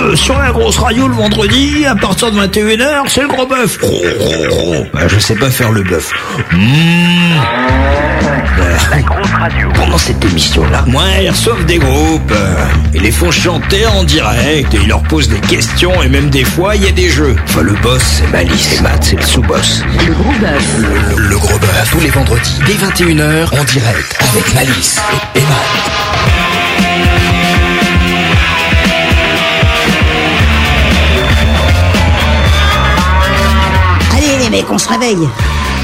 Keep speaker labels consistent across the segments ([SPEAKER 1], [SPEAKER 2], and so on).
[SPEAKER 1] euh, sur la grosse radio le vendredi, à partir de 21h, c'est le gros bœuf. Ben, je sais pas faire le bœuf. Hmm.
[SPEAKER 2] La grosse radio.
[SPEAKER 1] Pendant cette émission-là, moi, ils reçoivent des groupes, euh, ils les font chanter en direct, et ils leur posent des questions, et même des fois, il y a des jeux. Enfin, le boss, c'est Malice, et Matt, c'est le sous-boss.
[SPEAKER 3] Le gros bœuf.
[SPEAKER 1] Le, le gros bœuf, tous les vendredis, dès 21h, en direct, avec Malice et, et Matt.
[SPEAKER 3] Allez les mecs, on Eh, se réveille.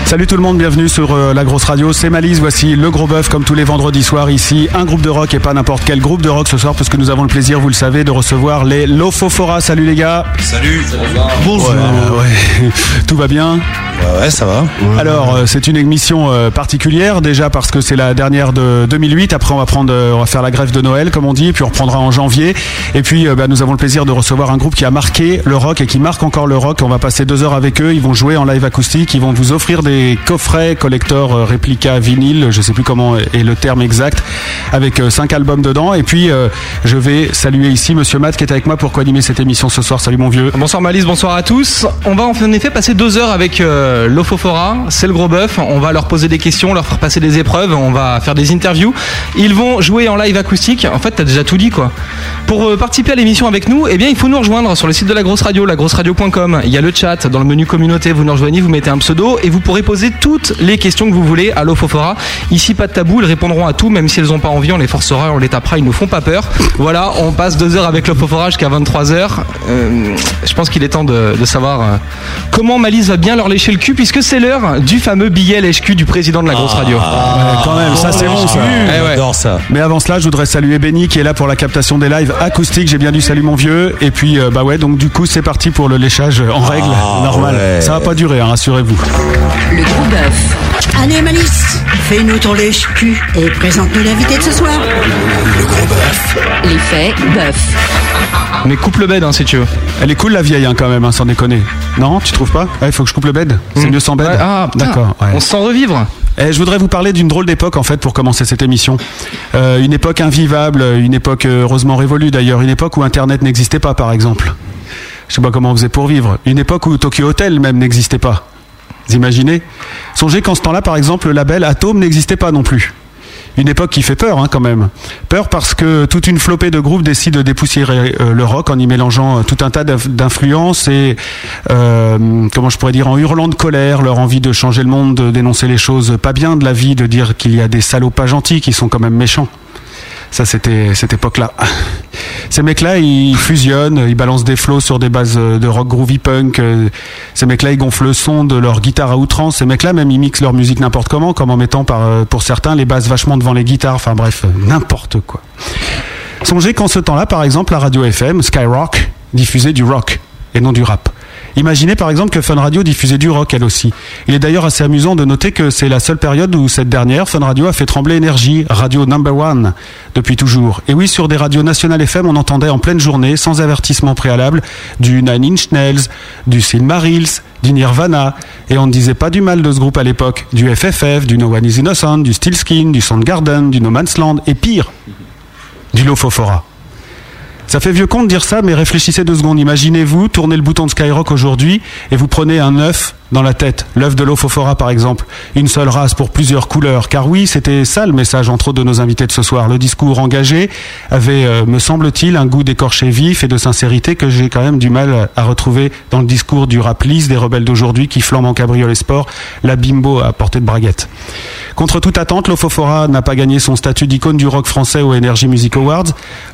[SPEAKER 4] Salut tout le monde, bienvenue sur euh, La Grosse Radio, c'est Malise, voici Le Gros Bœuf comme tous les vendredis soirs ici, un groupe de rock et pas n'importe quel groupe de rock ce soir parce que nous avons le plaisir, vous le savez, de recevoir les Lofofora, salut les gars
[SPEAKER 5] Salut
[SPEAKER 4] Bonjour ouais, ouais. Tout va bien
[SPEAKER 5] Ouais, ouais, ça va.
[SPEAKER 4] Alors euh, c'est une émission euh, particulière déjà parce que c'est la dernière de 2008, après on va, prendre, euh, on va faire la grève de Noël comme on dit, et puis on reprendra en janvier, et puis euh, bah, nous avons le plaisir de recevoir un groupe qui a marqué le rock et qui marque encore le rock, on va passer deux heures avec eux, ils vont jouer en live acoustique, ils vont vous offrir des coffrets collector euh, réplica vinyle, je sais plus comment est le terme exact, avec euh, cinq albums dedans, et puis euh, je vais saluer ici Monsieur Matt qui est avec moi pour co-animer cette émission ce soir, salut mon vieux
[SPEAKER 6] Bonsoir Malice, bonsoir à tous. On va en effet passer deux heures avec euh, l'Ofofora, c'est le gros bœuf. On va leur poser des questions, leur faire passer des épreuves, on va faire des interviews. Ils vont jouer en live acoustique. En fait, t'as déjà tout dit quoi. Pour euh, participer à l'émission avec nous, eh bien, il faut nous rejoindre sur le site de la grosse radio, lagrosseradio.com. Il y a le chat dans le menu communauté. Vous nous rejoignez, vous mettez un pseudo et vous pourrez poser toutes les questions que vous voulez à l'Ofofora. Ici, pas de tabou, ils répondront à tout, même si elles n'ont pas envie, on les forcera, on les tapera, ils nous font pas peur. Voilà, on passe deux heures avec l'Ofofora jusqu'à 23h. Euh, je pense qu'il est temps de, de savoir euh, comment Malice va bien leur lécher le cul, puisque c'est l'heure du fameux billet lèche-cul du président de la grosse radio.
[SPEAKER 4] Ah, Ouais, Quand même, ça c'est bon ça
[SPEAKER 6] Eh ouais.
[SPEAKER 5] J'adore ça.
[SPEAKER 4] Mais avant cela, je voudrais saluer Benny qui est là pour la captation des lives acoustiques. J'ai bien dit salut mon vieux. Et puis euh, bah ouais, donc du coup c'est parti pour le léchage en règle, normal.
[SPEAKER 5] ouais.
[SPEAKER 4] Ça va pas durer, hein, rassurez-vous.
[SPEAKER 3] Le gros bœuf. Allez Malice, fais-nous ton lèche-cul et présente-nous l'invité de ce soir.
[SPEAKER 7] L'effet bœuf.
[SPEAKER 6] Mais coupe le bed hein, si tu veux.
[SPEAKER 4] Elle est cool la vieille hein, quand même, hein, sans déconner. Non, tu trouves pas Il faut que je coupe le bed. C'est
[SPEAKER 6] Mm.
[SPEAKER 4] mieux sans bed.
[SPEAKER 6] Ouais, ah, putain,
[SPEAKER 4] d'accord. ouais.
[SPEAKER 6] On se sent revivre.
[SPEAKER 4] Eh, je voudrais vous parler d'une drôle d'époque en fait pour commencer cette émission. Euh, une époque invivable, une époque euh, heureusement révolue d'ailleurs, une époque où Internet n'existait pas par exemple. Je sais pas comment on faisait pour vivre. Une époque où Tokyo Hotel même n'existait pas. Vous imaginez Songez qu'en ce temps-là, par exemple, le label Atom n'existait pas non plus. Une époque qui fait peur, hein, quand même. Peur parce que toute une flopée de groupes décide de dépoussiérer euh, le rock en y mélangeant euh, tout un tas d'inf- d'influences et, euh, comment je pourrais dire, en hurlant de colère, leur envie de changer le monde, de dénoncer les choses pas bien de la vie, de dire qu'il y a des salauds pas gentils qui sont quand même méchants. Ça, c'était cette époque-là. Ces mecs-là, ils fusionnent, ils balancent des flots sur des bases euh, de rock groovy punk. euh, Ces mecs-là, ils gonflent le son de leur guitare à outrance. Ces mecs-là, même, ils mixent leur musique n'importe comment, comme en mettant par, euh, pour certains les basses vachement devant les guitares. Enfin bref, euh, n'importe quoi. Songez qu'en ce temps-là, par exemple, la radio FM, Skyrock, diffusait du rock et non du rap. Imaginez par exemple que Fun Radio diffusait du rock elle aussi. Il est d'ailleurs assez amusant de noter que c'est la seule période où cette dernière, Fun Radio, a fait trembler énergie, radio number one, depuis toujours. Et oui, sur des radios nationales FM, on entendait en pleine journée, sans avertissement préalable, du Nine Inch Nails, du Silmarils, du Nirvana, et on ne disait pas du mal de ce groupe à l'époque, du FFF, du No One Is Innocent, du Steel Skin, du Soundgarden, du No Man's Land, et pire, du Lofofora. Ça fait vieux con de dire ça, mais réfléchissez deux secondes. Imaginez-vous, tournez le bouton de Skyrock aujourd'hui et vous prenez un œuf dans la tête. L'œuf de l'Ophophora, par exemple. Une seule race pour plusieurs couleurs. Car oui, c'était ça le message, entre autres, de nos invités de ce soir. Le discours engagé avait, euh, me semble-t-il, un goût d'écorché vif et de sincérité que j'ai quand même du mal à retrouver dans le discours du rap lisse des rebelles d'aujourd'hui qui flambent en cabriolet sport, la bimbo à portée de braguette. Contre toute attente, l'Ophophora n'a pas gagné son statut d'icône du rock français aux Energy Music Awards.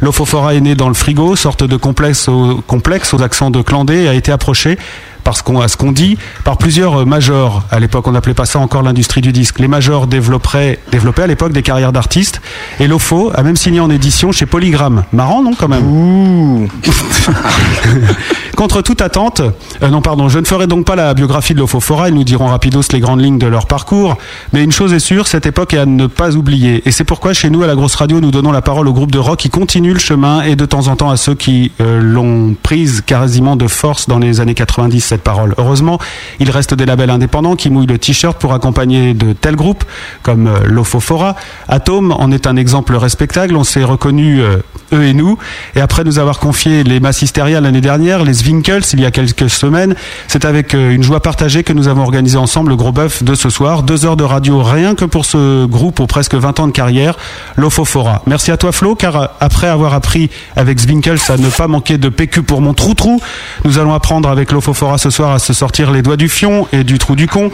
[SPEAKER 4] L'Ophophora est né dans le frigo, sorte de complexe aux, complexe aux accents de clandé et a été approché parce qu'on, à ce qu'on dit, par plusieurs euh, majors. À l'époque, on n'appelait pas ça encore l'industrie du disque. Les majors développeraient, développaient à l'époque des carrières d'artistes. Et Lofo a même signé en édition chez Polygram. Marrant, non, quand même? Contre toute attente, euh, non pardon, je ne ferai donc pas la biographie de Lofofora, ils nous diront rapidos les grandes lignes de leur parcours, mais une chose est sûre, cette époque est à ne pas oublier. Et c'est pourquoi chez nous, à la Grosse Radio, nous donnons la parole au groupe de rock qui continue le chemin et de temps en temps à ceux qui euh, l'ont prise quasiment de force dans les années 90, cette parole. Heureusement, il reste des labels indépendants qui mouillent le t-shirt pour accompagner de tels groupes, comme euh, Lofofora. Atom en est un exemple respectable, on s'est reconnus, euh, eux et nous, et après nous avoir confié les Massisteria l'année dernière, les Zwinkels il y a quelques semaines, c'est avec euh, une joie partagée que nous avons organisé ensemble le gros bœuf de ce soir. Deux heures de radio rien que pour ce groupe aux presque 20 ans de carrière, Lofofora. Merci à toi Flo, car euh, après avoir appris avec Zwinkels à ne pas manquer de PQ pour mon trou-trou, nous allons apprendre avec Lofofora ce soir à se sortir les doigts du fion et du trou du con,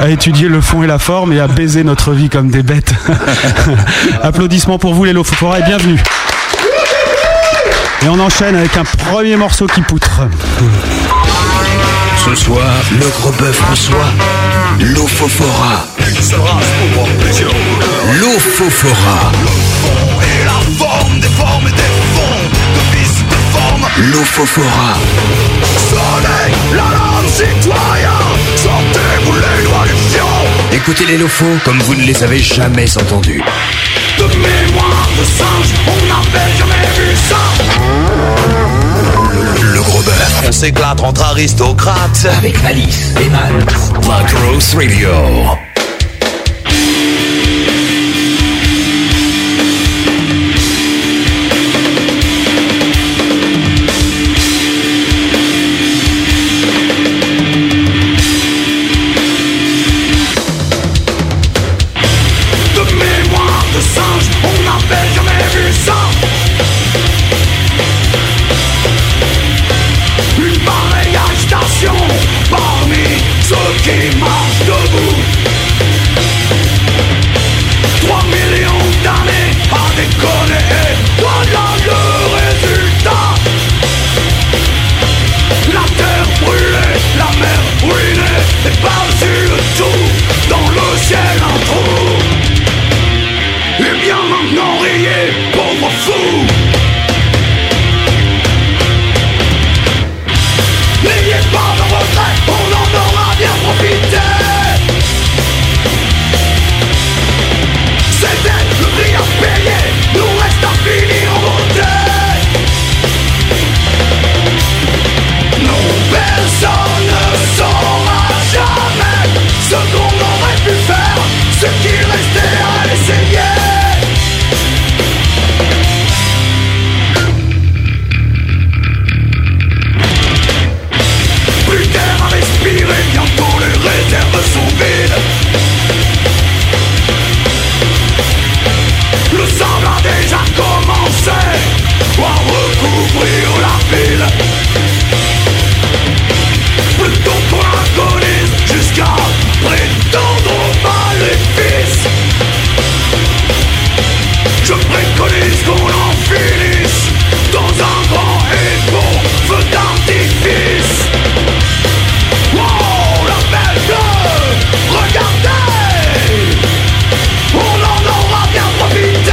[SPEAKER 4] à étudier le fond et la forme et à baiser notre vie comme des bêtes. Applaudissements pour vous les Lofofora et bienvenue. Et on enchaîne avec un premier morceau qui poutre.
[SPEAKER 1] Ce soir, le gros bœuf reçoit l'Ofofora. L'Ofofora. L'Ofofora. Écoutez les lofos comme vous ne les avez jamais entendus. Le gros bœuf.
[SPEAKER 5] On s'éclate entre aristocrates.
[SPEAKER 1] Avec Alice et Max. La Grosse Radio.
[SPEAKER 5] De mémoire de singe, on n'avait jamais vu ça. Une pareille agitation parmi ceux qui marchent debout. 3 millions d'années à déconner et voilà le résultat. La terre brûlée, la mer ruinée, et par-dessus le tout, dans le ciel un trou. Eh bien maintenant riez, pauvre fou N'ayez pas de regret, on en aura bien profité C'était le prix à payer, nous reste à finir en beauté Non, personne ne saura jamais Ce qu'on aurait pu faire, ce qu'il restait à essayer Plus d'air à respirer, bientôt les réserves sont vides. Le sable a déjà commencé à recouvrir la ville. Plutôt qu'on agonise jusqu'à prétendre au maléfice. Je préconise qu'on en finisse dans un grand et beau feu d'artifice. Oh, la belle bleue, regardez, on en aura bien profité.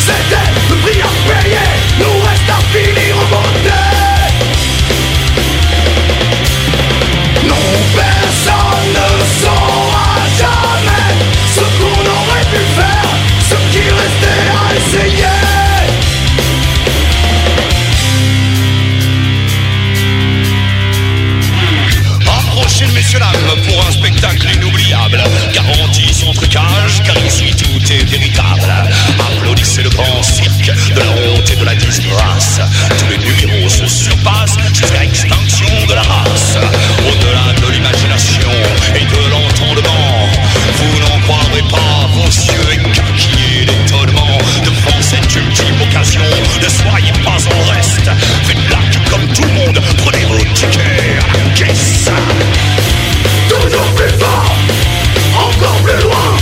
[SPEAKER 5] C'était le prix à payer, nous reste à finir en beauté. Non, personne ne saura jamais ce qu'on aurait pu faire, ce qui restait à essayer.
[SPEAKER 7] Approchez le messieurs dames pour un spectacle inoubliable. Garantie centre cage, car ici tout est véritable. Applaudissez le grand cirque de la honte et de la disgrâce. Tous les numéros se surpassent jusqu'à extinction de la race. Au-delà de l'imagination et de l'entendement, vous n'en croirez pas vos yeux écarquillés d'étonnement devant cette ultime occasion. Ne soyez pas en reste. Faites l'acte comme tout le monde. Prenez vos tickets à la caisse.
[SPEAKER 5] Toujours plus fort, encore plus loin.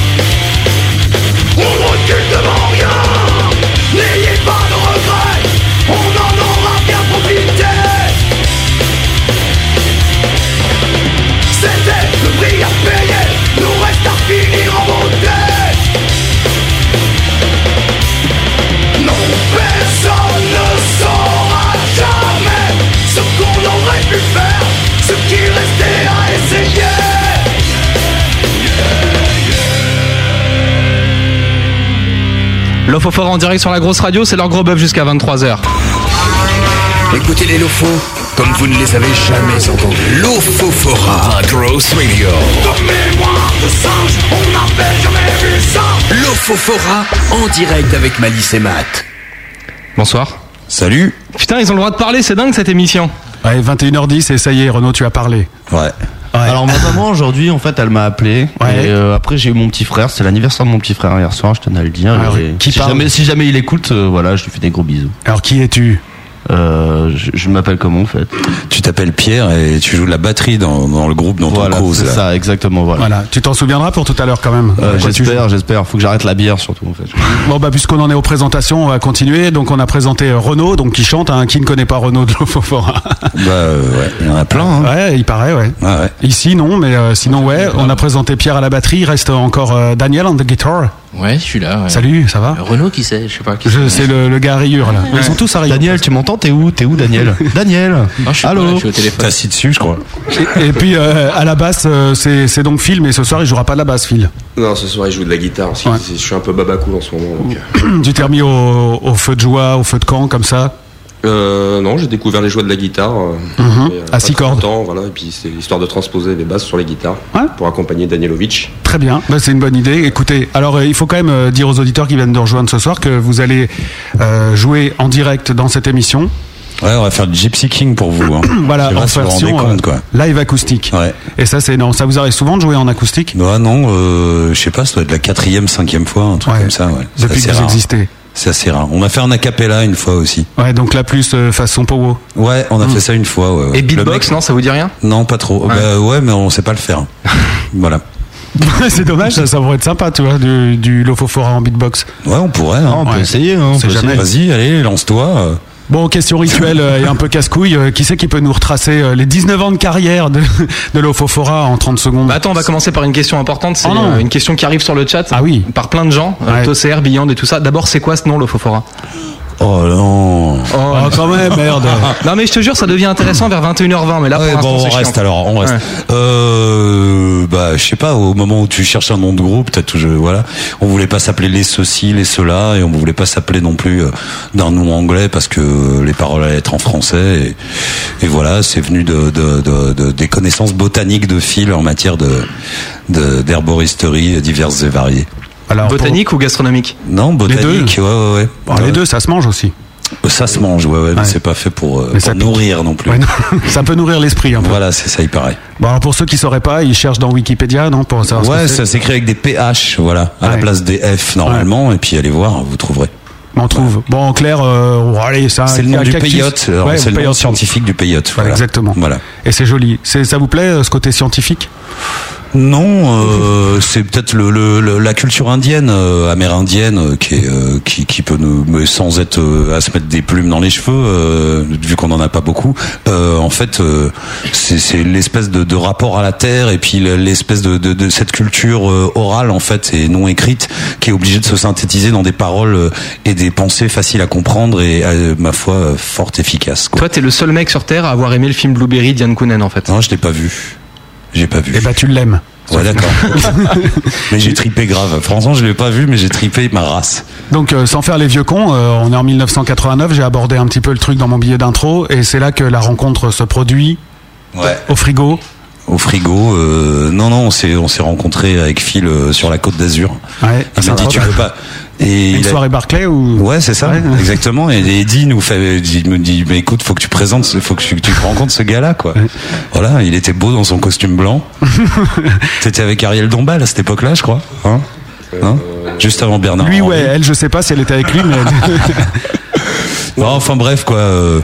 [SPEAKER 5] On recule devant rien. N'ayez pas de regrets, on en aura
[SPEAKER 6] Lofofora en direct sur la grosse radio, c'est leur gros bœuf jusqu'à 23h.
[SPEAKER 1] Écoutez les lofos comme vous ne les avez jamais entendus. Lofofora, Gross Radio.
[SPEAKER 5] De mémoire de singe, on n'avait jamais vu ça.
[SPEAKER 1] Lofofora en direct avec Malice et Matt.
[SPEAKER 6] Bonsoir.
[SPEAKER 8] Salut.
[SPEAKER 6] Putain, ils ont le droit de parler, c'est dingue cette émission.
[SPEAKER 4] Ouais, 21h10 et ça y est, Renaud, tu as parlé.
[SPEAKER 8] Ouais.
[SPEAKER 9] Alors ma maman aujourd'hui en fait elle m'a appelé
[SPEAKER 4] Ouais.
[SPEAKER 9] et euh, après j'ai eu mon petit frère c'est l'anniversaire de mon petit frère hier soir je tenais à le dire
[SPEAKER 4] Ah
[SPEAKER 9] Et
[SPEAKER 4] ouais, qui
[SPEAKER 9] si,
[SPEAKER 4] parle
[SPEAKER 9] jamais, si jamais il écoute euh, voilà je lui fais des gros bisous
[SPEAKER 4] Alors qui es-tu
[SPEAKER 9] euh, je, je m'appelle comment en fait
[SPEAKER 8] Tu t'appelles Pierre et tu joues de la batterie dans, dans le groupe dont
[SPEAKER 9] voilà
[SPEAKER 8] on cause.
[SPEAKER 9] c'est
[SPEAKER 8] là.
[SPEAKER 9] ça exactement voilà,
[SPEAKER 4] Voilà, tu t'en souviendras pour tout à l'heure quand même.
[SPEAKER 9] Euh,
[SPEAKER 4] Quoi tu
[SPEAKER 9] j'espère j'espère faut que j'arrête la bière surtout en fait
[SPEAKER 4] Bon bah puisqu'on en est aux présentations, on va continuer. Donc on a présenté euh, Renaud, donc qui chante, hein. qui ne connaît pas Renaud de l'Ofofora
[SPEAKER 8] Bah euh, ouais, il y en a plein. Hein.
[SPEAKER 4] Ouais, il paraît, ouais.
[SPEAKER 8] Ah ouais.
[SPEAKER 4] Ici non, mais euh, sinon ouais. On a présenté Pierre à la batterie, il reste encore euh, Daniel on the guitar.
[SPEAKER 10] Ouais, je suis là. ouais.
[SPEAKER 4] Salut, ça va
[SPEAKER 10] Euh, Renaud, qui c'est Je sais pas qui
[SPEAKER 4] Je- C'est le, le gars à rayures là. Ils sont tous à rayures.
[SPEAKER 9] Daniel tu m'entends t'es où t'es où Daniel Daniel
[SPEAKER 10] Non, Ah, je suis pas là,
[SPEAKER 9] allô
[SPEAKER 10] je suis au téléphone.
[SPEAKER 8] T'as assis dessus, je crois.
[SPEAKER 4] Et puis euh, à la basse, euh, c'est c'est donc Phil, mais ce soir il jouera pas de la basse, Phil.
[SPEAKER 11] Non, ce soir, il joue de la guitare. parce que
[SPEAKER 4] Ouais.
[SPEAKER 11] c'est- Je suis un peu babacou en ce moment. donc, euh.
[SPEAKER 4] tu t'es remis au, au feu de joie, au feu de camp comme ça.
[SPEAKER 11] Euh, non, j'ai découvert les joies de la guitare. euh,
[SPEAKER 4] Mhm.
[SPEAKER 11] mais, euh,
[SPEAKER 4] À
[SPEAKER 11] pas
[SPEAKER 4] six
[SPEAKER 11] très
[SPEAKER 4] cordes.
[SPEAKER 11] longtemps, voilà. Et puis, c'est l'histoire de transposer les basses sur les guitares
[SPEAKER 4] Ouais.
[SPEAKER 11] pour accompagner Danielovic.
[SPEAKER 4] Très bien, Bah, c'est une bonne idée. Écoutez, alors euh, il faut quand même euh, dire aux auditeurs qui viennent nous rejoindre ce soir que vous allez euh, jouer en direct dans cette émission.
[SPEAKER 8] Ouais, on va faire du Gypsy King pour vous. Hein.
[SPEAKER 4] Voilà,
[SPEAKER 8] Je sais pas
[SPEAKER 4] en
[SPEAKER 8] si vous vous rendez
[SPEAKER 4] version euh,
[SPEAKER 8] compte, quoi.
[SPEAKER 4] live acoustique.
[SPEAKER 8] Ouais.
[SPEAKER 4] Et ça, c'est non, ça vous arrive souvent de jouer en acoustique
[SPEAKER 8] Non, non, euh, je sais pas, ça doit être la quatrième, cinquième fois, un truc
[SPEAKER 4] Ouais.
[SPEAKER 8] comme ça. Ouais. C'est
[SPEAKER 4] depuis
[SPEAKER 8] assez
[SPEAKER 4] que vous
[SPEAKER 8] rare.
[SPEAKER 4] existez.
[SPEAKER 8] C'est assez rare. On a fait un acapella une fois aussi.
[SPEAKER 4] Ouais, donc la plus euh, façon powo.
[SPEAKER 8] Ouais,
[SPEAKER 4] Hmm.
[SPEAKER 8] on a fait ça une fois. Ouais, ouais.
[SPEAKER 6] Et
[SPEAKER 8] Le
[SPEAKER 6] beatbox,
[SPEAKER 8] mec-
[SPEAKER 6] non, ça vous dit rien
[SPEAKER 8] Non, pas trop. Bah, Ouais. mais on sait pas le faire. voilà.
[SPEAKER 4] c'est dommage, ça, ça pourrait être sympa, tu vois, du, du Lofofora en beatbox.
[SPEAKER 8] Ouais, on pourrait. hein.
[SPEAKER 9] Ah, on peut
[SPEAKER 4] Ouais.
[SPEAKER 9] essayer hein, on
[SPEAKER 4] C'est
[SPEAKER 9] peut
[SPEAKER 4] jamais-
[SPEAKER 9] essayer.
[SPEAKER 8] Vas-y, allez, lance-toi. euh.
[SPEAKER 4] Bon, question rituelle euh, et un peu casse-couille, euh, qui c'est qui peut nous retracer euh, les 19 ans de carrière de, de Lofofora en 30 secondes
[SPEAKER 6] Bah attends, on va commencer par une question importante, c'est
[SPEAKER 4] Oh non.
[SPEAKER 6] euh, une question qui arrive sur le chat
[SPEAKER 4] Ah oui.
[SPEAKER 6] par plein de gens,
[SPEAKER 4] Ouais.
[SPEAKER 6] euh, Tosser, Beyond et tout ça. D'abord, c'est quoi ce nom, Lofofora
[SPEAKER 8] Oh non.
[SPEAKER 4] Oh, quand même, merde.
[SPEAKER 6] Non mais je te jure, ça devient intéressant vers 21h20, mais là pour
[SPEAKER 8] Ouais,
[SPEAKER 6] l'instant,
[SPEAKER 8] bon, on
[SPEAKER 6] c'est
[SPEAKER 8] reste
[SPEAKER 6] chiant.
[SPEAKER 8] alors, on reste.
[SPEAKER 6] Ouais.
[SPEAKER 8] Euh, bah, je sais pas, au moment où tu cherches un nom de groupe, t'as toujours, voilà, on voulait pas s'appeler les ceci, les cela, et on voulait pas s'appeler non plus euh, d'un nom anglais parce que euh, les paroles allaient être en français, et, et voilà, c'est venu de, de, de- de- des connaissances botaniques de Phil en matière de, de d'herboristerie diverses et variées.
[SPEAKER 4] Alors, pour-
[SPEAKER 6] Botanique ou gastronomique
[SPEAKER 8] Non, botanique, ouais, ouais, ouais. Euh,
[SPEAKER 4] Bon, Ah, les deux, ça se mange aussi.
[SPEAKER 8] Ça se mange, ouais, ouais, mais
[SPEAKER 4] Ouais.
[SPEAKER 8] c'est pas fait pour, euh,
[SPEAKER 4] Mais
[SPEAKER 8] pour
[SPEAKER 4] ça pique.
[SPEAKER 8] nourrir non plus.
[SPEAKER 4] Ouais, non, ça peut nourrir l'esprit un peu.
[SPEAKER 8] Voilà, c'est ça, il paraît.
[SPEAKER 4] Bon, Bah, alors pour ceux qui sauraient pas, ils cherchent dans Wikipédia, non Pour savoir ce que
[SPEAKER 8] Ouais,
[SPEAKER 4] c'est.
[SPEAKER 8] ça s'écrit avec des PH, voilà, à la
[SPEAKER 4] Ouais.
[SPEAKER 8] place des F normalement, et puis allez voir, vous trouverez.
[SPEAKER 4] On trouve. Bon, en clair, euh, oh, allez, ça.
[SPEAKER 8] C'est le nom
[SPEAKER 4] un
[SPEAKER 8] du
[SPEAKER 4] cactus.
[SPEAKER 8] peyote, alors,
[SPEAKER 4] Ouais,
[SPEAKER 8] c'est le nom
[SPEAKER 4] peyote.
[SPEAKER 8] scientifique du peyote.
[SPEAKER 4] Voilà, exactement.
[SPEAKER 8] Voilà.
[SPEAKER 4] Et c'est joli. C'est, ça vous plaît euh, ce côté scientifique
[SPEAKER 8] Non, euh, c'est peut-être le, le- le- la culture indienne, euh, amérindienne, euh, qui, est, euh, qui, qui peut nous, mais sans être euh, à se mettre des plumes dans les cheveux, euh, vu qu'on n'en a pas beaucoup. euh, en fait, euh, c'est c'est l'espèce de, de rapport à la terre et puis l'espèce de, de, de cette culture euh, orale en fait et non écrite qui est obligée de se synthétiser dans des paroles euh, et des pensées faciles à comprendre et euh, ma foi euh, fort efficaces. Quoi.
[SPEAKER 6] Toi, t'es le seul mec sur Terre à avoir aimé le film Blueberry d'Yann Kounen en fait.
[SPEAKER 8] Non, je l'ai pas vu. J'ai pas vu.
[SPEAKER 4] Eh ben, tu l'aimes.
[SPEAKER 8] Ouais, d'accord. mais j'ai tripé grave. Franchement, je l'ai pas vu, mais j'ai tripé ma race.
[SPEAKER 4] Donc, euh, sans faire les vieux cons, euh, on est en 1989. J'ai abordé un petit peu le truc dans mon billet d'intro, et c'est là que la rencontre se produit
[SPEAKER 8] Ouais.
[SPEAKER 4] au frigo.
[SPEAKER 8] Au frigo, euh, non, non, on s'est, on s'est rencontré avec Phil euh, sur la côte d'Azur.
[SPEAKER 4] Ouais.
[SPEAKER 8] Il m'a Ah, dit, tu peux pas. Et
[SPEAKER 4] Une
[SPEAKER 8] il a-
[SPEAKER 4] soirée Barclay ou
[SPEAKER 8] Ouais, c'est ça,
[SPEAKER 4] Ouais.
[SPEAKER 8] exactement. Et Eddie nous fait, il me dit, mais écoute, faut que tu présentes, ce- faut que tu, que tu rencontres ce gars-là, quoi. Voilà, il était beau dans son costume blanc. T'étais avec Ariel Dombal à cette époque-là, je crois, hein, Hein Juste avant Bernard.
[SPEAKER 4] Lui,
[SPEAKER 8] Henry.
[SPEAKER 4] ouais. Elle, je sais pas si elle était avec lui, mais
[SPEAKER 8] Non, enfin bref quoi. euh,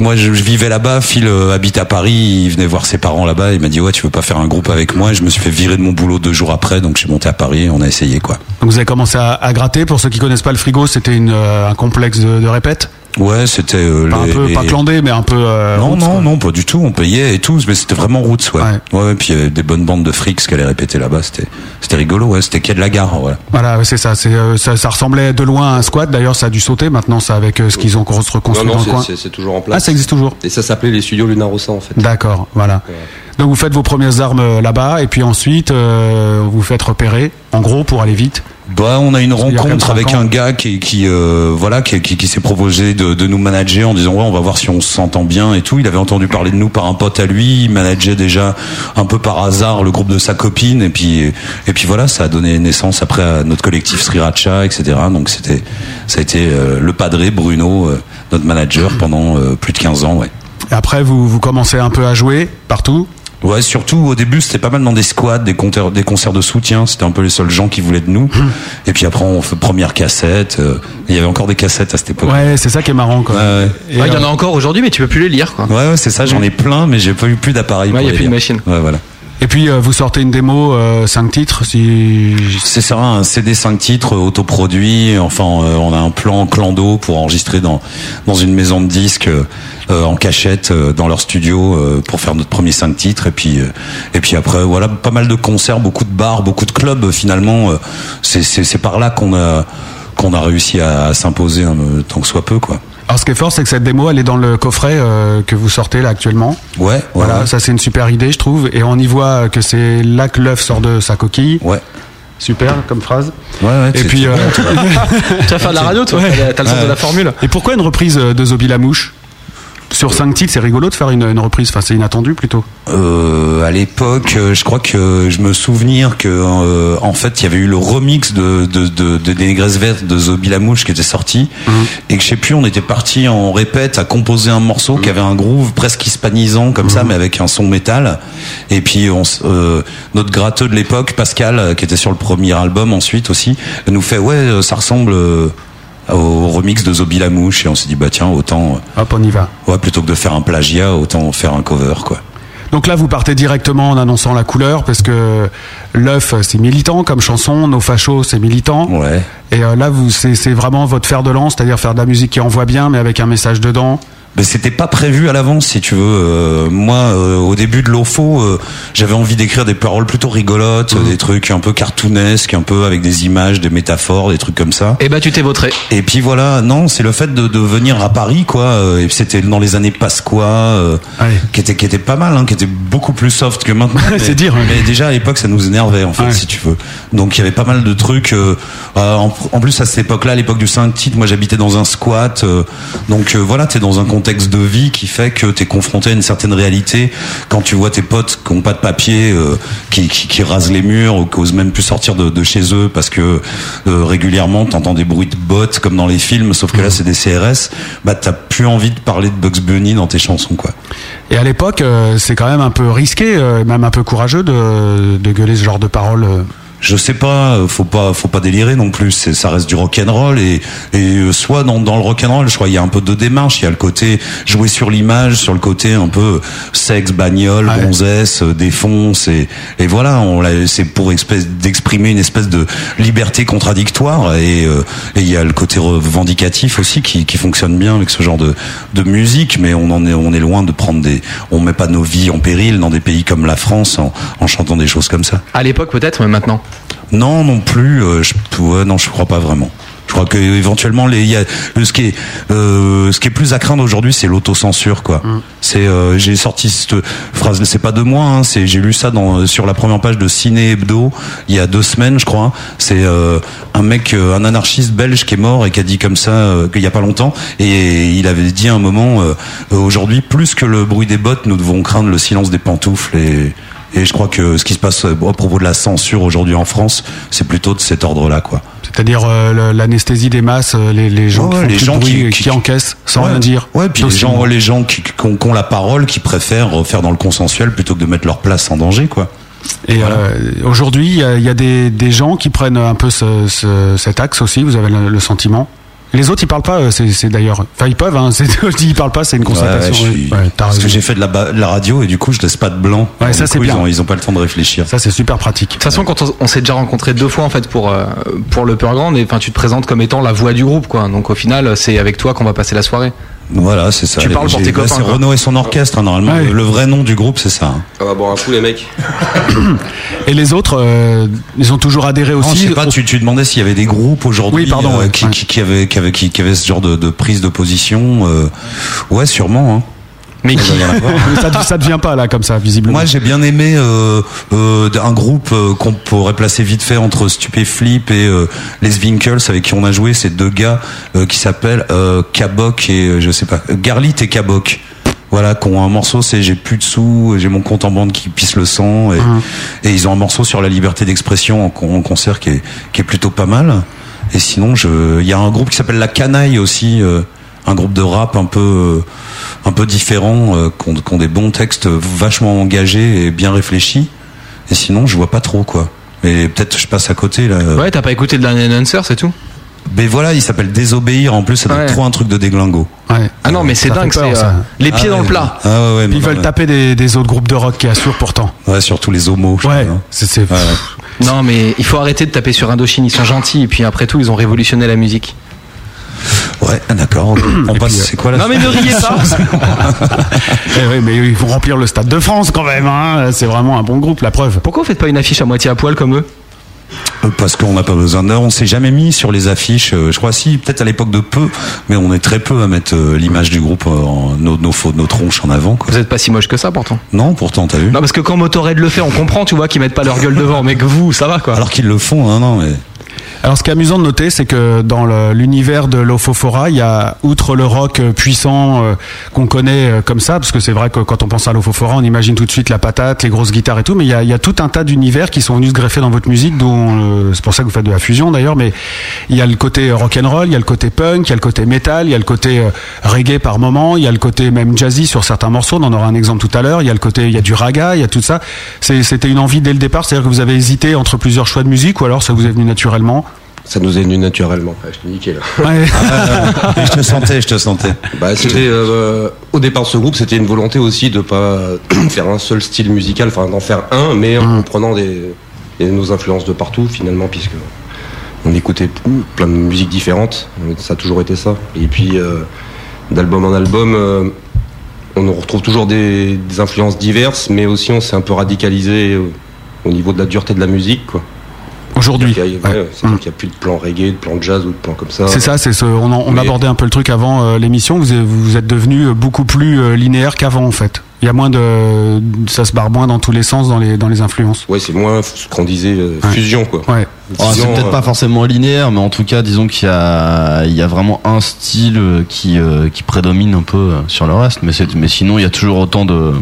[SPEAKER 8] moi je, je vivais là-bas, Phil euh, habite à Paris, il venait voir ses parents là-bas, il m'a dit ouais tu veux pas faire un groupe avec moi, et je me suis fait virer de mon boulot deux jours après, donc je suis monté à Paris et on a essayé quoi.
[SPEAKER 4] Donc vous avez commencé à, à gratter. Pour ceux qui connaissent pas le frigo, c'était une, euh, un complexe de, de répète.
[SPEAKER 8] Ouais c'était... euh,
[SPEAKER 4] Pas
[SPEAKER 8] les-
[SPEAKER 4] un peu,
[SPEAKER 8] les-
[SPEAKER 4] pas clandé, mais un peu. euh,
[SPEAKER 8] non,
[SPEAKER 4] roots,
[SPEAKER 8] non,
[SPEAKER 4] quoi.
[SPEAKER 8] non, pas du tout. On payait et tout, mais c'était vraiment roots, ouais.
[SPEAKER 4] Ouais.
[SPEAKER 8] Ouais, ouais, puis il y avait des bonnes bandes de frics qu'elle allait répéter là-bas. C'était, c'était rigolo, ouais. C'était quai de la gare, voilà.
[SPEAKER 4] Voilà, ouais, c'est ça, c'est, euh, ça. Ça ressemblait de loin à un squat. D'ailleurs, ça a dû sauter. Maintenant, ça avec euh, ce qu'ils ont re-
[SPEAKER 11] Non,
[SPEAKER 4] reconstruit
[SPEAKER 11] non,
[SPEAKER 4] dans le
[SPEAKER 11] c'est-
[SPEAKER 4] coin.
[SPEAKER 11] c'est c'est toujours en place.
[SPEAKER 4] Ah, ça existe toujours.
[SPEAKER 11] Et ça s'appelait les studios Lunarosa, en fait.
[SPEAKER 4] D'accord, voilà. Donc vous faites vos premières armes euh, là-bas et puis ensuite euh, vous faites repérer, en gros pour aller vite.
[SPEAKER 8] Bah, on a une
[SPEAKER 4] qu'il y a
[SPEAKER 8] rencontre
[SPEAKER 4] quand même
[SPEAKER 8] avec
[SPEAKER 4] cinq ans.
[SPEAKER 8] un gars qui, qui euh, voilà, qui, qui, qui s'est proposé de, de nous manager en disant ouais, on va voir si on s'entend bien et tout. Il avait entendu parler de nous par un pote à lui. Il manageait déjà un peu par hasard le groupe de sa copine et puis et puis voilà, ça a donné naissance après à notre collectif Sriracha, etc. Donc c'était ça a été euh, le padré Bruno, euh, notre manager pendant euh, plus de 15 ans, ouais.
[SPEAKER 4] Et après vous, vous commencez un peu à jouer partout.
[SPEAKER 8] Ouais, surtout au début, c'était pas mal dans des squats, des, compteurs- des concerts de soutien. C'était un peu les seuls gens qui voulaient de nous. Et puis après, on fait première cassette. euh, Il y avait encore des cassettes à cette époque.
[SPEAKER 4] Ouais, c'est ça qui est marrant quoi.
[SPEAKER 8] Ouais, il y en a
[SPEAKER 6] encore aujourd'hui, mais tu peux plus les lire quoi.
[SPEAKER 8] Ouais, ouais, c'est ça. J'en ai plein, mais j'ai pas eu plus d'appareil.
[SPEAKER 4] Ouais,
[SPEAKER 8] pour
[SPEAKER 4] y a
[SPEAKER 8] les
[SPEAKER 4] plus de
[SPEAKER 8] lire.
[SPEAKER 4] machine.
[SPEAKER 8] Ouais, voilà.
[SPEAKER 4] Et puis euh, vous sortez une démo 5 titres si
[SPEAKER 8] C'est ça, un CD 5 titres euh, autoproduit. Enfin, euh, on a un plan clando pour enregistrer dans dans une maison de disques euh, euh, en cachette euh, dans leur studio euh, pour faire notre premier 5 titres. Et puis euh, et puis après, voilà, pas mal de concerts, beaucoup de bars, beaucoup de clubs. euh, Finalement, euh, c'est c'est c'est par là qu'on a qu'on a réussi à, à s'imposer hein, euh, tant que soit peu, quoi.
[SPEAKER 4] Alors ce qui est fort, c'est que cette démo, elle est dans le coffret euh, que vous sortez là actuellement.
[SPEAKER 8] Ouais,
[SPEAKER 4] voilà. Ça c'est une super idée, je trouve. Et on y voit euh, que c'est là que l'œuf sort de sa coquille.
[SPEAKER 8] Ouais.
[SPEAKER 4] Super comme phrase.
[SPEAKER 8] Ouais, ouais.
[SPEAKER 4] Et puis. euh,
[SPEAKER 6] tu vas faire de la radio, toi.
[SPEAKER 4] Ouais.
[SPEAKER 6] T'as- T'as le sens
[SPEAKER 4] Ouais.
[SPEAKER 6] de la formule.
[SPEAKER 4] Et pourquoi une reprise euh, de Zombie la mouche sur 5 titres, c'est rigolo de faire une, une reprise. Enfin, c'est inattendu plutôt.
[SPEAKER 8] Euh, à l'époque, euh, je crois que je me souvenir que euh, en fait, il y avait eu le remix de de de, de des Négresses vertes de Zobi Lamouche qui était sorti et que je sais plus, on était parti en répète à composer un morceau qui avait un groove presque hispanisant comme ça, mais avec un son métal. Et puis on, s- euh, notre gratteux de l'époque, Pascal, euh, qui était sur le premier album ensuite aussi, nous fait ouais, euh, ça ressemble. euh, au remix de Zobi Lamouche et on s'est dit bah tiens autant
[SPEAKER 4] hop on y va
[SPEAKER 8] ouais plutôt que de faire un plagiat autant faire un cover quoi
[SPEAKER 4] Donc là, vous partez directement en annonçant la couleur parce que l'œuf, c'est militant comme chanson, nos fachos, c'est militant. Et euh, là, vous, c'est c'est vraiment votre fer de lance, c'est-à-dire faire de la musique qui envoie bien, mais avec un message dedans.
[SPEAKER 8] Ben, c'était pas prévu à l'avance, si tu veux. Euh, moi, euh, au début de l'OFO, euh, j'avais envie d'écrire des paroles plutôt rigolotes,
[SPEAKER 6] Mhm.
[SPEAKER 8] euh, des trucs un peu cartoonesques, un peu avec des images, des métaphores, des trucs comme ça.
[SPEAKER 6] Et bah tu t'es vautré.
[SPEAKER 8] Et puis voilà, non, c'est le fait de, de venir à Paris, quoi. euh, Et puis c'était dans les années Pasqua, euh, qui était qui était pas mal, hein, qui était beaucoup plus soft que maintenant.
[SPEAKER 4] Ouais,
[SPEAKER 8] mais-
[SPEAKER 4] c'est
[SPEAKER 6] hein.
[SPEAKER 4] dire, ouais.
[SPEAKER 8] Mais déjà à l'époque, ça nous énervait, en fait, si tu veux. Donc il y avait pas mal de trucs. euh, euh, en, en plus à cette époque-là, à l'époque du 5 titres, moi j'habitais dans un squat. euh, donc euh, voilà, t'es dans un contexte de vie qui fait que t'es confronté à une certaine réalité. Quand tu vois tes potes qui ont pas de papier, euh, qui, qui, qui rasent les murs, ou qui osent même plus sortir de, de chez eux parce que euh, régulièrement t'entends des bruits de bottes comme dans les films, sauf que là c'est des CRS. Bah t'as plus envie de parler de Bugs Bunny dans tes chansons, quoi.
[SPEAKER 4] Et à l'époque, euh, c'est quand même un peu risqué, euh, même un peu courageux de, de gueuler ce genre de paroles. euh.
[SPEAKER 8] Je sais pas, euh, faut pas, faut pas délirer non plus. C'est, ça reste du rock and roll et, et euh, soit dans, dans le rock and roll, je crois, il y a un peu de démarche. Il y a le côté jouer sur l'image, sur le côté un peu sexe, bagnole, gonzesse, euh, défonce et, et voilà. On l'a- c'est pour espèce d'exprimer une espèce de liberté contradictoire et euh, et il y a le côté revendicatif aussi qui, qui fonctionne bien avec ce genre de, de musique. Mais on en est, on est loin de prendre des, on met pas nos vies en péril dans des pays comme la France en, en chantant des choses comme ça.
[SPEAKER 6] À l'époque peut-être, mais maintenant.
[SPEAKER 8] Non, non plus. euh, je, ouais, non, je crois pas vraiment. Je crois que éventuellement, les, il y a, ce qui est, euh, ce qui est plus à craindre aujourd'hui, c'est l'autocensure, quoi. C'est, euh, j'ai sorti cette phrase, c'est pas de moi, hein, c'est, j'ai lu ça dans, sur la première page de Ciné Hebdo il y a deux semaines, je crois. C'est euh, un mec, euh, un anarchiste belge qui est mort et qui a dit comme ça euh, qu'il y a pas longtemps. Et il avait dit à un moment, euh, euh, aujourd'hui, plus que le bruit des bottes, nous devons craindre le silence des pantoufles et et je crois que ce qui se passe euh, à propos de la censure aujourd'hui en France, c'est plutôt de cet ordre-là, quoi.
[SPEAKER 4] C'est-à-dire euh, le- l'anesthésie des masses, euh, les, les gens
[SPEAKER 8] Ouais,
[SPEAKER 4] qui font
[SPEAKER 8] les
[SPEAKER 4] plus de
[SPEAKER 8] gens
[SPEAKER 4] bruit,
[SPEAKER 8] qui-
[SPEAKER 4] et
[SPEAKER 8] qui-
[SPEAKER 4] qui encaissent sans
[SPEAKER 8] Ouais.
[SPEAKER 4] rien dire.
[SPEAKER 8] Ouais, puis les
[SPEAKER 4] Docilement.
[SPEAKER 8] gens, les gens qui, qui ont, qui ont la parole, qui préfèrent euh, faire dans le consensuel plutôt que de mettre leur place en danger, quoi.
[SPEAKER 4] Et euh, aujourd'hui, il y a, il y a des, des gens qui prennent un peu ce- ce- cet axe aussi, vous avez le, le sentiment les autres, ils parlent pas, euh, c'est c'est d'ailleurs. Enfin, ils peuvent, hein. c'est- Je dis ils parlent pas, c'est une
[SPEAKER 8] Ouais,
[SPEAKER 4] constatation.
[SPEAKER 8] je
[SPEAKER 4] oui.
[SPEAKER 8] suis-
[SPEAKER 4] Ouais, t'as
[SPEAKER 8] Parce que
[SPEAKER 4] raison.
[SPEAKER 8] j'ai fait de la, ba- de la radio et du coup, je laisse pas de blanc.
[SPEAKER 4] Ouais,
[SPEAKER 8] Donc,
[SPEAKER 4] ça,
[SPEAKER 8] du
[SPEAKER 4] c'est
[SPEAKER 8] coup,
[SPEAKER 4] bien.
[SPEAKER 8] Ils ont, ils ont pas le temps de réfléchir.
[SPEAKER 4] Ça, c'est super pratique.
[SPEAKER 6] De toute façon, quand on, on s'est déjà rencontrés deux fois en fait pour euh, pour le Grand et enfin tu te présentes comme étant la voix du groupe quoi. Donc au final, c'est avec toi qu'on va passer la soirée.
[SPEAKER 8] Voilà, c'est ça.
[SPEAKER 6] Tu
[SPEAKER 8] Les-
[SPEAKER 6] parles pour
[SPEAKER 8] j'ai-
[SPEAKER 6] tes
[SPEAKER 8] bah,
[SPEAKER 6] copains,
[SPEAKER 8] C'est
[SPEAKER 6] quoi.
[SPEAKER 8] Renaud et son orchestre, hein, normalement. Le- Le vrai nom du groupe, c'est ça. hein.
[SPEAKER 11] On va boire Ah, bah, un coup, les mecs.
[SPEAKER 4] Et les autres, euh, ils ont toujours adhéré
[SPEAKER 8] Non, je
[SPEAKER 4] aussi.
[SPEAKER 8] sais pas, tu, tu demandais s'il y avait des groupes aujourd'hui
[SPEAKER 4] Oui, pardon,
[SPEAKER 8] euh,
[SPEAKER 4] ouais,
[SPEAKER 8] qui,
[SPEAKER 4] ouais.
[SPEAKER 8] qui, qui avaient qui avaient- qui- qui avaient ce genre de, de prise de position. euh, ouais, sûrement. Hein.
[SPEAKER 6] Mais qui
[SPEAKER 4] ça, ne devient pas là comme ça, visiblement.
[SPEAKER 8] Moi, j'ai bien aimé euh, euh, un groupe euh, qu'on pourrait placer vite fait entre Stupéflip et euh, Les Winkles, avec qui on a joué. Ces deux gars euh, qui s'appellent euh, Kabok et euh, je sais pas, Garlit et Kabok. Voilà, qui ont un morceau, c'est j'ai plus de sous, j'ai mon compte en banque qui pisse le sang, et, et ils ont un morceau sur la liberté d'expression en, con- en concert qui est, qui est plutôt pas mal. Et sinon, je, il y a un groupe qui s'appelle La Canaille aussi, euh, un groupe de rap un peu, euh, un peu différent, euh, qui ont, qui ont des bons textes vachement engagés et bien réfléchis. Et sinon, je vois pas trop quoi. Mais peut-être je passe à côté là.
[SPEAKER 6] Ouais, t'as pas écouté le dernier announcer, c'est tout.
[SPEAKER 8] Mais voilà, il s'appelle Désobéir. En plus, ça doit être trop un truc de déglingo.
[SPEAKER 6] Ah non, mais c'est
[SPEAKER 8] Ça fait
[SPEAKER 6] dingue,
[SPEAKER 8] peur,
[SPEAKER 6] c'est,
[SPEAKER 8] ça.
[SPEAKER 6] euh, les pieds
[SPEAKER 8] Ah
[SPEAKER 6] dans
[SPEAKER 8] ouais.
[SPEAKER 6] le plat.
[SPEAKER 8] Ah ouais, ouais,
[SPEAKER 4] Puis ils
[SPEAKER 8] non,
[SPEAKER 4] veulent
[SPEAKER 8] ouais.
[SPEAKER 4] taper des, des autres groupes de rock qui assurent pourtant.
[SPEAKER 8] Ouais, surtout les homos. hein.
[SPEAKER 4] Ouais, c'est. c'est-
[SPEAKER 8] Ah
[SPEAKER 6] Non, mais il faut arrêter de taper sur Indochine, ils sont gentils, et puis après tout, ils ont révolutionné la musique.
[SPEAKER 8] Ouais, ah, d'accord. On passe. C'est quoi la
[SPEAKER 6] Non, mais ne riez pas
[SPEAKER 4] Eh oui, mais ils vont remplir le stade de France quand même. hein. C'est vraiment un bon groupe, la preuve.
[SPEAKER 6] Pourquoi vous faites pas une affiche à moitié à poil comme eux
[SPEAKER 8] Euh, Parce qu'on n'a pas besoin d'un. On s'est jamais mis sur les affiches. euh, Je crois si, peut-être à l'époque de peu, mais on est très peu à mettre euh, l'image du groupe, euh, en, nos, nos, faux- nos tronches en avant. Quoi.
[SPEAKER 6] Vous êtes pas si moche que ça pourtant.
[SPEAKER 8] Non, pourtant, t'as vu
[SPEAKER 6] Non, parce que quand Motorhead le fait, on comprend, tu vois, qu'ils mettent pas leur gueule devant, mais que vous, ça va quoi.
[SPEAKER 8] Alors qu'ils le font, hein, non, mais.
[SPEAKER 4] Alors, ce qui est amusant de noter, c'est que dans le- l'univers de l'Ophophora, il y a, outre le rock euh, puissant euh, qu'on connaît euh, comme ça, parce que c'est vrai que quand on pense à l'Ophophora, on imagine tout de suite la patate, les grosses guitares et tout, mais il y a, il y a tout un tas d'univers qui sont venus se greffer dans votre musique, dont euh, c'est pour ça que vous faites de la fusion d'ailleurs, mais il y a le côté rock'n'roll, il y a le côté punk, il y a le côté métal, il y a le côté euh, reggae par moment, il y a le côté même jazzy sur certains morceaux, on en aura un exemple tout à l'heure, il y a le côté, il y a du raga, il y a tout ça. C'est- C'était une envie dès le départ, c'est-à-dire que vous avez hésité entre plusieurs choix de musique ou alors ça vous est venu naturellement
[SPEAKER 11] Ça nous est venu naturellement. Ouais, je t'ai niqué là.
[SPEAKER 4] Ouais.
[SPEAKER 8] Et je te sentais, je te sentais.
[SPEAKER 11] Bah, c'était euh, au départ de ce groupe, c'était une volonté aussi de pas faire un seul style musical, enfin d'en faire un, mais
[SPEAKER 8] Mm.
[SPEAKER 11] en prenant des, des- nos influences de partout finalement, puisque on écoutait plein de musiques différentes. Ça a toujours été ça. Et puis euh, d'album en album, euh, on en retrouve toujours des, des influences diverses, mais aussi on s'est un peu radicalisé au, au niveau de la dureté de la musique, quoi.
[SPEAKER 4] Aujourd'hui.
[SPEAKER 11] C'est-à-dire qu'il y a- ouais,
[SPEAKER 8] Mm.
[SPEAKER 11] c'est-à-dire qu'il n'y a plus de plan reggae, de plan jazz ou de plan comme ça.
[SPEAKER 4] C'est ça, c'est ce, on, en- on
[SPEAKER 11] Mais-
[SPEAKER 4] abordait un peu le truc avant euh, l'émission. Vous, êtes- vous êtes devenu euh, beaucoup plus euh, linéaire qu'avant en fait. Il y a moins de, ça se barre moins dans tous les sens dans les dans les influences.
[SPEAKER 11] Ouais, c'est moins ce qu'on disait euh, fusion, quoi.
[SPEAKER 4] Ouais.
[SPEAKER 11] Fusion,
[SPEAKER 9] Oh, c'est peut-être
[SPEAKER 11] euh,
[SPEAKER 9] pas forcément linéaire, mais en tout cas, disons qu'il y a, il y a vraiment un style euh, qui, euh, qui prédomine un peu euh, sur le reste. Mais, c'est- mais sinon, il y a toujours autant de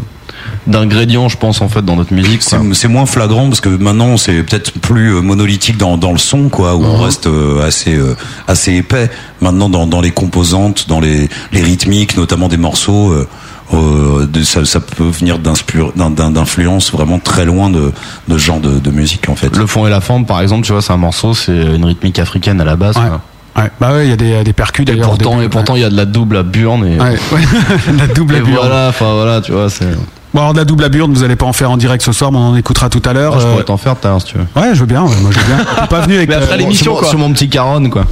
[SPEAKER 9] d'ingrédients, je pense, en fait, dans notre musique.
[SPEAKER 8] C'est c'est moins flagrant parce que maintenant c'est peut-être plus euh, monolithique dans, dans le son quoi où
[SPEAKER 9] Mhm.
[SPEAKER 8] on reste euh, assez euh, assez épais maintenant dans, dans les composantes dans les, les rythmiques notamment des morceaux euh, euh, de, ça, ça peut venir d'inspur- d'un- d'un- d'influences vraiment très loin de, de ce genre de, de musique en fait
[SPEAKER 9] Le fond et la forme, par exemple, tu vois, c'est un morceau, c'est une rythmique africaine à la base. quoi.
[SPEAKER 4] Ouais. Bah ouais, il y a des, des percus
[SPEAKER 9] Et
[SPEAKER 4] d'ailleurs. au
[SPEAKER 9] pourtant,
[SPEAKER 4] début.
[SPEAKER 9] et pourtant, il y a de la double à burne et,
[SPEAKER 4] Ouais. Ouais. la double
[SPEAKER 9] et
[SPEAKER 4] aburde.
[SPEAKER 9] voilà, enfin voilà, tu vois, c'est.
[SPEAKER 4] Bon alors de la double aburde, vous allez pas en faire en direct ce soir, mais on en écoutera tout à l'heure.
[SPEAKER 9] Ah, je
[SPEAKER 4] Euh,
[SPEAKER 9] pourrais t'en faire tout à l'heure si tu veux.
[SPEAKER 4] Ouais, je veux bien. ouais, moi, je veux bien. T'es pas venu avec. euh,
[SPEAKER 9] Sur mon- sur, mon- sur mon petit caronne quoi.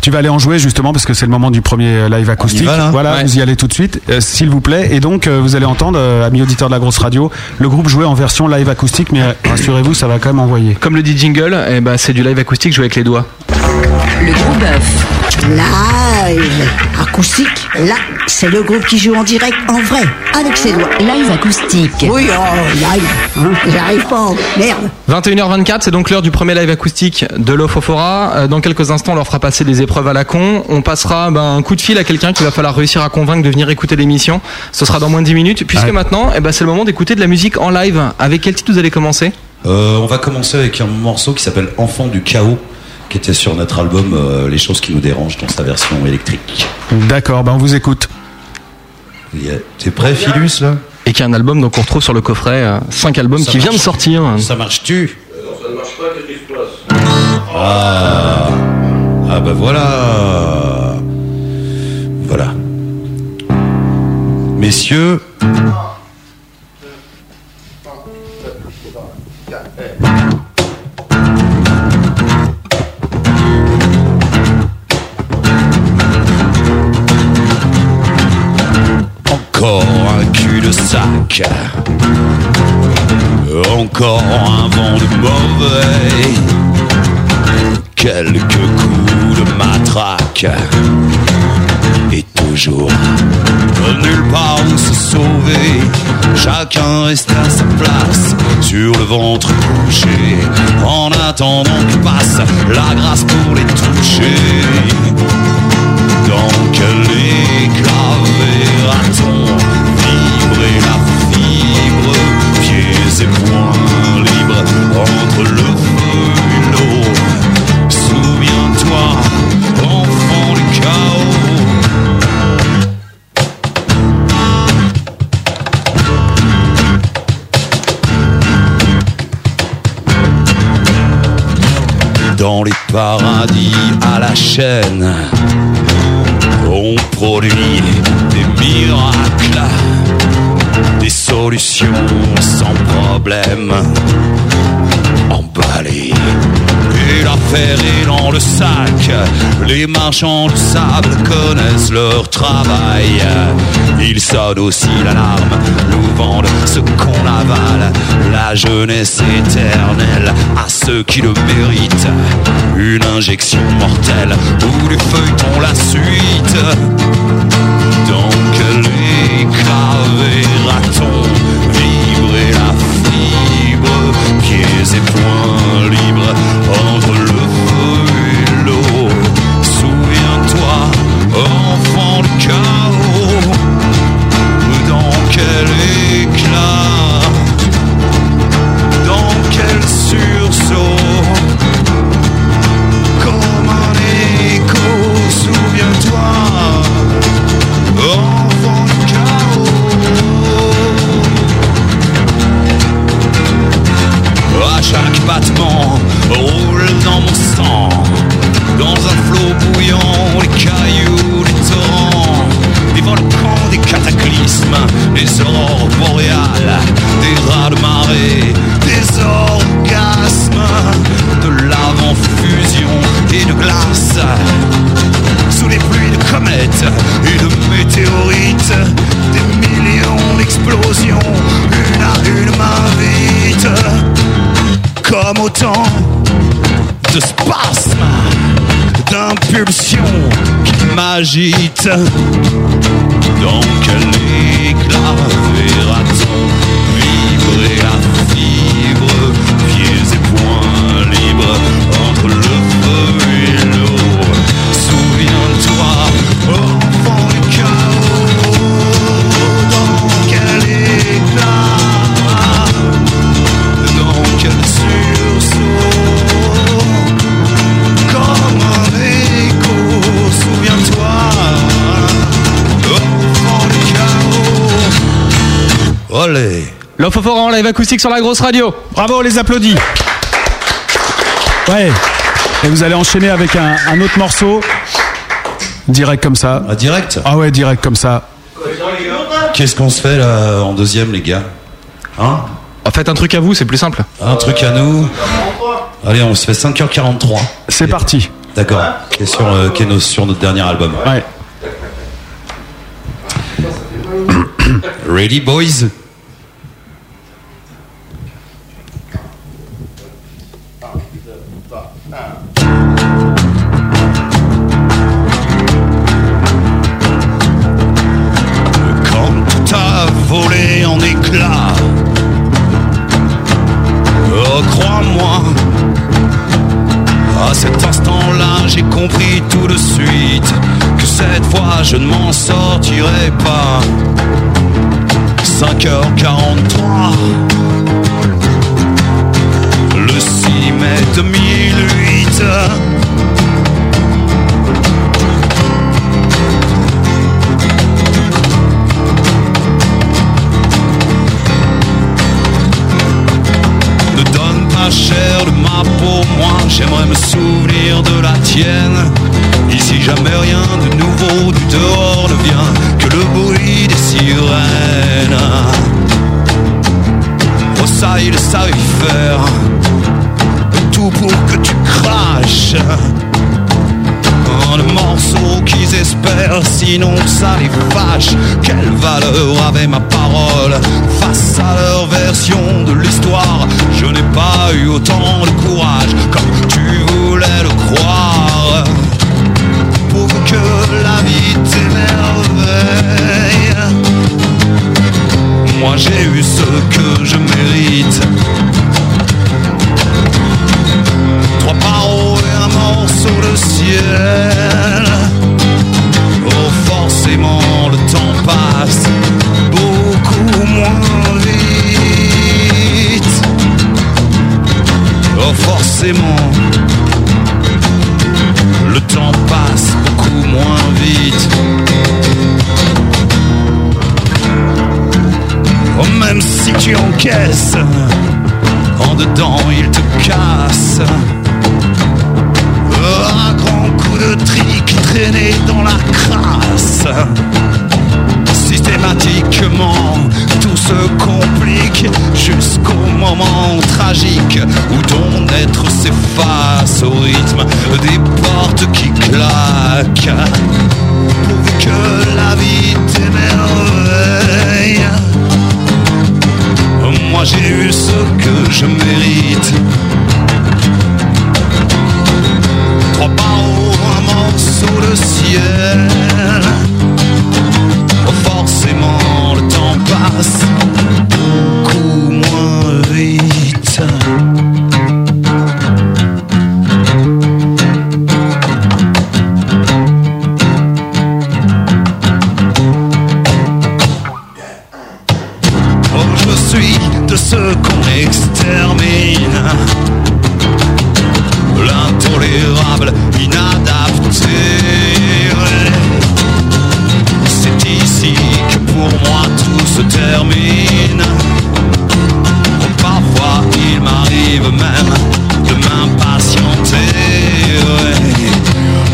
[SPEAKER 4] Tu vas aller en jouer justement parce que c'est le moment du premier euh, live acoustique.
[SPEAKER 8] On y va, là
[SPEAKER 4] voilà,
[SPEAKER 6] Ouais.
[SPEAKER 4] vous y allez tout de suite, euh, s'il vous plaît. Et donc, euh, vous allez entendre, euh, amis auditeurs de la grosse radio, le groupe jouer en version live acoustique. Mais euh, rassurez-vous, ça va quand même envoyer.
[SPEAKER 6] Comme le dit Jingle, eh ben, c'est du live acoustique joué avec les doigts.
[SPEAKER 3] Le gros bœuf. Live. Acoustique. Là, c'est le groupe qui joue en direct, en vrai, avec ses doigts.
[SPEAKER 12] Live acoustique.
[SPEAKER 3] Oui, oh, live. Hein, J'arrive pas. Merde.
[SPEAKER 6] 21h24, c'est donc l'heure du premier live acoustique de l'Ofofora. Euh, Dans quelques instants, on leur fera passer des épreuves à la con. On passera ben, un coup de fil à quelqu'un qu'il va falloir réussir à convaincre de venir écouter l'émission. Ce sera dans moins de 10 minutes, puisque maintenant, eh ben, c'est le moment d'écouter de la musique en live. Avec quel titre vous allez commencer
[SPEAKER 8] Euh, on va commencer avec un morceau qui s'appelle Enfant du chaos qui était sur notre album euh, Les choses qui nous dérangent dans sa version électrique
[SPEAKER 4] D'accord, ben on vous écoute.
[SPEAKER 8] Et, euh, t'es prêt Philus là
[SPEAKER 6] Et qui est un album donc on retrouve sur le coffret, 5 albums
[SPEAKER 8] Ça
[SPEAKER 6] qui vient de
[SPEAKER 8] marche.
[SPEAKER 6] sortir.
[SPEAKER 8] ça marche tu
[SPEAKER 11] Ça ne marche pas, qu'est-ce qui se passe
[SPEAKER 8] Ah, ah bah voilà. Voilà. Messieurs. Encore un cul-de-sac. Encore un vent de mauvais quelques coups de matraque et toujours
[SPEAKER 7] de nulle part on se sauvait. Chacun restait à sa place, sur le ventre couché, en attendant que passe la grâce pour les toucher. Donc les claviers ratons vibrer la fibre, pieds et poings libres entre le feu et l'eau. Souviens-toi, enfant du chaos, dans les paradis à la chaîne. On produit des miracles, des solutions sans problème. Emballées. Et l'affaire est dans le sac. Les marchands de sable connaissent leur travail. Ils sonnent aussi l'alarme, nous vendent ce qu'on avale. La jeunesse éternelle à ceux qui le méritent. Une injection mortelle ou du feuilleton la suite. Donc les clavés ratons vibrent la fibre, pieds et poings libres entre le feu et l'eau. Souviens-toi, enfant du chaos, dans quel éclat, dans quel sursaut. Comme un écho, souviens-toi, enfant du chaos. À chaque battement, roule dans mon sang, dans un flot bouillant, les cailloux, les torrents, des volcans, des cataclysmes, des aurores boréales, des rats de marée, des orgasmes, de lave en fusion et de glace, sous les pluies de comètes et de météorites, des millions d'explosions, une à une m'invite, comme autant de spasmes d'impulsion qui m'agite. Donc les clavératons vibrer la fibre, pieds et poings libres entre le feu et l'eau. Souviens-toi, enfant du chaos, dans quel éclat, dans quel sursaut. Comme un écho, souviens-toi, enfant du chaos. Olé.
[SPEAKER 6] L'Ofofora en live acoustique sur la grosse radio.
[SPEAKER 4] Bravo, on les applaudit. Ouais. Et vous allez enchaîner avec un, un autre morceau. Direct comme ça.
[SPEAKER 8] direct
[SPEAKER 4] Ah ouais, direct comme ça.
[SPEAKER 8] Qu'est-ce qu'on se fait là en deuxième, les gars Hein
[SPEAKER 6] En fait, un truc à vous, c'est plus simple.
[SPEAKER 8] Un truc à nous. Allez, on se fait 5h43.
[SPEAKER 4] C'est parti.
[SPEAKER 8] D'accord. Qui est sur, euh, qui est nos- sur notre dernier album.
[SPEAKER 4] Ouais.
[SPEAKER 8] Ready, boys
[SPEAKER 7] quand tout a volé en éclats. Oh, crois-moi, à cet instant-là, j'ai compris tout de suite que cette fois je ne m'en sortirai pas. 5h43, le 6 mai 2008. Ne donne pas cher de ma peau, moi j'aimerais me souvenir de la tienne. Ici jamais rien de nouveau du dehors ne vient que le bruit des sirènes. Oh ça il savait faire tout pour que tu craches. Un morceau qu'ils espèrent, sinon ça les fâche. Quelle valeur avait ma parole face à leur version de l'histoire Je n'ai pas eu autant de courage comme tu voulais le croire. Pour que la vie t'émerveille. Moi j'ai eu ce que je mérite. Trois barreaux et un morceau de ciel. Oh, forcément, le temps passe beaucoup moins vite. Oh, forcément, le temps passe beaucoup moins vite. Oh, même si tu encaisses, en dedans il te casse. Oh, un grand coup de trique traîné dans la crasse. Systématiquement, tout se complique jusqu'au moment tragique où ton être s'efface au rythme des portes qui claquent. Pour que la vie t'émerveille. Moi j'ai eu ce que je mérite. Trois barreaux, un morceau de ciel. Forcément, le temps passe beaucoup moins vite. Oh, je suis de ceux qu'on extermine. L'intolérable, inadapté. C'est ici que pour moi tout se termine. Parfois il m'arrive même de m'impatienter.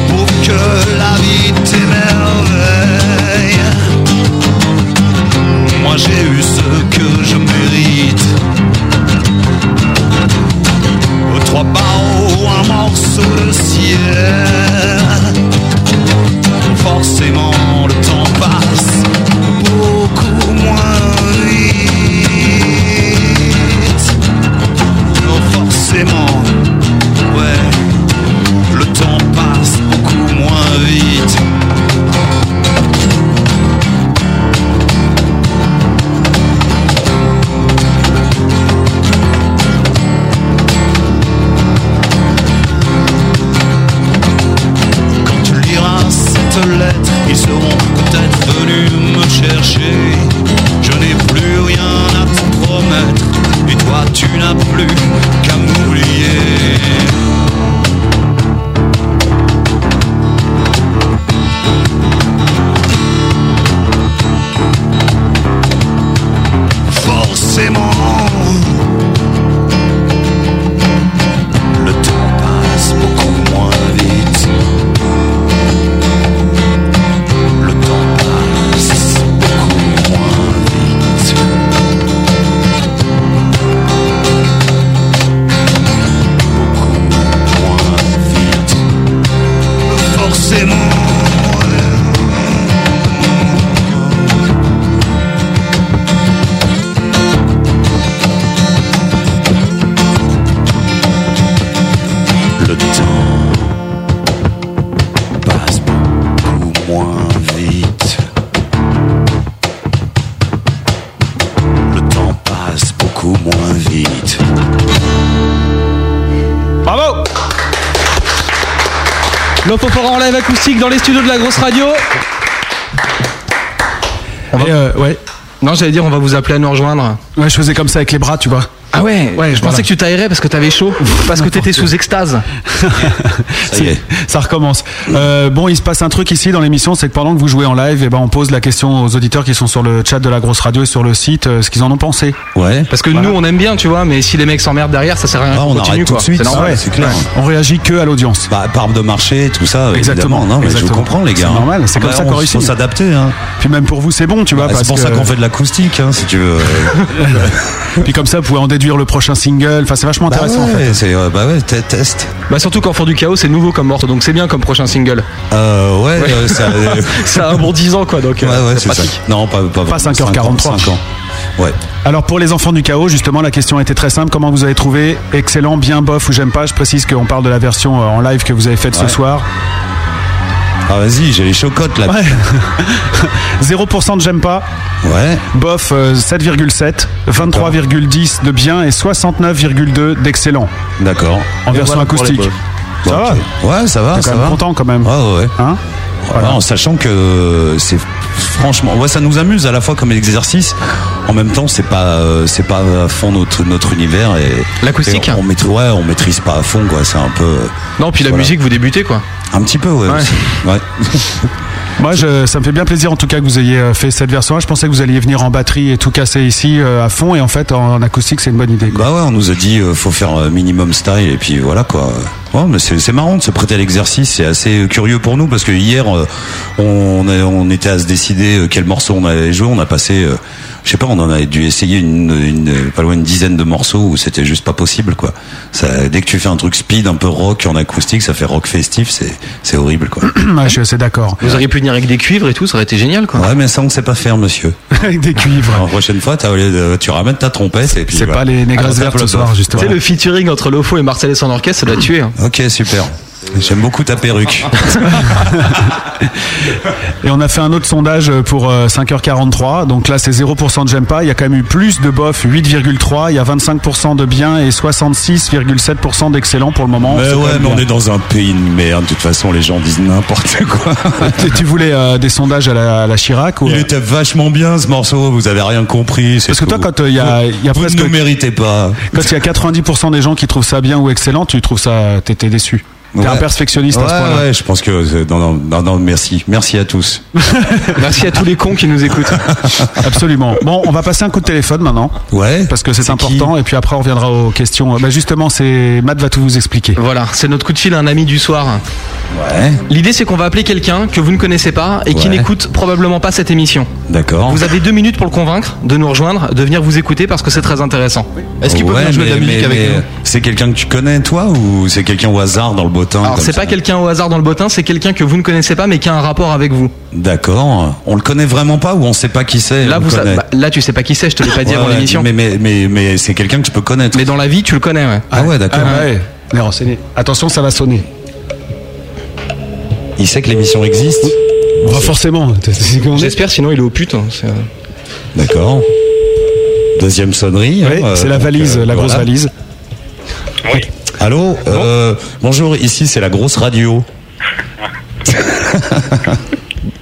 [SPEAKER 7] Pour que la vie t'émerveille. Moi j'ai eu ce que je mérite. Aux Trois barreaux, un morceau de ciel. Forcément, le temps passe beaucoup moins vite. Oh, forcément, ouais, le temps passe beaucoup moins vite. Quand tu liras cette lettre, ils seront peut-être venus me chercher. Je n'ai plus rien à te promettre, et toi tu n'as plus qu'à m'oublier. Forcément, le temps passe beaucoup moins vite. Le temps passe beaucoup moins vite. Beaucoup moins vite. Forcément. Le temps passe beaucoup moins vite. Le temps passe beaucoup moins vite.
[SPEAKER 6] Bravo L'Opopora en live acoustique dans les studios de la grosse radio.
[SPEAKER 4] ouais.
[SPEAKER 6] euh, Non, j'allais dire, on va vous appeler à nous rejoindre.
[SPEAKER 4] Ouais, je faisais comme ça avec les bras, tu vois.
[SPEAKER 6] Ah ouais, ouais je pensais que tu t'aérais parce que t'avais chaud, parce que t'étais sous extase.
[SPEAKER 4] Ça, ça recommence. Euh, bon, il se passe un truc ici dans l'émission, c'est que pendant que vous jouez en live, eh ben, on pose la question aux auditeurs qui sont sur le chat de la grosse radio et sur le site, euh, ce qu'ils en ont pensé.
[SPEAKER 8] Ouais.
[SPEAKER 6] Parce que nous, on aime bien, tu vois, mais si les mecs s'emmerdent derrière, ça sert à rien.
[SPEAKER 8] Ah, on
[SPEAKER 6] qu'on continue,
[SPEAKER 8] arrête tout
[SPEAKER 6] quoi.
[SPEAKER 8] de suite.
[SPEAKER 6] C'est normal.
[SPEAKER 8] ouais, c'est clair.
[SPEAKER 6] Ouais.
[SPEAKER 4] On réagit que à l'audience.
[SPEAKER 8] Bah, part de marché, tout ça.
[SPEAKER 4] Exactement.
[SPEAKER 8] évidemment. Non, mais je
[SPEAKER 4] Exactement.
[SPEAKER 8] vous comprends, les gars.
[SPEAKER 4] C'est normal, c'est comme
[SPEAKER 8] Bah,
[SPEAKER 4] ça qu'on
[SPEAKER 8] on-
[SPEAKER 4] réussit.
[SPEAKER 8] Faut s'adapter. Hein.
[SPEAKER 4] Puis même pour vous, c'est bon, tu vois.
[SPEAKER 8] Bah, c'est
[SPEAKER 4] parce
[SPEAKER 8] pour ça
[SPEAKER 4] que-
[SPEAKER 8] qu'on fait de l'acoustique, hein, si tu veux.
[SPEAKER 4] Puis comme ça, vous pouvez en déduire le prochain single. Enfin, c'est vachement
[SPEAKER 8] Bah
[SPEAKER 4] intéressant.
[SPEAKER 8] ouais,
[SPEAKER 4] en fait.
[SPEAKER 8] c'est- ouais, bah ouais, te- test.
[SPEAKER 6] Bah surtout qu'Enfant du chaos, c'est nouveau comme morte, donc c'est bien comme prochain single.
[SPEAKER 8] Euh, ouais, euh, ça. euh,
[SPEAKER 6] Ça a un bon 10 ans, quoi, donc.
[SPEAKER 8] ouais,
[SPEAKER 6] euh,
[SPEAKER 8] ouais,
[SPEAKER 6] c'est
[SPEAKER 8] c'est ça.
[SPEAKER 6] pratique.
[SPEAKER 8] Non, pas, pas,
[SPEAKER 4] Pas
[SPEAKER 8] 5
[SPEAKER 4] 5h43.
[SPEAKER 8] ans. Ouais.
[SPEAKER 4] Alors pour les enfants du chaos, justement, la question était très simple. Comment vous avez trouvé Excellent, bien, bof ou j'aime pas Je précise qu'on parle de la version euh, en live que vous avez faite ce
[SPEAKER 8] Ouais.
[SPEAKER 4] soir.
[SPEAKER 8] Ah, vas-y, j'ai les chocottes là.
[SPEAKER 4] 0% de j'aime pas,
[SPEAKER 8] Ouais.
[SPEAKER 4] Bof, euh, 7,7, 23,10 de bien et 69,2 d'excellent.
[SPEAKER 8] D'accord.
[SPEAKER 4] En version
[SPEAKER 8] voilà pour les
[SPEAKER 4] acoustique.
[SPEAKER 8] Bof.
[SPEAKER 4] Ça va
[SPEAKER 8] Ouais, ça va,
[SPEAKER 4] T'es
[SPEAKER 8] ça
[SPEAKER 4] quand même
[SPEAKER 8] va. Ah,
[SPEAKER 4] content quand même.
[SPEAKER 8] Ouais, ouais.
[SPEAKER 4] Hein
[SPEAKER 8] Voilà, en sachant que c'est franchement, ouais, ça nous amuse à la fois comme exercice. En même temps, c'est pas, euh, c'est pas à fond notre notre univers et
[SPEAKER 6] L'acoustique. hein.
[SPEAKER 8] et On, on maîtrise, ouais, on maîtrise pas à fond quoi. C'est un peu. euh,
[SPEAKER 6] Non, puis la
[SPEAKER 8] Voilà.
[SPEAKER 6] musique, vous débutez quoi.
[SPEAKER 8] Un petit peu, ouais.
[SPEAKER 6] Ouais.
[SPEAKER 8] aussi. Ouais.
[SPEAKER 4] Moi, je- ça me fait bien plaisir en tout cas que vous ayez euh, fait cette version-là. Je pensais que vous alliez venir en batterie et tout casser ici euh, à fond. Et en fait, en, en acoustique, c'est une bonne idée. quoi.
[SPEAKER 8] Bah ouais, on nous a dit euh, faut faire euh, minimum style et puis voilà quoi. Ouais, mais c'est c'est marrant de se prêter à l'exercice, c'est assez euh, curieux pour nous parce que hier euh, on, a- on était à se décider euh, quel morceau on allait jouer, on a passé, euh, je sais pas, on en a dû essayer une, une, euh, pas loin une dizaine de morceaux où c'était juste pas possible quoi. Ça, dès que tu fais un truc speed, un peu rock en acoustique, ça fait rock festif, c'est c'est horrible quoi.
[SPEAKER 4] Ouais, je suis assez d'accord.
[SPEAKER 6] Vous auriez pu venir avec des cuivres et tout, ça aurait été génial quoi.
[SPEAKER 8] Ouais, mais ça on sait pas faire monsieur.
[SPEAKER 4] Avec des cuivres.
[SPEAKER 8] La prochaine fois, t'as- au lieu de- tu ramènes ta trompette et puis.
[SPEAKER 4] C'est
[SPEAKER 8] voilà.
[SPEAKER 4] pas les
[SPEAKER 9] Ah,
[SPEAKER 4] négresses
[SPEAKER 8] Alors,
[SPEAKER 4] vertes
[SPEAKER 8] tape
[SPEAKER 4] ce
[SPEAKER 8] le
[SPEAKER 4] soir,
[SPEAKER 8] bas.
[SPEAKER 4] justement.
[SPEAKER 6] Tu sais, Ah, le featuring entre Lofo et Marcel et son orchestre, ça doit tuer. hein.
[SPEAKER 8] Ok, super. J'aime beaucoup ta perruque.
[SPEAKER 4] Et on a fait un autre sondage pour euh, 5h43. Donc là, c'est 0% de j'aime pas. Il y a quand même eu plus de bof, 8,3. Il y a 25% de bien et 66,7% d'excellent pour le moment.
[SPEAKER 8] Mais
[SPEAKER 4] C'est quand
[SPEAKER 8] ouais,
[SPEAKER 4] même
[SPEAKER 8] mais on
[SPEAKER 4] bien.
[SPEAKER 8] est dans un pays de merde. De toute façon, les gens disent n'importe quoi.
[SPEAKER 4] Tu- Tu voulais euh, des sondages à la, à la Chirac ou... euh
[SPEAKER 8] Il était vachement bien ce morceau. Vous avez rien compris. c'est
[SPEAKER 4] Parce que
[SPEAKER 8] ce
[SPEAKER 4] toi,
[SPEAKER 8] vous-
[SPEAKER 4] quand euh, il y a, il y a
[SPEAKER 8] vous
[SPEAKER 4] presque...
[SPEAKER 8] ne nous méritez pas.
[SPEAKER 4] Quand il y a 90% des gens qui trouvent ça bien ou excellent, tu trouves ça... T'étais déçu. T'es un
[SPEAKER 8] Ouais.
[SPEAKER 4] perfectionniste
[SPEAKER 8] Ouais,
[SPEAKER 4] à ce point-là.
[SPEAKER 8] ouais, je pense que euh, non, non, non, non, merci, merci à tous.
[SPEAKER 6] Merci à tous les cons qui nous écoutent.
[SPEAKER 4] Absolument. Bon, on va passer un coup de téléphone maintenant.
[SPEAKER 8] Ouais,
[SPEAKER 4] Parce que c'est
[SPEAKER 8] C'est qui
[SPEAKER 4] important. Et puis après, on reviendra aux questions. Bah, justement, c'est Matt va tout vous expliquer.
[SPEAKER 6] Voilà, c'est notre coup de fil à un ami du soir.
[SPEAKER 8] ouais,
[SPEAKER 6] L'idée, c'est qu'on va appeler quelqu'un que vous ne connaissez pas et qui
[SPEAKER 8] Ouais.
[SPEAKER 6] n'écoute probablement pas cette émission.
[SPEAKER 8] d'accord.
[SPEAKER 6] Vous avez deux minutes pour le convaincre de nous rejoindre, de venir vous écouter parce que c'est très intéressant.
[SPEAKER 9] Est-ce qu'il peut
[SPEAKER 8] Ouais,
[SPEAKER 9] venir jouer de la
[SPEAKER 8] mais-
[SPEAKER 9] musique
[SPEAKER 8] mais-
[SPEAKER 9] avec
[SPEAKER 8] mais,
[SPEAKER 9] nous
[SPEAKER 8] euh, C'est quelqu'un que tu connais toi ou c'est quelqu'un au hasard dans le beau temps
[SPEAKER 6] Alors,
[SPEAKER 8] comme
[SPEAKER 6] c'est
[SPEAKER 8] ça
[SPEAKER 6] pas quelqu'un au hasard dans le bottin, c'est quelqu'un que vous ne connaissez pas mais qui a un rapport avec vous.
[SPEAKER 8] D'accord. On le connaît vraiment pas ou on sait pas qui c'est
[SPEAKER 6] Là,
[SPEAKER 8] on le
[SPEAKER 6] vous sa-
[SPEAKER 8] connaît
[SPEAKER 6] bah, là, tu sais pas qui c'est, je te l'ai pas dit
[SPEAKER 8] Ouais,
[SPEAKER 6] avant
[SPEAKER 8] ouais,
[SPEAKER 6] l'émission.
[SPEAKER 8] Mais
[SPEAKER 6] Mais...
[SPEAKER 8] mais mais, mais c'est quelqu'un que tu peux connaître.
[SPEAKER 6] dans la vie, tu le connais, ouais.
[SPEAKER 8] Ah ouais, d'accord.
[SPEAKER 4] Ah ouais, les renseigner. Attention, ça va sonner.
[SPEAKER 8] Il sait que l'émission existe.
[SPEAKER 4] Bah forcément.
[SPEAKER 6] J'espère, sinon il est au pute. hein, c'est-
[SPEAKER 8] D'accord. Deuxième sonnerie.
[SPEAKER 4] Oui,
[SPEAKER 8] hein, euh,
[SPEAKER 4] c'est la
[SPEAKER 8] donc,
[SPEAKER 4] valise,
[SPEAKER 8] euh,
[SPEAKER 4] la grosse
[SPEAKER 8] voilà.
[SPEAKER 4] valise.
[SPEAKER 8] Allô euh, Bonjour, ici c'est la grosse radio.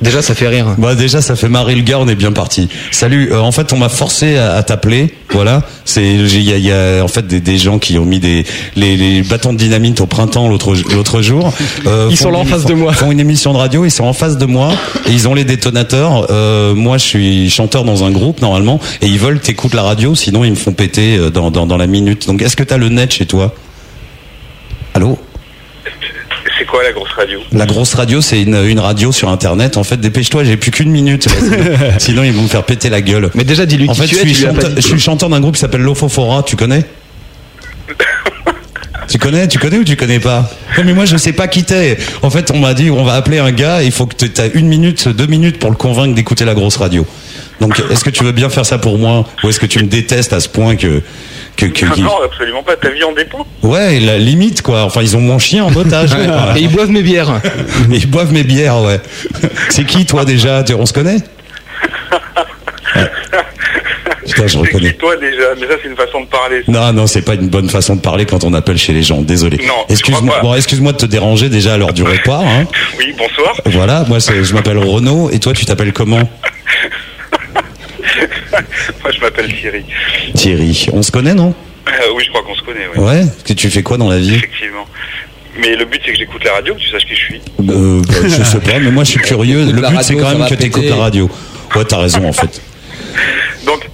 [SPEAKER 6] Déjà, ça fait rire.
[SPEAKER 8] Bah déjà ça fait marrer le gars, on est bien parti. Salut, euh, en fait on m'a forcé à, à t'appeler, voilà. C'est il y a, il y a, en fait des, des gens qui ont mis des les, les bâtons de dynamite au printemps l'autre l'autre jour. Euh,
[SPEAKER 6] Ils
[SPEAKER 8] font
[SPEAKER 6] sont là
[SPEAKER 8] une-
[SPEAKER 6] en face de
[SPEAKER 8] font-
[SPEAKER 6] moi.
[SPEAKER 8] Font une émission de radio, ils sont en face de moi et ils ont les détonateurs. Euh, moi je suis chanteur dans un groupe normalement et ils veulent t'écoutes la radio, sinon ils me font péter euh, dans dans, dans la minute. Donc est-ce que t'as le net chez toi Allô
[SPEAKER 12] C'est quoi la grosse radio
[SPEAKER 8] La grosse radio, c'est une, une radio sur Internet. En fait, dépêche-toi, j'ai plus qu'une minute. Sinon, ils vont me faire péter la gueule.
[SPEAKER 6] Mais déjà, dis-lui
[SPEAKER 8] en
[SPEAKER 6] qui
[SPEAKER 8] fait,
[SPEAKER 6] tu
[SPEAKER 8] je
[SPEAKER 6] es,
[SPEAKER 8] suis,
[SPEAKER 6] tu lui as pas
[SPEAKER 8] chanteur-
[SPEAKER 6] dit.
[SPEAKER 8] je suis chanteur d'un groupe qui s'appelle Lofofora. Tu connais Tu connais, tu connais ou tu connais pas Non mais moi je sais pas qui t'es. En fait on m'a dit on va appeler un gars, il faut que tu as une minute, deux minutes pour le convaincre d'écouter la grosse radio. Donc est-ce que tu veux bien faire ça pour moi ou est-ce que tu me détestes à ce point que que,
[SPEAKER 5] Ah
[SPEAKER 8] que- qu'il-
[SPEAKER 5] euh.
[SPEAKER 12] Non, absolument pas. Ta vie en dépend.
[SPEAKER 8] ouais la limite quoi. Enfin ils ont mon chien en otage. quoi.
[SPEAKER 6] Et ils boivent mes bières.
[SPEAKER 8] Mais ils boivent mes bières, ouais. C'est qui, toi, déjà Tu- On se connaît Ouais. Putain,
[SPEAKER 12] C'est
[SPEAKER 8] je
[SPEAKER 12] qui,
[SPEAKER 8] reconnais.
[SPEAKER 12] toi déjà Déjà, c'est une façon de parler.
[SPEAKER 8] Non, non, c'est pas une bonne façon de parler quand on appelle chez les gens. Désolé.
[SPEAKER 12] Non, je
[SPEAKER 8] Excuse-moi
[SPEAKER 12] crois pas.
[SPEAKER 8] bon, excuse-moi de te déranger déjà à l'heure du repas. Hein.
[SPEAKER 12] Oui, bonsoir.
[SPEAKER 8] Voilà, moi, c'est- je m'appelle Renaud et toi, tu t'appelles comment
[SPEAKER 12] Moi, je m'appelle Thierry.
[SPEAKER 8] Thierry. On se connaît, non
[SPEAKER 12] Euh, oui, je crois qu'on se connaît, oui.
[SPEAKER 8] Ouais. Que Tu fais quoi dans la vie
[SPEAKER 12] Effectivement. Mais le but, c'est que j'écoute la radio, que tu saches qui je suis.
[SPEAKER 8] Euh, bah, Je sais pas, mais moi, je suis curieux. Le
[SPEAKER 10] La
[SPEAKER 8] but, c'est
[SPEAKER 10] radio,
[SPEAKER 8] quand
[SPEAKER 10] ça
[SPEAKER 8] même
[SPEAKER 10] va
[SPEAKER 8] que t'écoutes
[SPEAKER 10] péter.
[SPEAKER 8] la radio. Ouais, t'as raison, en fait.
[SPEAKER 12] Donc,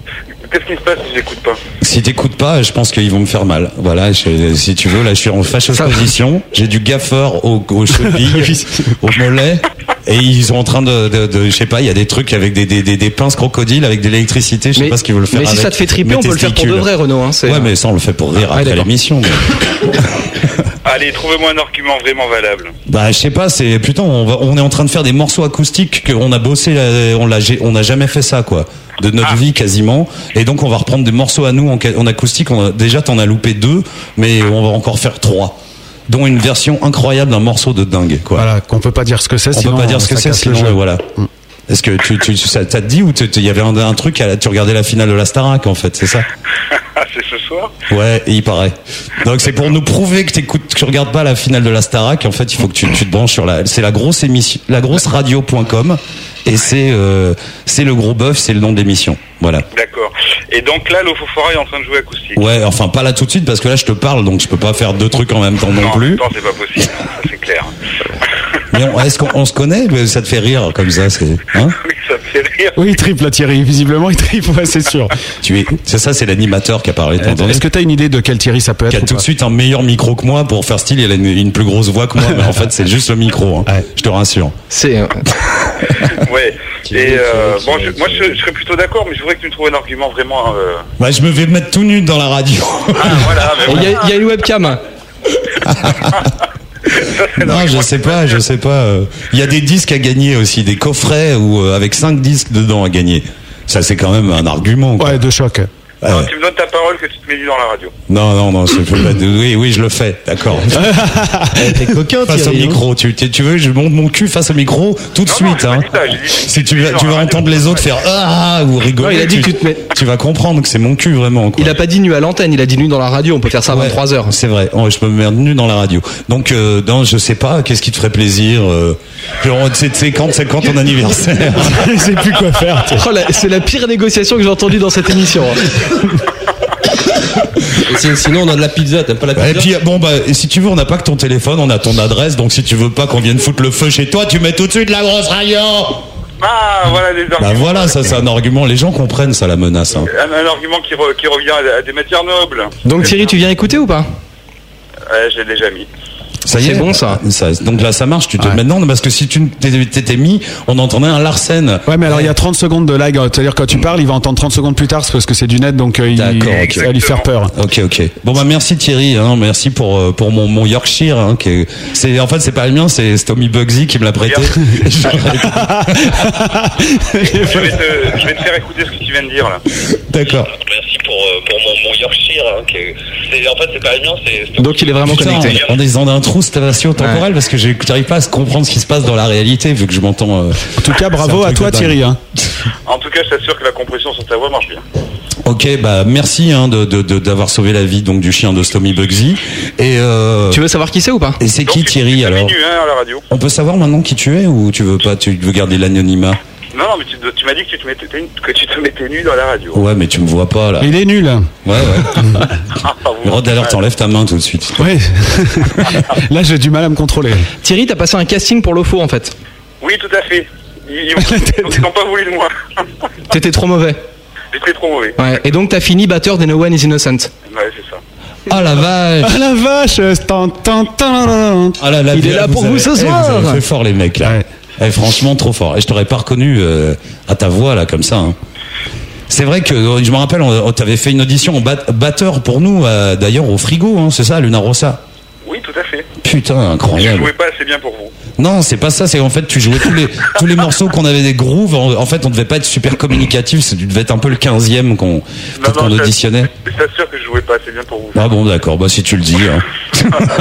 [SPEAKER 12] qu'est-ce qui se passe si j'écoute pas
[SPEAKER 8] Si t'écoutes pas, je pense qu'ils vont me faire mal. Voilà, je- si tu veux, là, je suis en fâcheuse
[SPEAKER 6] Ça va.
[SPEAKER 8] position. J'ai du gaffeur aux aux chevilles, au mollet, et ils sont en train de, de, de- je sais pas, il y a des trucs avec des, des, des, des pinces crocodiles, avec de l'électricité. Je sais
[SPEAKER 6] Mais,
[SPEAKER 8] pas ce qu'ils veulent faire.
[SPEAKER 6] mais si
[SPEAKER 8] avec
[SPEAKER 6] ça te fait triper,
[SPEAKER 8] mes
[SPEAKER 6] on peut le faire pour de
[SPEAKER 8] testicules.
[SPEAKER 6] vrai, Renaud. Hein, c'est-
[SPEAKER 8] Ouais, mais ça, on le fait pour rire
[SPEAKER 6] Ouais,
[SPEAKER 8] après
[SPEAKER 6] d'accord.
[SPEAKER 8] l'émission. mais-
[SPEAKER 12] Allez, trouvez-moi un argument vraiment valable.
[SPEAKER 8] Bah, je sais pas, c'est putain, on, va, on est en train de faire des morceaux acoustiques qu'on a bossé, euh, on l'a, gé- on n'a jamais fait ça quoi, de notre vie quasiment. Et donc on va reprendre des morceaux à nous en, ca- en acoustique. On a, déjà t'en as loupé deux, mais on va encore faire trois, dont une version incroyable d'un morceau de dingue quoi.
[SPEAKER 4] Voilà, qu'on peut pas dire ce que c'est.
[SPEAKER 8] on
[SPEAKER 4] sinon, euh,
[SPEAKER 8] peut pas dire ce
[SPEAKER 4] ça
[SPEAKER 8] que c'est,
[SPEAKER 4] casse le
[SPEAKER 8] sinon
[SPEAKER 4] jeu. Mm.
[SPEAKER 8] euh, voilà. Est-ce que tu, tu- ça t'a dit ou tu- tu- il y avait un, un truc, à la- tu regardais la finale de la Starac en fait, c'est ça
[SPEAKER 12] c'est ce soir
[SPEAKER 8] Ouais, il paraît. Donc c'est pour nous prouver que, t'écoutes- que tu regardes pas la finale de la Starac. En fait, il faut que tu, tu te branches sur la. C'est la grosse émission, la grosse radio.com et c'est euh, c'est le gros bœuf, c'est le nom de l'émission. Voilà.
[SPEAKER 12] D'accord. Et donc là, l'Ofofora est en train de jouer acoustique.
[SPEAKER 8] Ouais, enfin pas là tout de suite parce que là je te parle, donc je peux pas faire deux trucs en même temps non,
[SPEAKER 12] non,
[SPEAKER 8] plus.
[SPEAKER 12] Non, c'est pas possible, ça c'est clair.
[SPEAKER 8] Mais on- est-ce qu'on on se connaît Mais Ça te fait rire comme ça, c'est. Hein
[SPEAKER 4] Oui, il triple, Thierry. Visiblement, il triple, ouais, c'est sûr. Euh,
[SPEAKER 8] tu es. C'est ça, c'est l'animateur qui a parlé. t'as entendu
[SPEAKER 4] Est-ce que t'as une idée de quel Thierry ça peut être
[SPEAKER 8] qui a
[SPEAKER 4] ou
[SPEAKER 8] tout de
[SPEAKER 4] pas
[SPEAKER 8] suite un meilleur micro que moi pour faire style, il a une, une plus grosse voix que moi, mais en fait c'est juste le micro, hein. je te rassure.
[SPEAKER 6] C'est
[SPEAKER 12] euh, ouais. Et euh, bon, je- moi je, je serais plutôt d'accord, mais je voudrais que tu me trouves un argument vraiment. euh,
[SPEAKER 8] Bah, je me vais mettre tout nu dans la radio.
[SPEAKER 12] Ah, voilà, mais
[SPEAKER 6] Et Il y, a-
[SPEAKER 12] voilà.
[SPEAKER 6] il y a une webcam.
[SPEAKER 8] non, je sais pas, je sais pas. euh, Il y a des disques à gagner aussi, des coffrets ou euh, avec cinq disques dedans à gagner. Ça c'est quand même un argument. Ouais,
[SPEAKER 4] de choc.
[SPEAKER 12] Non, Tu me donnes ta parole que tu te mets nu dans la radio.
[SPEAKER 8] Non, non, non, c'est- faut pas- oui, oui, je le fais, d'accord.
[SPEAKER 12] T'es coquin,
[SPEAKER 8] Face au
[SPEAKER 12] Thierry, hein.
[SPEAKER 8] micro, tu, tu- tu veux, je monte mon cul face au micro tout de suite. hein. si tu, vas- tu vas entendre les autres faire ah ou rigoler,
[SPEAKER 6] Non, il a dit
[SPEAKER 8] tu,
[SPEAKER 6] que tu te mets-
[SPEAKER 8] tu vas comprendre que c'est mon cul vraiment. quoi.
[SPEAKER 6] Il a pas dit nu à l'antenne, il a dit nu dans la radio. On peut faire ça à 23 heures.
[SPEAKER 8] C'est vrai, Oh, je peux me mettre nu dans la radio. Donc, euh, non, je sais pas, qu'est-ce qui te ferait plaisir euh, genre, tu sais- tu sais, quand, c'est quand ton anniversaire
[SPEAKER 6] Je sais plus quoi faire. c'est Oh, la pire négociation que j'ai entendue dans cette émission. hein.
[SPEAKER 8] Sinon, on a de la pizza, t'aimes pas la pizza Et puis, bon, bah, et si tu veux, on n'a pas que ton téléphone, on a ton adresse, donc si tu veux pas qu'on vienne foutre le feu chez toi, tu mets tout de suite la grosse radio
[SPEAKER 12] Ah, voilà les
[SPEAKER 8] Bah
[SPEAKER 12] arguments.
[SPEAKER 8] voilà, ça c'est un argument, les gens comprennent ça, la menace. hein.
[SPEAKER 12] Un, un argument qui, re- qui revient à, à des matières nobles.
[SPEAKER 6] Donc Thierry, tu viens écouter ou pas
[SPEAKER 12] Ouais, j'ai déjà mis.
[SPEAKER 8] Ça y est,
[SPEAKER 6] C'est bon, ça.
[SPEAKER 8] Donc là, ça marche. Tu te maintenant parce que si tu t'étais t'étais mis, on entendait un Larsen.
[SPEAKER 4] Ouais, mais alors il y a 30 secondes de lag, euh, c'est-à-dire quand tu parles, il va entendre 30 secondes plus tard c'est parce que c'est du net, donc euh, il ça va lui faire peur.
[SPEAKER 8] Ok, ok. Bon bah merci Thierry, hein, merci pour euh, pour mon, mon Yorkshire. Hein, qui est- c'est en fait c'est pas le mien, c'est c'est Tommy Bugsy qui me l'a prêté.
[SPEAKER 12] je, vais te, Euh, je vais te faire écouter ce que tu viens de dire là.
[SPEAKER 8] D'accord.
[SPEAKER 12] Merci pour, pour mon, Yorkshire. en fait, c'est pas le mien, c'est.
[SPEAKER 6] Donc il est vraiment
[SPEAKER 8] Putain,
[SPEAKER 6] connecté.
[SPEAKER 8] On est dans un trou spatio-temporel parce que j'ai- j'arrive pas à se comprendre ce qui se passe dans la réalité vu que je m'entends. euh, en
[SPEAKER 4] tout cas, bravo à toi Thierry. hein.
[SPEAKER 12] En tout cas, je t'assure que la compression sur ta voix marche bien.
[SPEAKER 8] Ok, bah merci hein, de de- de- d'avoir sauvé la vie donc du chien de Tommy Bugsy. Et euh,
[SPEAKER 6] Tu veux savoir qui c'est ou pas
[SPEAKER 8] Et c'est qui Thierry alors
[SPEAKER 12] Nu, hein, à la radio.
[SPEAKER 8] On peut savoir maintenant qui tu es ou tu veux pas, tu veux garder l'anonymat
[SPEAKER 12] Non, non, mais tu, tu m'as dit que tu, te mettais, que tu te mettais nu dans la radio.
[SPEAKER 8] Ouais, mais tu me vois pas là.
[SPEAKER 4] Il est nul.
[SPEAKER 8] Ouais, ouais.
[SPEAKER 12] Ah, pardon.
[SPEAKER 8] Rod, alors t'enlèves ta main tout de suite.
[SPEAKER 4] Ouais. Là, j'ai du mal à me contrôler.
[SPEAKER 6] Thierry, t'as passé un casting pour l'OFO en fait.
[SPEAKER 12] Oui, tout à fait. Ils ils- ils n'ont pas voulu de moi.
[SPEAKER 6] T'étais trop mauvais.
[SPEAKER 12] J'étais trop mauvais.
[SPEAKER 6] Ouais. Et donc t'as fini batteur des No One Is Innocent.
[SPEAKER 12] Ouais, c'est ça.
[SPEAKER 8] Ah la vache
[SPEAKER 4] Ah la vache tan, tan, tan.
[SPEAKER 8] Ah là, là,
[SPEAKER 4] Il est là pour vous
[SPEAKER 8] avez-
[SPEAKER 4] ce
[SPEAKER 8] eh,
[SPEAKER 4] soir.
[SPEAKER 8] vous avez fait fort les mecs là. Eh, franchement, trop fort. Et je t'aurais pas reconnu euh, à ta voix là comme ça. hein. C'est vrai que euh, je me rappelle, on, on t'avait fait une audition en bat- batteur pour nous, euh, d'ailleurs au frigo, hein, c'est ça, Luna Rossa.
[SPEAKER 12] Oui, tout à fait.
[SPEAKER 8] Putain,
[SPEAKER 12] Je
[SPEAKER 8] incroyable.
[SPEAKER 12] jouais pas assez bien pour vous.
[SPEAKER 8] Non, c'est pas ça. C'est en fait, tu jouais tous les tous les morceaux qu'on avait des grooves. En, en fait, on devait pas être super communicatif. c'est- Tu devais être un peu le 15e qu'on peut-être qu'on auditionnait.
[SPEAKER 12] Je t'assure que je jouais pas assez bien pour vous.
[SPEAKER 8] Ah bon, d'accord. Bah si tu le dis, hein.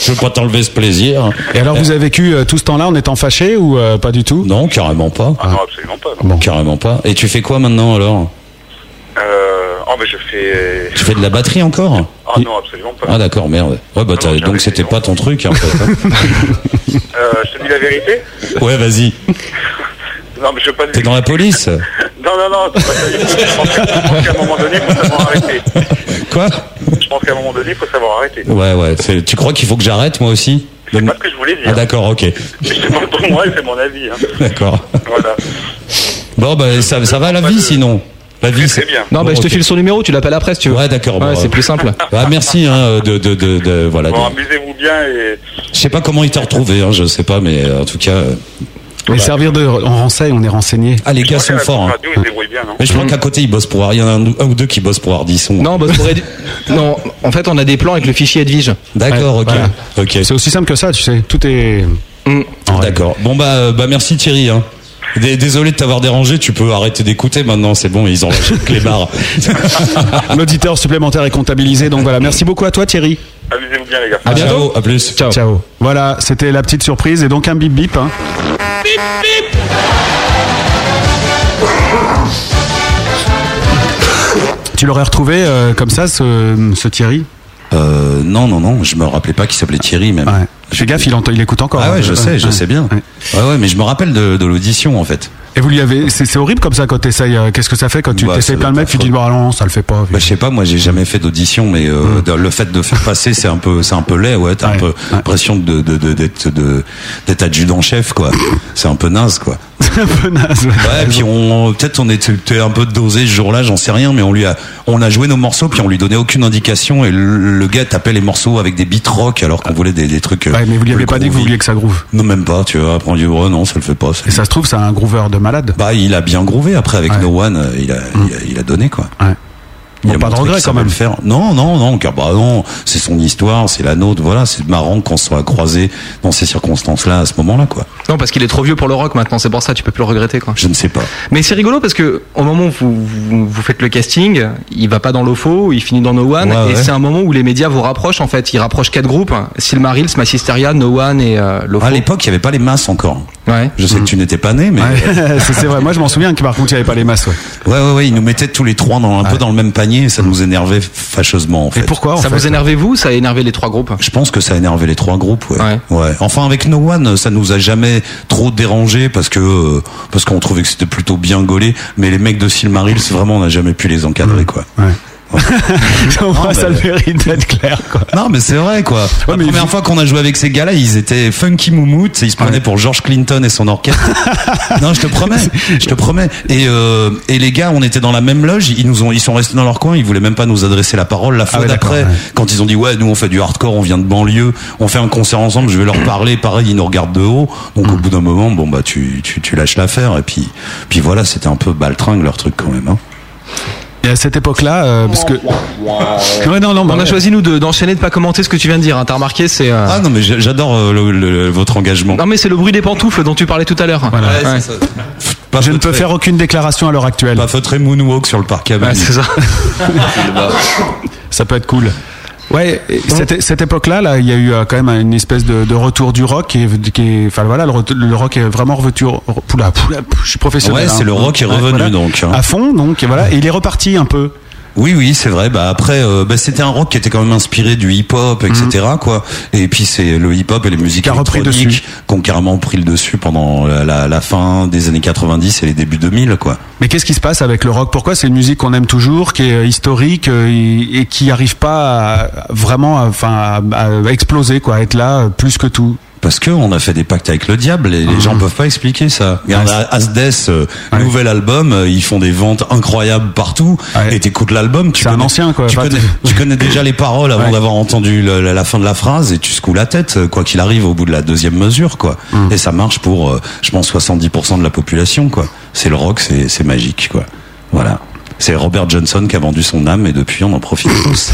[SPEAKER 8] je veux pas t'enlever ce plaisir.
[SPEAKER 4] Et alors, vous avez vécu euh, tout ce temps-là en étant fâché ou euh, pas du tout
[SPEAKER 8] Non, carrément pas.
[SPEAKER 12] Ah non, absolument pas.
[SPEAKER 8] Bon, carrément pas. Et tu fais quoi maintenant alors
[SPEAKER 12] Euh, oh, mais je
[SPEAKER 9] euh,
[SPEAKER 12] fais.
[SPEAKER 8] Tu fais de la batterie encore
[SPEAKER 12] Ah non, absolument pas.
[SPEAKER 8] Ah d'accord, merde. Ouais, bah t'as- donc c'était pas ton truc en fait. hein.
[SPEAKER 12] Euh, je te dis la vérité
[SPEAKER 8] ouais, vas-y.
[SPEAKER 12] Non, mais je veux pas.
[SPEAKER 8] T'es dans la police
[SPEAKER 12] Non, non, non, c'est pas ça du tout. Je pense que- je pense qu'à un moment donné, il faut savoir arrêter.
[SPEAKER 8] Quoi
[SPEAKER 12] Je pense qu'à un moment donné, il faut savoir arrêter.
[SPEAKER 8] Ouais, ouais. c'est- Tu crois qu'il faut que j'arrête moi aussi C'est pas
[SPEAKER 12] ce que je voulais dire.
[SPEAKER 8] Ah d'accord, ok.
[SPEAKER 12] C'est pas pour moi, c'est mon avis. hein.
[SPEAKER 8] D'accord.
[SPEAKER 12] Voilà.
[SPEAKER 8] Bon, bah ça, ça va la vie sinon La vie c'est
[SPEAKER 12] bien.
[SPEAKER 6] Non, bah je te
[SPEAKER 8] ok.
[SPEAKER 6] file son numéro, tu l'appelles après si tu veux.
[SPEAKER 8] Ouais, d'accord.
[SPEAKER 6] Ouais,
[SPEAKER 8] bon,
[SPEAKER 6] c'est
[SPEAKER 8] euh,
[SPEAKER 6] plus simple.
[SPEAKER 8] Ah, merci hein, de, de, de, de- voilà.
[SPEAKER 12] Bon,
[SPEAKER 8] de-
[SPEAKER 12] amusez-vous bien et.
[SPEAKER 8] Je sais pas comment il t'a retrouvé, hein, je sais pas, mais euh, en tout cas. euh,
[SPEAKER 12] hein.
[SPEAKER 4] Mais servir de. On renseigne, on est renseigné.
[SPEAKER 8] Ah, les gars sont forts. hein. Mais je crois qu'à côté, ils bossent pour Harry. Il y en a un, ou- un ou deux qui bossent pour Hardisson.
[SPEAKER 6] Non, bah, pour édu- non, en fait, on a des plans avec le fichier Edwige.
[SPEAKER 8] D'accord, ok.
[SPEAKER 4] voilà.
[SPEAKER 8] ok.
[SPEAKER 4] C'est aussi simple que ça, tu sais. Tout est.
[SPEAKER 8] D'accord. Bon, bah, euh, bah merci Thierry. hein. Dé- Désolé de t'avoir dérangé, tu peux arrêter d'écouter maintenant, c'est bon, ils ont les barres.
[SPEAKER 4] L'auditeur supplémentaire est comptabilisé, donc voilà. Merci beaucoup à toi, Thierry.
[SPEAKER 12] Amusez-vous bien, les gars.
[SPEAKER 4] Ciao, à plus. Ciao. Voilà, c'était la petite surprise et donc un bip bip. hein.
[SPEAKER 12] Bip, bip.
[SPEAKER 4] Tu l'aurais retrouvé euh, comme ça, ce, ce Thierry
[SPEAKER 8] Euh, non, non, non, je me rappelais pas qu'il s'appelait Thierry même.
[SPEAKER 4] Fais gaffe, il, entend, il écoute encore.
[SPEAKER 8] Ah ouais,
[SPEAKER 4] hein.
[SPEAKER 8] je sais, je
[SPEAKER 4] Ouais.
[SPEAKER 8] sais bien. Ouais, ouais, mais je me rappelle de, de l'audition en fait.
[SPEAKER 4] Et vous lui avez. C'est c'est horrible comme ça quand t'essayes. euh, Qu'est-ce que ça fait quand tu
[SPEAKER 8] Bah,
[SPEAKER 4] t'essayes
[SPEAKER 8] ça
[SPEAKER 4] plein de mecs, tu dis, bah non, ça le fait pas.
[SPEAKER 8] Bah, je sais pas, moi j'ai jamais fait d'audition, mais
[SPEAKER 4] Mm.
[SPEAKER 8] euh, de- le fait de faire passer, c'est un peu, c'est un peu laid, ouais. T'as un peu l'impression de de- de- d'être de, d'être adjudant chef, quoi. C'est un peu naze, quoi.
[SPEAKER 4] C'est un peu naze.
[SPEAKER 8] Ouais, puis on peut-être on était était un peu dosé ce jour-là, j'en sais rien, mais on lui a on a joué nos morceaux, puis on lui donnait aucune indication, et le, le gars tapait les morceaux avec des beats rock alors qu'on voulait des, des trucs. euh,
[SPEAKER 4] Ouais, mais vous lui avez pas dit que vous vouliez que ça groove.
[SPEAKER 8] Non, même pas. Tu vois, après on dit ouais, non, ça le fait pas. ça.
[SPEAKER 4] Et ça se trouve, c'est un groover de malade. Mm.
[SPEAKER 8] Bah, il a bien groové après avec No One, euh, il a, il a, il a donné quoi. Il a pas de regret quand même. Faire. Non, non, non, car bah non, c'est son histoire, c'est la nôtre, voilà, c'est marrant qu'on se soit croisés dans ces circonstances-là à ce moment-là quoi.
[SPEAKER 6] Non, parce qu'il est trop vieux pour le rock maintenant, c'est pour ça, tu peux plus le regretter quoi.
[SPEAKER 8] Je ne sais pas.
[SPEAKER 6] Mais c'est rigolo parce que au moment où vous, vous, vous faites le casting, il va pas dans l'OFO, il finit dans No One,
[SPEAKER 8] Ouais,
[SPEAKER 6] et
[SPEAKER 8] ouais.
[SPEAKER 6] c'est un moment où les médias vous rapprochent en fait. Ils rapprochent quatre groupes Silmarils, Massisteria, No One et euh, l'OFO.
[SPEAKER 8] À l'époque, il y avait pas les masses encore.
[SPEAKER 6] Ouais.
[SPEAKER 8] Je sais que tu n'étais pas né, mais
[SPEAKER 4] Ouais, c'est c'est vrai. Moi, je m'en souviens que par contre, il n'y avait pas les masses. Ouais. Mm.
[SPEAKER 8] Ouais, ouais, ouais, ils nous mettaient tous les trois dans, un peu dans le même panier et ça nous énervait fâcheusement, en fait.
[SPEAKER 4] pourquoi, en
[SPEAKER 6] Ça
[SPEAKER 8] fait
[SPEAKER 6] vous énervait vous Ça a énervé les trois groupes
[SPEAKER 8] Je pense que ça a énervé les trois groupes, ouais. ouais. Enfin, avec No One, ça nous a jamais trop dérangé parce que, euh, parce qu'on trouvait que c'était plutôt bien gaulé, mais les mecs de Silmaril, c'est vraiment, on n'a jamais pu les
[SPEAKER 4] Mm.
[SPEAKER 8] encadrer, quoi.
[SPEAKER 4] Au moins, ça le mérite d'être clair, quoi.
[SPEAKER 8] Non, mais c'est vrai, quoi. La première fois qu'on a joué avec ces gars-là, ils étaient funky moumoutes, et ils se prenaient pour George Clinton et son orchestre. non, je te promets, je te promets. Et, euh, et les gars, on était dans la même loge, ils nous ont, ils sont restés dans leur coin, ils voulaient même pas nous adresser la parole. La fois
[SPEAKER 4] ouais, d'accord,
[SPEAKER 8] d'après,
[SPEAKER 4] ouais.
[SPEAKER 8] quand ils ont dit Ah ouais, nous on fait du hardcore, on vient de banlieue, on fait un concert ensemble, je vais leur parler, pareil, ils nous regardent de haut. Donc au bout d'un moment, bon bah tu, tu, tu lâches l'affaire et puis, puis voilà, c'était un peu baltringue leur truc quand même. Hein.
[SPEAKER 4] Et à cette époque-là, euh, parce que. Ouais, non, non, bah
[SPEAKER 6] on a
[SPEAKER 4] ouais.
[SPEAKER 6] choisi nous de- d'enchaîner de, pas commenter ce que tu viens de dire. hein. T'as remarqué, c'est. euh,
[SPEAKER 8] Ah non mais j'a- j'adore euh, le- le- votre engagement.
[SPEAKER 6] Non mais c'est le bruit des pantoufles dont tu parlais tout à l'heure.
[SPEAKER 4] Voilà.
[SPEAKER 6] Ouais.
[SPEAKER 4] je ne peux faire aucune déclaration à l'heure actuelle.
[SPEAKER 8] Pas feutré moonwalk sur le parc à
[SPEAKER 4] Ouais,
[SPEAKER 8] Bali.
[SPEAKER 4] Ah, c'est ça. ça peut être cool. Ouais, et cette, cette époque-là, là, il y a eu euh, quand même une espèce de, de retour du rock qui est, qui est- enfin voilà, le, re- le rock est vraiment revenu. re- Poula, poula, je suis professionnel.
[SPEAKER 8] Ouais,
[SPEAKER 4] hein.
[SPEAKER 8] c'est le rock est
[SPEAKER 4] Ouais,
[SPEAKER 8] revenu,
[SPEAKER 4] voilà.
[SPEAKER 8] donc, hein.
[SPEAKER 4] À fond, donc et voilà, et il est reparti un peu.
[SPEAKER 8] Oui, oui, c'est vrai. Bah après, euh, bah, c'était un rock qui était quand même inspiré du hip-hop, etc.
[SPEAKER 4] Mhm.
[SPEAKER 8] Quoi. Et puis c'est le hip-hop et les musiques électroniques qui ont carrément pris le dessus pendant la, la- la fin des années 90 et les débuts 2000, quoi.
[SPEAKER 4] Mais qu'est-ce qui se passe avec le rock Pourquoi c'est une musique qu'on aime toujours, qui est euh, historique euh, et, et qui n'arrive pas à- vraiment, à- enfin, à, à exploser, quoi, à être là euh, plus que tout.
[SPEAKER 8] Parce que on a fait des pactes avec le diable
[SPEAKER 4] Ah.
[SPEAKER 8] et les gens peuvent pas expliquer ça. Regarde, Asdes, euh, nouvel album, euh, ils font des ventes incroyables partout. Et t'écoutes l'album, tu connais,
[SPEAKER 4] quoi.
[SPEAKER 8] tu,
[SPEAKER 4] Enfin,
[SPEAKER 8] connais, tu connais déjà les paroles avant d'avoir entendu le- la, la fin de la phrase et tu secoues la tête, euh, quoi qu'il arrive au bout de la deuxième mesure, quoi.
[SPEAKER 4] Mm.
[SPEAKER 8] Et ça marche pour, euh, je pense, 70% de la population, quoi. C'est le rock, c'est c'est magique, quoi. Voilà. C'est Robert Johnson qui a vendu son âme et depuis on en profite tous.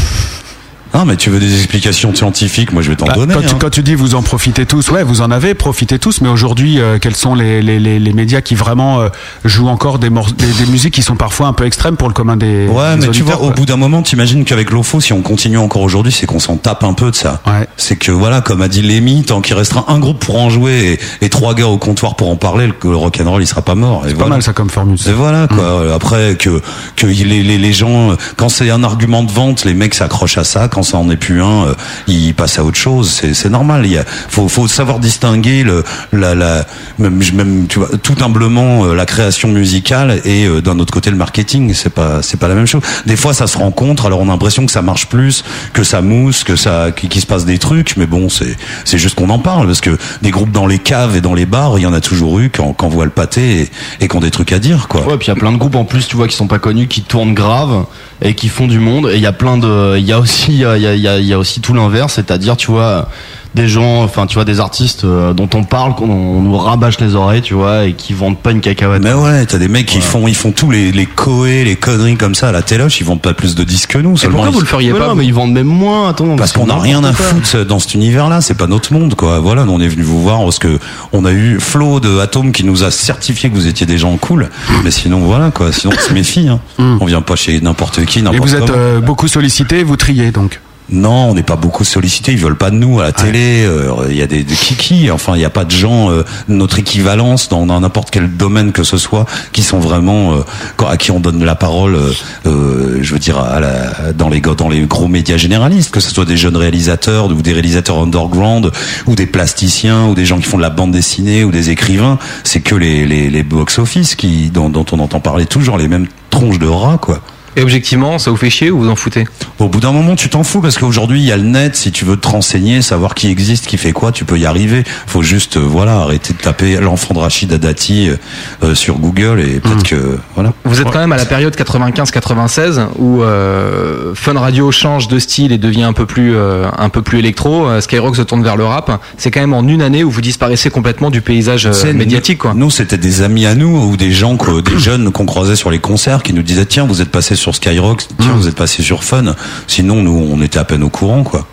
[SPEAKER 8] Non, mais tu veux des explications scientifiques, moi je vais t'en
[SPEAKER 4] Bah,
[SPEAKER 8] donner.
[SPEAKER 4] quand, tu,
[SPEAKER 8] hein.
[SPEAKER 4] quand tu dis vous en profitez tous, ouais, vous en avez profité tous, mais aujourd'hui, euh, quels sont les, les, les, les médias qui vraiment euh, jouent encore des, mor- des, des musiques qui sont parfois un peu extrêmes pour le commun des.
[SPEAKER 8] Ouais,
[SPEAKER 4] des
[SPEAKER 8] mais tu
[SPEAKER 4] auditeurs,
[SPEAKER 8] vois, au
[SPEAKER 4] quoi.
[SPEAKER 8] bout d'un moment, t'imagines qu'avec l'OFO, si on continue encore aujourd'hui, c'est qu'on s'en tape un peu de ça. C'est que voilà, comme a dit Lémi, tant qu'il restera un groupe pour en jouer et, et trois gars au comptoir pour en parler, le, le rock'n'roll, il sera pas mort.
[SPEAKER 4] C'est pas mal ça Mmh. comme formule.
[SPEAKER 8] Et voilà quoi. Euh, Après que que il- les, les les gens, euh, quand c'est un argument de vente, les mecs s'accrochent à ça. Quand ça en est plus un, euh, ils passent à autre chose. C'est c'est normal. Il y a, faut faut savoir distinguer le la la même je- même tu vois tout humblement euh, la création musicale et euh, d'un autre côté le marketing. C'est pas c'est pas la même chose. Des fois ça se rencontre. Alors on a l'impression que ça marche plus, que ça mousse, que ça qu'il qu'il se passe des trucs. Mais bon c'est c'est juste qu'on en parle parce que des groupes dans les caves et dans les bars, il y en a toujours eu quand quand voit le pâté et, et qu'on des trucs à dire quoi.
[SPEAKER 9] Ouais, puis il y a plein de groupes en plus, tu vois, qui sont pas connus, qui tournent grave et qui font du monde. Et il y a plein de, il y a aussi, il y a, il y a- il y a- il y a aussi tout l'inverse, c'est-à-dire, tu vois, des gens, enfin, tu vois, des artistes euh, dont on parle, qu'on on nous rabâche les oreilles, tu vois, et qui vendent pas une cacahuète.
[SPEAKER 8] Mais ouais, t'as des mecs qui font, ils font tous les, les coés, les conneries comme ça à la téloche, ils vendent pas plus de disques que nous. Seulement
[SPEAKER 9] pourquoi
[SPEAKER 8] ils-
[SPEAKER 9] vous le feriez Mais pas, non, vous mais ils vendent même moins, attends.
[SPEAKER 8] Parce
[SPEAKER 9] c'est
[SPEAKER 8] qu'on a rien à
[SPEAKER 9] n'importe quoi.
[SPEAKER 8] foutre dans cet univers-là, c'est pas notre monde, quoi. Voilà, nous, on est venu vous voir parce que on a eu Flo de Atom qui nous a certifié que vous étiez des gens cool. Mais sinon, voilà, quoi. Sinon, on se méfie, hein. On vient pas chez n'importe qui,
[SPEAKER 4] Hmm. Et
[SPEAKER 8] n'importe
[SPEAKER 4] vous êtes
[SPEAKER 8] comment.
[SPEAKER 4] euh, beaucoup sollicité, vous triez donc.
[SPEAKER 8] Non, on n'est pas beaucoup sollicité. Ils veulent pas de nous à la télé. euh, Il y a des, des kiki. Enfin, il n'y a pas de gens euh, notre équivalence dans dans n'importe quel domaine que ce soit qui sont vraiment euh, quand- à qui on donne la parole. euh, euh, je veux dire à la- dans les go- dans les gros médias généralistes, que ce soit des jeunes réalisateurs ou des réalisateurs underground ou des plasticiens ou des gens qui font de la bande dessinée ou des écrivains. C'est que les les, les box office qui dont, dont on entend parler toujours les mêmes tronches de rats quoi.
[SPEAKER 6] Et objectivement, ça vous fait chier ou vous en foutez
[SPEAKER 8] Au bout d'un moment, tu t'en fous parce qu'aujourd'hui, il y a le net. Si tu veux te renseigner, savoir qui existe, qui fait quoi, tu peux y arriver. Faut juste, euh, voilà, arrêter de taper l'enfant de Rachid Adati euh, euh, sur Google et peut-être
[SPEAKER 6] Hmm.
[SPEAKER 8] que, voilà.
[SPEAKER 6] Vous êtes quand même à la période 95-96 où euh, Fun Radio change de style et devient un peu plus euh, un peu plus électro. euh, Skyrock se tourne vers le rap. C'est quand même en une année où vous disparaissez complètement du paysage euh,
[SPEAKER 8] C'est-
[SPEAKER 6] médiatique. Quoi.
[SPEAKER 8] Nous, c'était des amis à nous ou des gens, que, des jeunes qu'on croisait sur les concerts qui nous disaient tiens, vous êtes passé sur Skyrock,
[SPEAKER 6] Hmm.
[SPEAKER 8] tiens, vous êtes passé sur Fun. Sinon, nous, on était à peine au courant, quoi.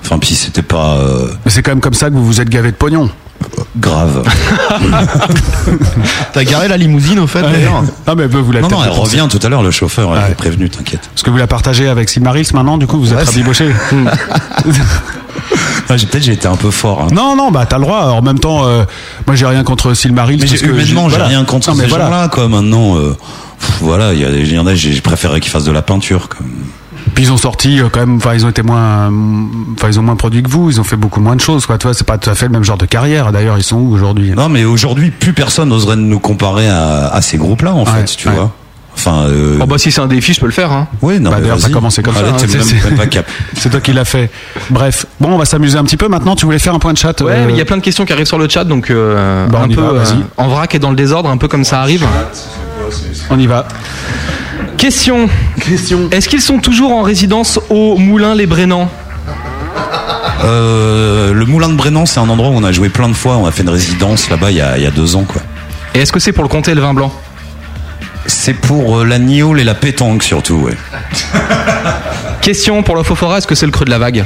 [SPEAKER 8] Enfin, puis c'était pas euh,
[SPEAKER 4] Mais c'est quand même comme ça que vous vous êtes gavé de pognon.
[SPEAKER 8] grave.
[SPEAKER 4] T'as garé la limousine au fait
[SPEAKER 8] d'ailleurs
[SPEAKER 4] Non mais vous l'avez
[SPEAKER 8] non, non,
[SPEAKER 4] peut-être
[SPEAKER 8] elle
[SPEAKER 4] dépensé.
[SPEAKER 8] revient tout à l'heure, le chauffeur, elle est prévenu, t'inquiète.
[SPEAKER 4] Parce que vous la partagez avec Silmarils maintenant, du coup vous
[SPEAKER 8] Ouais,
[SPEAKER 4] êtes
[SPEAKER 8] c'est-
[SPEAKER 4] rabiboché.
[SPEAKER 8] Ah, j'ai- Peut-être j'ai été un peu fort. hein.
[SPEAKER 4] Non, non, bah t'as le droit. Alors, En même temps, euh, moi j'ai rien contre Silmarils.
[SPEAKER 8] Mais
[SPEAKER 4] parce
[SPEAKER 8] j'ai-
[SPEAKER 4] que
[SPEAKER 8] humainement, j'ai
[SPEAKER 4] voilà.
[SPEAKER 8] rien contre
[SPEAKER 4] Non, mais
[SPEAKER 8] ces
[SPEAKER 4] voilà.
[SPEAKER 8] gens-là, quoi. Maintenant, euh, pff, voilà, il y, a des- il y en a, j'ai préféré qu'ils fassent de la peinture. Comme...
[SPEAKER 4] Puis ils ont sorti euh, quand même, enfin ils ont été moins, hum, enfin ils ont moins produit que vous, ils ont fait beaucoup moins de choses, quoi. Tu vois, c'est pas tout à fait le même genre de carrière. D'ailleurs, ils sont où aujourd'hui hein
[SPEAKER 8] Non, mais aujourd'hui, plus personne n'oserait nous comparer à, à ces groupes-là, en fait, tu vois. Enfin, euh,
[SPEAKER 6] Oh bah si c'est un défi, je peux le faire. Hein.
[SPEAKER 8] oui, non,
[SPEAKER 4] Bah,
[SPEAKER 8] mais
[SPEAKER 4] D'ailleurs, ça a
[SPEAKER 8] vas-y.
[SPEAKER 4] commencé comme
[SPEAKER 8] Allez,
[SPEAKER 4] ça. hein,
[SPEAKER 8] t'es
[SPEAKER 4] tu sais,
[SPEAKER 8] même,
[SPEAKER 4] c'est-
[SPEAKER 8] même pas cap.
[SPEAKER 4] C'est toi qui l'as fait. Bref, bon, on va s'amuser un petit peu maintenant. Tu voulais faire un point de chat
[SPEAKER 6] Ouais,
[SPEAKER 4] euh,
[SPEAKER 6] mais il y a plein de questions qui arrivent sur le chat, donc euh,
[SPEAKER 4] Bah, on
[SPEAKER 6] un
[SPEAKER 4] y
[SPEAKER 6] peu
[SPEAKER 4] va,
[SPEAKER 6] euh,
[SPEAKER 4] vas-y.
[SPEAKER 6] en vrac et dans le désordre, un peu comme ça arrive.
[SPEAKER 4] On y va.
[SPEAKER 6] Question. Question. Est-ce qu'ils sont toujours en résidence au Moulin Les Brénans
[SPEAKER 8] Euh, le Moulin de Brennan, c'est un endroit où on a joué plein de fois. On a fait une résidence là-bas il y a, il y a deux ans, quoi.
[SPEAKER 6] Et est-ce que c'est pour le comté et le vin blanc
[SPEAKER 8] C'est pour euh, la gnôle et la pétanque, surtout, ouais.
[SPEAKER 6] Question pour le Fofora, est-ce que c'est le creux de la vague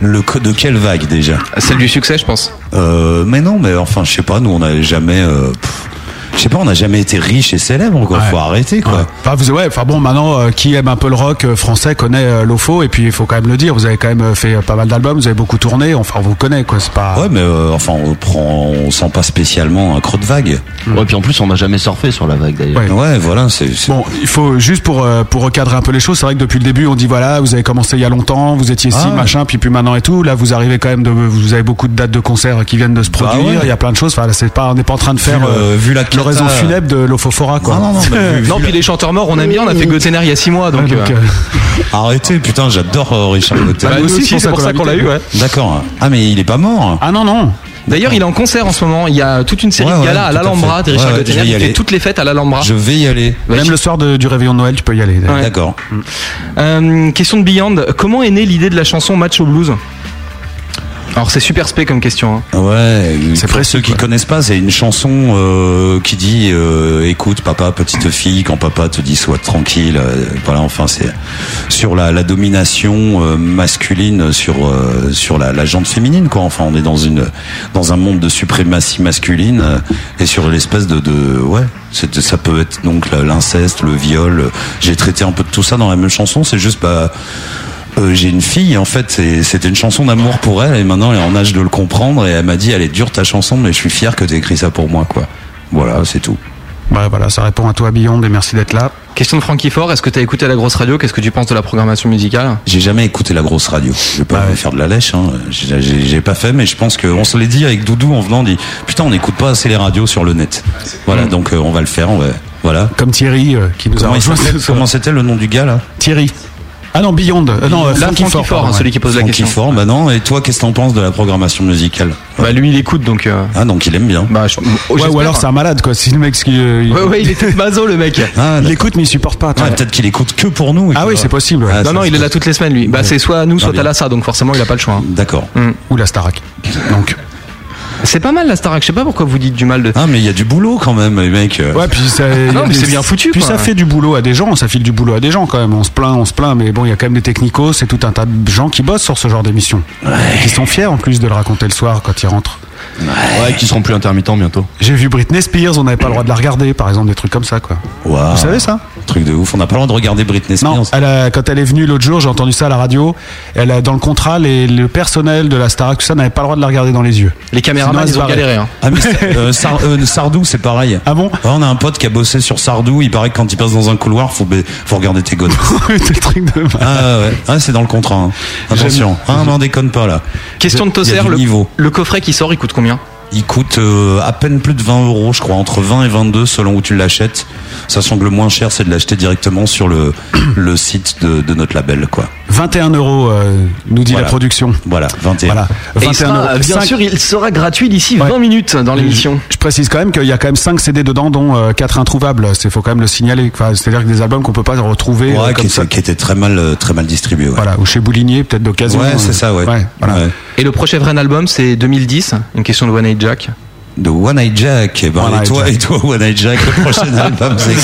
[SPEAKER 8] Le co- de quelle vague, déjà
[SPEAKER 6] Celle du succès, je pense.
[SPEAKER 8] Euh, mais non, mais enfin, je sais pas, nous, on n'a jamais. euh, pff, je sais pas, on n'a jamais été riche et célèbre, quoi. Faut arrêter, quoi.
[SPEAKER 4] Enfin, vous, ouais, enfin bon, maintenant, euh, qui aime un peu le rock euh, français connaît euh, Lofo, et puis il faut quand même le dire, vous avez quand même euh, fait euh, pas mal d'albums, vous avez beaucoup tourné, enfin, on vous connaît, quoi, c'est pas.
[SPEAKER 8] Ouais, mais euh, enfin, on prend, on sent pas spécialement un creux de vague.
[SPEAKER 9] Ouais, puis en plus, on n'a jamais surfé sur la vague d'ailleurs.
[SPEAKER 4] Ouais.
[SPEAKER 8] Ouais, voilà, c'est. c'est-
[SPEAKER 4] Bon, il faut juste pour, euh, pour recadrer un peu les choses, c'est vrai que depuis le début, on dit voilà, vous avez commencé il y a longtemps, vous étiez ci,
[SPEAKER 8] Ah.
[SPEAKER 4] machin, puis puis maintenant et tout. Là, vous arrivez quand même de. Vous avez beaucoup de dates de concerts qui viennent de se
[SPEAKER 8] Bah
[SPEAKER 4] produire,
[SPEAKER 8] ouais.
[SPEAKER 4] il y a plein de choses, enfin, là, c'est pas, on n'est pas en train de faire
[SPEAKER 8] Vu le-
[SPEAKER 4] euh,
[SPEAKER 8] vu la
[SPEAKER 4] le
[SPEAKER 8] cata-
[SPEAKER 4] raison funèbre de Lofofora, quoi.
[SPEAKER 8] Non, non, non, mais vu-
[SPEAKER 6] Non,
[SPEAKER 8] vu
[SPEAKER 6] puis les chanteurs morts, on aime bien, on a fait Gotener il y a 6 mois, donc.
[SPEAKER 4] Ouais, donc,
[SPEAKER 6] euh,
[SPEAKER 4] euh,
[SPEAKER 8] la- Arrêtez, putain, j'adore euh, Richard Lottel.
[SPEAKER 6] bah, nous aussi, c'est pour ça qu'on l'a eu, ouais.
[SPEAKER 8] D'accord. Ah, mais il est pas mort.
[SPEAKER 4] Ah non, non.
[SPEAKER 6] D'ailleurs, il est en concert en ce moment. Il y a toute une série
[SPEAKER 8] Ouais,
[SPEAKER 6] de
[SPEAKER 8] ouais,
[SPEAKER 6] galas à
[SPEAKER 8] tout à
[SPEAKER 6] l'Alhambra.
[SPEAKER 8] fait.
[SPEAKER 6] de Richard
[SPEAKER 8] Ouais, ouais,
[SPEAKER 6] Gottener,
[SPEAKER 8] je vais y
[SPEAKER 6] il fait
[SPEAKER 8] aller.
[SPEAKER 6] toutes les fêtes à l'Alhambra.
[SPEAKER 8] Je vais y aller.
[SPEAKER 4] Même le soir de- du réveillon de Noël, tu peux y aller. Mm. d'ailleurs.
[SPEAKER 6] Ouais.
[SPEAKER 8] D'accord.
[SPEAKER 6] Euh, question de Beyond. Comment est née l'idée de la chanson Match au blues Alors c'est super spé comme question. hein.
[SPEAKER 8] Ouais,
[SPEAKER 4] C'est
[SPEAKER 8] c'est
[SPEAKER 4] précis,
[SPEAKER 8] ceux qui
[SPEAKER 4] quoi.
[SPEAKER 8] connaissent pas, c'est une chanson euh, qui dit euh, écoute papa petite fille quand papa te dit sois tranquille euh, voilà enfin c'est sur la, la domination euh, masculine sur euh, sur la, la jante féminine quoi enfin on est dans une dans un monde de suprématie masculine euh, et sur l'espèce de de ouais c'est- ça peut être donc la- l'inceste, le viol. J'ai traité un peu de tout ça dans la même chanson. C'est juste bah euh, j'ai une fille, en fait, c'est- c'était une chanson d'amour pour elle, et maintenant elle est en âge de le comprendre, et elle m'a dit, elle est dure ta chanson, mais je suis fier que t'aies écrit ça pour moi, quoi. Voilà, c'est tout.
[SPEAKER 4] Ouais, voilà, ça répond à toi, Beyond, et merci d'être là.
[SPEAKER 6] Question de Francky Fort. Est-ce que t'as écouté la grosse radio Qu'est-ce que tu penses de la programmation musicale
[SPEAKER 8] J'ai jamais écouté la grosse radio. Je vais pas
[SPEAKER 4] Ah
[SPEAKER 8] me faire de la lèche, hein. J'ai- J'ai j'ai pas fait, mais je pense qu'on se l'est dit avec Doudou en venant, on dit, putain, on n'écoute pas assez les radios sur le net. Voilà, donc euh, on va le faire, on va, voilà.
[SPEAKER 4] Mm. Comme Thierry, euh, qui nous a
[SPEAKER 8] Comment il
[SPEAKER 4] rejoint
[SPEAKER 8] s'appelle
[SPEAKER 4] ce soir.
[SPEAKER 8] Comment c'était le nom du gars, là?
[SPEAKER 4] Thierry. Ah non, Beyond. euh, non, euh,
[SPEAKER 6] Là,
[SPEAKER 4] Frankie
[SPEAKER 6] Francky
[SPEAKER 4] Fort,
[SPEAKER 6] Fort, hein,
[SPEAKER 4] pardon,
[SPEAKER 6] celui qui pose la
[SPEAKER 8] Francky
[SPEAKER 6] question.
[SPEAKER 8] Fort, bah non, et toi, qu'est-ce que t'en penses de la programmation musicale?
[SPEAKER 6] Bah lui, il écoute donc. euh,
[SPEAKER 8] Ah, donc il aime bien.
[SPEAKER 6] bah, je- oh,
[SPEAKER 4] ouais. Ouais,
[SPEAKER 6] j'espère.
[SPEAKER 4] ou alors c'est un malade, quoi. Si le mec, ce qui, euh, il,
[SPEAKER 6] Ouais, ouais, il était mazo le mec.
[SPEAKER 8] Ah,
[SPEAKER 4] il
[SPEAKER 8] d'accord.
[SPEAKER 4] écoute, mais il supporte pas. tu
[SPEAKER 8] Ouais,
[SPEAKER 4] vois.
[SPEAKER 8] peut-être qu'il écoute que pour nous. et
[SPEAKER 4] Ah
[SPEAKER 8] que-
[SPEAKER 4] oui, c'est possible. ouais.
[SPEAKER 8] Ah,
[SPEAKER 6] Non,
[SPEAKER 8] ça,
[SPEAKER 6] non,
[SPEAKER 8] c'est Ah,
[SPEAKER 6] il est là toute les semaines lui. Bah c'est soit à nous, soit
[SPEAKER 8] bien.
[SPEAKER 6] à la SA, donc forcément il a pas le choix. hein.
[SPEAKER 8] D'accord.
[SPEAKER 4] Ou la Starac. Donc.
[SPEAKER 6] C'est pas mal la Starac, je sais pas pourquoi vous dites du mal de. Ah
[SPEAKER 8] Ah mais il y a du boulot quand même, les mecs. Euh,
[SPEAKER 4] Ouais, puis ça, il y a
[SPEAKER 6] mais
[SPEAKER 4] des-
[SPEAKER 6] c'est bien foutu,
[SPEAKER 4] Puis
[SPEAKER 6] quoi.
[SPEAKER 4] ça fait du boulot à des gens, ça file du boulot à des gens quand même. On se plaint, on se plaint, mais bon, il y a quand même des technicos, c'est tout un tas de gens qui bossent sur ce genre d'émission. Qui sont fiers en plus de le raconter le soir quand ils rentrent.
[SPEAKER 9] Ouais, qui seront plus intermittents bientôt.
[SPEAKER 4] J'ai vu Britney Spears, on n'avait pas le droit de la regarder, par exemple, des trucs comme ça, quoi.
[SPEAKER 8] waouh.
[SPEAKER 4] Vous savez ça
[SPEAKER 8] Truc de ouf. On n'a pas le droit de regarder Britney Spears.
[SPEAKER 4] Non, elle a- quand elle est venue l'autre jour, j'ai entendu ça à la radio. Elle a, dans le contrat, les- le personnel de la Starac, tout ça, n'avait pas le droit de la regarder dans les yeux. Sinon, elle se barrait.
[SPEAKER 6] hein.
[SPEAKER 8] Ah, mais c'est- euh, Sar- euh, Sardou, c'est pareil.
[SPEAKER 4] hein. Ah bon
[SPEAKER 8] On a un pote qui a bossé sur Sardou. Il paraît que quand il passe dans un couloir, faut, ba- faut regarder tes gones.
[SPEAKER 4] c'est truc de
[SPEAKER 8] Ah ouais, Ah, c'est dans le contrat. hein. Attention,
[SPEAKER 6] J'aime-
[SPEAKER 8] hein, n'en déconne pas là.
[SPEAKER 6] Question de Tosser, le,
[SPEAKER 8] niveau.
[SPEAKER 6] le coffret qui sort, il coûte combien
[SPEAKER 8] Il coûte euh, à peine plus de 20 euros, je crois, entre 20 et 22 selon où tu l'achètes. Sachant que le moins cher, c'est de l'acheter directement sur le, le site de, de notre label, quoi.
[SPEAKER 4] 21 euros, euh, nous dit
[SPEAKER 8] Voilà.
[SPEAKER 4] la production.
[SPEAKER 8] Voilà, 21.
[SPEAKER 4] Voilà.
[SPEAKER 6] Et il
[SPEAKER 4] 21
[SPEAKER 6] sera,
[SPEAKER 4] euros.
[SPEAKER 6] bien
[SPEAKER 4] Cinq-
[SPEAKER 6] sûr, il sera gratuit d'ici 20 minutes dans l'émission.
[SPEAKER 4] Je précise quand même qu'il y a quand même 5 CD dedans, dont 4 introuvables. Il faut quand même le signaler. Enfin, C'est-à-dire que des albums qu'on peut pas retrouver
[SPEAKER 8] Ouais,
[SPEAKER 4] euh,
[SPEAKER 8] qui,
[SPEAKER 4] comme ça.
[SPEAKER 8] était- qui était très mal, euh, très mal distribué. ouais.
[SPEAKER 4] Voilà, ou chez Boulinier, peut-être d'occasion.
[SPEAKER 8] Ouais, c'est
[SPEAKER 4] euh,
[SPEAKER 8] ça, ouais.
[SPEAKER 4] voilà.
[SPEAKER 8] Ouais.
[SPEAKER 6] Et le prochain vrai album, c'est 2010, une question de One Eye Jack.
[SPEAKER 8] De One Eye Jack. Eh ben,
[SPEAKER 6] One
[SPEAKER 8] et,
[SPEAKER 6] Eye
[SPEAKER 8] toi,
[SPEAKER 6] Jack.
[SPEAKER 8] et toi, One Eye Jack, le prochain album, c'est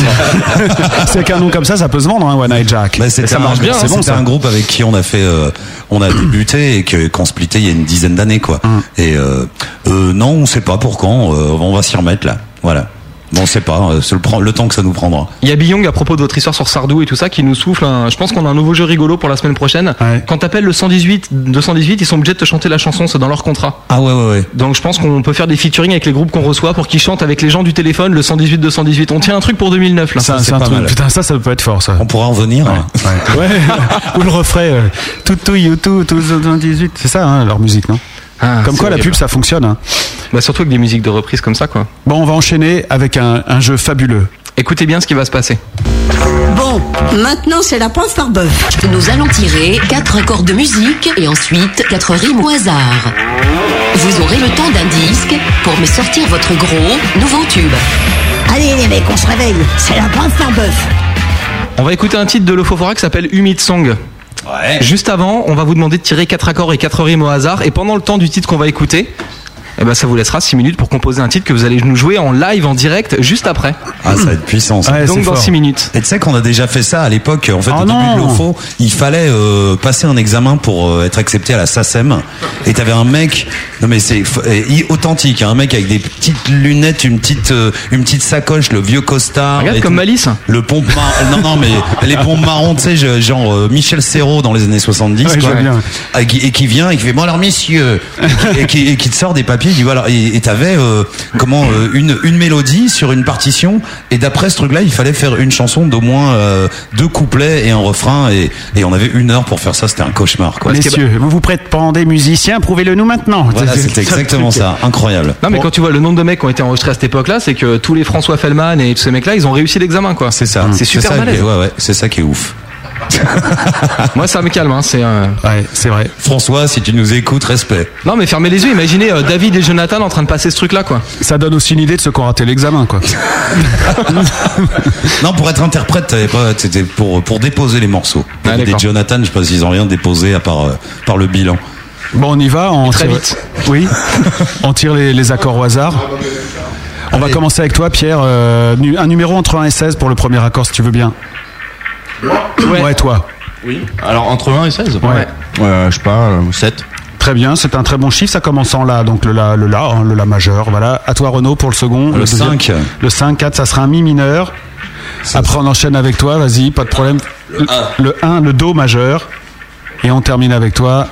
[SPEAKER 4] c'est qu'un nom comme ça, ça peut se vendre, hein, One Eye Jack.
[SPEAKER 8] C'était un-
[SPEAKER 4] C'est bon,
[SPEAKER 8] c'était
[SPEAKER 4] ça.
[SPEAKER 8] hein, un groupe avec qui on a fait, euh, on a débuté et que- qu'on splittait il y a une dizaine d'années, quoi.
[SPEAKER 4] Mm.
[SPEAKER 8] Et euh, euh, non, on sait pas pour quand. euh, on va s'y remettre là. Voilà. Bon, on sait pas. euh, c'est le, pre- le temps que ça nous prendra.
[SPEAKER 6] Il y a Billong à propos de votre histoire sur Sardou et tout ça qui nous souffle. un- Je pense qu'on a un nouveau jeu rigolo pour la semaine prochaine. Quand t'appelles le 118, 218, ils sont obligés de te chanter la chanson, c'est dans leur contrat.
[SPEAKER 8] Ah ouais, ouais, ouais.
[SPEAKER 6] Donc je pense qu'on peut faire des featuring avec les groupes qu'on reçoit pour qu'ils chantent avec les gens du téléphone le 118, 218. On tient un truc pour 2009 là.
[SPEAKER 4] Ça, c'est un truc- Putain, ça, ça peut être fort, ça.
[SPEAKER 8] On pourra en venir. hein.
[SPEAKER 4] Ouais. ouais. Ou le refrain. euh, tout, tout, you, tout, tout, tout, tout, 18. C'est ça, hein, leur musique, non
[SPEAKER 6] Ah,
[SPEAKER 4] Comme quoi, la pub, ça fonctionne. hein.
[SPEAKER 6] Bah surtout avec des musiques de reprise comme ça quoi.
[SPEAKER 4] Bon, on va enchaîner avec un, un jeu fabuleux.
[SPEAKER 6] Écoutez bien ce qui va se passer.
[SPEAKER 3] Bon, maintenant c'est la preuve par bœuf.
[SPEAKER 13] Nous allons tirer quatre accords de musique et ensuite quatre rimes au hasard. Vous aurez le temps d'un disque pour me sortir votre gros nouveau tube.
[SPEAKER 3] Allez les mecs, on se réveille. C'est la preuve par bœuf.
[SPEAKER 6] On va écouter un titre de Lofofora qui s'appelle Humid Song. Juste avant, on va vous demander de tirer quatre accords et quatre rimes au hasard. Et pendant le temps du titre qu'on va écouter, eh ben ça vous laissera 6 minutes pour composer un titre que vous allez nous jouer en live, en direct, juste après.
[SPEAKER 8] Ah, ça va être puissant. ça.
[SPEAKER 6] Donc dans 6 minutes. Ah
[SPEAKER 8] Et tu sais qu'on a déjà fait ça à l'époque. En fait, au début de l'OFO, il fallait euh, passer un examen pour euh, être accepté à la SACEM. Et t'avais un mec, non mais c'est f- euh, i- authentique, hein, un mec avec des petites lunettes, une petite, euh, une petite sacoche, le vieux costard.
[SPEAKER 6] Regarde
[SPEAKER 8] et
[SPEAKER 6] comme
[SPEAKER 8] tout.
[SPEAKER 6] Malice.
[SPEAKER 8] Le pompe marron. non, non, mais les pompes marrons, tu sais, je- genre euh, Michel Serrault dans les années 70.
[SPEAKER 4] Ouais, je
[SPEAKER 8] quoi.
[SPEAKER 4] vois bien.
[SPEAKER 8] Et, qui, et qui vient et qui fait bon alors messieurs et qui- et qui, et qui te sort des papiers il dit voilà et et t'avais euh, comment euh, une une mélodie sur une partition et d'après ce truc là il fallait faire une chanson d'au moins euh, deux couplets et un refrain et, et on avait une heure pour faire ça c'était un cauchemar quoi
[SPEAKER 4] Messieurs, vous vous prête pas des musiciens, prouvez-le nous maintenant.
[SPEAKER 8] voilà
[SPEAKER 4] C'est-
[SPEAKER 8] c'était
[SPEAKER 4] c'est ça, le
[SPEAKER 8] exactement
[SPEAKER 4] truc.
[SPEAKER 8] ça bah, incroyable
[SPEAKER 6] Non mais quand tu vois le nombre de mecs qui ont été enregistrés à cette époque-là, c'est que tous les François Fellman et tous ces mecs-là, ils ont réussi l'examen quoi.
[SPEAKER 8] C'est
[SPEAKER 4] Mm.
[SPEAKER 8] ça.
[SPEAKER 6] C'est super
[SPEAKER 8] ça,
[SPEAKER 6] malade.
[SPEAKER 8] ouais ouais c'est ça qui est ouf
[SPEAKER 6] Moi ça me calme, hein, c'est. euh,
[SPEAKER 4] ouais c'est vrai
[SPEAKER 8] François si tu nous écoutes respect
[SPEAKER 6] Non mais fermez les yeux, imaginez euh, David et Jonathan en train de passer ce truc-là quoi.
[SPEAKER 4] Ça donne aussi une idée de ceux qui ont raté l'examen, quoi.
[SPEAKER 8] Non, pour être interprète, t'avais pas, c'était pour, pour déposer les morceaux.
[SPEAKER 6] Ah,
[SPEAKER 8] des
[SPEAKER 6] d'accord.
[SPEAKER 8] Jonathan, je sais pas s'ils ont rien déposé à part, euh, par le bilan.
[SPEAKER 4] Bon, on y va. On
[SPEAKER 6] très
[SPEAKER 4] tire-
[SPEAKER 6] vite.
[SPEAKER 4] Oui. on tire les, les accords au hasard. On va commencer avec toi, Pierre. Euh, nu- un numéro entre 1 et 16 pour le premier accord, si tu veux bien. Ouais, toi.
[SPEAKER 9] Oui. Alors entre 1 et 16 Ouais. je sais pas, 7.
[SPEAKER 4] Très bien, c'est un très bon chiffre. Ça commence en La, donc le La, le La, hein, le La majeur. Voilà. À toi, Renaud, pour le second.
[SPEAKER 8] Le
[SPEAKER 4] deuxième.
[SPEAKER 8] 5.
[SPEAKER 4] Le 5, 4, ça sera un Mi mineur. Après, on enchaîne avec toi, vas-y, pas de problème. Le 1, le, Do majeur. Et on termine avec toi.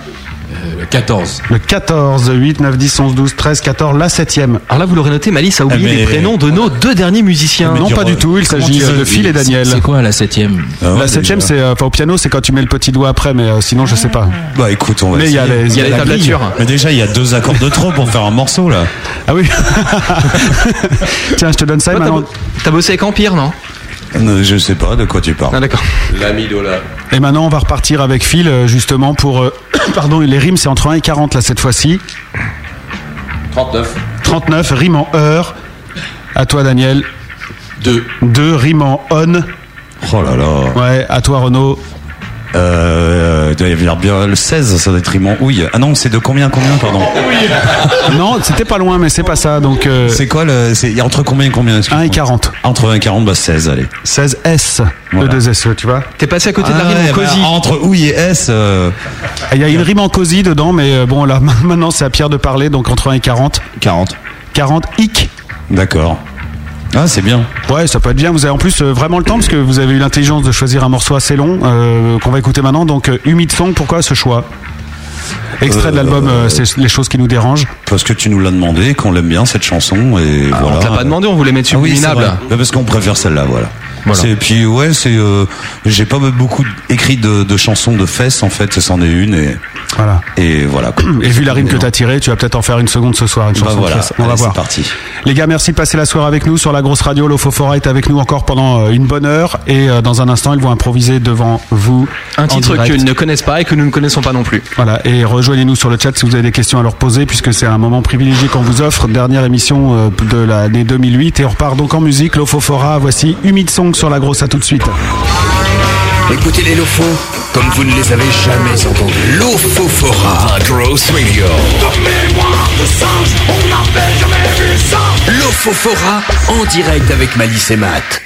[SPEAKER 10] Le 14.
[SPEAKER 4] Le 14, 8, 9, 10, 11, 12, 13, 14, la 7ème.
[SPEAKER 6] Alors là, vous l'aurez noté, Malice a
[SPEAKER 8] Eh
[SPEAKER 6] oublié
[SPEAKER 4] Ah, mais-
[SPEAKER 6] les prénoms de nos deux derniers musiciens.
[SPEAKER 4] Non, pas du tout, il s'agit euh, de Phil et Daniel.
[SPEAKER 10] quoi la septième
[SPEAKER 8] Ah,
[SPEAKER 4] La septième, c'est euh, enfin, au piano, c'est quand tu mets le petit doigt après, mais euh, sinon je sais pas.
[SPEAKER 8] Bah écoute, on va
[SPEAKER 4] Mais il y a
[SPEAKER 8] essayer.
[SPEAKER 4] les- il y a les
[SPEAKER 8] la grille.
[SPEAKER 4] tablatures.
[SPEAKER 8] Mais déjà, il y a deux accords de trop pour faire un morceau, là.
[SPEAKER 4] Ah oui Tiens, je te donne ça et
[SPEAKER 6] Toi, t'as
[SPEAKER 4] maintenant.
[SPEAKER 6] bo- T'as bossé avec Empire, non
[SPEAKER 8] Euh, Je sais pas de quoi tu parles.
[SPEAKER 6] Ah d'accord.
[SPEAKER 11] L'ami Dola.
[SPEAKER 4] Et maintenant, on va repartir avec Phil euh, justement pour euh, pardon, les rimes c'est entre 1 et 40 là cette fois-ci.
[SPEAKER 11] 39.
[SPEAKER 4] 39 rimes en heure. À toi Daniel. 2 2 rimes en on.
[SPEAKER 8] Oh là là.
[SPEAKER 4] Ouais, à toi Renaud.
[SPEAKER 8] Euh, il doit y avoir bien le 16, ça doit être immense. Oui. Ah non, c'est de combien, à combien, pardon
[SPEAKER 4] non, c'était pas loin mais c'est pas ça donc euh,
[SPEAKER 8] C'est quoi le. c'est- il y a Entre combien et combien
[SPEAKER 4] 1 et 40.
[SPEAKER 8] Entre 1 et 40, bah 16, allez.
[SPEAKER 4] 16 S
[SPEAKER 8] Voilà.
[SPEAKER 4] E2 SE, tu vois.
[SPEAKER 6] T'es passé à côté de la
[SPEAKER 8] Ah
[SPEAKER 6] rime
[SPEAKER 8] ouais,
[SPEAKER 6] en
[SPEAKER 8] bah,
[SPEAKER 6] cosy.
[SPEAKER 8] entre oui et S. euh,
[SPEAKER 4] Ah, Il y a une rime en cosy dedans, mais euh, bon, là, maintenant, c'est à Pierre de parler, donc entre 1 et 40.
[SPEAKER 9] 40.
[SPEAKER 4] 40, hic.
[SPEAKER 8] D'accord. Ah, c'est bien.
[SPEAKER 4] Ouais, ça peut être bien. Vous avez en plus euh, vraiment le temps parce que vous avez eu l'intelligence de choisir un morceau assez long euh, qu'on va écouter maintenant. Donc, euh, Humid Song, pourquoi ce choix Extrait de l'album, euh, c'est les choses qui nous dérangent.
[SPEAKER 8] Parce que tu nous l'as demandé, qu'on l'aime bien cette chanson et voilà.
[SPEAKER 6] Ah, On te l'a pas demandé, on voulait mettre
[SPEAKER 8] Ah oui, c'est
[SPEAKER 6] subliminable.
[SPEAKER 8] vrai. Mais parce qu'on préfère celle-là, voilà.
[SPEAKER 6] Voilà.
[SPEAKER 8] C'est- Et puis ouais, c'est euh, j'ai pas beaucoup écrit de, de chansons de fesses en fait, c'en est une et
[SPEAKER 4] voilà.
[SPEAKER 8] Et voilà. quoi.
[SPEAKER 4] Et vu la rime que t'as tirée, tu vas peut-être en faire une seconde ce soir, une
[SPEAKER 8] hmm. Bah
[SPEAKER 4] chanson de
[SPEAKER 8] voilà.
[SPEAKER 4] classe. On va
[SPEAKER 8] Allez,
[SPEAKER 4] voir.
[SPEAKER 8] c'est parti.
[SPEAKER 4] Les gars, merci de passer la soirée avec nous sur la grosse radio. Lofofora est avec nous encore pendant euh, une bonne heure et euh, dans un instant, ils vont improviser devant vous.
[SPEAKER 6] Un
[SPEAKER 4] en
[SPEAKER 6] titre
[SPEAKER 4] direct.
[SPEAKER 6] qu'ils ne connaissent pas et que nous ne connaissons pas non plus.
[SPEAKER 4] Voilà, Ah, et rejoignez-nous sur le chat si vous avez des questions à leur poser, puisque c'est un moment privilégié qu'on vous offre. Dernière émission euh, de l'année 2008, et on repart donc en musique. Lofofora, voici Humid Song sur la grosse, à tout de suite.
[SPEAKER 1] Écoutez les lofos comme vous ne les avez jamais entendus. Lofofora, Gross Radio.
[SPEAKER 5] De mémoire de singe, on n'avait jamais vu ça.
[SPEAKER 1] Lofofora en direct avec Malice et Matt.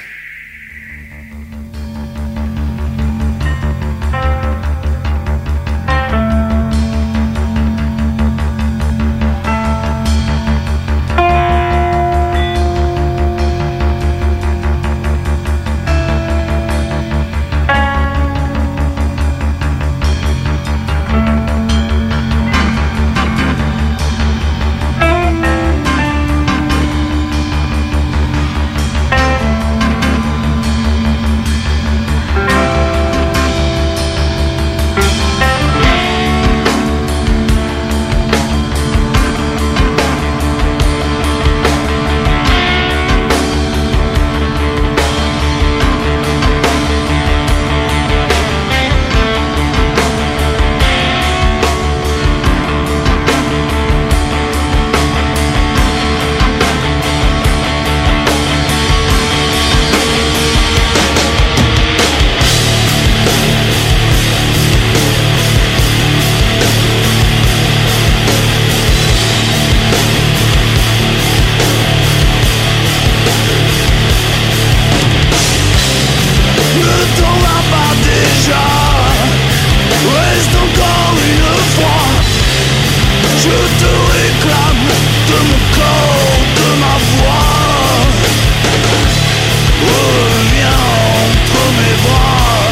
[SPEAKER 5] Ne t'en vas pas déjà Reste encore une fois Je te réclame de mon corps, de ma voix Reviens entre mes bras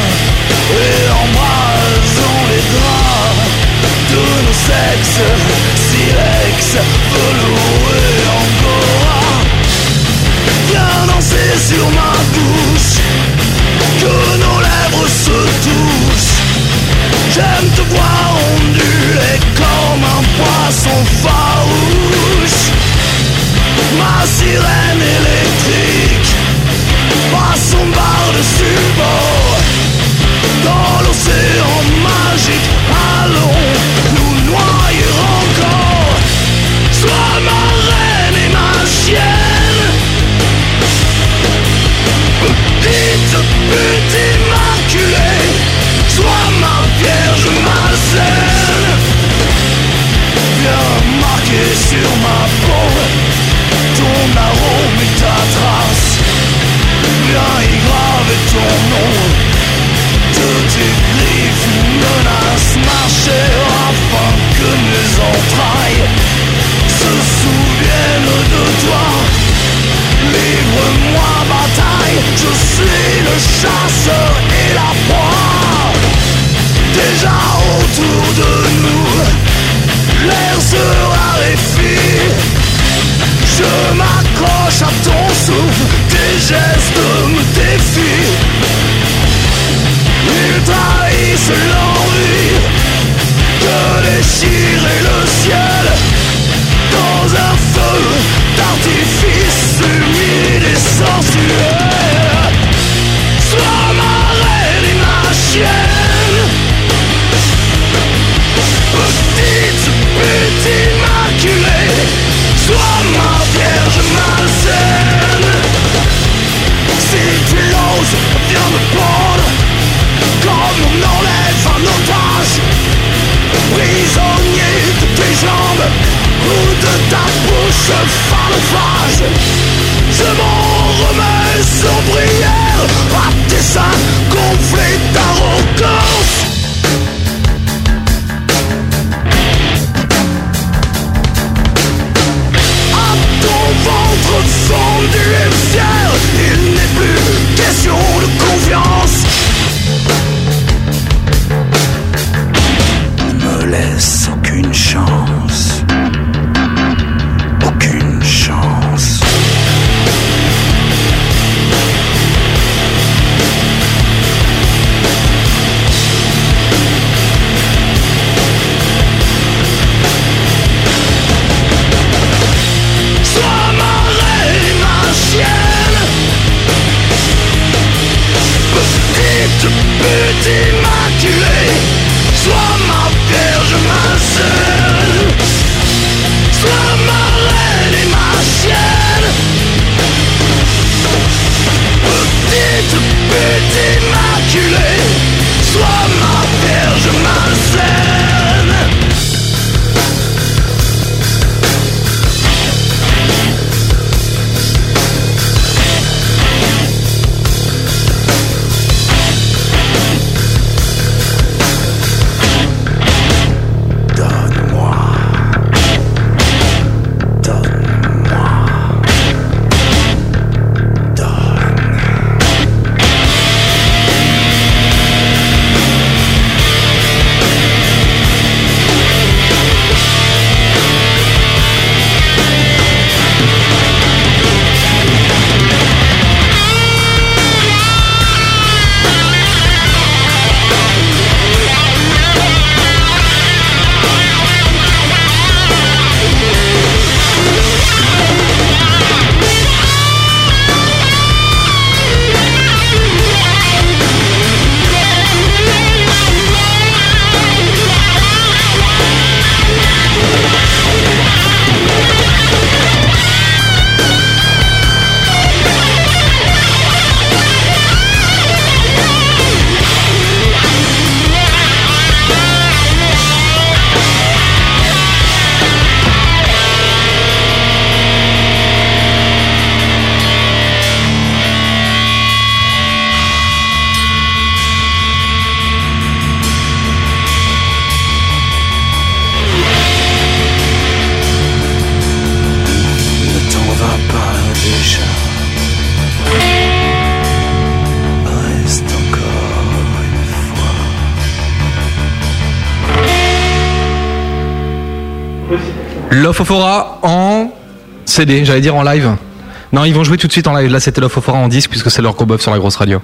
[SPEAKER 5] Et embrassons les draps De nos sexes, silex, velours et angora Viens danser sur ma bouche que nos lèvres se touchent. J'aime te voir onduler comme un poisson farouche. Ma sirène électrique passe son par-dessus bord. Dans l'océan magique, allons nous noyer encore. Sois ma reine et ma chienne. Petite pute immaculée, sois ma vierge, ma saine. Viens marquer sur ma peau ton arôme et ta trace. Viens y graver ton nom. De tes griffes une menace marcher afin que mes entrailles se souviennent de toi. Livre-moi bataille, je suis le chasseur et la proie. Déjà autour de nous, l'air se raréfie. Je m'accroche à ton souffle, tes gestes me défient. Ils trahissent l'envie de déchirer le ciel dans un feu d'artifice humide et sensuel. Sois ma reine et ma chienne, petite pute immaculée. Sois ma vierge malsaine. Si tu l'oses, viens me prendre comme on enlève un otage prisonnier de ce but immaculé Sois ma vierge, ma scène
[SPEAKER 7] Ne t'en va pas déjà. Reste encore une
[SPEAKER 6] L'Ofofora en CD, j'allais dire en live. Non, ils vont jouer tout de suite en live. Là, c'était l'Ofofora en disque puisque c'est leur gros bœuf sur la grosse radio.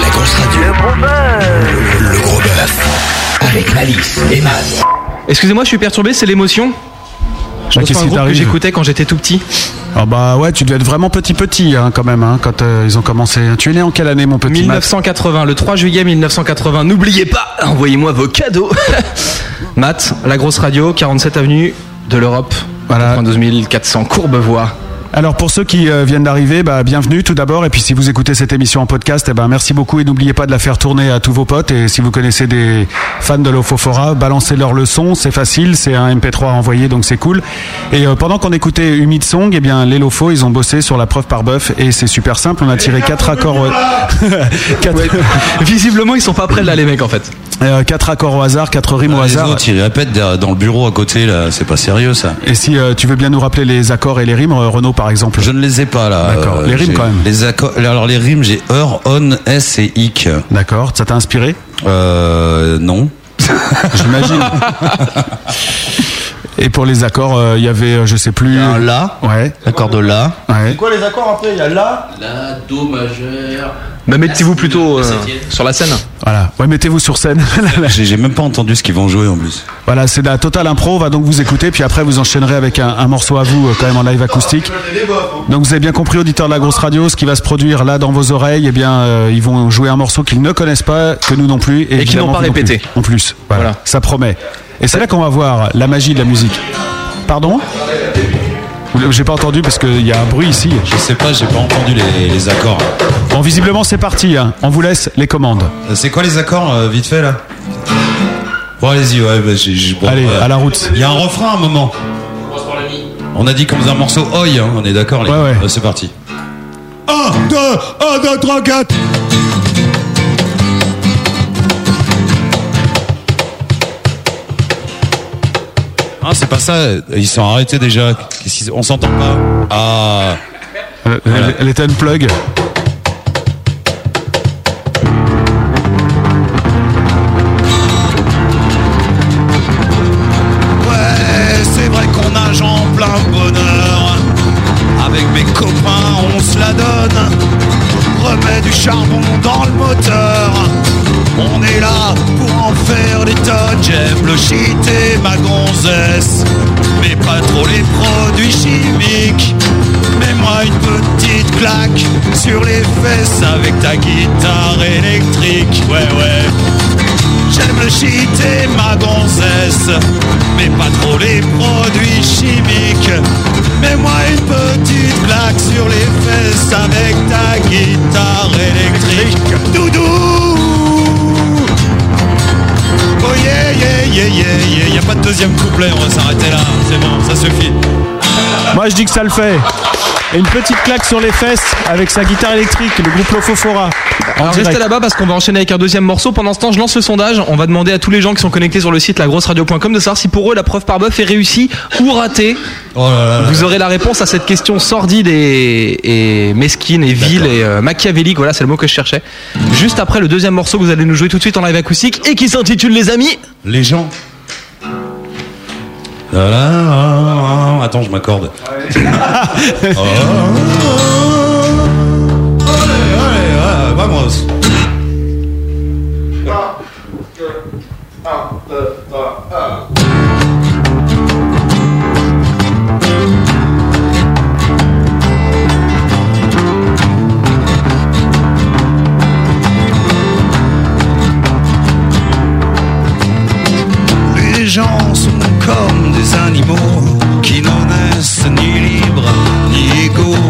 [SPEAKER 1] La grosse radio. Le gros bœuf. Le, gros bœuf. Avec Malice et Matt.
[SPEAKER 6] Excusez-moi, je suis perturbé, c'est l'émotion. Je
[SPEAKER 4] Bah,
[SPEAKER 6] pense
[SPEAKER 4] qu'est-ce
[SPEAKER 6] à un
[SPEAKER 4] qui
[SPEAKER 6] groupe que
[SPEAKER 4] t'arrive
[SPEAKER 6] j'écoutais quand j'étais tout petit.
[SPEAKER 4] Ah bah ouais, tu devais être vraiment petit petit hein, quand même hein, quand euh, ils ont commencé. Tu es né en quelle année mon petit Matt
[SPEAKER 6] 1980, le 3 juillet 1980. N'oubliez pas, envoyez-moi vos cadeaux. Matt, la grosse radio, 47 avenue de l'Europe. Voilà. 92 400 Courbevoie.
[SPEAKER 4] Alors pour ceux qui euh, viennent d'arriver, bah, bienvenue tout d'abord. Et puis si vous écoutez cette émission en podcast, eh ben, merci beaucoup et n'oubliez pas de la faire tourner à tous vos potes. Et si vous connaissez des fans de l'Ofofora, balancez leur leçon, c'est facile, c'est un MP3 à envoyer, donc c'est cool. Et euh, pendant qu'on écoutait Humid Song, eh bien, les Lofos, ils ont bossé sur la preuve par bœuf et c'est super simple. On a tiré quatre accords... euh, quatre-
[SPEAKER 6] Visiblement, ils sont pas prêts de là, les mecs, en fait.
[SPEAKER 4] Euh, quatre accords au hasard, quatre rimes au
[SPEAKER 8] Les
[SPEAKER 4] hasard.
[SPEAKER 8] autres, ils répètent derrière- dans le bureau à côté, là. C'est pas sérieux, ça.
[SPEAKER 4] Et si euh, tu veux bien nous rappeler les accords et les rimes, euh, Renaud par exemple
[SPEAKER 8] Je ne les ai pas là.
[SPEAKER 4] D'accord,
[SPEAKER 8] Euh,
[SPEAKER 4] les rimes
[SPEAKER 8] j'ai-
[SPEAKER 4] quand même.
[SPEAKER 8] Les accords- alors les rimes, j'ai heur, on, s et hic.
[SPEAKER 4] D'accord, ça t'a inspiré
[SPEAKER 8] Euh, non.
[SPEAKER 4] J'imagine. Et pour les accords, euh, il y avait, euh, je sais plus.
[SPEAKER 9] un la.
[SPEAKER 4] Ouais.
[SPEAKER 9] L'accord de la.
[SPEAKER 4] Ouais.
[SPEAKER 9] quoi les accords après Il y a la.
[SPEAKER 10] La, Do majeur.
[SPEAKER 6] Bah, mettez-vous plutôt
[SPEAKER 10] La
[SPEAKER 6] euh,
[SPEAKER 10] septième.
[SPEAKER 6] sur la scène.
[SPEAKER 4] Voilà. Ouais, mettez-vous sur scène.
[SPEAKER 8] J'ai j'ai même pas entendu ce qu'ils vont jouer en plus.
[SPEAKER 4] voilà, c'est de la totale impro. On va donc vous écouter, puis après vous enchaînerez avec un, un morceau à vous, euh, quand même en live acoustique. Donc vous avez bien compris, auditeurs de la grosse radio, ce qui va se produire là dans vos oreilles. Eh bien, euh, ils vont jouer un morceau qu'ils ne connaissent pas, que nous non plus,
[SPEAKER 6] Et qu'ils
[SPEAKER 4] évidemment,
[SPEAKER 6] n'ont pas
[SPEAKER 4] vous non
[SPEAKER 6] répété.
[SPEAKER 4] plus. En plus, voilà.
[SPEAKER 6] Voilà.
[SPEAKER 4] Ça promet. Et c'est là qu'on va voir la magie de la musique. Pardon J'ai pas entendu parce qu'il y a un bruit ici.
[SPEAKER 8] Je sais pas, j'ai pas entendu les, les accords.
[SPEAKER 4] Bon, visiblement, c'est parti. hein. On vous laisse les commandes.
[SPEAKER 8] Euh, C'est quoi les accords, euh, vite fait là Bon, allez-y, ouais, bah, j'ai- j'ai- bon,
[SPEAKER 4] Allez,
[SPEAKER 8] euh,
[SPEAKER 4] à la route.
[SPEAKER 8] Il y a un refrain à un moment. On a dit qu'on faisait un morceau oi, hein, on est d'accord les
[SPEAKER 4] Ouais,
[SPEAKER 8] gars
[SPEAKER 4] ouais.
[SPEAKER 8] Euh, C'est parti.
[SPEAKER 5] 1, 2, 1, 2, 3, 4
[SPEAKER 8] Ah, c'est pas ça, euh, ils sont arrêtés déjà. Qu'est-ce qu'ils- On s'entend pas. Ah.
[SPEAKER 4] Euh,
[SPEAKER 8] Voilà.
[SPEAKER 4] Elle était unplug.
[SPEAKER 7] Ouais, Eh, c'est vrai qu'on nage en plein bonheur. Avec mes copains, on se la donne. Remet du charbon dans le moteur. On est là pour en faire des tonnes. J'aime le shit et ma gonzesse. Mais pas trop les produits chimiques. Mets-moi une petite claque sur les fesses avec ta guitare électrique. Ouais, ouais. J'aime le shit et ma gonzesse, mais pas trop les produits chimiques. Mets-moi une petite claque sur les fesses avec ta guitare électrique. électrique. Doudou Oh yeah, yeah, yeah, yeah, yeah. Y a pas de deuxième couplet, on va s'arrêter là. C'est bon, ça suffit.
[SPEAKER 4] Moi, je dis que ça le fait. Et une petite claque sur les fesses avec sa guitare électrique, le groupe Lofofora. En
[SPEAKER 8] Ah,
[SPEAKER 6] Alors
[SPEAKER 4] direct.
[SPEAKER 6] restez là-bas parce qu'on va enchaîner avec un deuxième morceau. Pendant ce temps, je lance le sondage. On va demander à tous les gens qui sont connectés sur le site lagrosseradio.com de savoir si pour eux la preuve par bœuf est réussie ou ratée.
[SPEAKER 8] Oh
[SPEAKER 6] Vous aurez la réponse à cette question sordide et, et mesquine et vile et euh, machiavélique. Voilà, c'est le mot que je cherchais. Juste après le deuxième morceau que vous allez nous jouer tout de suite en live acoustique et qui s'intitule Les amis.
[SPEAKER 8] Les gens. La la la la. Ah, Attends, je m'accorde. Oh. Allez, allez, ouais, vamos.
[SPEAKER 7] Les gens sont comme des animaux qui n'en naissent ni libres ni égaux,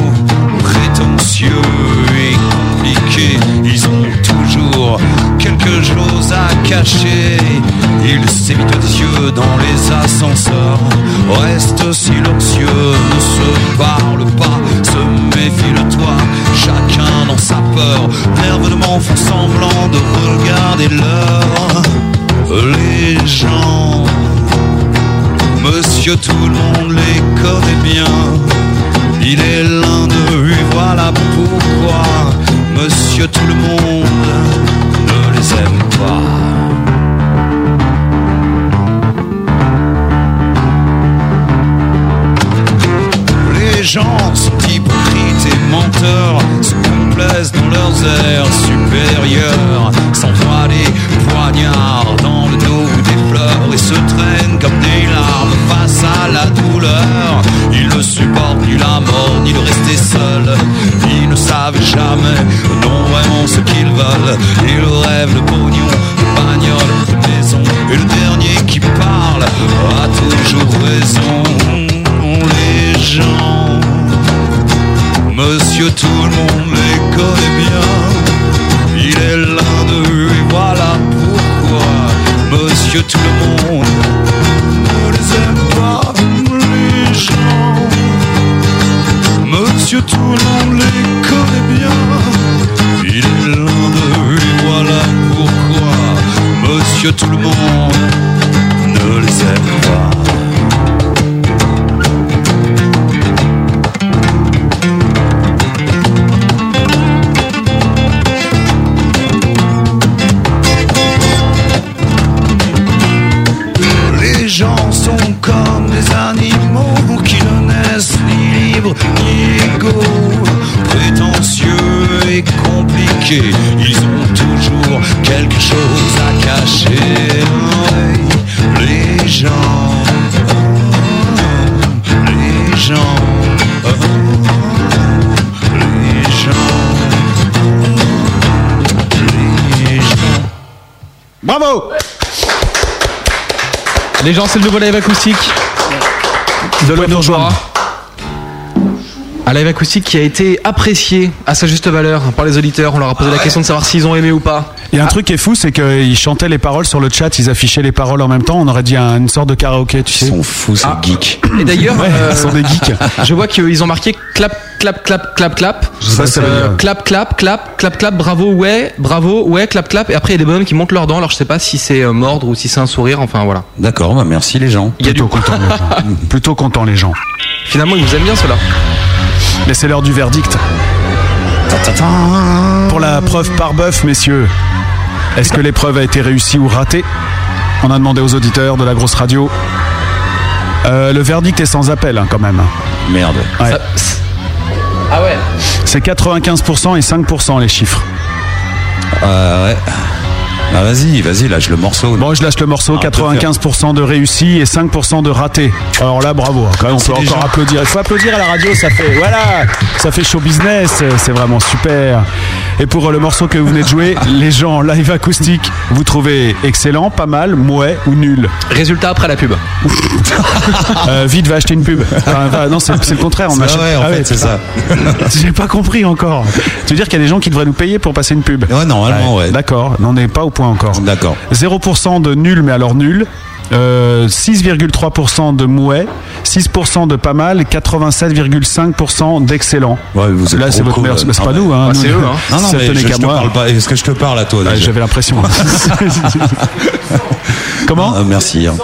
[SPEAKER 7] prétentieux et compliqués. Ils ont toujours quelque chose à cacher. Ils s'évitent des yeux dans les ascenseurs, restent silencieux, ne se parlent pas, se méfient de toi. Chacun dans sa peur, nerveusement font semblant de regarder l'heure. Les gens, monsieur, tout le monde les connaît bien. Il est l'un d'eux, et voilà pourquoi monsieur, tout le monde ne les aime pas. Les gens sont hypocrites et menteurs, se complaisent dans leurs airs supérieurs, s'envoient des poignards dans le dos ou des fleurs et se traînent comme des larmes face à la douleur. Ils ne supportent ni la mort ni de rester seuls, ils ne savent jamais, non vraiment ce qu'ils veulent. Ils rêvent de pognon, de bagnole, de maison, et le dernier qui parle a toujours raison les gens. Monsieur, tout le monde les connaît bien. Il est l'un d'eux et voilà pourquoi. Monsieur, tout le monde ne les aime pas, les gens. Monsieur, tout le monde les connaît bien. Il est l'un d'eux et voilà pourquoi. Monsieur, tout le monde ne les aime pas. Les gens sont comme des animaux qui ne naissent ni libres ni égaux, prétentieux et compliqués. Ils ont toujours quelque chose à cacher. Ouais, Les gens, les gens, les gens, les gens.
[SPEAKER 4] Bravo
[SPEAKER 6] Les gens, c'est le nouveau live acoustique de Lofofora. Un live acoustique qui a été apprécié à sa juste valeur par les auditeurs. On leur a posé la question de savoir s'ils ont aimé ou pas.
[SPEAKER 4] Il y a un truc qui est fou, c'est qu'ils chantaient les paroles sur le chat, ils affichaient les paroles en même temps, on aurait dit un- une sorte de karaoké, tu sais. Ils sont
[SPEAKER 8] fous,
[SPEAKER 4] ces
[SPEAKER 8] geeks.
[SPEAKER 6] Et d'ailleurs, euh,
[SPEAKER 4] ils sont des geeks.
[SPEAKER 6] Je vois qu'ils ont marqué clap, clap, clap, clap, clap. Euh,
[SPEAKER 4] Je sais pas ce que ça veut dire.
[SPEAKER 6] Clap, clap, clap, clap, clap, bravo, ouais, bravo, ouais, clap, clap. Et après, il y a des bonhommes qui montent leurs dents. Alors, je sais pas si c'est euh, mordre ou si c'est un sourire. Enfin, voilà.
[SPEAKER 8] D'accord, bah merci les gens.
[SPEAKER 6] Il y a
[SPEAKER 4] Plutôt content, les gens. Plutôt content, les gens.
[SPEAKER 6] Finalement, ils vous aiment bien, cela.
[SPEAKER 4] Mais c'est l'heure du verdict. Pour la preuve par bœuf, messieurs, est-ce que l'épreuve a été réussie ou ratée On a demandé aux auditeurs de la grosse radio. Euh, le verdict est sans appel, hein, quand même.
[SPEAKER 8] Merde.
[SPEAKER 4] Ouais.
[SPEAKER 6] Ah ouais
[SPEAKER 4] C'est 95% et 5% les chiffres.
[SPEAKER 8] Euh, ouais. Ah, vas-y, vas-y, lâche le morceau. Ah,
[SPEAKER 4] Bon, je lâche le morceau, 95% de réussi et 5% de raté. Alors là, bravo. hein, quand même, on peut encore applaudir. Il faut applaudir à la radio, ça fait voilà, ça fait show business, c'est vraiment super. Et pour euh, le morceau que vous venez de jouer, les gens en live acoustique, vous trouvez excellent, pas mal, mouais ou nul
[SPEAKER 6] Résultat après la pub.
[SPEAKER 4] Euh, vite, va acheter une pub. Enfin, va- non, c'est c'est le contraire. On
[SPEAKER 8] C'est
[SPEAKER 4] achète.
[SPEAKER 8] vrai, en
[SPEAKER 4] Ah
[SPEAKER 8] fait,
[SPEAKER 4] ouais,
[SPEAKER 8] c'est ça.
[SPEAKER 4] putain. J'ai pas compris encore. Tu veux dire qu'il y a des gens qui devraient nous payer pour passer une pub Ouais,
[SPEAKER 8] normalement, ouais.
[SPEAKER 4] D'accord, on n'est pas au point encore.
[SPEAKER 8] D'accord.
[SPEAKER 4] 0% de nul, mais alors nul. Euh, 6,3% de mouais, 6% de pas mal, 87,5% d'excellent.
[SPEAKER 8] Ouais, vous êtes
[SPEAKER 4] Là, c'est
[SPEAKER 8] trop
[SPEAKER 4] votre
[SPEAKER 8] cool.
[SPEAKER 4] merde. C'est
[SPEAKER 8] Ah
[SPEAKER 4] pas
[SPEAKER 8] ouais.
[SPEAKER 4] nous, hein.
[SPEAKER 8] Ah,
[SPEAKER 4] Nous,
[SPEAKER 8] c'est eux, hein. Non, non,
[SPEAKER 4] ça
[SPEAKER 8] mais
[SPEAKER 4] tenait
[SPEAKER 8] je-
[SPEAKER 4] qu'à
[SPEAKER 8] je te
[SPEAKER 4] moi.
[SPEAKER 8] parle pas. Est-ce que je te parle à toi,
[SPEAKER 4] Ouais,
[SPEAKER 8] déjà
[SPEAKER 4] J'avais l'impression. Comment
[SPEAKER 8] Ah, Merci. hein.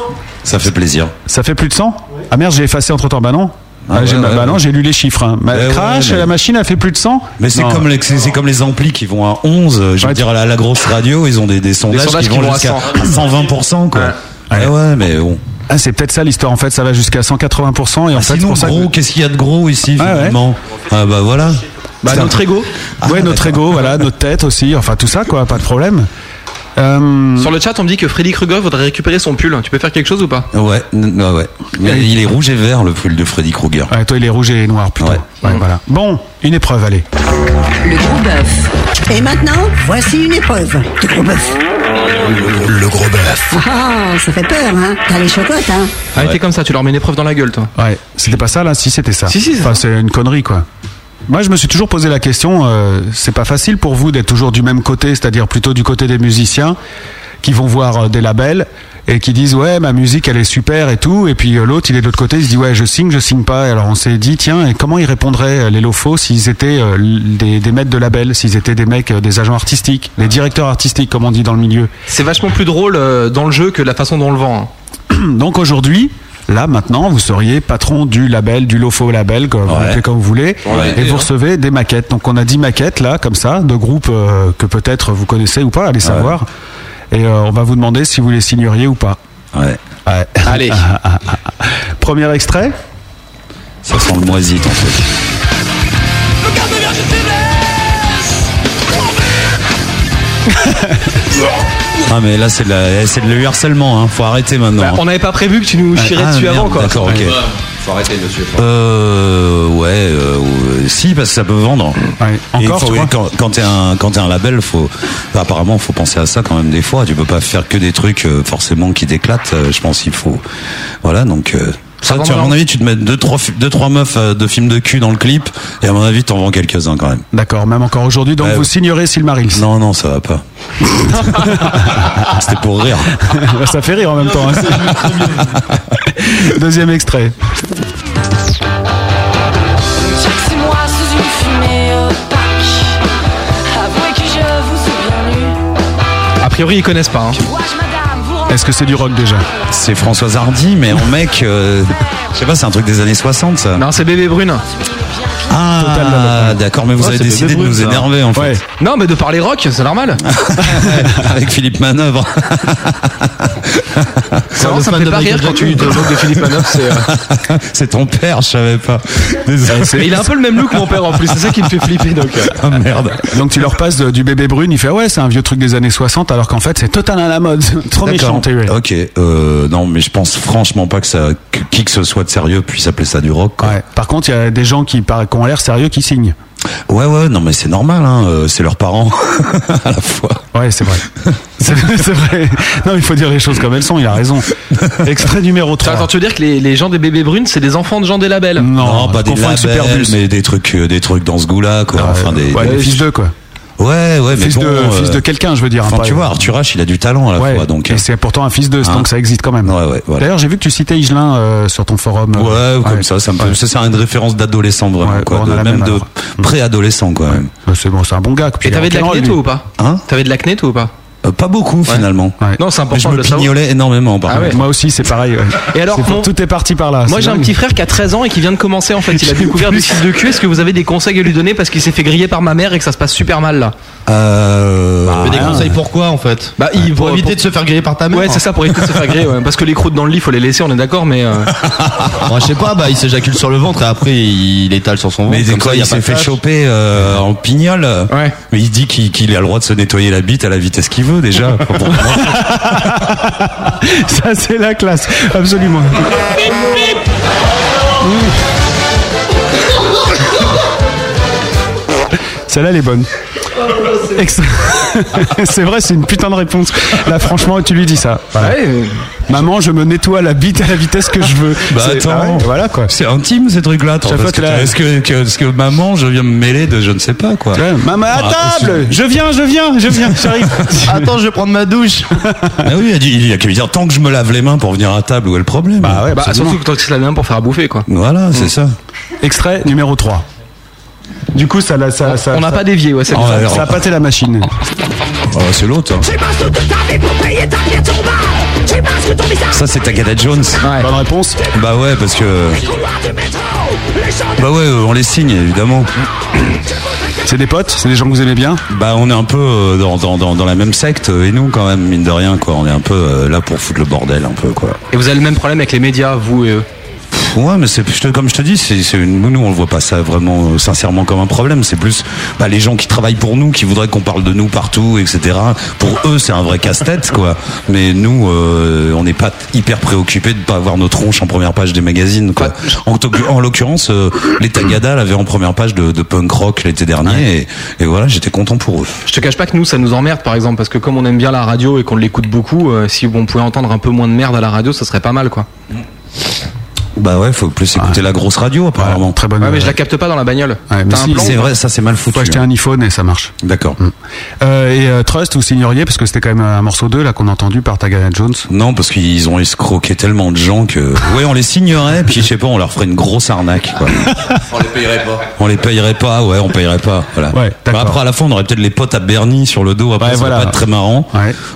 [SPEAKER 8] Ça fait plaisir.
[SPEAKER 4] Ça fait plus de 100 Ah merde, j'ai effacé entre temps. Bah non.
[SPEAKER 8] Ah
[SPEAKER 4] Ah,
[SPEAKER 8] ouais,
[SPEAKER 4] j'ai-
[SPEAKER 8] ouais,
[SPEAKER 4] bah
[SPEAKER 8] ouais.
[SPEAKER 4] non, j'ai lu les chiffres. hein. Ma-
[SPEAKER 8] Ouais, ouais,
[SPEAKER 4] crash,
[SPEAKER 8] mais-
[SPEAKER 4] la machine a fait plus de 100
[SPEAKER 8] Mais c'est
[SPEAKER 4] Non.
[SPEAKER 8] comme, les, c'est- c'est comme les amplis qui vont à 11. euh, Je veux dire, à la, la grosse radio, ils ont des, des sondages,
[SPEAKER 4] sondages
[SPEAKER 8] qui vont jusqu'à Ah, 120%. Quoi. Ouais, ouais, mais bon. Ah,
[SPEAKER 4] Ah, c'est peut-être ça l'histoire en fait, ça va jusqu'à 180% et en fait, c'est
[SPEAKER 8] Sinon,
[SPEAKER 4] pour ça que-
[SPEAKER 8] gros, qu'est-ce qu'il y a de gros ici, finalement Ah, bah voilà.
[SPEAKER 4] Bah,
[SPEAKER 8] C'est un- Ah,
[SPEAKER 4] notre ego. ouais, notre ego, voilà, notre tête aussi, enfin tout ça quoi, pas de problème. Euh,
[SPEAKER 6] Sur le chat, on me dit que Freddy Krueger voudrait récupérer son pull. Tu peux faire quelque chose ou pas
[SPEAKER 8] Ouais, n- bah ouais, ouais. Mais il est rouge et vert, le pull de Freddy Krueger.
[SPEAKER 4] Ouais, toi, il est rouge et noir, plutôt. Ouais, voilà. Bon, une épreuve, allez.
[SPEAKER 3] Le gros bœuf. Et maintenant, voici une épreuve. Le gros bœuf.
[SPEAKER 8] Le gros bœuf.
[SPEAKER 3] Ah, ça fait peur, hein. T'as les chocottes, hein.
[SPEAKER 6] Arrêtez Ah, comme ça, tu leur mets une épreuve dans la gueule, toi.
[SPEAKER 4] Ouais, c'était pas ça là Si, c'était ça.
[SPEAKER 6] Si, si, c'est
[SPEAKER 4] Enfin, c'est une connerie quoi. Moi, je me suis toujours posé la question, euh, c'est pas facile pour vous d'être toujours du même côté, c'est-à-dire plutôt du côté des musiciens qui vont voir euh, des labels et qui disent ouais ma musique elle est super et tout et puis euh, l'autre il est de l'autre côté il se dit ouais je signe je signe pas Et alors on s'est dit tiens et comment ils répondraient euh, les lofos s'ils étaient euh, des, des maîtres de labels s'ils étaient des mecs euh, des agents artistiques des directeurs artistiques comme on dit dans le milieu
[SPEAKER 6] C'est vachement plus drôle euh, dans le jeu que la façon dont on le vend. hein.
[SPEAKER 4] Donc aujourd'hui, là maintenant, vous seriez patron du label, du Lofo label, comme vous,
[SPEAKER 8] Ouais.
[SPEAKER 4] l'appelez comme vous voulez,
[SPEAKER 8] On l'a
[SPEAKER 4] et
[SPEAKER 8] été,
[SPEAKER 4] vous
[SPEAKER 8] hein.
[SPEAKER 4] recevez des maquettes. Donc on a 10 maquettes là, comme ça, de groupes euh, que peut-être vous connaissez ou pas, allez savoir. Et euh, on va vous demander si vous les signeriez ou pas.
[SPEAKER 8] Ouais.
[SPEAKER 6] Allez.
[SPEAKER 4] Premier extrait
[SPEAKER 8] Ça sent le moisi, ton truc. Ah mais là c'est de la- c'est de le harcèlement hein. faut arrêter maintenant.
[SPEAKER 6] Bah, on n'avait pas prévu que tu nous
[SPEAKER 8] Ah,
[SPEAKER 6] chierais
[SPEAKER 8] ah,
[SPEAKER 6] dessus
[SPEAKER 8] merde,
[SPEAKER 6] avant, quoi.
[SPEAKER 8] D'accord, ok.
[SPEAKER 11] Faut arrêter, monsieur.
[SPEAKER 8] Euh, ouais, euh, ouais, si parce que ça peut vendre. Et
[SPEAKER 4] encore,
[SPEAKER 8] faut-
[SPEAKER 4] tu vois
[SPEAKER 8] quand, quand t'es un quand t'es un label, faut apparemment faut penser à ça quand même des fois. Tu peux pas faire que des trucs euh, forcément qui t'éclatent. euh, je pense qu'il faut voilà donc. euh, ça,
[SPEAKER 4] vend
[SPEAKER 8] tu, à
[SPEAKER 4] bien.
[SPEAKER 8] mon avis, tu te mets deux trois fi- deux trois meufs euh, de films de cul dans le clip et à mon avis t'en vends quelques uns quand même.
[SPEAKER 4] D'accord, même encore aujourd'hui, donc
[SPEAKER 8] Ouais.
[SPEAKER 4] vous signerez Silmarils.
[SPEAKER 8] Non non ça va pas. C'était pour rire.
[SPEAKER 4] ça fait rire en même temps. hein. Deuxième extrait.
[SPEAKER 14] Six mois sous une fumée opaque. Avouez que je vous ai bien lu.
[SPEAKER 6] A priori, ils connaissent pas. hein.
[SPEAKER 14] Ouage, madame, vous
[SPEAKER 4] Est-ce que c'est du rock déjà
[SPEAKER 8] C'est Françoise Hardy mais en mec, euh, je sais pas, c'est un truc des années 60 ça.
[SPEAKER 6] Non, c'est Bébé Brune.
[SPEAKER 8] Ah d'accord, mais vous
[SPEAKER 6] Ouais,
[SPEAKER 8] avez
[SPEAKER 6] c'est
[SPEAKER 8] décidé
[SPEAKER 6] Bébé
[SPEAKER 8] de nous
[SPEAKER 6] Brune, ça.
[SPEAKER 8] énerver en fait.
[SPEAKER 6] Non, mais de parler rock, c'est normal.
[SPEAKER 8] Avec Philippe Manœuvre.
[SPEAKER 6] C'est marrant, ça me fait pas rire quand tu te moques de Philippe Manoff. C'est, euh,
[SPEAKER 8] C'est ton père, je savais pas. Désolé.
[SPEAKER 6] Mais il a un peu le même look que mon père en plus, c'est ça qui me fait flipper donc. euh.
[SPEAKER 8] Ah merde.
[SPEAKER 4] Donc tu leur passes euh, du bébé brune, il fait ouais, c'est un vieux truc des années 60, alors qu'en fait c'est total à la mode. Trop méchant,
[SPEAKER 8] D'accord.
[SPEAKER 4] t'es ouais.
[SPEAKER 8] Ok, euh, non, mais je pense franchement pas que ça, que qui que ce soit de sérieux puisse appeler ça du rock. quoi.
[SPEAKER 4] Ouais. Par contre, il y a des gens qui, par- qui ont l'air sérieux qui signent.
[SPEAKER 8] Ouais, ouais, non, mais c'est normal, hein, euh, c'est leurs parents à la fois.
[SPEAKER 4] Ouais, c'est vrai. C'est c'est vrai. Non, il faut dire les choses comme elles sont, il a raison. Extrait numéro
[SPEAKER 6] Attends,
[SPEAKER 4] 3.
[SPEAKER 6] attends, tu veux dire que les, les gens des Bébé Brune, c'est des enfants de gens des labels
[SPEAKER 4] Non,
[SPEAKER 8] pas
[SPEAKER 4] je
[SPEAKER 8] des
[SPEAKER 4] confonds avec
[SPEAKER 8] labels,
[SPEAKER 4] Superbus.
[SPEAKER 8] mais des trucs, euh, des trucs dans ce goût-là, quoi. enfin, des,
[SPEAKER 4] Ouais,
[SPEAKER 8] des-
[SPEAKER 4] le fils de quoi
[SPEAKER 8] ouais, ouais, mais
[SPEAKER 4] Fils
[SPEAKER 8] bon,
[SPEAKER 4] de,
[SPEAKER 8] euh,
[SPEAKER 4] fils de quelqu'un, je veux dire. hein,
[SPEAKER 8] Enfin,
[SPEAKER 4] pas-
[SPEAKER 8] tu vois, Arthur H, il a du talent à la
[SPEAKER 4] Ouais,
[SPEAKER 8] fois, donc. euh,
[SPEAKER 4] et c'est pourtant un fils de,
[SPEAKER 8] Hein
[SPEAKER 4] donc ça existe quand même.
[SPEAKER 8] Ouais, ouais, voilà.
[SPEAKER 4] D'ailleurs, j'ai vu que tu citais Igelin euh, sur ton forum.
[SPEAKER 8] Ouais, ou comme ça, ça me fait, ça, c'est une référence d'adolescent vraiment,
[SPEAKER 4] Ouais,
[SPEAKER 8] quoi,
[SPEAKER 4] on a
[SPEAKER 8] de-
[SPEAKER 4] la
[SPEAKER 8] même,
[SPEAKER 4] même
[SPEAKER 8] de
[SPEAKER 4] œuvre.
[SPEAKER 8] pré-adolescent, quoi. même.
[SPEAKER 4] Bah, C'est bon, c'est un bon gars.
[SPEAKER 6] Et t'avais de l'acné toi ou pas
[SPEAKER 8] Hein
[SPEAKER 6] T'avais de l'acné toi ou pas
[SPEAKER 8] Euh, pas beaucoup finalement.
[SPEAKER 6] Non, c'est important
[SPEAKER 8] Mais je me
[SPEAKER 6] de le savoir.
[SPEAKER 8] pignolais énormément, par
[SPEAKER 6] Ah ouais.
[SPEAKER 8] contre.
[SPEAKER 4] Moi aussi, c'est pareil. ouais.
[SPEAKER 6] Et alors,
[SPEAKER 4] C'est pour-
[SPEAKER 6] mon-
[SPEAKER 4] tout est parti par
[SPEAKER 9] Ah,
[SPEAKER 4] là.
[SPEAKER 6] Moi
[SPEAKER 4] c'est
[SPEAKER 6] j'ai un
[SPEAKER 4] dingue.
[SPEAKER 6] petit frère qui a 13 ans et qui vient de commencer en fait. Il a découvert du fils de cul. Est-ce que vous avez des conseils à lui donner parce qu'il s'est fait griller par ma mère et que ça se passe super mal là
[SPEAKER 8] Euh...
[SPEAKER 4] Bah,
[SPEAKER 9] Mais des
[SPEAKER 6] rien.
[SPEAKER 9] conseils pourquoi
[SPEAKER 4] Ah,
[SPEAKER 9] en fait Ah,
[SPEAKER 6] Bah, il
[SPEAKER 9] Pour
[SPEAKER 6] pour-
[SPEAKER 9] éviter
[SPEAKER 6] pour-
[SPEAKER 9] de se faire griller par ta mère. hein.
[SPEAKER 6] Ouais, c'est ça pour éviter de se faire griller. ouais. Parce que les croûtes dans le lit, faut les laisser, on est d'accord, mais. euh,
[SPEAKER 9] Bon, je sais pas, bah il s'éjacule sur le ventre et après il étale sur son ventre.
[SPEAKER 8] Mais dès
[SPEAKER 9] comme
[SPEAKER 8] quoi
[SPEAKER 9] ça, y a
[SPEAKER 8] il
[SPEAKER 9] pas
[SPEAKER 8] s'est
[SPEAKER 9] de
[SPEAKER 8] fait
[SPEAKER 9] tâche.
[SPEAKER 8] choper euh, en pignole,
[SPEAKER 6] Ouais.
[SPEAKER 8] mais il dit qu'il qu'il a le droit de se nettoyer la bite à la vitesse qu'il veut déjà. Bon, bon,
[SPEAKER 4] Ça, c'est la classe, absolument. Ouh. Celle-là, elle est bonne. Ex- c'est vrai, c'est une putain de réponse. Là, franchement, tu lui dis ça. Voilà. Maman, je me nettoie la bite à la vitesse que je veux.
[SPEAKER 8] Bah
[SPEAKER 4] C'est-
[SPEAKER 8] attends,
[SPEAKER 4] Ah ouais, voilà quoi.
[SPEAKER 8] C'est intime ces trucs-là. attends,
[SPEAKER 4] Chaque fois
[SPEAKER 8] parce
[SPEAKER 4] que
[SPEAKER 8] que
[SPEAKER 4] la-
[SPEAKER 8] Est-ce que, que- est-ce que maman, je viens me mêler de je ne sais pas quoi.
[SPEAKER 4] Ouais, maman, à table Je viens, je viens, je viens, j'arrive.
[SPEAKER 9] Ah, Attends, je vais prendre ma douche.
[SPEAKER 8] Ah oui, il y a dit- il y a qu'à lui dire tant que je me lave les mains pour venir à table, où est le problème Bah
[SPEAKER 4] ouais, bah,
[SPEAKER 6] Surtout que tant que c'est la même pour faire à bouffer, quoi.
[SPEAKER 8] Voilà, c'est
[SPEAKER 6] Mm.
[SPEAKER 8] ça.
[SPEAKER 4] Extrait numéro 3. Du coup, ça l'a. Ça, ça-
[SPEAKER 6] On n'a
[SPEAKER 4] ça-
[SPEAKER 6] pas dévié,
[SPEAKER 8] Ah,
[SPEAKER 6] ouais, c'est
[SPEAKER 4] ça,
[SPEAKER 6] bien.
[SPEAKER 4] ça a pâté la machine.
[SPEAKER 8] Oh, c'est l'autre. hein.
[SPEAKER 5] J'émasse
[SPEAKER 14] Mmh.
[SPEAKER 5] toute ta vie pour payer ta pièce au bar. J'émasse ton visage.
[SPEAKER 8] Ça, c'est Tagada Jones.
[SPEAKER 4] Bonne réponse.
[SPEAKER 8] Bah ouais, parce que.
[SPEAKER 5] Couloir du métro. Les gens
[SPEAKER 8] Bah ouais, euh, on les signe évidemment.
[SPEAKER 4] C'est des potes, c'est des gens que vous aimez bien.
[SPEAKER 8] Bah on est un peu euh, dans, dans, dans, dans la même secte euh, et nous quand même mine de rien quoi. On est un peu euh, là pour foutre le bordel un peu quoi.
[SPEAKER 6] Et vous avez le même problème avec les médias, vous et eux.
[SPEAKER 8] Pff, Ouais, mais c'est je te- comme je te dis, c'est c'est une, nous on le voit pas ça vraiment euh, sincèrement comme un problème. C'est plus bah, les gens qui travaillent pour nous, qui voudraient qu'on parle de nous partout, etc. Pour eux, c'est un vrai casse-tête quoi. Mais nous, euh, on n'est pas hyper préoccupés de pas avoir nos tronches en première page des magazines quoi. En, to- en l'occurrence, euh, les Tagada l'avaient en première page de, de punk rock l'été dernier et, et voilà, j'étais content pour eux.
[SPEAKER 6] Je te cache pas que nous, ça nous emmerde, par exemple, parce que comme on aime bien la radio et qu'on l'écoute beaucoup, euh, si on pouvait entendre un peu moins de merde à la radio, ça serait pas mal, quoi.
[SPEAKER 8] Bah ouais, faut plus écouter la grosse radio apparemment.
[SPEAKER 4] très bonne.
[SPEAKER 6] Ouais, mais je la capte pas dans la bagnole.
[SPEAKER 4] Ouais, mais
[SPEAKER 6] T'as un
[SPEAKER 4] si,
[SPEAKER 6] plan
[SPEAKER 8] C'est vrai, ça c'est mal foutu. hein.
[SPEAKER 4] Faut acheter un iPhone et ça marche.
[SPEAKER 8] D'accord.
[SPEAKER 4] Euh, et euh, Trust, vous signeriez parce que c'était quand même un morceau 2 là qu'on a entendu par Tagana Jones.
[SPEAKER 8] Non, parce qu'ils ont escroqué tellement de gens que. Ouais, on les signerait, puis je sais pas, on leur ferait une grosse arnaque. Quoi.
[SPEAKER 10] On les payerait pas.
[SPEAKER 8] On les payerait pas, ouais, on payerait pas. Voilà.
[SPEAKER 4] Ouais, d'accord.
[SPEAKER 8] Bah, après, à la fin, on aurait peut-être les potes à Bernie sur le dos. Après,
[SPEAKER 4] Ouais,
[SPEAKER 8] ça
[SPEAKER 4] voilà.
[SPEAKER 8] va pas être très marrant.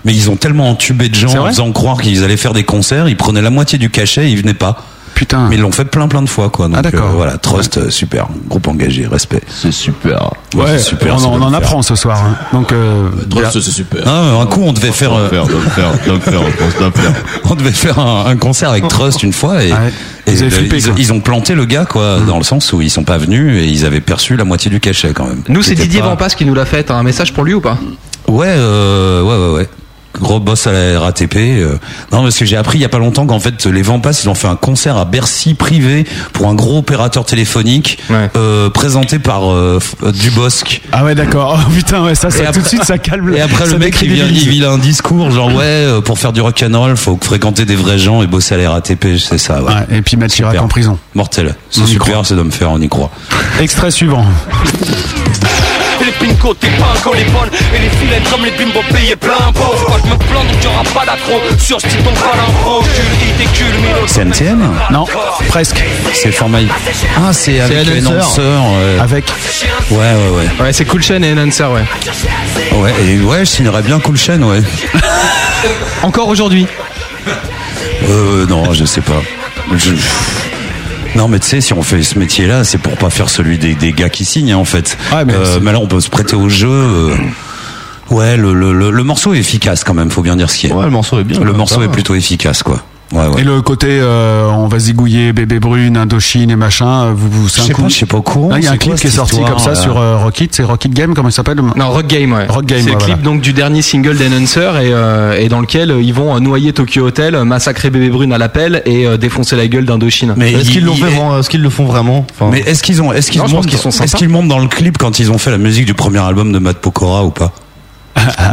[SPEAKER 8] Mais ils ont tellement entubé de gens
[SPEAKER 4] C'est
[SPEAKER 8] en
[SPEAKER 4] vrai
[SPEAKER 8] faisant croire qu'ils allaient faire des concerts. Ils prenaient la moitié du cachet, ils venaient pas.
[SPEAKER 4] Putain.
[SPEAKER 8] Mais ils l'ont fait plein plein de fois, quoi. Donc,
[SPEAKER 4] Ah, d'accord.
[SPEAKER 8] euh, voilà, Trust, euh, super. Groupe engagé, respect.
[SPEAKER 9] C'est super.
[SPEAKER 8] Ouais,
[SPEAKER 4] Ouais,
[SPEAKER 8] c'est super.
[SPEAKER 4] on,
[SPEAKER 8] ça
[SPEAKER 4] en-
[SPEAKER 8] doit
[SPEAKER 4] on en
[SPEAKER 8] le faire.
[SPEAKER 4] apprend ce soir. hein. Donc, euh, bien.
[SPEAKER 10] Trust, c'est super.
[SPEAKER 8] Ah, un coup, on devait faire. euh,
[SPEAKER 9] Faire, doit le faire, doit le faire, je pense, doit le faire.
[SPEAKER 8] on devait faire un, un concert avec Trust une fois et, et
[SPEAKER 4] Ils avaient
[SPEAKER 8] le-
[SPEAKER 4] flippé,
[SPEAKER 8] ils,
[SPEAKER 4] quoi.
[SPEAKER 8] ils ont planté le gars quoi
[SPEAKER 6] Mm.
[SPEAKER 8] dans le sens où ils sont pas venus et ils avaient perçu la moitié du cachet quand même.
[SPEAKER 6] Nous, c'est
[SPEAKER 8] C'était
[SPEAKER 6] Didier
[SPEAKER 8] pas-
[SPEAKER 6] Vampas qui nous l'a fait. T'as un message pour lui ou pas
[SPEAKER 8] Ouais, euh, ouais, ouais, ouais. Gros boss à la RATP. euh. Non, parce que j'ai appris il y a pas longtemps qu'en fait les Vampas ils ont fait un concert à Bercy privé pour un gros opérateur téléphonique euh, présenté par euh, F- euh, Dubosc.
[SPEAKER 4] Ah ouais, d'accord. Oh putain, ouais, ça, ça
[SPEAKER 8] Et
[SPEAKER 4] tout
[SPEAKER 8] après-
[SPEAKER 4] de suite, ça calme.
[SPEAKER 8] Et après
[SPEAKER 4] ça
[SPEAKER 8] le mec il vient,
[SPEAKER 4] décrédibilise.
[SPEAKER 8] il vient un discours genre ouais euh, pour faire du rock'n'roll faut fréquenter des vrais gens et bosser à la RATP c'est ça. Ouais.
[SPEAKER 4] Ouais, et puis mettre Chirac
[SPEAKER 8] Super.
[SPEAKER 4] en prison.
[SPEAKER 8] Mortel.
[SPEAKER 4] On
[SPEAKER 8] C'est
[SPEAKER 4] y
[SPEAKER 8] super, c'est d'homme faire, on y croit.
[SPEAKER 4] Extrait suivant.
[SPEAKER 5] Les pincos, tes pincos, les bonnes et les filets comme les bimbos payés plein pot. Moi je me plains donc y'aura pas d'accro. Sur ce type on parle en pro. Cul, idée, cul, milo.
[SPEAKER 8] C'est NTM
[SPEAKER 4] Non, presque.
[SPEAKER 8] C'est Formail. Ah, c'est avec
[SPEAKER 6] C'est Enhancer.
[SPEAKER 8] Enhancer, ouais.
[SPEAKER 4] Avec.
[SPEAKER 8] Ouais, ouais,
[SPEAKER 6] Ouais, c'est Cool Chain et Enhancer, ouais.
[SPEAKER 8] ouais. Ouais, et ouais, je signerais bien Cool Chain, ouais.
[SPEAKER 6] Encore aujourd'hui.
[SPEAKER 8] Euh, non, je sais pas. Je- Non, mais tu sais, si on fait ce métier-là, c'est pour pas faire celui des, des gars qui signent, hein, en fait.
[SPEAKER 6] Ah,
[SPEAKER 4] Ouais, mais
[SPEAKER 8] Euh,
[SPEAKER 4] c'est-
[SPEAKER 8] mais là, on peut se prêter au jeu. euh, Ouais, le, le, le, le morceau est efficace quand même, faut bien dire ce qu'il est.
[SPEAKER 9] Ouais, le morceau est bien.
[SPEAKER 8] Le
[SPEAKER 9] ouais, ça
[SPEAKER 8] morceau est
[SPEAKER 9] va.
[SPEAKER 8] plutôt efficace, quoi. Ouais, ouais.
[SPEAKER 4] Et le côté, euh, on va zigouiller bébé brune, Indochine et machin. euh, Vous, vous, c'est
[SPEAKER 8] Je
[SPEAKER 4] un
[SPEAKER 8] sais
[SPEAKER 4] coup.
[SPEAKER 8] pas, je sais pas au courant.
[SPEAKER 4] Là, il y a un
[SPEAKER 8] c'est
[SPEAKER 4] clip
[SPEAKER 8] quoi
[SPEAKER 4] qui est
[SPEAKER 8] cette
[SPEAKER 4] sorti comme ça
[SPEAKER 8] histoire,
[SPEAKER 4] sur
[SPEAKER 8] là
[SPEAKER 4] euh, Rocket. C'est Rocket Game, comment il s'appelle le-
[SPEAKER 6] Non, Rock Game, ouais.
[SPEAKER 4] Rock Game,
[SPEAKER 6] C'est le
[SPEAKER 4] ouais,
[SPEAKER 6] clip
[SPEAKER 4] voilà.
[SPEAKER 6] donc du dernier single d'Enhancer et, euh, et dans lequel euh, ils vont euh, noyer Tokyo Hotel, euh, massacrer Bébé Brune à l'appel et euh, défoncer la gueule d'Indochine.
[SPEAKER 8] Mais
[SPEAKER 9] Est-ce
[SPEAKER 8] il-
[SPEAKER 9] qu'ils l'ont
[SPEAKER 8] il-
[SPEAKER 9] fait vraiment- est-ce qu'ils le font vraiment Enfin,
[SPEAKER 8] Mais est-ce qu'ils ont, est-ce qu'ils
[SPEAKER 6] Non, je pense
[SPEAKER 8] montent,
[SPEAKER 6] qu'ils sont
[SPEAKER 8] est-ce
[SPEAKER 6] sympas.
[SPEAKER 8] qu'ils montent dans le clip quand ils ont fait la musique du premier album de Matt Pokora ou pas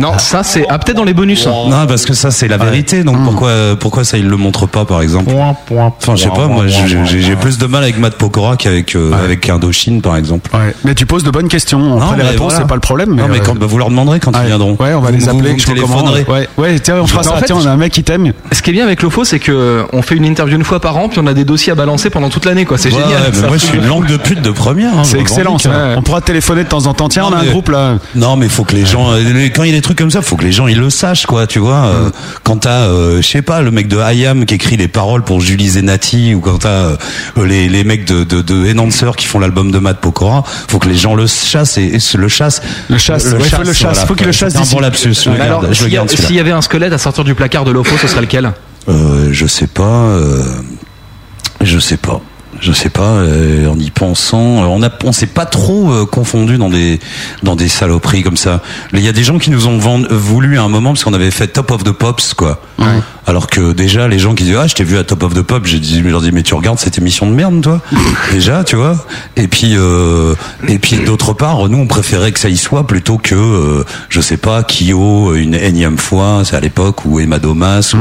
[SPEAKER 6] Non, ça c'est ah, peut-être dans Ah. les bonus.
[SPEAKER 8] Non, parce que ça c'est la vérité. Donc pourquoi, pourquoi ça ils le montrent pas par exemple
[SPEAKER 9] Point, point,
[SPEAKER 8] Enfin, je sais pas. Moi, j'ai- j'ai j'ai plus de mal avec Matt Pokora qu'avec euh, avec Indochine par exemple.
[SPEAKER 4] Ouais. Mais tu poses de bonnes questions. Après les
[SPEAKER 8] mais
[SPEAKER 4] réponses,
[SPEAKER 8] voilà.
[SPEAKER 4] c'est pas le problème. euh,
[SPEAKER 8] non, mais quand, bah, vous leur demanderez quand ils viendront.
[SPEAKER 4] Ouais, on va
[SPEAKER 8] Vous-
[SPEAKER 4] les
[SPEAKER 8] vous-
[SPEAKER 4] appeler.
[SPEAKER 8] Vous,
[SPEAKER 4] que je
[SPEAKER 8] me téléphonerez.
[SPEAKER 4] commanderez. Ouais, ouais, tiens, on fera
[SPEAKER 6] Mais en
[SPEAKER 4] ça.
[SPEAKER 6] fait,
[SPEAKER 4] Tiens, on a un mec qui t'aime.
[SPEAKER 6] Ce qui est bien avec l'OFO, c'est que euh, on fait une interview une fois par an, puis on a des dossiers à balancer pendant toute l'année, quoi. C'est
[SPEAKER 8] Ouais,
[SPEAKER 6] génial.
[SPEAKER 8] ouais, mais
[SPEAKER 6] ça.
[SPEAKER 8] moi, je suis une langue de pute de première. hein, je
[SPEAKER 4] C'est
[SPEAKER 8] me
[SPEAKER 4] excellent.
[SPEAKER 8] revendique, hein.
[SPEAKER 4] ça. On pourra téléphoner de temps en temps. Tiens,
[SPEAKER 8] Non,
[SPEAKER 4] on a un
[SPEAKER 8] mais-
[SPEAKER 4] groupe là.
[SPEAKER 8] Non, mais faut que les gens, euh, quand il y a des trucs comme ça, faut que les gens ils le sachent, quoi, tu vois.
[SPEAKER 4] Mm.
[SPEAKER 8] Euh, Quand t'as, euh, je sais pas, le mec de IAM qui écrit les paroles pour Julie Zenati, ou quand t'as euh, les, les mecs de, de, de Enhancer qui font l'album de Matt Pokora, faut que les gens le chassent et, et se le chassent.
[SPEAKER 4] Le chasse, ouais, faut le chasse, faut qu'il le chasse
[SPEAKER 8] C'est un
[SPEAKER 4] d'ici.
[SPEAKER 8] bon lapsus, je le
[SPEAKER 6] Mais alors,
[SPEAKER 8] garde, je le
[SPEAKER 6] s'il y, a-
[SPEAKER 8] garde
[SPEAKER 6] s'il
[SPEAKER 8] celui-là.
[SPEAKER 6] y avait un squelette à sortir du placard de l'OFO, ce serait lequel
[SPEAKER 8] Euh, je sais pas, euh, je sais pas. je sais pas, euh, en y pensant, euh, on a, on s'est pas trop euh, confondu dans des dans des saloperies comme ça. Il y a des gens qui nous ont vend- voulu à un moment parce qu'on avait fait Top of the Pops quoi. Alors que déjà les gens qui disent ah je t'ai vu à Top of the Pops, j'ai dit je leur dis mais tu regardes cette émission de merde toi déjà tu vois. Et puis euh, et puis d'autre part nous on préférait que ça y soit plutôt que euh, je sais pas Kyo une énième fois, c'est à l'époque où Emma Domas ou-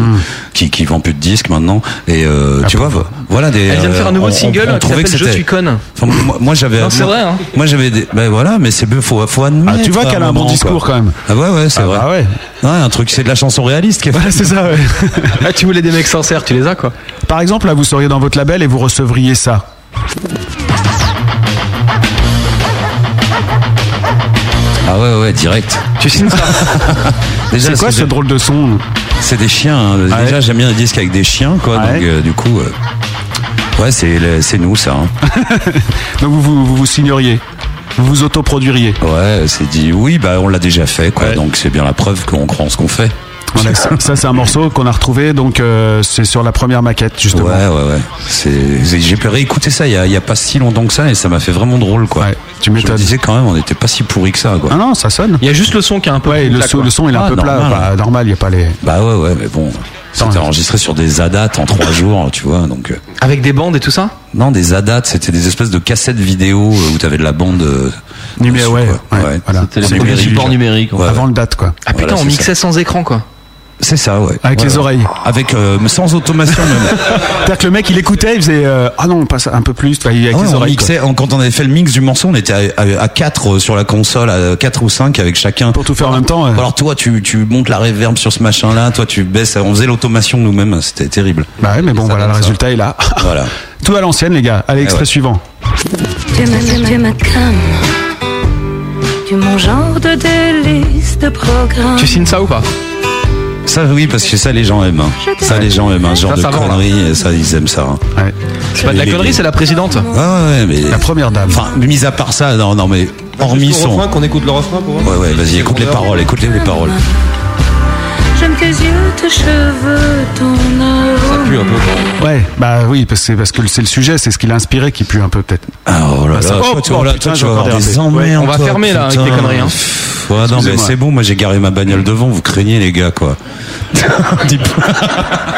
[SPEAKER 8] qui qui vend plus de disques maintenant et euh, tu vois voilà des euh,
[SPEAKER 6] Elle vient de faire un nouveau
[SPEAKER 8] on- on-
[SPEAKER 6] single
[SPEAKER 8] on
[SPEAKER 6] qui
[SPEAKER 8] trouvait que
[SPEAKER 6] s'appelle Je
[SPEAKER 8] c'était-
[SPEAKER 6] suis conne.
[SPEAKER 8] Enfin, moi, moi, j'avais.
[SPEAKER 6] Non, c'est
[SPEAKER 8] moi-
[SPEAKER 6] vrai, hein.
[SPEAKER 8] Moi j'avais. Des, ben voilà, mais c'est faut, faut admettre.
[SPEAKER 4] Ah, tu vois
[SPEAKER 8] à
[SPEAKER 4] qu'elle a un
[SPEAKER 8] moment,
[SPEAKER 4] bon discours,
[SPEAKER 8] quoi.
[SPEAKER 4] quand même.
[SPEAKER 8] Ah ouais ouais c'est vrai. ouais. un truc c'est de la chanson réaliste qui est.
[SPEAKER 4] c'est ça. Ouais.
[SPEAKER 6] Ah, tu voulais des mecs sincères, tu les as quoi.
[SPEAKER 4] Par exemple, là, vous seriez dans votre label et vous recevriez ça.
[SPEAKER 8] Ah ouais ouais direct.
[SPEAKER 6] Tu signes ça.
[SPEAKER 4] C'est quoi ce drôle de son Ah
[SPEAKER 8] C'est des chiens. hein. Déjà j'aime bien les disques avec des chiens quoi. Donc euh, du coup. euh, Ouais c'est le- c'est nous ça. hein.
[SPEAKER 4] Donc vous vous, vous, vous signeriez, vous vous autoproduiriez.
[SPEAKER 8] Ouais c'est dit oui bah on l'a déjà fait quoi. Donc c'est bien la preuve qu'on croit en ce qu'on fait.
[SPEAKER 4] Voilà, ça, ça, c'est un morceau qu'on a retrouvé, donc euh, c'est sur la première maquette justement.
[SPEAKER 8] Ouais, ouais, ouais. C'est- c'est- J'ai pu réécouter ça il y, a, il y a pas si longtemps que ça et ça m'a fait vraiment drôle, quoi.
[SPEAKER 4] tu
[SPEAKER 8] Je me disais quand même, on n'était pas si pourri que ça, quoi.
[SPEAKER 4] Ah non, ça sonne.
[SPEAKER 6] Il y a juste le son qui est un peu.
[SPEAKER 4] Ouais,
[SPEAKER 6] plus
[SPEAKER 4] le,
[SPEAKER 6] plat,
[SPEAKER 4] son-
[SPEAKER 6] quoi.
[SPEAKER 4] le son il est un
[SPEAKER 8] Ah,
[SPEAKER 4] peu plat,
[SPEAKER 8] normal.
[SPEAKER 4] bah, normal, il n'y a pas les.
[SPEAKER 8] Bah ouais, ouais, mais bon. C'était enregistré sur des ADAT en trois jours, tu vois, donc. euh,
[SPEAKER 6] Avec des bandes et tout ça
[SPEAKER 8] Non, des ADAT, c'était des espèces de cassettes vidéo euh, où t'avais de la bande. euh,
[SPEAKER 4] Numé-
[SPEAKER 8] dessus,
[SPEAKER 4] ouais,
[SPEAKER 8] quoi.
[SPEAKER 4] ouais, voilà. On
[SPEAKER 8] C'était les
[SPEAKER 4] est
[SPEAKER 8] numériques.
[SPEAKER 4] supports
[SPEAKER 9] numériques,
[SPEAKER 8] Ouais,
[SPEAKER 4] Avant
[SPEAKER 8] ouais.
[SPEAKER 4] le date quoi.
[SPEAKER 6] Ah putain,
[SPEAKER 8] Voilà,
[SPEAKER 6] on
[SPEAKER 8] c'est
[SPEAKER 6] mixait sans écran quoi.
[SPEAKER 8] C'est ça, ouais.
[SPEAKER 4] Avec
[SPEAKER 8] Ouais,
[SPEAKER 4] les
[SPEAKER 8] ouais.
[SPEAKER 4] oreilles.
[SPEAKER 8] Avec, euh, mais sans automation même.
[SPEAKER 4] C'est-à-dire que le mec il écoutait, il faisait euh, ah non, on passe un peu plus, bah, il- avec
[SPEAKER 8] Ah ouais,
[SPEAKER 4] les
[SPEAKER 8] on
[SPEAKER 4] oreilles. quoi.
[SPEAKER 8] mixait, en- quand on avait fait le mix du morceau, on était à, à, 4 sur la console, à 4 ou 5 avec chacun.
[SPEAKER 4] Pour tout faire en même temps. euh.
[SPEAKER 8] Alors toi, tu, tu montes la reverb sur ce machin-là, toi tu baisses, on faisait l'automation nous-mêmes, c'était terrible.
[SPEAKER 4] Bah ouais, mais bon,
[SPEAKER 8] Ça
[SPEAKER 4] voilà,
[SPEAKER 8] donne
[SPEAKER 4] le
[SPEAKER 8] ça.
[SPEAKER 4] résultat est là.
[SPEAKER 8] Voilà. Ah
[SPEAKER 4] Tout à l'ancienne, les gars. Allez, extrait
[SPEAKER 8] ouais.
[SPEAKER 4] suivant.
[SPEAKER 15] Tu me, tu me, tu me crames. Tu es mon genre de délice de programme.
[SPEAKER 6] Tu signes ça ou pas
[SPEAKER 8] Ça oui, parce que ça les gens aiment. hein. Ça les gens aiment, un genre
[SPEAKER 6] Ça, ça
[SPEAKER 8] de
[SPEAKER 6] va,
[SPEAKER 4] hein.
[SPEAKER 6] là.
[SPEAKER 8] conneries, et ça ils aiment ça. hein.
[SPEAKER 6] C'est pas de la
[SPEAKER 8] Les-
[SPEAKER 6] connerie, c'est la présidente.
[SPEAKER 8] Ouais, ouais, mais... La
[SPEAKER 4] première dame.
[SPEAKER 8] Enfin, mis à part ça, non, non, mais hormis
[SPEAKER 11] Juste le
[SPEAKER 8] son...
[SPEAKER 11] refrain,
[SPEAKER 8] Ouais,
[SPEAKER 11] qu'on écoute le refrain pour voir.
[SPEAKER 8] ouais, vas-y, écoute les paroles, écoute les, les paroles.
[SPEAKER 15] J'aime tes yeux, tes cheveux, ton arôme.
[SPEAKER 8] un peu.
[SPEAKER 4] Ouais, bah oui, parce que c'est parce que c'est le sujet, c'est ce qui l'a inspiré qui pue un peu peut-être.
[SPEAKER 8] Ah, oh là là,
[SPEAKER 4] Ah, ça-
[SPEAKER 8] toi,
[SPEAKER 4] oh,
[SPEAKER 8] tu vois, là,
[SPEAKER 4] putain,
[SPEAKER 8] toi, tu
[SPEAKER 4] j'ai
[SPEAKER 8] vas avoir
[SPEAKER 4] encore
[SPEAKER 8] des
[SPEAKER 4] dérapé.
[SPEAKER 8] emmerdes,
[SPEAKER 6] On va
[SPEAKER 8] toi,
[SPEAKER 6] fermer, là, avec
[SPEAKER 8] putain.
[SPEAKER 6] les conneries, hein.
[SPEAKER 8] Pff, Ouais, non, mais
[SPEAKER 4] Excusez-moi.
[SPEAKER 8] c'est bon, moi j'ai garé ma bagnole devant, vous craignez les gars, quoi.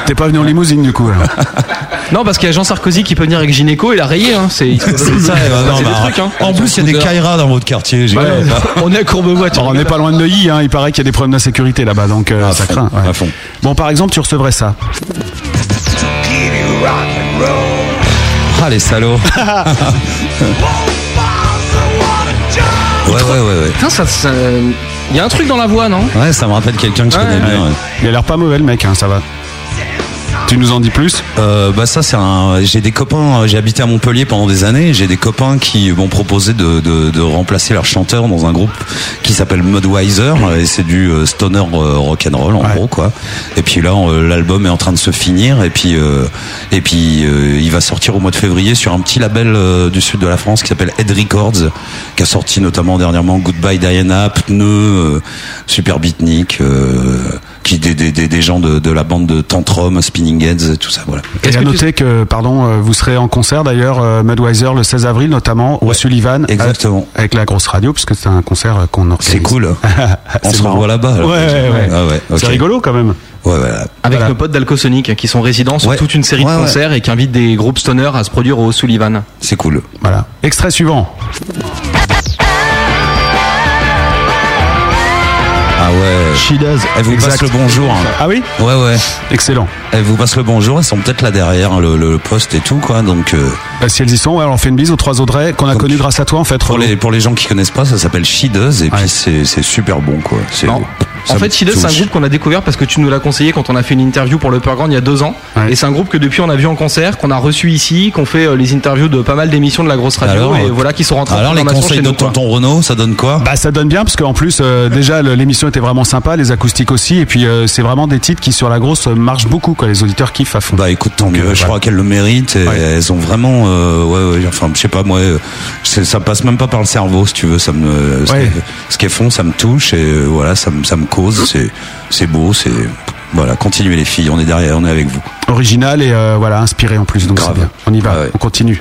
[SPEAKER 4] T'es pas venu en limousine du coup. alors.
[SPEAKER 6] Non, parce qu'il y a Jean Sarkozy qui peut venir avec Gynéco et l'a rayé. Hein. C'est c'est
[SPEAKER 8] C'est ça,
[SPEAKER 6] des
[SPEAKER 8] eh ben, non, bah,
[SPEAKER 6] trucs. Hein.
[SPEAKER 8] En plus, il y a des Kaira dans votre quartier. j'ai-
[SPEAKER 4] Ouais.
[SPEAKER 6] On est à Courbevoie, tu
[SPEAKER 4] Alors, on
[SPEAKER 6] rigoles.
[SPEAKER 4] n'est pas loin de Neuilly, hein, il paraît qu'il y a des problèmes d'insécurité là-bas, donc euh, ça
[SPEAKER 8] Ah, fond,
[SPEAKER 4] craint. ouais.
[SPEAKER 8] à fond.
[SPEAKER 4] Bon, par exemple, tu recevrais ça.
[SPEAKER 8] Ah, les salauds. ouais, ouais, ouais,
[SPEAKER 6] Putain, ça. ça- Il y a un truc dans la voix, non
[SPEAKER 8] ouais. Ouais, ça me rappelle quelqu'un que je
[SPEAKER 6] Ouais,
[SPEAKER 8] connais bien. ouais.
[SPEAKER 4] Il a l'air pas mauvais le mec, hein, ça va. Tu nous en dis plus
[SPEAKER 8] Euh, bah ça c'est un j'ai des copains euh, j'ai habité à Montpellier pendant des années et j'ai des copains qui m'ont proposé de, de, de remplacer leur chanteur dans un groupe qui s'appelle Mudweiser
[SPEAKER 4] Mmh.
[SPEAKER 8] et c'est du euh, stoner euh, rock'n'roll en gros quoi et puis là on- l'album est en train de se finir et puis euh, et puis euh, il va sortir au mois de février sur un petit label euh, du sud de la France qui s'appelle Head Records qui a sorti notamment dernièrement Goodbye Diana Pneu euh, Super Beatnik euh, qui des, des, des, des gens de, de la bande de Tantrum Spinning Heads tout ça voilà
[SPEAKER 4] Et
[SPEAKER 6] Est-ce
[SPEAKER 4] à
[SPEAKER 6] que tu-
[SPEAKER 4] noter que, pardon, euh, vous serez en concert d'ailleurs, euh, Mudweiser le 16 avril notamment, au Sullivan.
[SPEAKER 8] Exactement.
[SPEAKER 4] euh, Avec la grosse radio, parce que c'est un concert euh, qu'on organise.
[SPEAKER 8] C'est cool. On se
[SPEAKER 4] marrant.
[SPEAKER 8] revoit là-bas.
[SPEAKER 4] Ouais,
[SPEAKER 8] alors.
[SPEAKER 4] ouais, ouais.
[SPEAKER 8] Ah ouais, ok.
[SPEAKER 4] C'est rigolo quand même.
[SPEAKER 8] Ouais, voilà.
[SPEAKER 6] Avec
[SPEAKER 4] Voilà.
[SPEAKER 6] nos potes d'Alcosonic hein, qui sont résidents sur
[SPEAKER 8] Ouais.
[SPEAKER 6] toute une série
[SPEAKER 8] Ouais,
[SPEAKER 6] de
[SPEAKER 8] ouais.
[SPEAKER 6] concerts et qui invitent des groupes stoner à se produire au Sullivan.
[SPEAKER 8] C'est cool.
[SPEAKER 4] Voilà. Extrait suivant.
[SPEAKER 8] Ah ouais.
[SPEAKER 9] She does.
[SPEAKER 8] Elle vous passe
[SPEAKER 4] Exact.
[SPEAKER 8] le bonjour. hein.
[SPEAKER 4] Ah oui
[SPEAKER 8] Ouais, ouais.
[SPEAKER 4] Excellent.
[SPEAKER 8] Elle vous passe le bonjour. Elles sont peut-être là derrière hein, le, le poste et tout, quoi. Donc, euh,
[SPEAKER 4] Bah, si elles y sont, ouais, alors on fait une bise aux trois Audrey qu'on a connu grâce à toi en fait.
[SPEAKER 8] pour
[SPEAKER 4] Rollo.
[SPEAKER 8] les, pour les gens qui connaissent pas, ça s'appelle She Does et puis c'est c'est super bon, quoi. C'est-
[SPEAKER 6] Non.
[SPEAKER 8] ça
[SPEAKER 6] En
[SPEAKER 8] me
[SPEAKER 6] fait, She Does, c'est un
[SPEAKER 8] touche.
[SPEAKER 6] groupe qu'on a découvert parce que tu nous l'as conseillé quand on a fait une interview pour le Ground il y a deux ans.
[SPEAKER 4] Ouais.
[SPEAKER 6] Et c'est un groupe que depuis on a vu en concert, qu'on a reçu ici, qu'on fait euh, les interviews de pas mal d'émissions de la grosse radio
[SPEAKER 8] Alors,
[SPEAKER 6] et
[SPEAKER 8] euh,
[SPEAKER 6] voilà qui sont rentrés en
[SPEAKER 8] Alors, les
[SPEAKER 6] programmation
[SPEAKER 8] conseils
[SPEAKER 6] chez
[SPEAKER 8] de
[SPEAKER 6] nous, quoi.
[SPEAKER 8] tonton Renault, ça donne quoi
[SPEAKER 4] Bah ça donne bien parce qu'en plus euh, déjà le- l'émission était vraiment sympa, les acoustiques aussi et puis euh, c'est vraiment des titres qui sur la grosse euh, marchent beaucoup quoi, les auditeurs kiffent à fond.
[SPEAKER 8] Bah écoute, tant mieux. Je
[SPEAKER 4] Ouais.
[SPEAKER 8] crois qu'elles le méritent. et
[SPEAKER 4] Ouais.
[SPEAKER 8] Elles ont vraiment, euh, ouais, ouais, enfin, je sais pas, moi, euh, c'est- ça passe même pas par le cerveau, si tu veux. Ça me, ce
[SPEAKER 4] Ouais.
[SPEAKER 8] qu'elles- ce qu'elles font, ça me touche et euh, voilà, ça me, ça me cause. C'est, c'est beau, c'est. Voilà, continuez les filles, on est derrière, on est avec vous.
[SPEAKER 4] Original et euh, voilà, inspiré en plus, donc c'est bien. On y
[SPEAKER 8] Ah
[SPEAKER 4] va, on continue.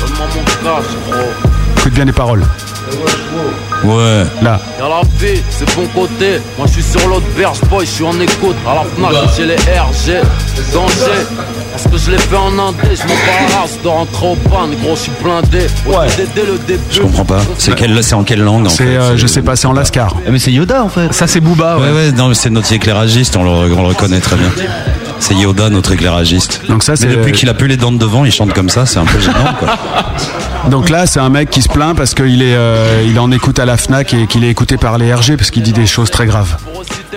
[SPEAKER 16] Donne-moi mon casse, gros.
[SPEAKER 4] Écoute bien les paroles.
[SPEAKER 16] Eh ouais, gros.
[SPEAKER 8] Ouais. Là.
[SPEAKER 16] Y'a la vie, c'est bon côté. Moi, je suis sur l'autre berge, boy, je suis en écoute. À la FNAC, j'ai les RG, danger. Parce que je l'ai fait en indé, je m'en balasse de rentrer au pan, gros, je suis blindé. Ouais. Dès le début.
[SPEAKER 8] Je comprends pas. C'est quelle- c'est en quelle langue en
[SPEAKER 4] C'est,
[SPEAKER 8] fait
[SPEAKER 4] euh, je sais pas, c'est en Lascar.
[SPEAKER 8] Mais c'est Yoda en fait.
[SPEAKER 6] Ça c'est Booba.
[SPEAKER 8] Ouais ouais, non mais c'est notre éclairagiste, on le, on le reconnaît très bien. C'est Yoda notre éclairagiste.
[SPEAKER 4] Donc ça, c'est- euh,
[SPEAKER 8] Mais depuis qu'il a plus les dents de devant, il chante comme ça, c'est un peu gênant quoi.
[SPEAKER 4] Donc là, c'est un mec qui se plaint parce qu'il est, euh, il est en écoute à la Fnac et qu'il est écouté par les RG parce qu'il dit des choses très graves.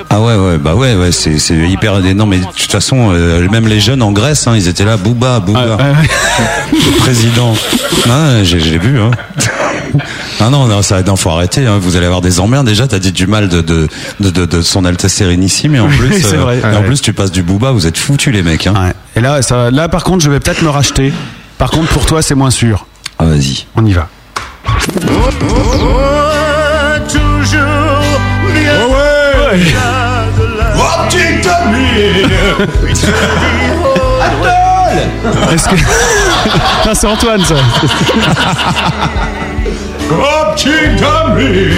[SPEAKER 8] Ah ouais ouais bah ouais ouais c'est c'est hyper non mais de toute façon euh, même les jeunes en Grèce hein, ils étaient là Booba
[SPEAKER 4] Ah,
[SPEAKER 8] Booba le président non j'ai j'ai vu hein. Ah non, non, ça, non, faut arrêter. hein, Vous allez avoir des emmerdes. Déjà, t'as dit du mal de de, de, de- de son Altesse Sérénissime, et en
[SPEAKER 4] Oui,
[SPEAKER 8] plus, euh,
[SPEAKER 4] c'est vrai.
[SPEAKER 8] et en
[SPEAKER 4] Ouais.
[SPEAKER 8] plus, tu passes du booba. Vous êtes foutus, les mecs. Hein.
[SPEAKER 4] Et là, ça, là, par contre, je vais peut-être me racheter. Par contre, pour toi, c'est moins sûr.
[SPEAKER 8] Ah, vas-y.
[SPEAKER 4] On y va.
[SPEAKER 5] Oh, toujours bien au-delà de la- Oh, tu t'admires. Oui, tu t'admires. Attends.
[SPEAKER 4] Est-ce que. Non, c'est Antoine, ça.
[SPEAKER 8] Ah,
[SPEAKER 5] Oh, tu t'admires.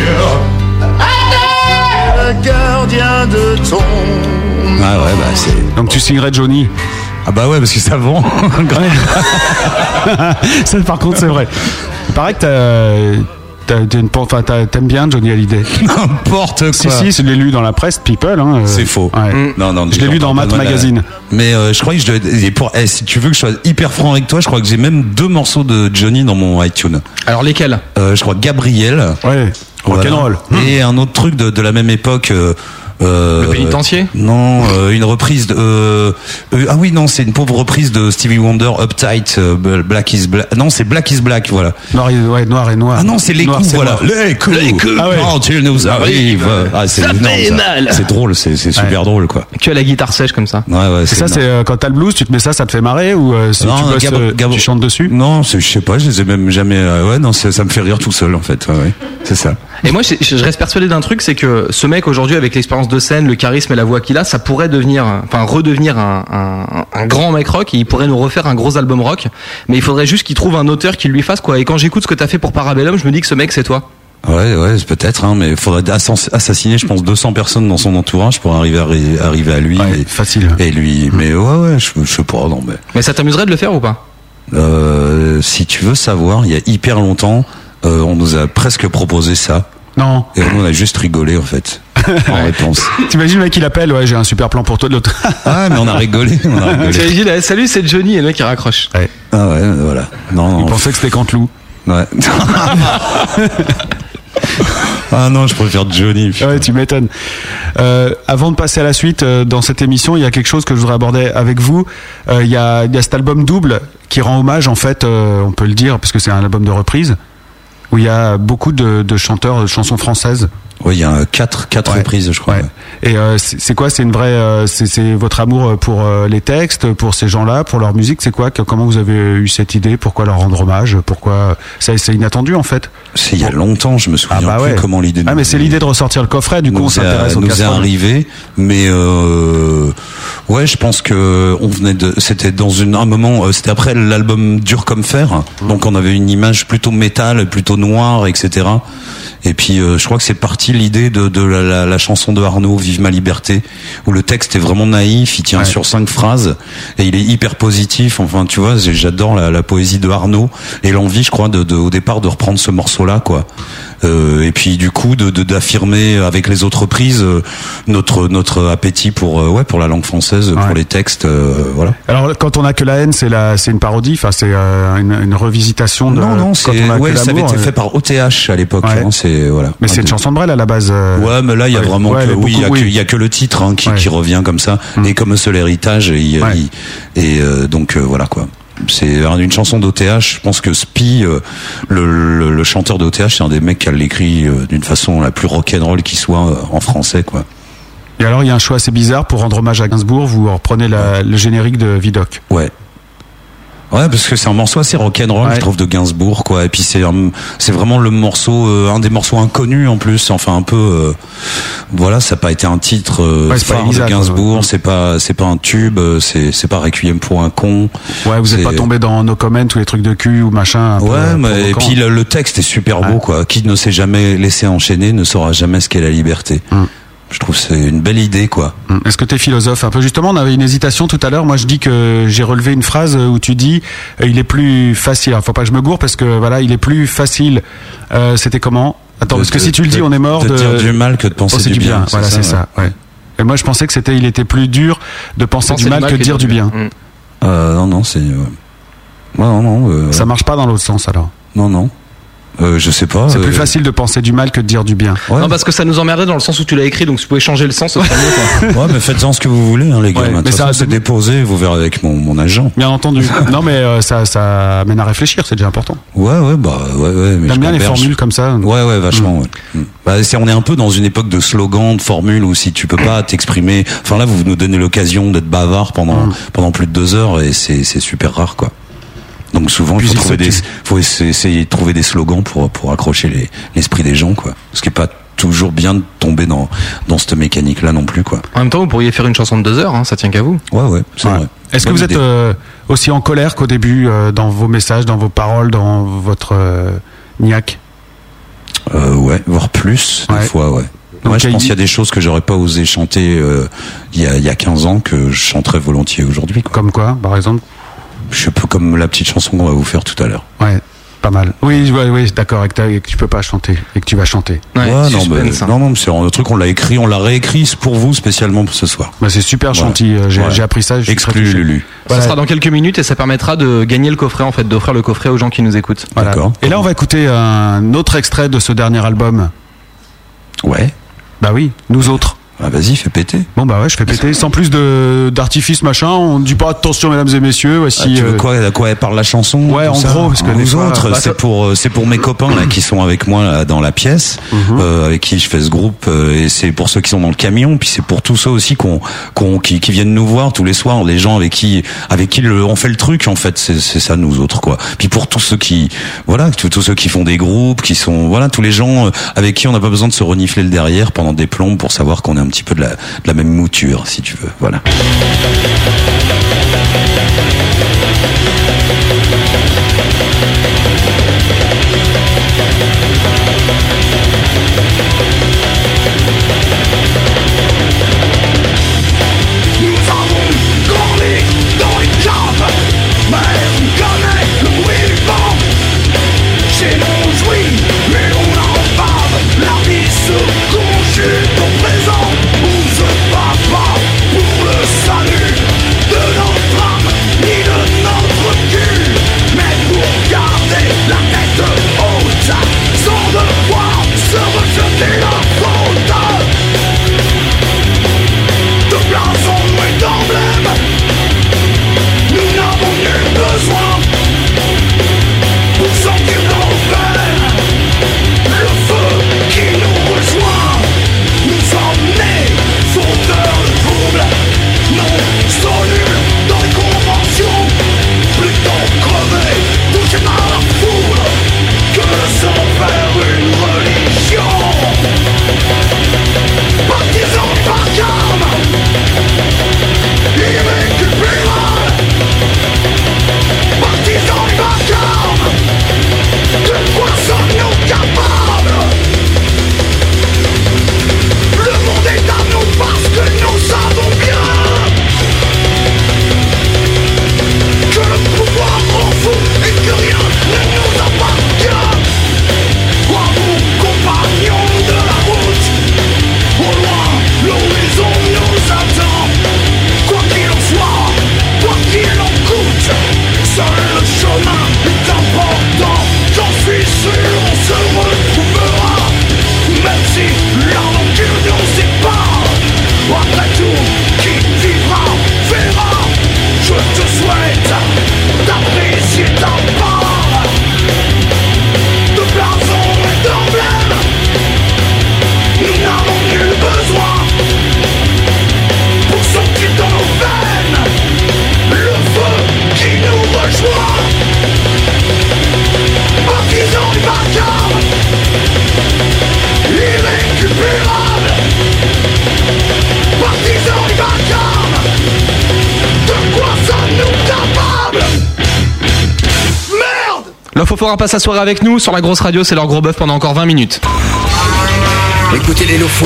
[SPEAKER 5] Le gardien de ton
[SPEAKER 8] Ah ouais, bah c'est.
[SPEAKER 4] Donc tu signerais Johnny
[SPEAKER 8] Ah bah ouais, parce que ça vend.
[SPEAKER 4] ça, par contre, c'est vrai. Il paraît que t'as- t'as- t'as une pan- enfin, t'as- t'aimes bien Johnny Hallyday.
[SPEAKER 8] N'importe quoi.
[SPEAKER 4] Si, si, je l'ai lu dans la presse, People. hein, euh,
[SPEAKER 8] C'est faux. Mm.
[SPEAKER 4] ouais.
[SPEAKER 8] Non, non,
[SPEAKER 4] Je l'ai lu dans Math
[SPEAKER 8] Voilà.
[SPEAKER 4] Magazine.
[SPEAKER 8] Mais euh, je crois que je dois. et pour- eh, si tu veux que je sois hyper franc avec toi, je crois que j'ai même deux morceaux de Johnny dans mon iTunes. Euh,
[SPEAKER 6] Alors lesquels
[SPEAKER 8] Je crois Gabriel.
[SPEAKER 4] Ouais. Rock'n'roll.
[SPEAKER 8] Et un autre truc de, de la même époque. euh, euh,
[SPEAKER 6] Le pénitencier
[SPEAKER 8] Non, euh, une reprise de. euh, euh, ah oui, non, c'est une pauvre reprise de Stevie Wonder, Uptight, euh, Black is Black. Non, c'est Black is Black, voilà.
[SPEAKER 4] Noir, et- ouais, noir et noir.
[SPEAKER 8] Ah non, c'est les
[SPEAKER 4] Noir,
[SPEAKER 8] coups,
[SPEAKER 4] c'est
[SPEAKER 8] voilà.
[SPEAKER 4] noir.
[SPEAKER 8] Les coups,
[SPEAKER 4] Les coups. Ah ouais.
[SPEAKER 8] quand ils nous arrivent. Ah, c'est
[SPEAKER 6] Ça
[SPEAKER 8] énorme,
[SPEAKER 6] fait
[SPEAKER 8] ça.
[SPEAKER 6] mal.
[SPEAKER 8] C'est drôle, c'est c'est super drôle, quoi.
[SPEAKER 6] Que la guitare sèche comme ça.
[SPEAKER 8] Ouais, ouais,
[SPEAKER 4] Et ça, c'est euh, quand t'as le blues, tu te mets ça, ça te fait marrer ou euh, si tu bosses, euh, tu chantes dessus
[SPEAKER 8] Non, c'est- je sais pas, je les ai même jamais. euh, ouais, non, c'est- ça me fait rire tout seul en fait. ouais, ouais. C'est ça.
[SPEAKER 6] Et moi, je, je reste persuadé d'un truc, c'est que ce mec aujourd'hui, avec l'expérience de scène, le charisme et la voix qu'il a, ça pourrait devenir, enfin, redevenir un, un- un grand mec rock. Et il pourrait nous refaire un gros album rock. Mais il faudrait juste qu'il trouve un auteur qui lui fasse quoi. Et quand j'écoute ce que t'as fait pour Parabellum, je me dis que ce mec, c'est toi.
[SPEAKER 8] Ouais, ouais, c'est peut-être, hein, mais il faudrait assass- assassiner, je pense, 200 personnes dans son entourage pour arriver à, ri- arriver à lui. et,
[SPEAKER 4] facile.
[SPEAKER 8] Et lui, mais ouais, ouais, je, je sais pas, non, mais.
[SPEAKER 6] Mais ça t'amuserait de le faire ou pas
[SPEAKER 8] Euh, si tu veux savoir, il y a hyper longtemps, euh, on nous a presque proposé ça.
[SPEAKER 4] Non.
[SPEAKER 8] Et nous, on a juste rigolé, en fait, en réponse.
[SPEAKER 4] T'imagines le mec il appelle, ouais j'ai un super plan pour toi de l'autre.
[SPEAKER 8] Ah, mais on a rigolé, on a rigolé.
[SPEAKER 6] T'imagines, eh, salut, c'est Johnny, et le mec, il raccroche.
[SPEAKER 8] Ah ouais, voilà. Non,
[SPEAKER 4] Il
[SPEAKER 8] non.
[SPEAKER 4] pensait que c'était Cantelou.
[SPEAKER 8] Ouais. ah non, je préfère Johnny.
[SPEAKER 4] Ouais, tu m'étonnes. Euh, avant de passer à la suite, euh, dans cette émission, il y a quelque chose que je voudrais aborder avec vous. Euh, Il y, a, il y a cet album double qui rend hommage, en fait, euh, on peut le dire, parce que c'est un album de reprise, où il y a beaucoup de, de chanteurs de chansons françaises.
[SPEAKER 8] Oui, il y a 4 quatre reprises, je crois. ouais.
[SPEAKER 4] Et euh, c'est c'est quoi C'est une vraie. euh, c'est- c'est votre amour pour euh, les textes, pour ces gens-là, pour leur musique. C'est quoi que- Comment vous avez eu cette idée Pourquoi leur rendre hommage Pourquoi ça- C'est inattendu en fait.
[SPEAKER 8] C'est il y a longtemps, je me souviens
[SPEAKER 4] bah
[SPEAKER 8] plus
[SPEAKER 4] ouais.
[SPEAKER 8] comment l'idée.
[SPEAKER 4] Ah mais c'est l'idée de ressortir le coffret. Du coup, on
[SPEAKER 8] nous
[SPEAKER 4] s'intéresse
[SPEAKER 8] est,
[SPEAKER 4] au
[SPEAKER 8] nous est
[SPEAKER 4] casseroles.
[SPEAKER 8] arrivé mais euh, ouais je pense que on venait de c'était dans une un moment euh, c'était après l'album dur comme fer
[SPEAKER 4] Mmh.
[SPEAKER 8] donc on avait une image plutôt métal plutôt noire etc et puis euh, je crois que c'est parti l'idée de, de la, la- la chanson de Arnaud Vive ma liberté où le texte est vraiment naïf il tient sur cinq phrases et il est hyper positif enfin tu vois j'ai- j'adore la, la poésie de Arnaud et l'envie je crois de, de- au départ de reprendre ce morceau là quoi euh, et puis du coup de de- d'affirmer avec les autres reprises euh, notre notre appétit pour euh, ouais pour la langue française pour les textes euh, voilà
[SPEAKER 4] Alors quand on a que la haine, c'est la, c'est une parodie. Enfin, c'est euh, une, une revisitation de.
[SPEAKER 8] non non
[SPEAKER 4] quand
[SPEAKER 8] c'est
[SPEAKER 4] on a
[SPEAKER 8] ouais
[SPEAKER 4] que
[SPEAKER 8] ça avait
[SPEAKER 4] l'amour,
[SPEAKER 8] été
[SPEAKER 4] euh,
[SPEAKER 8] fait par OTH à l'époque
[SPEAKER 4] Ouais.
[SPEAKER 8] hein, c'est voilà
[SPEAKER 4] Mais c'est
[SPEAKER 8] Un
[SPEAKER 4] une
[SPEAKER 8] de-
[SPEAKER 4] chanson de Brel à la base. euh.
[SPEAKER 8] Ouais, mais là, il y a
[SPEAKER 4] Ouais.
[SPEAKER 8] vraiment
[SPEAKER 4] Ouais,
[SPEAKER 8] que,
[SPEAKER 4] elle est
[SPEAKER 8] oui, il y a
[SPEAKER 4] beaucoup-
[SPEAKER 8] que-
[SPEAKER 4] oui. Mm.
[SPEAKER 8] il y a que le titre hein, qui, qui revient comme ça. Et comme seul héritage, il- il- et euh, donc euh, voilà quoi. C'est un- une chanson d'OTH. Je pense que Spi, euh, le, le, le chanteur d'OTH, c'est un des mecs qui a l'écrit euh, d'une façon la plus rock'n'roll qui soit euh, en français quoi.
[SPEAKER 4] Et alors, il y a un choix assez bizarre pour rendre hommage à Gainsbourg. Vous reprenez la- le générique de Vidocq.
[SPEAKER 8] Ouais. Ouais, parce que c'est un morceau assez rock'n'roll, je trouve, de Gainsbourg, quoi. Et puis c'est un- c'est vraiment le morceau, euh, un des morceaux inconnus en plus. Enfin, un peu, euh, voilà, ça n'a pas été un titre euh,
[SPEAKER 4] Ouais, c'est pas
[SPEAKER 8] phare de
[SPEAKER 4] Elisa, Mm.
[SPEAKER 8] Gainsbourg. C'est pas, c'est pas un tube. euh, C'est, c'est pas Requiem pour un con.
[SPEAKER 4] Ouais, vous
[SPEAKER 8] C'est-
[SPEAKER 4] n'êtes pas tombé dans nos comments ou les trucs de cul ou machin. un peu euh,
[SPEAKER 8] Ouais, mais, et
[SPEAKER 4] provocant.
[SPEAKER 8] puis le, le texte est super beau, quoi. Qui ne s'est jamais laissé enchaîner ne saura jamais ce qu'est la liberté. Je trouve que c'est une belle idée, quoi.
[SPEAKER 4] Mm. Est-ce que tu es philosophe un peu Justement, on avait une hésitation tout à l'heure. Moi, je dis que j'ai relevé une phrase où tu dis euh, il est plus facile. Alors, faut pas que je me gourre parce que voilà, il est plus facile. Euh, C'était comment Attends,
[SPEAKER 8] De-
[SPEAKER 4] parce que
[SPEAKER 8] de-
[SPEAKER 4] si tu le dis,
[SPEAKER 8] de-
[SPEAKER 4] on est mort
[SPEAKER 8] de
[SPEAKER 4] de,
[SPEAKER 8] dire du mal que de penser du bien, c'est
[SPEAKER 4] Voilà,
[SPEAKER 8] ça,
[SPEAKER 4] c'est ça. ouais. Et moi, je pensais que c'était il était plus dur de penser du mal que de dire Mm. du bien.
[SPEAKER 8] Euh, non, non, c'est. euh, ouais, non, non. euh,
[SPEAKER 4] Ça marche pas dans l'autre sens alors.
[SPEAKER 8] Non, non. Euh, je sais pas.
[SPEAKER 4] C'est plus
[SPEAKER 8] euh,
[SPEAKER 4] facile de penser du mal que de dire du bien.
[SPEAKER 6] Non, parce que ça nous emmerdait dans le sens où tu l'as écrit, donc si tu pouvais changer le sens, ça serait mieux, quoi.
[SPEAKER 8] Ouais, mais faites-en ce que vous voulez, hein, les gars.
[SPEAKER 4] Ouais,
[SPEAKER 8] De toute
[SPEAKER 4] mais ça
[SPEAKER 8] façon,
[SPEAKER 4] a
[SPEAKER 8] c'est déposé, vous verrez avec mon, mon agent.
[SPEAKER 4] Bien entendu. non, mais euh, ça, ça amène à réfléchir. C'est déjà important.
[SPEAKER 8] Ouais, ouais, bah, ouais, ouais. mais
[SPEAKER 4] J'aime
[SPEAKER 8] je
[SPEAKER 4] bien les
[SPEAKER 8] m'en perds,
[SPEAKER 4] formules
[SPEAKER 8] je-
[SPEAKER 4] comme ça.
[SPEAKER 8] Ouais, ouais, vachement, ouais. Mm. Bah, c'est, on est un peu dans une époque de slogans, de formules où si tu peux pas t'exprimer. Enfin, là, vous nous donnez l'occasion d'être bavard
[SPEAKER 4] Mm.
[SPEAKER 8] pendant, pendant plus de deux heures et c'est, c'est super rare, quoi. Donc, souvent, il
[SPEAKER 4] Puis
[SPEAKER 8] faut,
[SPEAKER 4] ils
[SPEAKER 8] trouver
[SPEAKER 4] se
[SPEAKER 8] des,
[SPEAKER 4] tuent.
[SPEAKER 8] faut essa- essayer de trouver des slogans pour, pour accrocher les, l'esprit des gens, quoi. Ce qui est pas toujours bien de tomber dans, dans cette mécanique-là non plus, quoi.
[SPEAKER 6] En même temps, vous pourriez faire une chanson de deux heures, hein, ça tient qu'à vous.
[SPEAKER 8] Ouais, ouais, c'est vrai.
[SPEAKER 4] Est-ce que
[SPEAKER 8] Bonne
[SPEAKER 4] vous êtes
[SPEAKER 8] idée.
[SPEAKER 4] euh, aussi en colère qu'au début euh, dans vos messages, dans vos paroles, dans votre euh, niaque
[SPEAKER 8] Euh, ouais, voire plus, des
[SPEAKER 4] Ouais.
[SPEAKER 8] fois, ouais.
[SPEAKER 4] Donc,
[SPEAKER 8] ouais, je
[SPEAKER 4] il
[SPEAKER 8] pense
[SPEAKER 4] dit-
[SPEAKER 8] qu'il y a des choses que j'aurais pas osé chanter euh, il y, a, il y a 15 ans que je chanterais volontiers aujourd'hui. quoi.
[SPEAKER 4] Comme quoi, par exemple
[SPEAKER 8] Je suis un peu comme la petite chanson qu'on va vous faire tout à l'heure.
[SPEAKER 4] Ouais, pas mal. Oui, oui, oui d'accord, et que t'as- et que tu peux pas chanter, et que tu vas chanter.
[SPEAKER 8] non, mais,
[SPEAKER 4] hein.
[SPEAKER 8] non, non, mais c'est un truc, on l'a écrit, on l'a réécrit c'est pour vous spécialement pour ce soir.
[SPEAKER 4] Bah, c'est super
[SPEAKER 8] Voilà.
[SPEAKER 4] gentil, euh, j'ai
[SPEAKER 8] Ouais.
[SPEAKER 4] j'ai appris ça. je suis très
[SPEAKER 8] Exclu
[SPEAKER 4] touché.
[SPEAKER 8] Lulu.
[SPEAKER 4] Voilà.
[SPEAKER 6] Ça sera dans quelques minutes et ça permettra de gagner le coffret, en fait, d'offrir le coffret aux gens qui nous écoutent.
[SPEAKER 4] Voilà. Et là, on va écouter un autre extrait de ce dernier album.
[SPEAKER 8] Ouais.
[SPEAKER 4] Bah oui, nous autres.
[SPEAKER 8] Ah, vas-y, fais péter.
[SPEAKER 4] Bon bah ouais, je fais péter. Sans plus de d'artifice machin, on dit pas attention mesdames et messieurs, voici.
[SPEAKER 8] Ah, tu veux
[SPEAKER 4] euh,
[SPEAKER 8] quoi, à quoi elle parle la chanson
[SPEAKER 4] Ouais,
[SPEAKER 8] tout
[SPEAKER 4] en
[SPEAKER 8] ça
[SPEAKER 4] gros, parce que des
[SPEAKER 8] nous
[SPEAKER 4] fois-
[SPEAKER 8] autres,
[SPEAKER 4] bah,
[SPEAKER 8] c'est
[SPEAKER 4] ça-
[SPEAKER 8] pour euh, c'est pour mes copains là qui sont avec moi là, dans la pièce, euh, avec qui je fais ce groupe, euh, et c'est pour ceux qui sont dans le camion, puis c'est pour tous ceux aussi qu'on qu'on qui, qui viennent nous voir tous les soirs, les gens avec qui avec qui le- on fait le truc en fait, c'est c'est ça nous autres quoi. Puis pour tous ceux qui voilà, tous, tous ceux qui font des groupes, qui sont voilà tous les gens euh, avec qui on n'a pas besoin de se renifler le derrière pendant des plombes pour savoir qu'on est un petit peu de la de la même mouture si tu veux, voilà.
[SPEAKER 5] Nous avons grandi dans les caves, mais on connaît le bruit du vent. Chez nous, on jouit, mais on en bave. La vie se conjure au présent. On se bat pas pour le salut.
[SPEAKER 6] Lofofora passe la soirée avec nous sur la grosse radio, c'est leur gros bœuf pendant encore 20 minutes.
[SPEAKER 1] Écoutez les lofos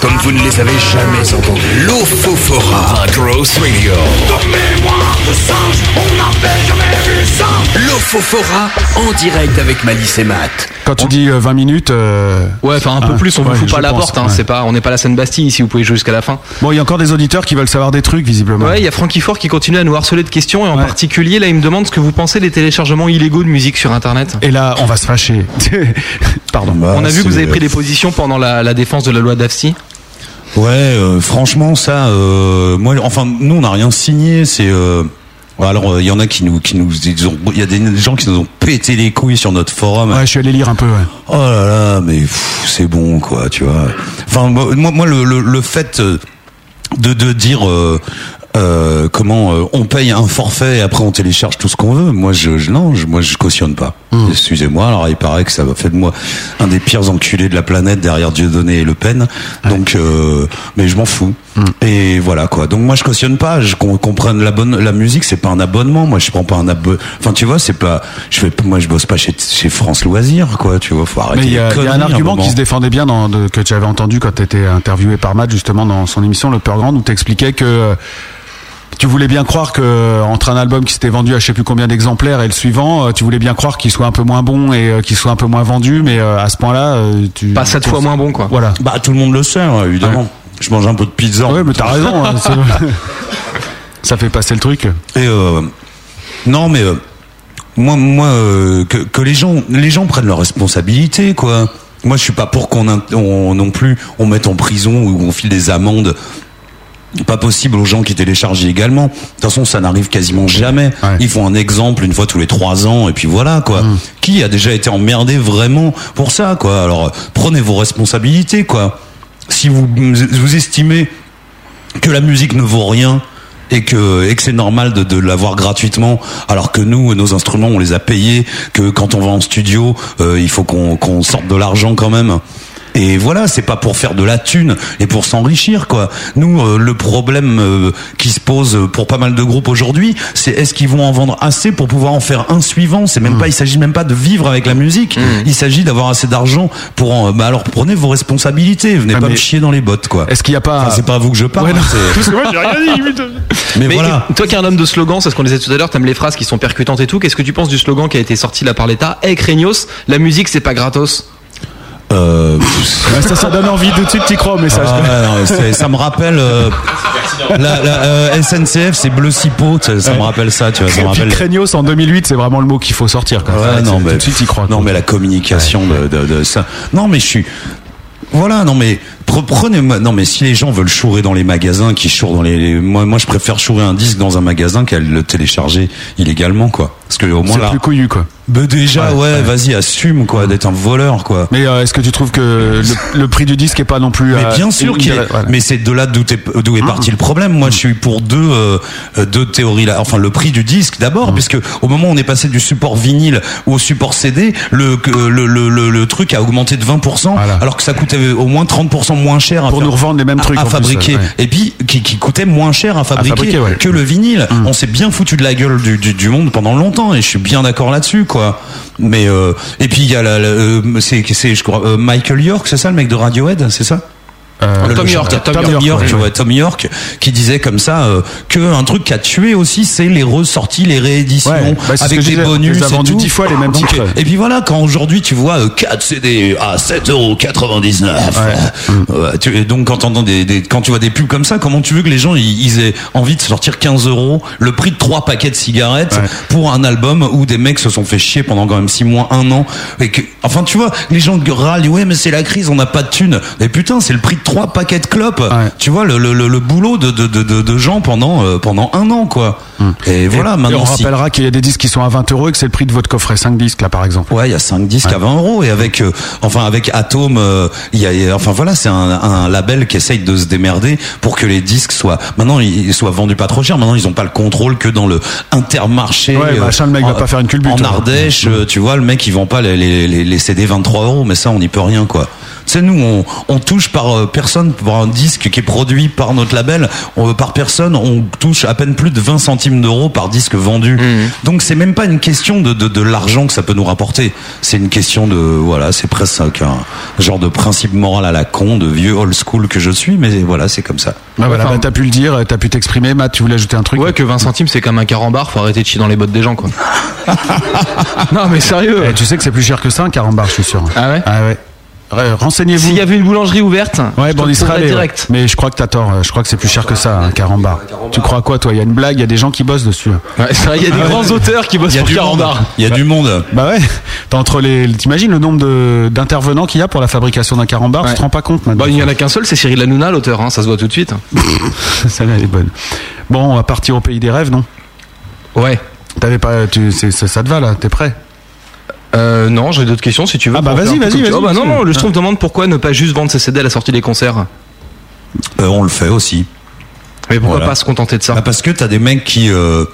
[SPEAKER 1] comme vous ne les avez jamais entendus. Lofofora, Gross Radio.
[SPEAKER 5] Mémoire de singe, on n'avait jamais vu ça.
[SPEAKER 1] Lofofora en direct avec Malice et Matt.
[SPEAKER 4] Quand tu dis euh, 20 minutes. euh,
[SPEAKER 6] Ouais, enfin un peu
[SPEAKER 4] hein,
[SPEAKER 6] plus, on vous
[SPEAKER 4] ouais,
[SPEAKER 6] fout
[SPEAKER 4] je
[SPEAKER 6] pas à la
[SPEAKER 4] pense,
[SPEAKER 6] porte, hein,
[SPEAKER 4] ouais.
[SPEAKER 6] c'est pas, on n'est pas à la scène Bastille ici, vous pouvez jouer jusqu'à la fin.
[SPEAKER 4] Bon, il y a encore des auditeurs qui veulent savoir des trucs, visiblement.
[SPEAKER 6] Ouais, il y a Francky Fort qui continue à nous harceler de questions et en particulier là il me demande ce que vous pensez des téléchargements illégaux de musique sur internet.
[SPEAKER 4] Et là, on va se fâcher. Pardon.
[SPEAKER 6] on a vu que vous
[SPEAKER 8] Bah, c'est-
[SPEAKER 6] avez pris des positions pendant la, la défense de la loi d'AFSI.
[SPEAKER 8] Ouais, euh, franchement, ça, euh, moi, enfin, nous, on n'a rien signé. C'est euh, alors, euh, il y en a qui nous, qui nous, ils ont- il y a des gens qui nous ont pété les couilles sur notre forum.
[SPEAKER 4] Ouais, je suis allé lire un peu. Ouais.
[SPEAKER 8] Oh là là, mais pff, c'est bon, quoi, tu vois. Enfin, moi, moi, moi, le, le, le fait euh, de, de dire euh, euh, comment euh, on paye un forfait et après on télécharge tout ce qu'on veut, moi, je, je- non, je, moi, je cautionne pas.
[SPEAKER 4] Hmm.
[SPEAKER 8] Excusez-moi, alors il paraît que ça va faire de moi un des pires enculés de la planète derrière Dieudonné et Le Pen. Donc, euh, mais je m'en fous.
[SPEAKER 4] Hmm.
[SPEAKER 8] Et voilà, quoi. Donc, moi, je cautionne pas. Je qu'on comprenne la bonne, la musique, c'est pas un abonnement. Moi, je prends pas un abonnement. Enfin, tu vois, c'est pas, je fais, moi, je bosse pas chez, chez France Loisirs, quoi, tu vois. Faut arrêter
[SPEAKER 4] Mais il y a,
[SPEAKER 8] les
[SPEAKER 4] il y a
[SPEAKER 8] conneries,
[SPEAKER 4] un argument
[SPEAKER 8] moment.
[SPEAKER 4] qui se défendait bien dans, de- que tu avais entendu quand tu étais interviewé par Matt justement dans son émission Le Peur Grande où tu expliquais que euh, tu voulais bien croire que euh, entre un album qui s'était vendu à je sais plus combien d'exemplaires et le suivant, euh, tu voulais bien croire qu'il soit un peu moins bon et euh, qu'il soit un peu moins vendu, mais euh, à ce point-là, euh, tu
[SPEAKER 6] Pas sept fois moins bon, quoi.
[SPEAKER 4] Voilà.
[SPEAKER 8] Bah, tout le monde le sait, hein, évidemment. Je mange un peu de pizza.
[SPEAKER 4] Ouais, mais t'as raison. hein, c'est- ça fait passer le truc.
[SPEAKER 8] Et euh, non, mais euh, moi, moi, euh, que, que les gens, les gens prennent leurs responsabilités, quoi. Moi, je suis pas pour qu'on in- on- non plus on mette en prison ou on file des amendes. Pas possible aux gens qui téléchargent également. De toute façon, ça n'arrive quasiment jamais. Ils font un exemple une fois tous les trois ans et puis voilà quoi.
[SPEAKER 4] Hum.
[SPEAKER 8] Qui a déjà été emmerdé vraiment pour ça quoi Alors euh, prenez vos responsabilités quoi. Si vous vous estimez que la musique ne vaut rien et que, et que c'est normal de, de l'avoir gratuitement, alors que nous, nos instruments, on les a payés, que quand on va en studio, euh, il faut qu'on qu'on sorte de l'argent quand même. Et voilà, c'est pas pour faire de la thune et pour s'enrichir quoi. Nous, euh, le problème euh, qui se pose pour pas mal de groupes aujourd'hui, c'est est-ce qu'ils vont en vendre assez pour pouvoir en faire un suivant. C'est
[SPEAKER 4] Hmm.
[SPEAKER 8] même pas, il s'agit même pas de vivre avec la musique. Il s'agit d'avoir assez d'argent pour. En, bah alors prenez vos responsabilités, venez pas me chier dans les bottes quoi.
[SPEAKER 4] Ah, Est-ce qu'il y a pas
[SPEAKER 8] c'est pas à vous que je parle. hein, c'est- Mais voilà.
[SPEAKER 6] Toi qui es un homme de slogan, c'est ce qu'on disait tout à l'heure, t'aimes les phrases qui sont percutantes et tout. Qu'est-ce que tu penses du slogan qui a été sorti là par l'État Hey Craignos, la musique c'est pas gratos.
[SPEAKER 8] Euh,
[SPEAKER 4] Ouais, ça, ça donne envie tout de suite, t'y crois au message.
[SPEAKER 8] Ah ouais, non, c'est- ça me rappelle euh, la, la, euh, SNCF, c'est bleu cipo, ça, ça me rappelle ça, tu vois, ça me
[SPEAKER 4] Et puis
[SPEAKER 8] rappelle.
[SPEAKER 4] Craignos en 2008, c'est vraiment le mot qu'il faut sortir. Quoi.
[SPEAKER 8] Ouais,
[SPEAKER 4] Ça,
[SPEAKER 8] non,
[SPEAKER 4] c'est-
[SPEAKER 8] mais,
[SPEAKER 4] tout de suite, il croit.
[SPEAKER 8] non mais la communication de, de- de ça. Non mais je suis. Voilà, non mais pre- prenez non mais si les gens veulent chourer dans les magasins, qui chourent dans les, les- moi moi je préfère chourer un disque dans un magasin qu'à le télécharger illégalement quoi. Parce que au moins
[SPEAKER 4] C'est
[SPEAKER 8] là.
[SPEAKER 4] plus couillu, quoi.
[SPEAKER 8] Bah, déjà ouais, vas-y assume quoi d'être un voleur quoi.
[SPEAKER 4] Mais euh, est-ce que tu trouves que le, le prix du disque est pas non plus
[SPEAKER 8] Mais
[SPEAKER 4] euh,
[SPEAKER 8] bien sûr
[SPEAKER 4] une-
[SPEAKER 8] qu'il est.
[SPEAKER 4] voilà.
[SPEAKER 8] Mais c'est de là d'où est, d'où est parti le problème. Moi, je suis pour deux euh, euh, deux théories là. Enfin, le prix du disque d'abord,
[SPEAKER 4] Mmh.
[SPEAKER 8] puisque au moment où on est passé du support vinyle au support CD, le que- euh, le le, le, le truc a augmenté de 20%, alors que ça coûtait au moins 30% moins cher à
[SPEAKER 4] Pour
[SPEAKER 8] faire-
[SPEAKER 4] nous revendre les mêmes
[SPEAKER 8] à-
[SPEAKER 4] trucs, en
[SPEAKER 8] à
[SPEAKER 4] plus,
[SPEAKER 8] fabriquer.
[SPEAKER 4] ouais.
[SPEAKER 8] Et puis qui, qui coûtait moins cher à fabriquer,
[SPEAKER 4] fabriquer, ouais. Mm.
[SPEAKER 8] que le vinyle. On s'est bien foutu de la gueule du, du, du monde pendant longtemps, et je suis bien d'accord là-dessus, quoi. Mais euh, et puis il y a la, la- euh, c'est c'est je crois euh, Michael York, c'est ça le mec de Radiohead, c'est ça
[SPEAKER 4] Euh,
[SPEAKER 8] le-
[SPEAKER 6] Tom
[SPEAKER 8] le
[SPEAKER 6] York,
[SPEAKER 8] chanteur.
[SPEAKER 6] Tom
[SPEAKER 8] Tom
[SPEAKER 6] York,
[SPEAKER 8] York,
[SPEAKER 6] ouais,
[SPEAKER 8] tu vois,
[SPEAKER 6] ouais.
[SPEAKER 8] Tom York, qui disait comme ça euh, que un truc qui a tué aussi, c'est les ressorties, les rééditions
[SPEAKER 4] Ouais, bah, c'est ce
[SPEAKER 8] avec
[SPEAKER 4] que
[SPEAKER 8] des
[SPEAKER 4] je disais,
[SPEAKER 8] bonus.
[SPEAKER 4] ils ont
[SPEAKER 8] et
[SPEAKER 4] vendu
[SPEAKER 8] tout.
[SPEAKER 4] dix fois les mêmes
[SPEAKER 8] Donc,
[SPEAKER 4] titres.
[SPEAKER 8] Et puis voilà, quand aujourd'hui tu vois euh, 4 CD à 7,99€. euh, tu- et donc quand, t'entends des, des- quand tu vois des pubs comme ça, comment tu veux que les gens ils, ils aient envie de sortir 15 euros, le prix de trois paquets de cigarettes pour un album où des mecs se sont fait chier pendant quand même 6 mois, 1 an. Et que, enfin tu vois, les gens râlent, ouais mais c'est la crise, on n'a pas de thunes. Mais putain, c'est le prix de trois paquets de clopes. Tu vois, le, le, le- le boulot de, de, de, de- de gens pendant, euh, pendant un an quoi. Et, voilà, maintenant
[SPEAKER 4] on
[SPEAKER 8] si-
[SPEAKER 4] rappellera qu'il y a des disques qui sont à 20 euros et que c'est le prix de votre coffret 5 disques là par exemple.
[SPEAKER 8] Ouais, il y a 5 disques à 20 euros et avec, euh, enfin avec Atom, euh, il y a, enfin voilà, c'est un, un label qui essaye de se démerder pour que les disques soient maintenant ils soient vendus pas trop cher. Maintenant ils ont pas le contrôle que dans le Intermarché. euh,
[SPEAKER 4] Ouais, machin, le mec
[SPEAKER 8] en-
[SPEAKER 4] va pas faire une culbute, hein.
[SPEAKER 8] En
[SPEAKER 4] ouais.
[SPEAKER 8] Ardèche, euh, tu vois, le mec il vend pas les, les, les- les CD 23 euros, mais ça on n'y peut rien quoi. Tu sais, nous, on, on touche par euh, personne, pour un disque qui est produit par notre label, on, par personne, on touche à peine plus de 20 centimes d'euros par disque vendu. Donc, c'est même pas une question de, de, de l'argent que ça peut nous rapporter. C'est une question de, voilà, c'est presque un genre de principe moral à la con, de vieux old school que je suis, mais voilà, c'est comme ça.
[SPEAKER 4] Bah voilà, bah, t'as pu le dire, euh, t'as pu t'exprimer. Matt, tu voulais ajouter un truc
[SPEAKER 6] Ouais, que 20 centimes, c'est comme un carambar, faut arrêter de chier dans les bottes des gens, quoi. non, mais sérieux.
[SPEAKER 4] Eh, tu sais que c'est plus cher que ça, un carambar, je suis sûr.
[SPEAKER 6] Ah ouais
[SPEAKER 4] Ah ouais. Re- Renseignez-vous.
[SPEAKER 6] S'il y avait une boulangerie ouverte,
[SPEAKER 4] Ouais,
[SPEAKER 6] je
[SPEAKER 4] bon,
[SPEAKER 6] te
[SPEAKER 4] on y sera
[SPEAKER 6] trouverais
[SPEAKER 4] allé, ouais.
[SPEAKER 6] direct.
[SPEAKER 4] Mais je crois que t'as tort. euh, Je crois que c'est plus cher que ça, un carambar. Tu crois à quoi, toi Il y a une blague, il y a des gens qui bossent dessus.
[SPEAKER 6] Ouais, c'est vrai, il y a des grands auteurs qui bossent
[SPEAKER 4] Il y a
[SPEAKER 6] pour
[SPEAKER 4] du
[SPEAKER 6] Carambar.
[SPEAKER 4] monde.
[SPEAKER 8] Il y a du monde.
[SPEAKER 4] Bah ouais. T'as entre les. T'imagines le nombre de- d'intervenants qu'il y a pour la fabrication d'un carambar Tu te rends pas compte maintenant.
[SPEAKER 6] Bah, il n'y en a qu'un seul, c'est Cyril Hanouna, l'auteur, hein, ça se voit tout de suite.
[SPEAKER 4] Celle-là, elle est bonne. Bon, on va partir au pays des rêves, non
[SPEAKER 6] Ouais.
[SPEAKER 4] T'avais pas. Tu, c'est- ça, ça te va là T'es prêt
[SPEAKER 6] Euh, non, j'ai d'autres questions si tu veux.
[SPEAKER 4] Ah bah
[SPEAKER 6] pour
[SPEAKER 4] vas-y,
[SPEAKER 6] faire un peu
[SPEAKER 4] vas-y,
[SPEAKER 6] comme tu-
[SPEAKER 4] vas-y. Ah.
[SPEAKER 6] Oh, bah non, non, le
[SPEAKER 4] vas-y.
[SPEAKER 6] Schtroumpf demande pourquoi ne pas juste vendre ses CD à la sortie des concerts.
[SPEAKER 8] Euh, on le fait aussi. Bah,
[SPEAKER 6] Mais pourquoi pas se contenter de ça
[SPEAKER 8] Parce que t'as des mecs qui euh,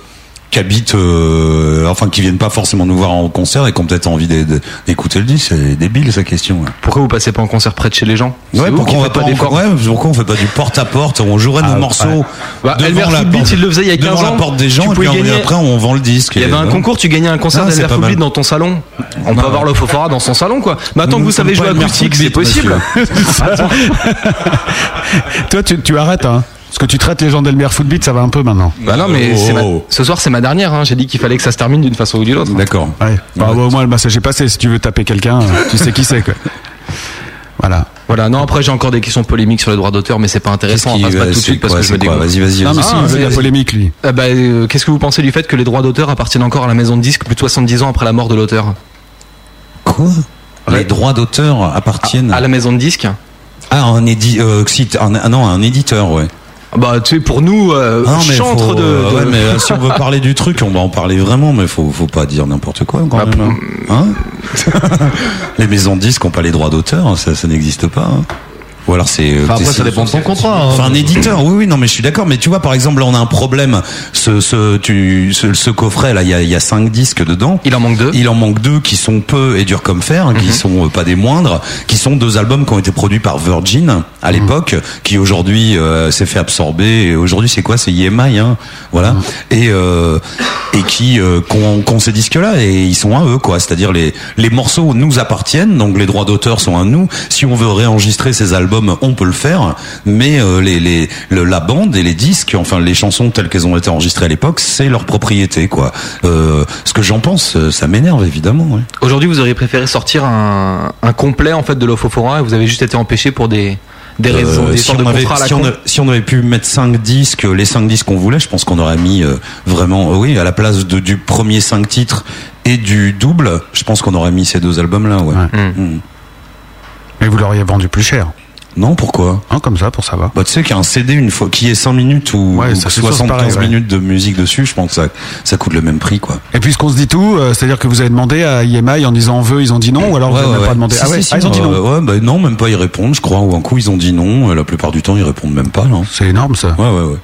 [SPEAKER 8] qui habitent, euh, enfin qui viennent pas forcément nous voir en concert et qui ont peut-être envie d'é- d'é- d'écouter le disque. C'est débile sa question. hein.
[SPEAKER 6] Pourquoi vous passez pas en concert près de chez les gens C'est
[SPEAKER 8] Ouais,
[SPEAKER 6] vous
[SPEAKER 8] pourquoi
[SPEAKER 6] qui
[SPEAKER 8] on, va
[SPEAKER 6] faites
[SPEAKER 8] pas en-
[SPEAKER 6] d'efforts
[SPEAKER 8] ouais, pourquoi on fait pas du porte à porte On jouerait
[SPEAKER 6] Ah,
[SPEAKER 8] nos
[SPEAKER 6] ouais.
[SPEAKER 8] morceaux.
[SPEAKER 6] Bah,
[SPEAKER 8] devant
[SPEAKER 6] Elmer
[SPEAKER 8] la
[SPEAKER 6] Footbeat,
[SPEAKER 8] porte-
[SPEAKER 6] il le faisait il y a 15
[SPEAKER 8] devant
[SPEAKER 6] ans.
[SPEAKER 8] la porte des gens
[SPEAKER 6] Tu
[SPEAKER 8] et puis
[SPEAKER 6] pouvais
[SPEAKER 8] on-
[SPEAKER 6] gagner-
[SPEAKER 8] après on vend le disque.
[SPEAKER 6] Il y
[SPEAKER 8] et
[SPEAKER 6] avait un
[SPEAKER 8] voilà.
[SPEAKER 6] concours, tu gagnais un concert
[SPEAKER 8] Ah, c'est
[SPEAKER 6] d'Elmer
[SPEAKER 8] pas
[SPEAKER 6] Footbeat
[SPEAKER 8] mal.
[SPEAKER 6] dans ton salon. On peut avoir le Fofora dans son salon, quoi. Maintenant que
[SPEAKER 8] Nous
[SPEAKER 6] vous
[SPEAKER 8] ne
[SPEAKER 6] savez
[SPEAKER 8] sommes
[SPEAKER 6] jouer
[SPEAKER 8] pas Elmer
[SPEAKER 6] acoustique, c'est
[SPEAKER 8] Footbeat,
[SPEAKER 6] possible. Attends.
[SPEAKER 4] Toi, tu, tu arrêtes, hein Parce que tu traites les gens d'Elmer Footbeat, ça va un peu maintenant.
[SPEAKER 6] Bah non, mais
[SPEAKER 8] Oh.
[SPEAKER 6] c'est ma- ce soir, c'est ma dernière. hein. J'ai dit qu'il fallait que ça se termine d'une façon ou d'une autre.
[SPEAKER 8] D'accord.
[SPEAKER 4] Ouais. Bah, ouais, au moins, le massage est passé. Si tu veux taper quelqu'un, euh, tu sais qui c'est, quoi. Voilà.
[SPEAKER 6] Voilà, non, après j'ai encore des questions polémiques sur les droits d'auteur, mais c'est pas intéressant,
[SPEAKER 8] Qu'est-ce
[SPEAKER 6] on passe
[SPEAKER 8] qui-
[SPEAKER 6] pas
[SPEAKER 8] euh,
[SPEAKER 6] tout de
[SPEAKER 8] c'est
[SPEAKER 6] suite parce
[SPEAKER 8] quoi,
[SPEAKER 6] que je me
[SPEAKER 8] c'est quoi
[SPEAKER 6] dégoûte.
[SPEAKER 8] Vas-y, vas-y,
[SPEAKER 4] Non, mais
[SPEAKER 8] vas-y.
[SPEAKER 4] si, il veut de la
[SPEAKER 6] c'est-
[SPEAKER 4] polémique, lui.
[SPEAKER 6] Ah bah, euh, Qu'est-ce que vous pensez du fait que les droits d'auteur appartiennent encore à la maison de disques plus de 70 ans après la mort de l'auteur
[SPEAKER 8] Quoi Les droits d'auteur appartiennent
[SPEAKER 6] À
[SPEAKER 8] à,
[SPEAKER 6] la maison de disques
[SPEAKER 8] un édi- euh, si, un- ah non, à un éditeur, ouais.
[SPEAKER 6] Bah tu sais, pour nous, euh,
[SPEAKER 8] Ah non, mais
[SPEAKER 6] chantre
[SPEAKER 8] faut-
[SPEAKER 6] de... de-
[SPEAKER 8] ouais, mais euh, si on veut parler du truc, on va en parler vraiment, mais faut, faut pas dire n'importe quoi
[SPEAKER 6] Bah,
[SPEAKER 8] quand même, hein. Hein les maisons de disques ont pas les droits d'auteur, ça, ça n'existe pas. hein. Ou alors c'est. euh,
[SPEAKER 9] Enfin, après,
[SPEAKER 8] c'est-
[SPEAKER 9] ça dépend de ton contrat. hein.
[SPEAKER 8] Enfin, un éditeur, oui, oui, non, mais je suis d'accord. Mais tu vois, par exemple, là, on a un problème. Ce, ce, tu, ce, ce coffret, là, il y a, il y a cinq disques dedans.
[SPEAKER 6] Il en manque deux. Mhm.
[SPEAKER 8] Il en manque deux qui sont peu et durs comme fer, qui sont euh, pas des moindres, qui sont deux albums qui ont été produits par Virgin
[SPEAKER 6] Mhm.
[SPEAKER 8] à l'époque, qui aujourd'hui euh, s'est fait absorber. Et aujourd'hui, c'est quoi C'est EMI, hein, voilà.
[SPEAKER 6] Mhm.
[SPEAKER 8] Et euh, et qui euh, qu'ont qu'ont ces disques-là et ils sont à eux, quoi. C'est-à-dire les les morceaux nous appartiennent, donc les droits d'auteur sont à nous. Si on veut réenregistrer ces albums, on peut le faire, mais euh, les, les, le- la bande et les disques, enfin les chansons telles qu'elles ont été enregistrées à l'époque, c'est leur propriété, quoi. Euh, ce que j'en pense, euh, ça m'énerve évidemment. ouais.
[SPEAKER 6] Aujourd'hui, vous auriez préféré sortir un, un complet en fait de l'Ophophora et vous avez juste été empêché pour des, des raisons,
[SPEAKER 8] Euh,
[SPEAKER 6] des
[SPEAKER 8] si,
[SPEAKER 6] sortes
[SPEAKER 8] on
[SPEAKER 6] de
[SPEAKER 8] avait,
[SPEAKER 6] contrats à la
[SPEAKER 8] si, on
[SPEAKER 6] con.
[SPEAKER 8] a- si on avait pu mettre cinq disques, euh, les cinq disques qu'on voulait, je pense qu'on aurait mis euh, vraiment, euh, oui, à la place de, du premier cinq titres et du double, je pense qu'on aurait mis ces deux albums-là. Ouais. Mm.
[SPEAKER 4] Mais vous l'auriez vendu plus cher.
[SPEAKER 8] Non, pourquoi
[SPEAKER 4] Hein, comme ça, pour savoir.
[SPEAKER 8] Bah, tu sais qu'un CD, une fois qui est 5 minutes ou,
[SPEAKER 4] Ouais,
[SPEAKER 8] ou
[SPEAKER 4] ça, c'est sûr, c'est
[SPEAKER 8] 75
[SPEAKER 4] pareil, ouais.
[SPEAKER 8] minutes de musique dessus, je pense que ça, ça coûte le même prix, quoi.
[SPEAKER 4] Et puisqu'on se dit tout, euh, c'est-à-dire que vous avez demandé à IMI en disant on veut, ils ont dit non, ou alors vous
[SPEAKER 8] Ouais,
[SPEAKER 4] n'avez
[SPEAKER 8] ouais,
[SPEAKER 4] même
[SPEAKER 8] ouais.
[SPEAKER 4] pas demandé.
[SPEAKER 8] Si,
[SPEAKER 4] ah
[SPEAKER 8] si,
[SPEAKER 4] ouais,
[SPEAKER 8] si,
[SPEAKER 4] ah, ils ont dit non.
[SPEAKER 8] euh, ouais, bah non, même pas ils répondent, je crois, ou un coup ils ont dit non, euh, la plupart du temps ils répondent même pas, non.
[SPEAKER 4] C'est énorme ça.
[SPEAKER 8] Ouais, ouais, ouais.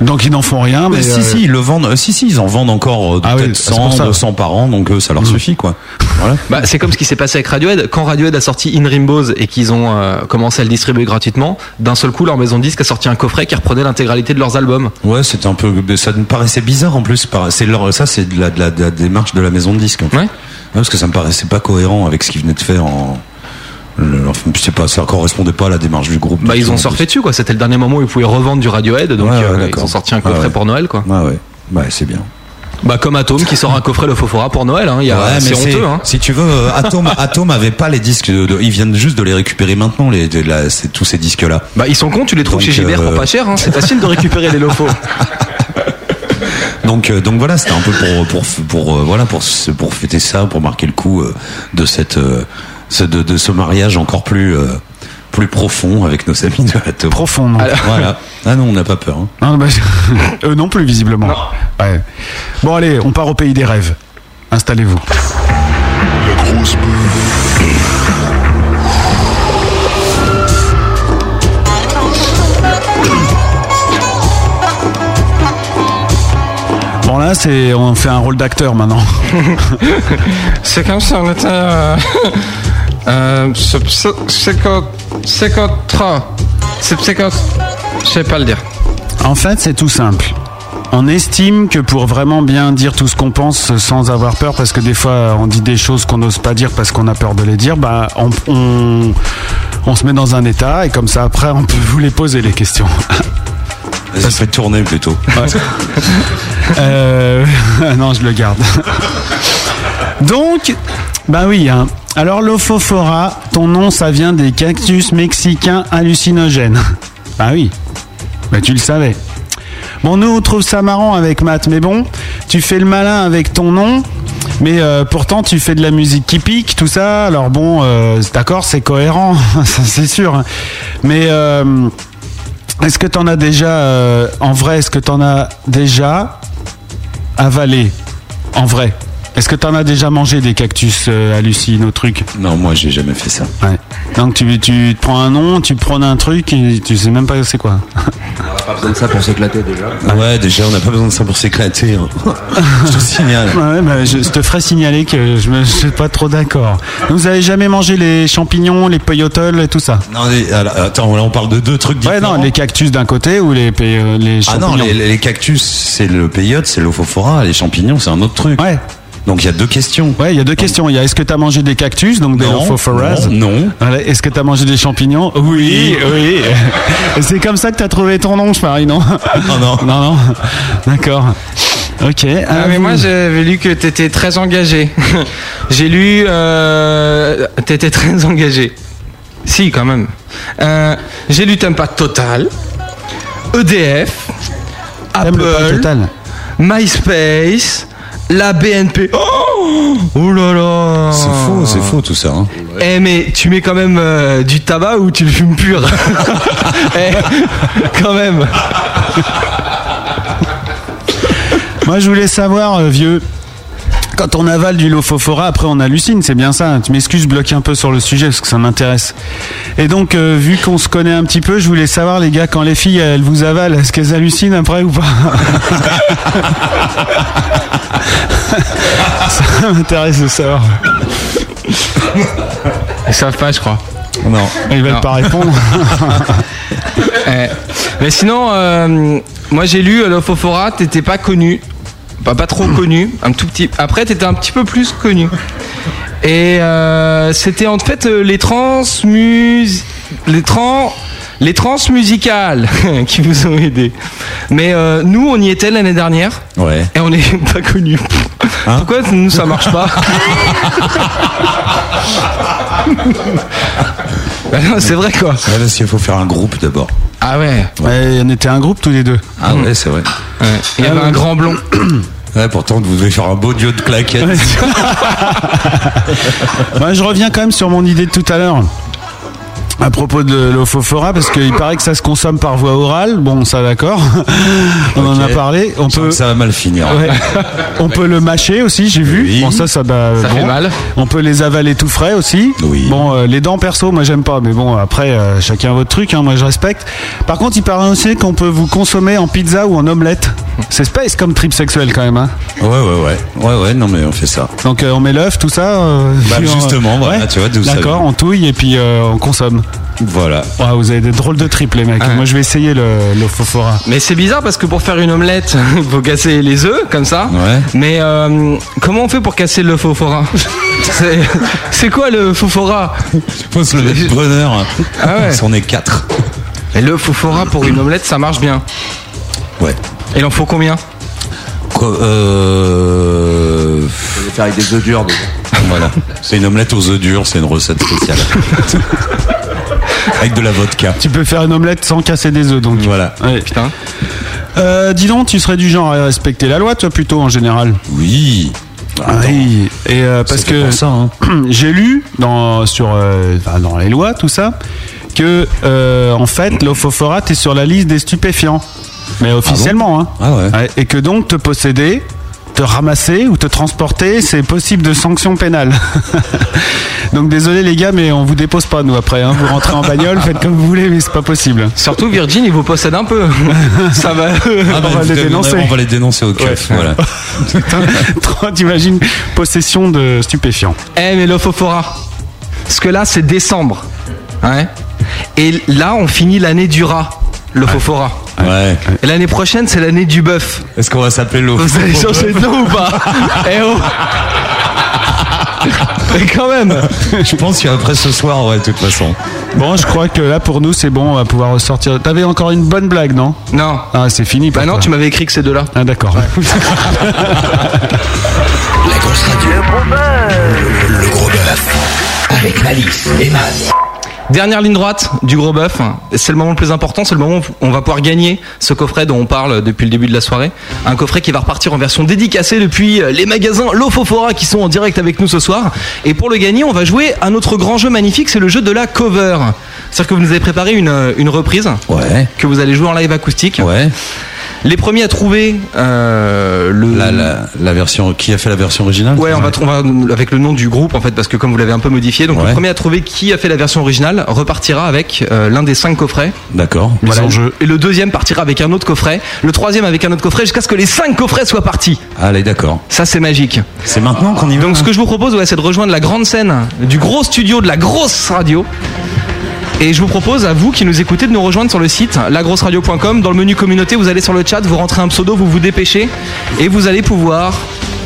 [SPEAKER 4] Donc ils n'en font rien, mais.
[SPEAKER 8] Mais si,
[SPEAKER 4] euh,
[SPEAKER 8] si, ils le vendent, euh, si, si, ils en vendent encore euh,
[SPEAKER 4] Ah
[SPEAKER 8] peut-être
[SPEAKER 4] oui, c'est pour
[SPEAKER 8] 100,
[SPEAKER 4] ça.
[SPEAKER 8] 200 par an, donc euh, ça leur suffit, quoi. Voilà.
[SPEAKER 6] Mm. Bah, c'est comme ce qui s'est passé avec Radiohead. Quand Radiohead a sorti In Rainbows et qu'ils ont euh, commencé à le distribuer gratuitement, d'un seul coup, leur maison de disques a sorti un coffret qui reprenait l'intégralité de leurs albums.
[SPEAKER 8] Ouais, c'était un peu, mais ça me paraissait bizarre en plus. par- C'est leur, ça, c'est de la, de la- de la démarche de la maison de disques. en fait.
[SPEAKER 6] Ouais.
[SPEAKER 8] parce que ça me paraissait pas cohérent avec ce qu'ils venaient de faire en. le- Enfin, je sais pas, ça correspondait pas à la démarche du groupe.
[SPEAKER 6] Bah,
[SPEAKER 8] du
[SPEAKER 6] ils
[SPEAKER 8] tout,
[SPEAKER 6] ont
[SPEAKER 8] en
[SPEAKER 6] surfé dessus, quoi. C'était le dernier moment où ils pouvaient revendre du Radiohead, donc
[SPEAKER 8] Ouais, ouais,
[SPEAKER 6] euh, ils
[SPEAKER 8] d'accord.
[SPEAKER 6] ont sorti un coffret
[SPEAKER 8] Ouais, ouais.
[SPEAKER 6] pour Noël, quoi.
[SPEAKER 8] plus. Ouais, ouais. Ouais, c'est bien.
[SPEAKER 6] Bah, comme Atom qui sort un coffret Le Fofora pour Noël, hein. Il y a-
[SPEAKER 8] Ouais,
[SPEAKER 6] c'est
[SPEAKER 8] mais
[SPEAKER 6] honteux, hein.
[SPEAKER 8] Si tu veux, euh, Atom, Atom avait pas les disques. de- de- ils viennent juste de les récupérer maintenant, les, de la- c'est- tous ces disques-là.
[SPEAKER 6] Bah, ils sont cons, tu les trouves
[SPEAKER 8] Donc,
[SPEAKER 6] chez Gibert pour
[SPEAKER 8] euh,
[SPEAKER 6] pas cher, hein. C'est facile de récupérer les lofos.
[SPEAKER 8] Donc, euh, donc voilà, c'était un peu pour pour pour euh, voilà pour ce- pour fêter ça, pour marquer le coup euh, de cette euh, ce- de, de ce mariage encore plus euh, plus profond avec nos amis de la Taube.
[SPEAKER 4] Profond, non.
[SPEAKER 8] Voilà. Ah non, on n'a pas peur. hein.
[SPEAKER 4] Non, bah, eux non plus, visiblement. Ouais. Bon, allez, on part au pays des rêves. Installez-vous. Bon, là, c'est, on euh, fait un rôle d'acteur maintenant.
[SPEAKER 6] c'est comme si on était, Euh, c'est- c'est- c'est quoi- c'est quoi tra- C'est c'est quoi- Je sais pas le dire.
[SPEAKER 4] En fait, c'est tout simple. On estime que pour vraiment bien dire tout ce qu'on pense sans avoir peur, parce que des fois on dit des choses qu'on n'ose pas dire parce qu'on a peur de les dire, bah on, on- on se met dans un état et comme ça après on peut vous les poser les questions.
[SPEAKER 8] Ça se fait tourner plutôt.
[SPEAKER 4] Euh, non, je le garde. Donc, bah oui. hein. Alors, l'ophophora, ton nom, ça vient des cactus mexicains hallucinogènes. Bah oui. Bah tu le savais. Bon, nous, on trouve ça marrant avec Matt, mais bon, tu fais le malin avec ton nom, mais euh, pourtant, tu fais de la musique qui pique, tout ça. Alors, bon, euh, d'accord, c'est cohérent, ça, c'est sûr. hein. Mais. euh, est-ce que t'en as déjà, euh, en vrai, est-ce que t'en as déjà avalé En vrai Est-ce que t'en as déjà mangé des cactus euh, hallucinaux trucs
[SPEAKER 8] Non, moi j'ai jamais fait ça.
[SPEAKER 4] Ouais. Donc tu, tu te prends un nom, tu te prends un truc et tu sais même pas c'est quoi.
[SPEAKER 11] On n'a pas besoin de ça pour s'éclater déjà.
[SPEAKER 8] Ah Ouais, déjà on n'a pas besoin de ça pour s'éclater. hein. je te signale.
[SPEAKER 4] Ouais, bah, je, je te ferai signaler que je ne suis pas trop d'accord. Donc, Vous avez jamais mangé les champignons, les peyotoles et tout ça
[SPEAKER 8] Non, mais, alors, attends, là on parle de deux trucs différents.
[SPEAKER 4] Ouais, non, les cactus d'un côté ou les, pey- euh, les
[SPEAKER 8] Ah
[SPEAKER 4] champignons
[SPEAKER 8] non, les, les cactus, c'est le peyote, c'est l'ophophora, les champignons, c'est un autre truc.
[SPEAKER 4] Ouais.
[SPEAKER 8] Donc il y a deux questions.
[SPEAKER 4] Ouais, il y a deux questions. Il y a est-ce que tu as mangé des cactus, donc des
[SPEAKER 8] Non,
[SPEAKER 4] lophoforas
[SPEAKER 8] non, non.
[SPEAKER 4] Voilà, Est-ce que tu as mangé des champignons Oui, oui. Et C'est comme ça que tu as trouvé ton nom, je parie, non
[SPEAKER 8] Non, Ah non.
[SPEAKER 4] Non, non. D'accord. Ok.
[SPEAKER 6] Ah, mais
[SPEAKER 4] vous-
[SPEAKER 6] moi j'avais lu que t'étais très engagé. J'ai lu. Euh, t'étais très engagé. Si, quand même. Euh, J'ai lu T'aimes pas Total, EDF, Apple, MySpace, la BNP. Oh, oh là là
[SPEAKER 8] C'est faux, c'est faux tout ça. hein.
[SPEAKER 6] Eh mais tu mets quand même euh, du tabac ou tu le fumes pur Eh, Quand même
[SPEAKER 4] Moi, je voulais savoir, euh, vieux. Quand on avale du lophophora, après on hallucine, c'est bien ça. hein. Tu m'excuses, je bloque un peu sur le sujet parce que ça m'intéresse. Et donc, euh, vu qu'on se connaît un petit peu, je voulais savoir, les gars, quand les filles elles vous avalent, est-ce qu'elles hallucinent après ou pas Ça m'intéresse de savoir.
[SPEAKER 6] Ils savent pas, je crois.
[SPEAKER 8] Non.
[SPEAKER 4] Ils veulent pas répondre.
[SPEAKER 6] Eh, Mais sinon, euh, moi j'ai lu euh, Lofofora, t'étais pas connu. Pas, pas trop connu, un tout petit. Après, t'étais un petit peu plus connu. Et euh, c'était en fait euh, les transmus. Les trans. Les trans musicales qui vous ont aidé. Mais euh, nous, on y était l'année dernière.
[SPEAKER 8] Ouais.
[SPEAKER 6] Et on n'est pas connu. Pourquoi nous ça marche pas Bah non, C'est vrai quoi.
[SPEAKER 8] Ouais, parce qu'il faut faire un groupe d'abord.
[SPEAKER 6] Ah ouais.
[SPEAKER 4] Ouais, on était un groupe tous les deux.
[SPEAKER 8] Ah ouais, c'est vrai.
[SPEAKER 6] Mm. Il y avait un grand blond.
[SPEAKER 8] Ouais, pourtant vous devez faire un beau duo de claquettes.
[SPEAKER 4] Moi, je reviens quand même sur mon idée de tout à l'heure. À propos de l'ophophora, parce qu'il paraît que ça se consomme par voie orale. Bon, ça d'accord. On en a
[SPEAKER 8] Ok.
[SPEAKER 4] parlé. On
[SPEAKER 8] Je sens
[SPEAKER 4] peut.
[SPEAKER 8] que ça va mal finir.
[SPEAKER 4] Ouais. On peut le mâcher aussi, j'ai vu. Bon, ça, ça, bah,
[SPEAKER 6] Ça
[SPEAKER 4] bon.
[SPEAKER 6] fait mal.
[SPEAKER 4] On peut les avaler tout frais aussi. Bon, euh, les dents perso, moi j'aime pas, mais bon, après, euh, chacun votre truc, hein, moi je respecte. Par contre, il paraît aussi qu'on peut vous consommer en pizza ou en omelette. C'est space comme trip sexuel quand même. Hein.
[SPEAKER 8] Ouais, ouais, ouais. Ouais, ouais, non, mais on fait ça.
[SPEAKER 4] Donc euh, on met l'œuf, tout ça. euh,
[SPEAKER 8] Bah,
[SPEAKER 4] puis on-
[SPEAKER 8] justement, voilà,
[SPEAKER 4] ouais.
[SPEAKER 8] tu vois d'où ça
[SPEAKER 4] D'accord,
[SPEAKER 8] vient.
[SPEAKER 4] on touille et puis euh, on consomme.
[SPEAKER 8] Voilà.
[SPEAKER 4] Ouah, vous avez des drôles de tripes, les mecs.
[SPEAKER 6] Ouais.
[SPEAKER 4] Moi je vais essayer le, le fofora.
[SPEAKER 6] Mais c'est bizarre parce que pour faire une omelette, il faut casser les œufs comme ça.
[SPEAKER 8] Ouais.
[SPEAKER 6] Mais euh, comment on fait pour casser le fofora C'est- C'est quoi le fofora
[SPEAKER 8] Faut se lever de bonheur.
[SPEAKER 6] Ah ouais.
[SPEAKER 8] hein. On est quatre.
[SPEAKER 6] Et le fofora pour une omelette, ça marche bien.
[SPEAKER 8] Ouais.
[SPEAKER 6] Il en faut combien
[SPEAKER 8] Quoi, euh... faire avec des œufs durs. Voilà. C'est une omelette aux œufs durs, c'est une recette spéciale. avec de la vodka.
[SPEAKER 4] Tu peux faire une omelette sans casser des œufs, donc.
[SPEAKER 8] Voilà.
[SPEAKER 6] Putain.
[SPEAKER 4] Euh, dis donc, tu serais du genre à respecter la loi, toi, plutôt, en général Ah
[SPEAKER 8] Oui.
[SPEAKER 4] Oui, et euh, parce
[SPEAKER 8] C'est fait
[SPEAKER 4] que
[SPEAKER 8] pour ça, hein.
[SPEAKER 4] j'ai lu dans, sur, euh, enfin, dans les lois, tout ça, que euh, en fait, l'ophophorate est sur la liste des stupéfiants. Mais officiellement, hein.
[SPEAKER 8] Ah ouais.
[SPEAKER 4] Ouais, Et que donc, te posséder, te ramasser ou te transporter, c'est possible de sanctions pénales. donc, désolé les gars, mais on vous dépose pas, nous, après. hein. Vous rentrez en bagnole, faites comme vous voulez, mais c'est pas possible.
[SPEAKER 6] Surtout Virgin, il vous possède un peu. ça va.
[SPEAKER 8] Ah,
[SPEAKER 4] on
[SPEAKER 8] bah,
[SPEAKER 4] va
[SPEAKER 8] vous
[SPEAKER 4] les
[SPEAKER 8] avez-
[SPEAKER 4] dénoncer.
[SPEAKER 8] On va les dénoncer au keuf. Voilà.
[SPEAKER 4] Putain, T'imagines possession de stupéfiants.
[SPEAKER 6] Eh mais le fofora. Parce que là, c'est décembre. Ouais. Et là, on finit l'année du rat, le Fofora.
[SPEAKER 8] Ouais.
[SPEAKER 6] Et l'année prochaine, c'est l'année du bœuf.
[SPEAKER 8] Est-ce qu'on va s'appeler l'eau
[SPEAKER 6] Vous allez changer de nom ou pas Eh oh Mais quand même
[SPEAKER 8] Je pense qu'après ce soir, ouais, de toute façon.
[SPEAKER 4] Bon, je crois que là pour nous c'est bon, on va pouvoir ressortir. T'avais encore une bonne blague, non
[SPEAKER 6] Non.
[SPEAKER 4] Ah, c'est fini.
[SPEAKER 6] Bah non, tu m'avais écrit que ces deux-là.
[SPEAKER 4] Ah, d'accord.
[SPEAKER 1] La grosse radio. Le gros bœuf. Le, gros bœuf. Avec Malice et Maz.
[SPEAKER 6] Dernière ligne droite du gros bœuf. C'est le moment le plus important, c'est le moment où on va pouvoir gagner ce coffret dont on parle depuis le début de la soirée. Un coffret qui va repartir en version dédicacée depuis euh, les magasins Lofofora qui sont en direct avec nous ce soir. Et pour le gagner, on va jouer un autre grand jeu magnifique, c'est le jeu de la cover. C'est-à-dire que vous nous avez préparé une, une reprise que vous allez jouer en live acoustique. Les premiers à trouver euh, le...
[SPEAKER 8] La, la- la version, qui a fait la version originale
[SPEAKER 6] Ouais, on va, tr- on va- avec le nom du groupe en fait, parce que comme vous l'avez un peu modifié, donc le premier à trouver qui a fait la version originale repartira avec euh, l'un des cinq coffrets.
[SPEAKER 8] D'accord.
[SPEAKER 6] Voilà.
[SPEAKER 8] Mise en jeu.
[SPEAKER 6] Et le deuxième partira avec un autre coffret, le troisième avec un autre coffret, jusqu'à ce que les cinq coffrets soient partis.
[SPEAKER 8] Allez, d'accord.
[SPEAKER 6] Ça, c'est magique.
[SPEAKER 8] C'est maintenant qu'on y va. hein.
[SPEAKER 6] Donc, ce que je vous propose, ouais, c'est de rejoindre la grande scène du gros studio, de la grosse radio. Et je vous propose à vous qui nous écoutez de nous rejoindre sur le site lagrosseradio.com. Dans le menu communauté, vous allez sur le chat, vous rentrez un pseudo, vous vous dépêchez et vous allez pouvoir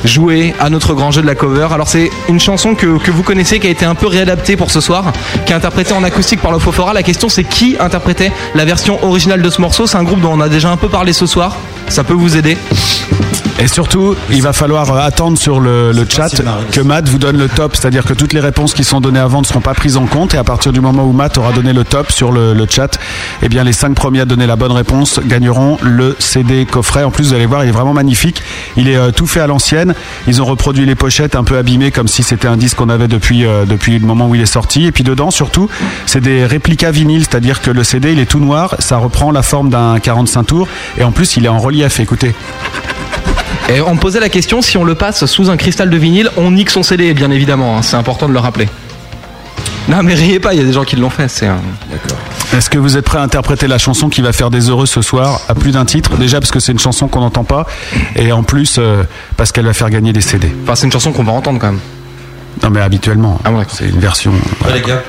[SPEAKER 6] jouer à notre grand jeu de la cover. Alors c'est une chanson que, que vous connaissez qui a été un peu réadaptée pour ce soir, qui est interprétée en acoustique par le Fofora. La question c'est qui interprétait la version originale de ce morceau C'est un groupe dont on a déjà un peu parlé ce soir. Ça peut vous aider.
[SPEAKER 4] Et surtout, il va falloir euh, attendre sur le, le chat que Matt vous donne le top, c'est-à-dire que toutes les réponses qui sont données avant ne seront pas prises en compte. Et à partir du moment où Matt aura donné le top sur le, le chat, eh bien les cinq premiers à donner la bonne réponse gagneront le CD coffret. En plus, vous allez voir, il est vraiment magnifique. Il est euh, tout fait à l'ancienne. Ils ont reproduit les pochettes un peu abîmées, comme si c'était un disque qu'on avait depuis euh, depuis le moment où il est sorti. Et puis dedans, surtout, c'est des réplicas vinyles, c'est-à-dire que le CD il est tout noir, ça reprend la forme d'un 45 tours, et en plus il est en relief. Écoutez.
[SPEAKER 6] Et on me posait la question si on le passe sous un cristal de vinyle, on nique son CD, bien évidemment. hein. c'est important de le rappeler. Non, mais riez pas, il y a des gens qui l'ont fait. C'est un...
[SPEAKER 4] Est-ce que vous êtes prêt à interpréter la chanson qui va faire des heureux ce soir à plus d'un titre Déjà parce que c'est une chanson qu'on n'entend pas et en plus euh, parce qu'elle va faire gagner des CD.
[SPEAKER 6] Enfin, c'est une chanson qu'on va entendre quand même. Ah
[SPEAKER 4] Non mais habituellement, c'est une version.
[SPEAKER 11] Ouais, les gars.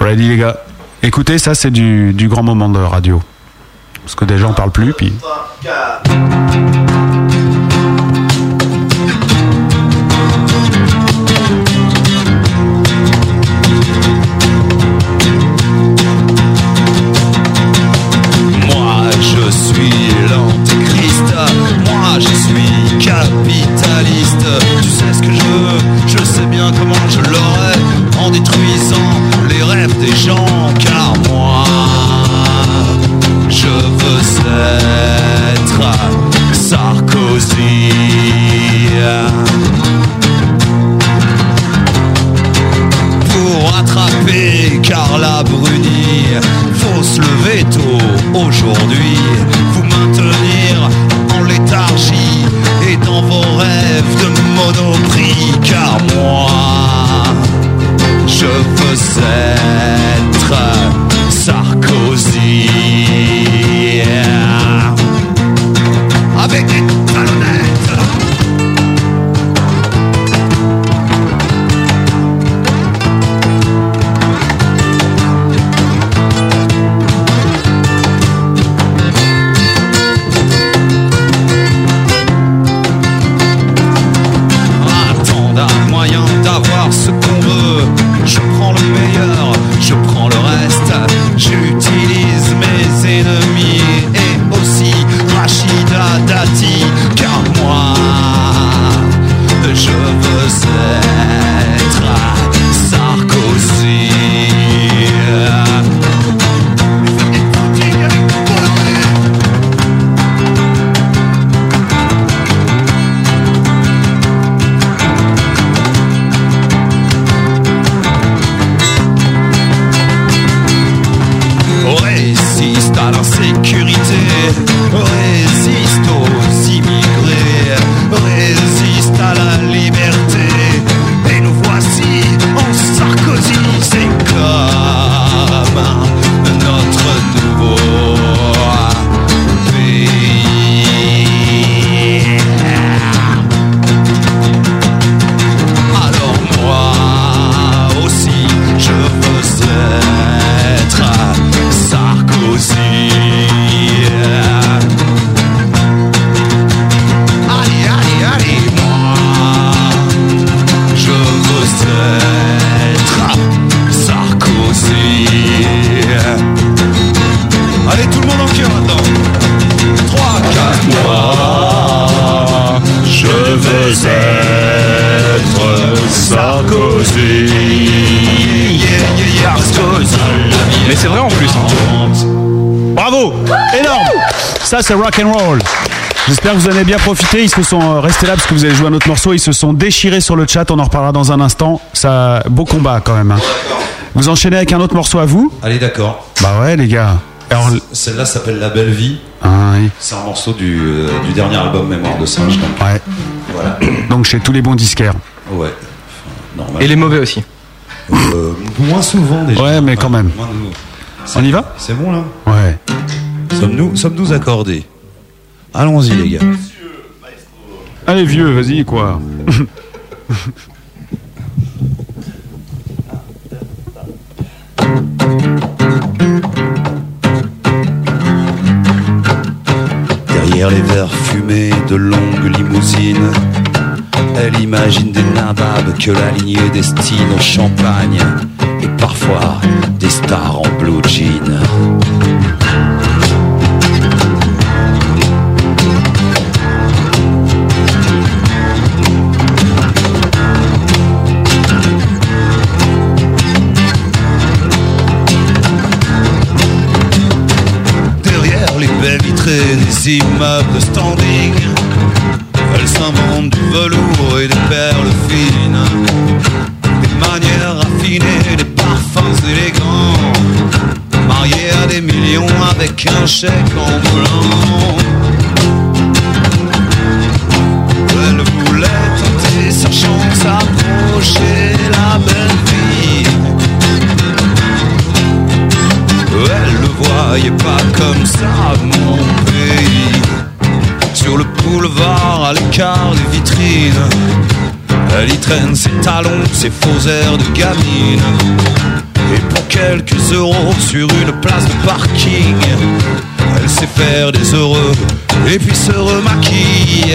[SPEAKER 4] Ready les gars Écoutez, ça c'est du, du grand moment de radio. Parce que déjà on parle plus puis.
[SPEAKER 7] Moi je suis l'antéchrist, moi je suis capitaliste. Tu sais ce que je veux, je sais bien comment je l'aurai en détruisant les rêves des gens. Car moi je veux être Sarkozy. pour attraper Carla Bruni. Faut se lever tôt aujourd'hui, vous maintenir en léthargie et dans vos rêves de monoprix. Car moi, je veux être Sarkozy. Avec des talonnettes.
[SPEAKER 17] veux être Sarkozy. Sarkozy.
[SPEAKER 6] Mais c'est vrai en plus. hein.
[SPEAKER 4] Bravo Énorme Ça c'est rock and roll J'espère que vous en avez bien profité. Ils se sont euh, restés là parce que vous avez joué un autre morceau. Ils se sont déchirés sur le chat. On en reparlera dans un instant. Ça, beau combat quand même. hein. Vous enchaînez avec un autre morceau à vous
[SPEAKER 8] Allez, d'accord.
[SPEAKER 4] Bah ouais, les gars. Alors,
[SPEAKER 8] Celle-là s'appelle La Belle Vie.
[SPEAKER 4] Hein?
[SPEAKER 8] C'est un morceau du, euh, du dernier album Mémoire de Singe. donc.
[SPEAKER 4] Ouais.
[SPEAKER 8] Voilà.
[SPEAKER 4] Donc chez tous les bons disquaires.
[SPEAKER 8] Ouais. Normal. Euh,
[SPEAKER 6] Et les mauvais aussi.
[SPEAKER 8] moins souvent déjà.
[SPEAKER 4] Ouais, mais quand même.
[SPEAKER 8] Moins de-
[SPEAKER 4] On y va
[SPEAKER 8] C'est bon là
[SPEAKER 4] Ouais.
[SPEAKER 8] Sommes-nous sommes accordés Allons-y les gars.
[SPEAKER 4] Allez vieux, vas-y quoi.
[SPEAKER 8] Derrière les verres fumés de longues limousines, elle imagine des nababs que la lignée destine au champagne et parfois des stars en blue jean.
[SPEAKER 7] Derrière les baies vitrées des immeubles de standing, elle s'invente du velours et des perles fines, des manières raffinées, des parfums élégants, mariée à des millions avec un chèque en blanc. Elle voulait tenter sa chance, approcher la belle vie. Elle le voyait pas comme ça, mon pays. Sur le boulevard, à l'écart des vitrines, elle y traîne ses talons, ses faux airs de gamine. Et pour quelques euros sur une place de parking, elle sait faire des heureux et puis se remaquille.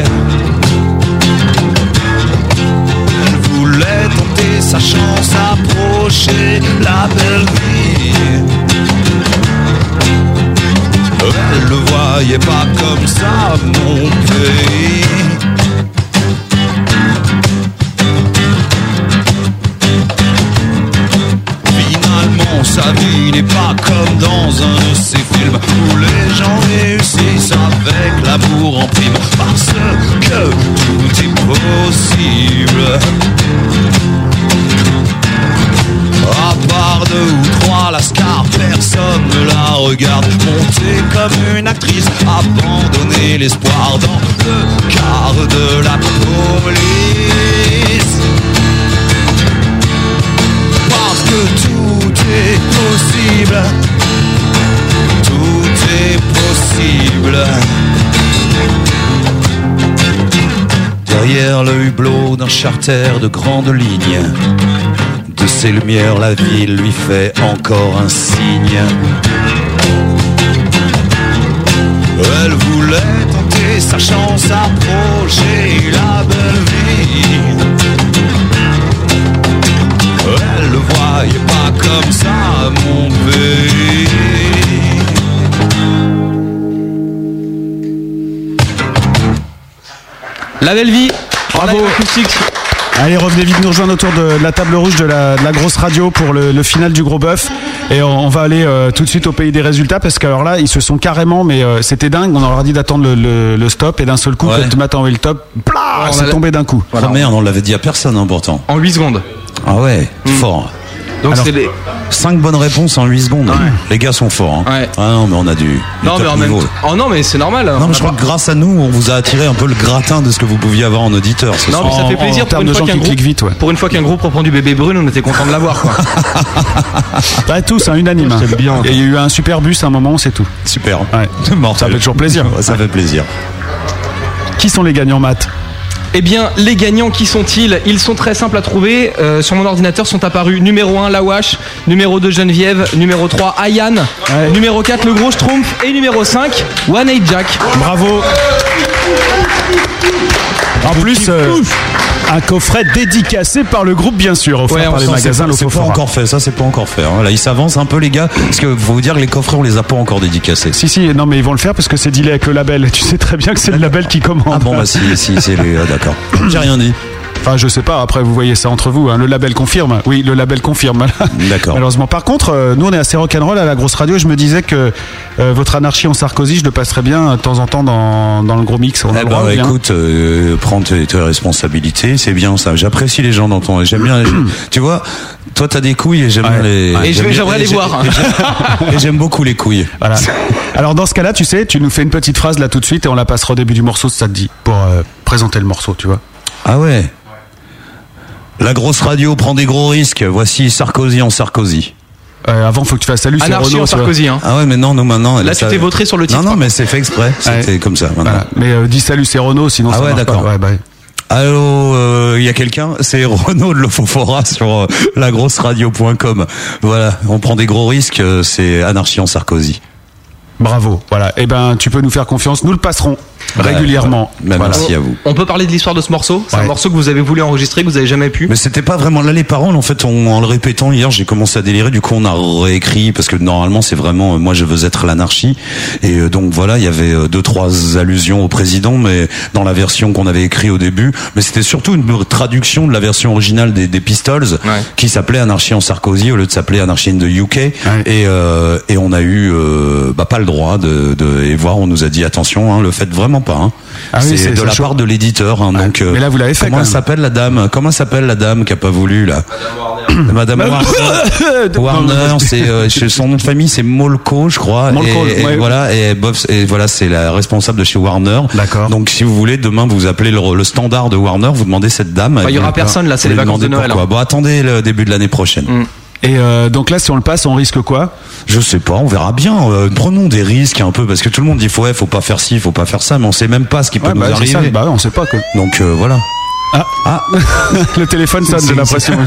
[SPEAKER 7] Elle voulait tenter sa chance, approcher la belle vie. Elle Euh, le voyait pas comme ça, mon pays. Finalement, sa vie n'est pas comme dans un de ces films où les gens réussissent avec l'amour en prime. Parce que tout est possible. À part deux ou trois lascars, personne ne la regarde Montée comme une actrice, abandonner l'espoir dans le quart de la police Parce que tout est possible Tout est possible
[SPEAKER 8] Derrière le hublot d'un charter de grande ligne, de ses lumières la ville lui fait encore un signe.
[SPEAKER 7] Elle voulait tenter sa chance, approcher la belle vie. Elle le voyait pas comme ça, mon pays.
[SPEAKER 6] La belle vie.
[SPEAKER 4] Bravo. Allez, revenez vite nous rejoindre autour de la table rouge de la, de la grosse radio pour le, le final du gros bœuf. Et on, on va aller euh, tout de suite au pays des résultats parce qu'alors là, ils se sont carrément, mais euh, c'était dingue. On leur a dit d'attendre le, le- le stop et d'un seul coup,
[SPEAKER 8] Ouais. Oh,
[SPEAKER 4] quand Matt a enlevé le top, plah,
[SPEAKER 8] On
[SPEAKER 4] c'est
[SPEAKER 8] a-
[SPEAKER 4] tombé d'un coup.
[SPEAKER 8] Ah merde, on l'avait dit à personne hein, pourtant.
[SPEAKER 6] Oh, En 8 secondes. Hmm.
[SPEAKER 8] Ah ouais, fort.
[SPEAKER 6] Donc
[SPEAKER 8] Alors,
[SPEAKER 6] c'est les-
[SPEAKER 8] cinq bonnes réponses en 8 secondes. Les gars sont forts. hein. Ah non, mais on a du. du
[SPEAKER 6] Non
[SPEAKER 8] top
[SPEAKER 6] mais en même
[SPEAKER 8] niveau.
[SPEAKER 6] temps. Oh non mais c'est normal.
[SPEAKER 8] Non,
[SPEAKER 6] On
[SPEAKER 8] mais
[SPEAKER 6] a
[SPEAKER 8] je crois
[SPEAKER 6] pas-
[SPEAKER 8] que grâce à nous, on vous a attiré un peu le gratin de ce que vous pouviez avoir en auditeur. ce
[SPEAKER 6] Non,
[SPEAKER 8] soir.
[SPEAKER 6] mais ça fait plaisir pour une, fois qu'un groupe, pour une fois qu'un groupe reprend du bébé brune, on était content de l'avoir. quoi.
[SPEAKER 4] Ouais, tous, hein, unanime.
[SPEAKER 6] J'aime bien.
[SPEAKER 4] Et il y a eu un super bus à un moment, c'est tout.
[SPEAKER 8] Super.
[SPEAKER 4] Ça fait toujours plaisir.
[SPEAKER 8] Ça fait plaisir.
[SPEAKER 4] Qui sont les gagnants, Matt
[SPEAKER 6] Eh bien, les gagnants, qui sont-ils Ils sont très simples à trouver. Euh, sur mon ordinateur sont apparus numéro 1, Lawash, numéro 2, Geneviève, numéro 3, Ayane, numéro 4, le gros Schtroumpf, et numéro 5, One Eight Jack.
[SPEAKER 4] Bravo En plus, euh, un coffret dédicacé par le groupe, bien sûr, offert par les
[SPEAKER 8] Ça, c'est
[SPEAKER 4] magasins
[SPEAKER 8] pas- C'est pas
[SPEAKER 4] Lofofora.
[SPEAKER 8] encore fait, ça c'est pas encore fait. hein. Là, ils s'avancent un peu les gars, parce que faut vous dire que les coffrets on les a pas encore dédicacés.
[SPEAKER 4] Si, si, non, mais ils vont le faire parce que c'est dealé avec le label. Tu sais très bien que c'est le label qui commande. Ah
[SPEAKER 8] bon, bah si, si, c'est les. D'accord. J'ai rien dit.
[SPEAKER 4] Enfin, je sais pas, après vous voyez ça entre vous. hein. Le label confirme. Oui, le label confirme.
[SPEAKER 8] D'accord.
[SPEAKER 4] Malheureusement. Par contre, euh, nous on est assez rock'n'roll à la grosse radio. Je me disais que euh, votre anarchie en Sarkozy, je le passerais bien euh, de temps en temps dans, dans le gros mix. On a
[SPEAKER 8] Eh
[SPEAKER 4] le
[SPEAKER 8] ben,
[SPEAKER 4] droit, bien.
[SPEAKER 8] écoute, euh, prends tes, tes responsabilités, c'est bien ça. J'apprécie les gens dans ton. J'aime bien. tu vois, toi t'as des couilles et j'aime bien les.
[SPEAKER 4] Et je
[SPEAKER 8] j'aime
[SPEAKER 4] vais-
[SPEAKER 8] bien-
[SPEAKER 4] j'aimerais
[SPEAKER 8] et
[SPEAKER 4] les
[SPEAKER 8] j'ai-
[SPEAKER 4] voir.
[SPEAKER 8] et j'ai- Et j'aime beaucoup les couilles.
[SPEAKER 4] Voilà. Alors dans ce cas-là, tu sais, tu nous fais une petite phrase là tout de suite et on la passera au début du morceau si ça te dit pour euh, présenter le morceau, tu vois.
[SPEAKER 8] Ah ouais. La grosse radio prend des gros risques. Voici Sarkozy en Sarkozy.
[SPEAKER 4] Euh, avant, faut que tu fasses salut.
[SPEAKER 6] c'est Anarchie Renaud, en tu vois. Sarkozy, hein.
[SPEAKER 8] Ah ouais, mais non, non, maintenant.
[SPEAKER 6] Là, tu t'es vautré sur le titre, hein.
[SPEAKER 8] Non, non,
[SPEAKER 6] par
[SPEAKER 8] mais c'est fait exprès. C'était comme ça. maintenant.
[SPEAKER 4] Mais euh, dis salut, c'est Renault, sinon
[SPEAKER 8] Ah
[SPEAKER 4] ça
[SPEAKER 8] ouais,
[SPEAKER 4] marche pas.
[SPEAKER 8] d'accord.
[SPEAKER 4] Ouais, bah,
[SPEAKER 8] Allô, il y a quelqu'un C'est Renaud de l'Ofofora sur euh, lagrosseradio.com. Voilà, on prend des gros risques, euh, c'est anarchie en Sarkozy.
[SPEAKER 4] Bravo. Voilà. Eh ben, tu peux nous faire confiance. Nous le passerons régulièrement.
[SPEAKER 8] Bah,
[SPEAKER 4] Voilà.
[SPEAKER 8] Merci à vous.
[SPEAKER 6] On peut parler de l'histoire de ce morceau C'est un morceau que vous avez voulu enregistrer, que vous avez jamais pu.
[SPEAKER 8] Mais c'était pas vraiment là les paroles. En fait, on- en le répétant hier, j'ai commencé à délirer. Du coup, on a réécrit parce que normalement, c'est vraiment euh, moi, je veux être l'anarchie. Et euh, donc voilà, il y avait euh, deux trois allusions au président, mais dans la version qu'on avait écrite au début. Mais c'était surtout une traduction de la version originale des, des Pistols, qui s'appelait Anarchie en Sarkozy au lieu de s'appeler Anarchie in the UK. Et euh, et on a eu euh, bah, pas le droit de, de et voir. On nous a dit attention, hein, le faites vraiment pas. hein.
[SPEAKER 4] Ah oui,
[SPEAKER 8] c'est
[SPEAKER 4] c'est-
[SPEAKER 8] de
[SPEAKER 4] c'est
[SPEAKER 8] la
[SPEAKER 4] chaud.
[SPEAKER 8] part de l'éditeur. hein, donc,
[SPEAKER 4] Mais là, vous l'avez fait,
[SPEAKER 8] Comment
[SPEAKER 4] quand
[SPEAKER 8] elle
[SPEAKER 4] même.
[SPEAKER 8] s'appelle la dame Comment s'appelle la dame qui a pas voulu là Madame
[SPEAKER 4] Madame
[SPEAKER 8] Warner. Warner, c'est euh, chez- son nom de famille, c'est Molko, je crois.
[SPEAKER 4] Molko,
[SPEAKER 8] et, et
[SPEAKER 4] ouais.
[SPEAKER 8] voilà, et, bof- et voilà, c'est la responsable de chez Warner. D'accord. Donc, si vous voulez, demain, vous appelez le, le standard de Warner, vous demandez cette dame.
[SPEAKER 6] Bah, il y
[SPEAKER 8] Et
[SPEAKER 6] aura
[SPEAKER 8] vous-
[SPEAKER 6] personne, là, c'est
[SPEAKER 8] vous
[SPEAKER 6] les
[SPEAKER 8] lui
[SPEAKER 6] vacances de
[SPEAKER 8] demandez
[SPEAKER 6] Noël, hein. Mm.
[SPEAKER 8] pourquoi. Bon, attendez le début de l'année prochaine.
[SPEAKER 4] Et euh, donc là, si on le passe, on risque quoi
[SPEAKER 8] Je sais pas, on verra bien. Euh, prenons des risques un peu parce que tout le monde dit faut, ouais, faut pas faire ci, faut pas faire ça, mais on sait même pas ce qui peut
[SPEAKER 4] Ouais,
[SPEAKER 8] nous
[SPEAKER 4] bah, c'est ça,
[SPEAKER 8] arriver.
[SPEAKER 4] bah, ouais, on sait pas quoi.
[SPEAKER 8] Donc euh, voilà.
[SPEAKER 4] Ah. le téléphone sonne, j'ai l'impression.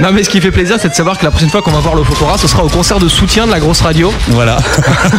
[SPEAKER 6] non, mais ce qui fait plaisir, c'est de savoir que la prochaine fois qu'on va voir le Fofora, ce sera au concert de soutien de la grosse radio.
[SPEAKER 8] Voilà.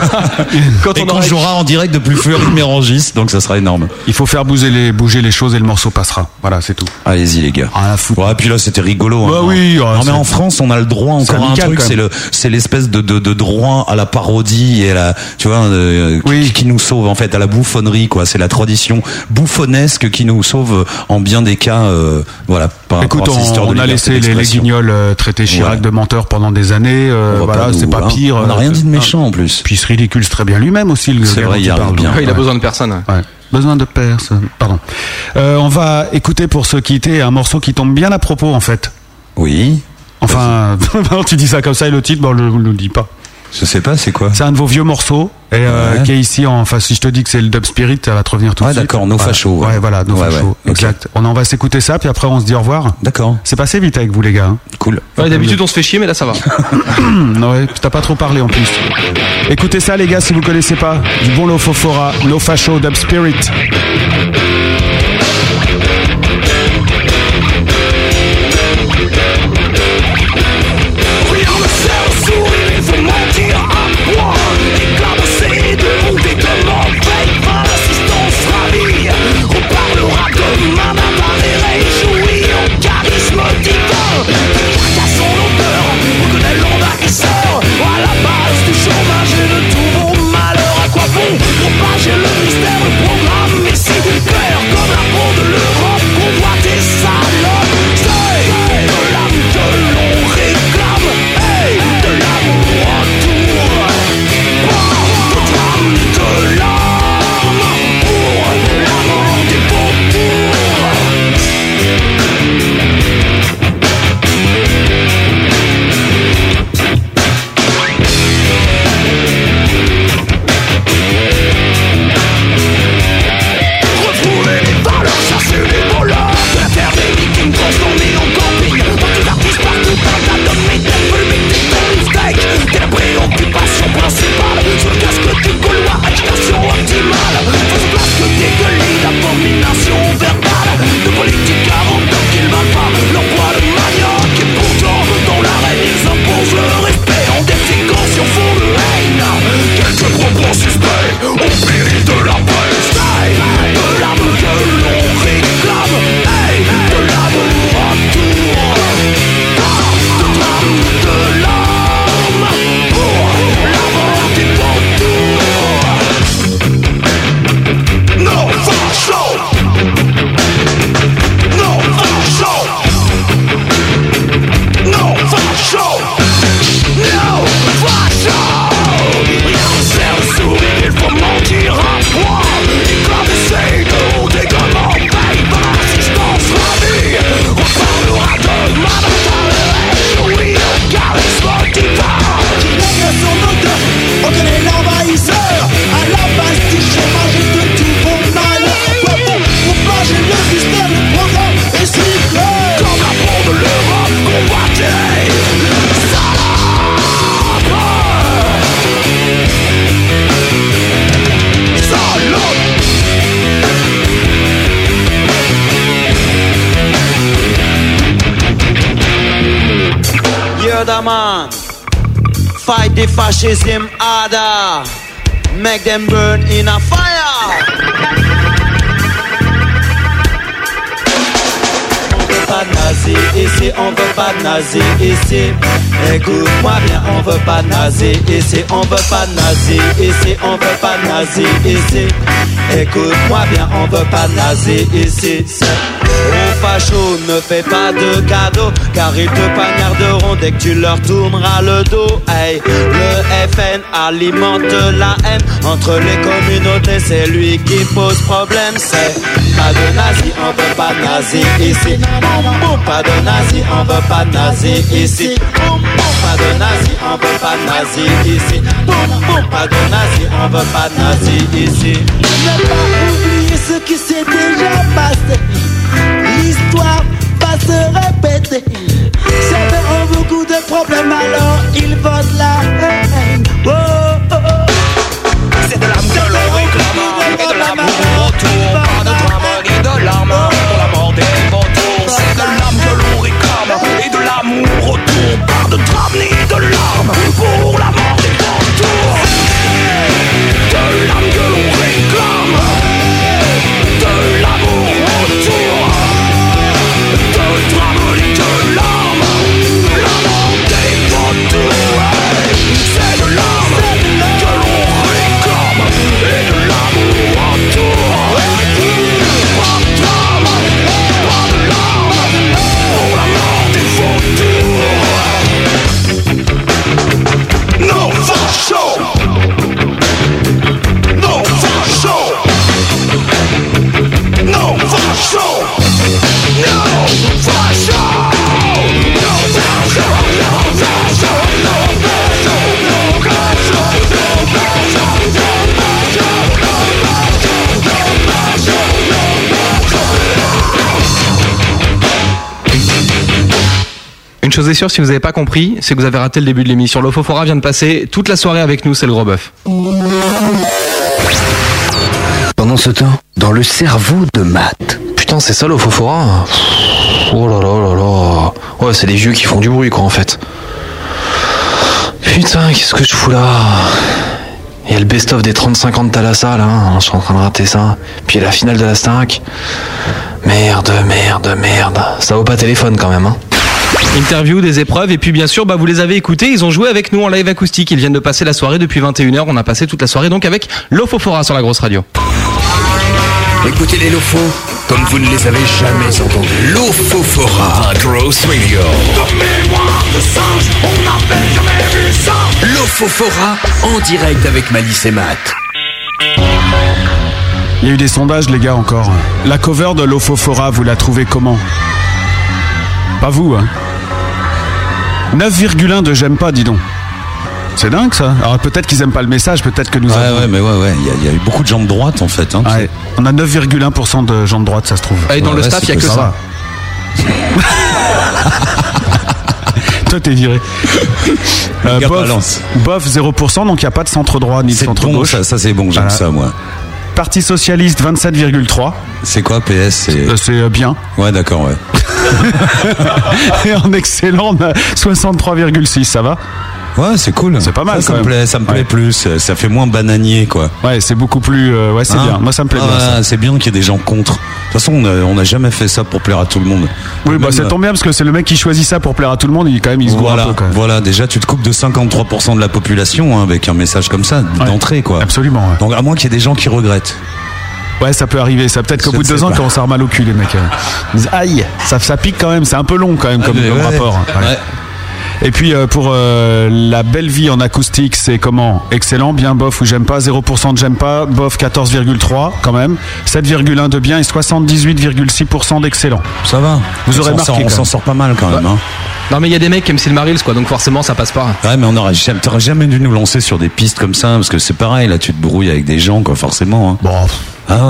[SPEAKER 6] Quand
[SPEAKER 8] et
[SPEAKER 6] on
[SPEAKER 8] qu'on
[SPEAKER 6] aura-
[SPEAKER 8] jouera Ah, en direct depuis Fleury Mérangis, donc ça sera énorme.
[SPEAKER 4] Il faut faire bouger les, bouger les choses et le morceau passera. Voilà, c'est tout.
[SPEAKER 8] Allez-y les gars.
[SPEAKER 4] Ah la foutre.
[SPEAKER 8] Ouais, puis là c'était rigolo. hein.
[SPEAKER 4] Bah oui, ouais,
[SPEAKER 8] non
[SPEAKER 4] c'est-
[SPEAKER 8] mais en France on a le droit
[SPEAKER 4] C'est
[SPEAKER 8] encore à un
[SPEAKER 4] amical,
[SPEAKER 8] truc,
[SPEAKER 4] quand même.
[SPEAKER 8] c'est le, c'est l'espèce de, de, de droit à la parodie et à la, tu vois, euh, qui- qui, nous sauve en fait à la bouffonnerie quoi. C'est la tradition bouffonnesque qui nous sauve en bien des cas, euh, voilà. Par rapport
[SPEAKER 4] Écoute,
[SPEAKER 8] à cette
[SPEAKER 4] on,
[SPEAKER 8] histoire de
[SPEAKER 4] on a
[SPEAKER 8] liberté
[SPEAKER 4] laissé les, les
[SPEAKER 8] d'expression.
[SPEAKER 4] guignols euh, traiter Chirac
[SPEAKER 8] Ouais.
[SPEAKER 4] de menteur pendant des années. euh,
[SPEAKER 8] On va
[SPEAKER 4] voilà,
[SPEAKER 8] pas
[SPEAKER 4] c'est
[SPEAKER 8] nous-
[SPEAKER 4] pas
[SPEAKER 8] hein.
[SPEAKER 4] pire.
[SPEAKER 8] On
[SPEAKER 4] euh,
[SPEAKER 8] a rien
[SPEAKER 4] de-
[SPEAKER 8] dit de méchant en plus.
[SPEAKER 4] Puis il se ridiculise très bien lui-même aussi, le
[SPEAKER 8] C'est
[SPEAKER 4] gars
[SPEAKER 8] vrai,
[SPEAKER 4] dont
[SPEAKER 8] il arrive
[SPEAKER 4] parle.
[SPEAKER 8] bien.
[SPEAKER 6] Ouais, il a
[SPEAKER 4] Ouais.
[SPEAKER 6] besoin de personne.
[SPEAKER 4] Ouais. Besoin de personne. Pardon. Euh, on va écouter pour se quitter un morceau qui tombe bien à propos en fait.
[SPEAKER 8] Oui.
[SPEAKER 4] Enfin, tu dis ça comme ça et le titre, bon, je ne le dis pas.
[SPEAKER 8] Je sais pas, c'est quoi
[SPEAKER 4] C'est un de vos vieux morceaux et euh,
[SPEAKER 8] Ouais.
[SPEAKER 4] qui est ici. En, enfin, si je te dis que c'est le Dub Spirit, ça va te revenir tout
[SPEAKER 8] Ouais,
[SPEAKER 4] de suite.
[SPEAKER 8] d'accord, No
[SPEAKER 4] Voilà.
[SPEAKER 8] Facho, ouais.
[SPEAKER 4] Ouais, voilà, No
[SPEAKER 8] Ouais,
[SPEAKER 4] Facho,
[SPEAKER 8] ouais, ok.
[SPEAKER 4] Exact. On en va s'écouter ça, puis après on se dit au revoir.
[SPEAKER 8] D'accord.
[SPEAKER 4] C'est passé vite avec vous, les gars. hein.
[SPEAKER 8] Cool.
[SPEAKER 6] Ouais, D'habitude, on se fait chier, mais là, ça va.
[SPEAKER 4] ouais, t'as pas trop parlé en plus. Écoutez ça, les gars, si vous connaissez pas. Du bon Lofofora, No Facho, Dub Spirit.
[SPEAKER 5] Rien ne sert au sourire, il faut mentir à moi Déclamasser de monter comme en veille par l'assistance ravie On parlera demain d'un et réjoui au charisme divin Rien qu'à son odeur, on connaît l'envahisseur À la base du chômage et de tous vos malheurs, à quoi bon propager le mystère, le programme ici Ah,
[SPEAKER 18] man. Fight the fascism harder. Make them burn in a fire. On veut pas de nazi ici, on veut pas de nazi ici. Écoute-moi bien, on veut pas de nazi ici, on veut pas de nazi ici, on veut pas de nazi ici. Écoute-moi bien, on veut pas de nazi ici. C'est- Au facho, ne fais pas de cadeaux, car ils te pagnarderont dès que tu leur tourneras le dos. Hey, le FN alimente la haine entre les communautés, c'est lui qui pose problème. C'est pas de nazi, on veut pas de nazi ici. Boum, boum, pas de nazi, on veut pas de nazi ici. Boum, boum, pas de nazi, on veut pas de nazi ici. Boum, boum, pas de nazi, on veut pas de nazi ici.
[SPEAKER 19] Ne pas oublier ce qui s'est déjà passé. L'histoire va se répéter. Certains ont beaucoup de problèmes, alors ils votent la haine. Oh, oh, C'est de l'âme de l'or et de l'amour autour. Pas de drame ni de larmes pour la mort des vautours. C'est de l'âme que l'on réclame et de l'amour autour. Pas de drame ni de larmes pour la mort des vautours. De l'âme que l'on réclame. De l'amour autour. De drame ni de larmes. La mort des vautours. C'est de l'âme que l'on réclame et de l'amour autour. Pas de drame, pas de larmes pour la mort des vautours. Non facho Non facho Non facho Non facho Non facho Non facho Non facho Non facho Non facho Non facho Non facho Non facho
[SPEAKER 6] Une chose est sûre, si vous n'avez pas compris, c'est que vous avez raté le début de l'émission. L'Ofofora vient de passer toute la soirée avec nous, c'est le gros bœuf.
[SPEAKER 20] Pendant ce temps, dans le cerveau de Matt. Putain, c'est ça l'Ofofora Pff, Oh là là là là. Ouais, c'est les vieux qui font du bruit, quoi, en fait. Putain, qu'est-ce que je fous là Il y a le best-of des 35 ans de Thalassa, là. hein, Je suis en train de rater ça. Puis il y a la finale de la Starac. Merde, merde, merde. Ça vaut pas téléphone, quand même, hein.
[SPEAKER 6] Interview, des épreuves, et puis bien sûr, bah, vous les avez écoutés, ils ont joué avec nous en live acoustique. Ils viennent de passer la soirée depuis 21h, on a passé toute la soirée donc avec l'Ofofora sur la grosse radio.
[SPEAKER 1] Écoutez les lofos comme vous ne les avez jamais entendus. Lofofora, Gross Radio.
[SPEAKER 5] De mémoire de singe, on n'avait jamais vu ça.
[SPEAKER 1] Lofofora en direct avec Malice et Matt.
[SPEAKER 4] Il y a eu des sondages, les gars, encore. La cover de l'Ofofora, vous la trouvez comment Pas vous, hein 9,1 de j'aime pas, dis donc. C'est dingue ça. Alors peut-être qu'ils aiment pas le message, peut-être que nous
[SPEAKER 8] Ouais,
[SPEAKER 4] avons-
[SPEAKER 8] ouais, mais ouais, ouais. Il y a- il y, a eu beaucoup de gens de droite en fait. Hein,
[SPEAKER 4] Ouais. On a 9,1% de gens de droite, ça se trouve.
[SPEAKER 8] Et dans le Ouais, staff, c'est il y a que que ça. ça.
[SPEAKER 4] va. Toi, t'es viré. Euh, bof, bof, 0%, donc il n'y a pas de centre droit ni de
[SPEAKER 8] C'est
[SPEAKER 4] centre
[SPEAKER 8] bon,
[SPEAKER 4] gauche.
[SPEAKER 8] ça, ça, c'est bon, j'aime ça, moi.
[SPEAKER 4] Parti socialiste, 27,3.
[SPEAKER 8] C'est quoi PS C'est
[SPEAKER 4] euh, bien.
[SPEAKER 8] Ouais, d'accord, ouais.
[SPEAKER 4] Et en excellent, on a 63,6, ça va
[SPEAKER 8] Ouais, c'est cool.
[SPEAKER 4] C'est pas mal
[SPEAKER 8] ça, ça
[SPEAKER 4] quand
[SPEAKER 8] me
[SPEAKER 4] même.
[SPEAKER 8] plaît, ça me plaît plus. euh, Ça fait moins bananier, quoi. Hein Ah,
[SPEAKER 4] Ouais, c'est beaucoup plus. euh, ouais, c'est bien. Moi, ça me plaît bien, ça.
[SPEAKER 8] C'est bien qu'il y ait des gens contre. De toute façon, on a- on n'a jamais fait ça pour plaire à tout le monde.
[SPEAKER 4] Oui,
[SPEAKER 8] Même,
[SPEAKER 4] bah, ça
[SPEAKER 8] euh,
[SPEAKER 4] tombe bien parce que c'est le mec qui choisit ça pour plaire à tout le monde. Il, quand même, il se gourre un
[SPEAKER 8] Voilà,
[SPEAKER 4] peu. Quoi.
[SPEAKER 8] voilà, déjà tu te coupes de 53% de la population hein, avec un message comme ça d'entrée quoi.
[SPEAKER 4] Absolument.
[SPEAKER 8] Donc à moins qu'il y ait des gens qui regrettent.
[SPEAKER 4] Ouais, ça peut arriver. Ça peut-être qu'au
[SPEAKER 8] Je
[SPEAKER 4] bout de
[SPEAKER 8] ne
[SPEAKER 4] deux
[SPEAKER 8] sais
[SPEAKER 4] ans,
[SPEAKER 8] pas.
[SPEAKER 4] quand on s'arme mal au cul, les mecs. euh, ils disent, Aïe, ça, ça pique quand même. C'est un peu long quand même
[SPEAKER 8] Ah,
[SPEAKER 4] comme,
[SPEAKER 8] mais
[SPEAKER 4] comme
[SPEAKER 8] ouais.
[SPEAKER 4] rapport. hein. Ouais.
[SPEAKER 8] Ouais.
[SPEAKER 4] Et puis euh, pour euh, la belle vie en acoustique, c'est comment Excellent, bien bof ou j'aime pas, 0% de j'aime pas, bof 14,3 quand même, 7,1 de bien et 78,6% d'excellent.
[SPEAKER 8] Ça va.
[SPEAKER 4] Vous
[SPEAKER 8] On
[SPEAKER 4] aurez
[SPEAKER 8] s'en
[SPEAKER 4] marqué.
[SPEAKER 8] sort- on
[SPEAKER 4] quand
[SPEAKER 8] s'en
[SPEAKER 4] même.
[SPEAKER 8] sort pas mal quand même. hein.
[SPEAKER 6] Non mais il y a des mecs qui aiment Sid Marils quoi, donc forcément ça passe pas.
[SPEAKER 8] Ouais, mais on aurait jamais, t'aurais jamais dû nous lancer sur des pistes comme ça parce que c'est pareil là, tu te brouilles avec des gens quoi, forcément. hein.
[SPEAKER 4] Bon.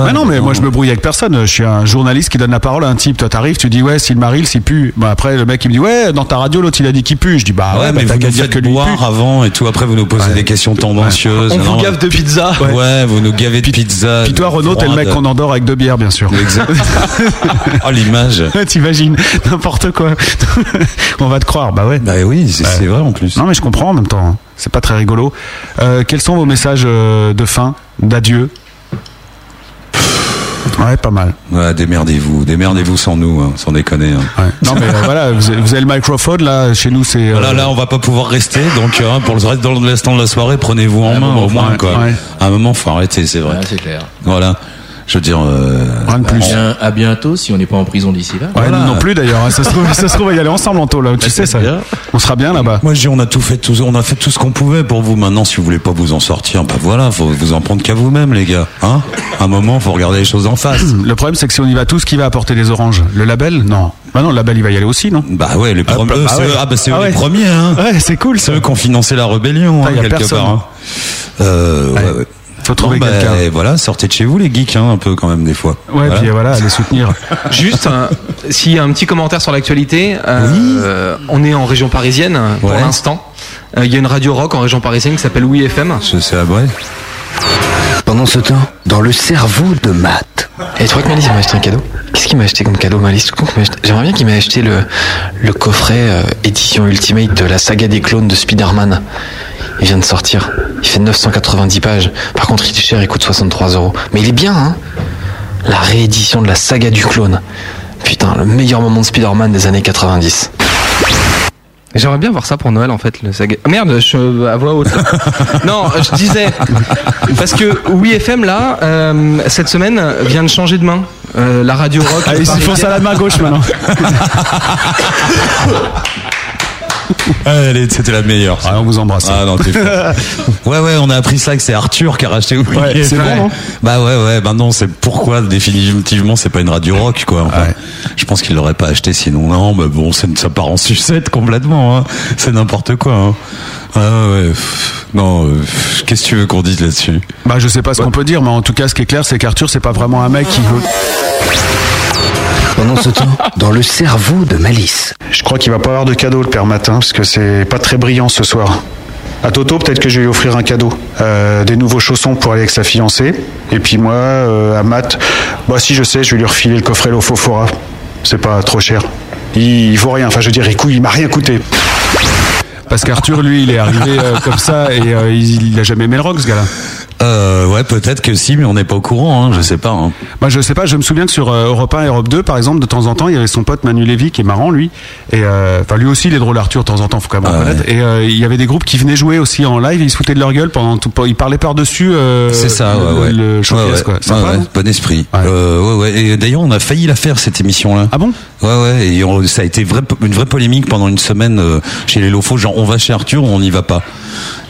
[SPEAKER 4] ouais, non, mais moi je me brouille avec personne. Je suis un journaliste qui donne la parole à un type. Toi t'arrives, tu dis ouais, s'il m'arrive, s'il pue. Bah après le mec il me dit ouais, dans ta radio l'autre il a dit qu'il pue. Je dis bah
[SPEAKER 8] Ah ouais, mais
[SPEAKER 4] bah,
[SPEAKER 8] vous
[SPEAKER 4] t'as qu'à
[SPEAKER 8] nous
[SPEAKER 4] dire
[SPEAKER 8] faites
[SPEAKER 4] que lui il pue.
[SPEAKER 8] boire avant et tout. Après, vous nous posez des questions tendancieuses.
[SPEAKER 4] On vous
[SPEAKER 8] Non,
[SPEAKER 4] gave de pizza.
[SPEAKER 8] Ouais. Ouais, vous nous gavez de pizza.
[SPEAKER 4] Puis toi Renaud, t'es le mec qu'on endort avec deux bières bien sûr.
[SPEAKER 8] Exact. Oh, l'image.
[SPEAKER 4] T'imagines n'importe quoi. On va te croire, bah ouais.
[SPEAKER 8] Bah oui, c'est c'est vrai en plus.
[SPEAKER 4] Non mais je comprends en même temps. hein. C'est pas très rigolo. Euh, quels sont vos messages euh, de fin, d'adieu Ouais, pas mal.
[SPEAKER 8] Ouais, démerdez-vous, démerdez-vous sans nous, hein, sans déconner. hein.
[SPEAKER 4] Non mais euh, voilà, vous avez, vous avez le microphone là. Chez nous c'est. euh,
[SPEAKER 8] Voilà, là, on va pas pouvoir rester, donc euh, pour le reste dans le restant de la soirée, prenez-vous
[SPEAKER 4] Ah,
[SPEAKER 8] en main au moins. Quoi. À un moment, faut arrêter, c'est vrai.
[SPEAKER 10] c'est clair.
[SPEAKER 8] Voilà. Je veux dire. euh,
[SPEAKER 10] À, bien- à bientôt si on n'est pas en prison d'ici là.
[SPEAKER 4] Ouais,
[SPEAKER 8] Voilà.
[SPEAKER 4] nous non plus d'ailleurs. hein. Ça se trouve, ça se trouve, on va y aller ensemble en taux
[SPEAKER 8] Bah,
[SPEAKER 4] là. Tu sais ça. On sera bien là-bas.
[SPEAKER 8] Moi, je dis, on a tout fait, tout, on a fait tout ce qu'on pouvait pour vous. Maintenant, si vous voulez pas vous en sortir, bah voilà, faut vous en prendre qu'à vous-même, les gars. Hein À un moment, faut regarder les choses en face.
[SPEAKER 4] Hmm. Le problème, c'est que si on y va tous, qui va apporter les oranges Le label Non. Bah non, le label, il va y aller aussi, non
[SPEAKER 8] Bah ouais, les premiers.
[SPEAKER 4] bah
[SPEAKER 8] eux, c'est
[SPEAKER 4] ouais.
[SPEAKER 8] eux- ah bah c'est eux
[SPEAKER 4] Ah
[SPEAKER 8] les
[SPEAKER 4] ouais.
[SPEAKER 8] premiers. Hein.
[SPEAKER 4] Ouais, c'est cool.
[SPEAKER 8] C'est eux qui ont financé la rébellion
[SPEAKER 4] Putain,
[SPEAKER 8] hein,
[SPEAKER 4] y a
[SPEAKER 8] quelque
[SPEAKER 4] personne.
[SPEAKER 8] part. hein. Euh, ouais, ouais.
[SPEAKER 4] Faut trouver
[SPEAKER 8] bah,
[SPEAKER 4] quelqu'un.
[SPEAKER 8] Voilà, sortez de chez vous les geeks hein, un peu quand même des fois.
[SPEAKER 4] Ouais, puis voilà, allez soutenir.
[SPEAKER 6] Juste, un- s'il y a un petit commentaire sur l'actualité, euh, on est en région parisienne euh, pour
[SPEAKER 8] Ouais.
[SPEAKER 6] l'instant. Euh, Il y a une radio rock en région parisienne qui s'appelle Oui FM.
[SPEAKER 8] C'est vrai.
[SPEAKER 20] Pendant ce temps, dans le cerveau de Matt. Et tu crois que Malice il m'a acheté un cadeau Qu'est-ce qu'il m'a acheté comme cadeau, Malice Tu crois qu'il m'a acheté- J'aimerais bien qu'il m'ait acheté le, le coffret euh, édition Ultimate de la saga des clones de Spider-Man. Il vient de sortir. Il fait 990 pages. Par contre, il est cher, il coûte 63 euros. Mais il est bien, hein La réédition de la saga du clone. Putain, le meilleur moment de Spider-Man des années 90.
[SPEAKER 6] J'aimerais bien voir ça pour Noël en fait. Le saga... Ah, Merde, je euh, à voix haute. là. non, je disais parce que Oui FM là euh, cette semaine vient de changer de main. Euh, la radio rock.
[SPEAKER 4] Ah, ils se font ça à la main gauche maintenant.
[SPEAKER 8] Allez, c'était la meilleure.
[SPEAKER 4] on vous embrasse.
[SPEAKER 8] Ah non, t'es fort. ouais, ouais, on a appris ça que c'est Arthur qui a racheté. Oui,
[SPEAKER 4] Ouais, c'est bon, non
[SPEAKER 8] Bah ouais, ouais. Bah non, c'est pourquoi définitivement c'est pas une radio rock quoi. Enfin, Je pense qu'il l'aurait pas acheté sinon. Non, mais bon, c'est- ça part en sucette complètement. Hein. C'est n'importe quoi. Hein. Ah ouais. pff, Non, euh, pff, qu'est-ce que tu veux qu'on dise là-dessus
[SPEAKER 4] Bah, je sais pas ce qu'on peut dire, mais en tout cas, ce qui est clair, c'est qu'Arthur, c'est pas vraiment un mec qui veut.
[SPEAKER 20] Pendant ce temps, dans le cerveau de Malice.
[SPEAKER 4] Je crois qu'il va pas avoir de cadeau le père Matin, parce que c'est pas très brillant ce soir. À Toto, peut-être que je vais lui offrir un cadeau. Euh, des nouveaux chaussons pour aller avec sa fiancée. Et puis moi, euh, à Matt, bah si je sais, je vais lui refiler le coffret Lofofora. C'est pas trop cher. Il, il vaut rien, enfin je veux dire, il, cou- il m'a rien coûté. Parce qu'Arthur, lui, il est arrivé comme ça et euh, il, a jamais aimé le rock, ce gars-là.
[SPEAKER 8] Euh, ouais, peut-être que si, mais on n'est pas au courant. Hein, je sais pas. Hein.
[SPEAKER 4] Moi, Bah, je sais pas, je me souviens que sur euh, Europe 1 et Europe 2, par exemple, de temps en temps, il y avait son pote Manu Lévy, qui est marrant, lui. Et, euh, enfin, lui aussi, il est drôle, Arthur, de temps en temps, faut quand
[SPEAKER 8] Ah
[SPEAKER 4] même reconnaître. Et euh, il y avait des groupes qui venaient jouer aussi en live, ils se foutaient de leur gueule pendant tout. Ils parlaient par-dessus euh,
[SPEAKER 8] C'est ça,
[SPEAKER 4] le,
[SPEAKER 8] ouais, ouais.
[SPEAKER 4] le showcase,
[SPEAKER 8] Ouais, ouais.
[SPEAKER 4] quoi.
[SPEAKER 8] Ouais,
[SPEAKER 4] Sympa,
[SPEAKER 8] ouais.
[SPEAKER 4] non
[SPEAKER 8] Bon esprit. Euh, ouais, ouais. Et d'ailleurs, on a failli la faire cette émission-là.
[SPEAKER 4] Ah bon
[SPEAKER 8] Ouais, ouais. Et on- ça a été vrai- une vraie polémique pendant une semaine euh, chez les Lofos. Genre, on va chez Arthur ou on n'y va pas.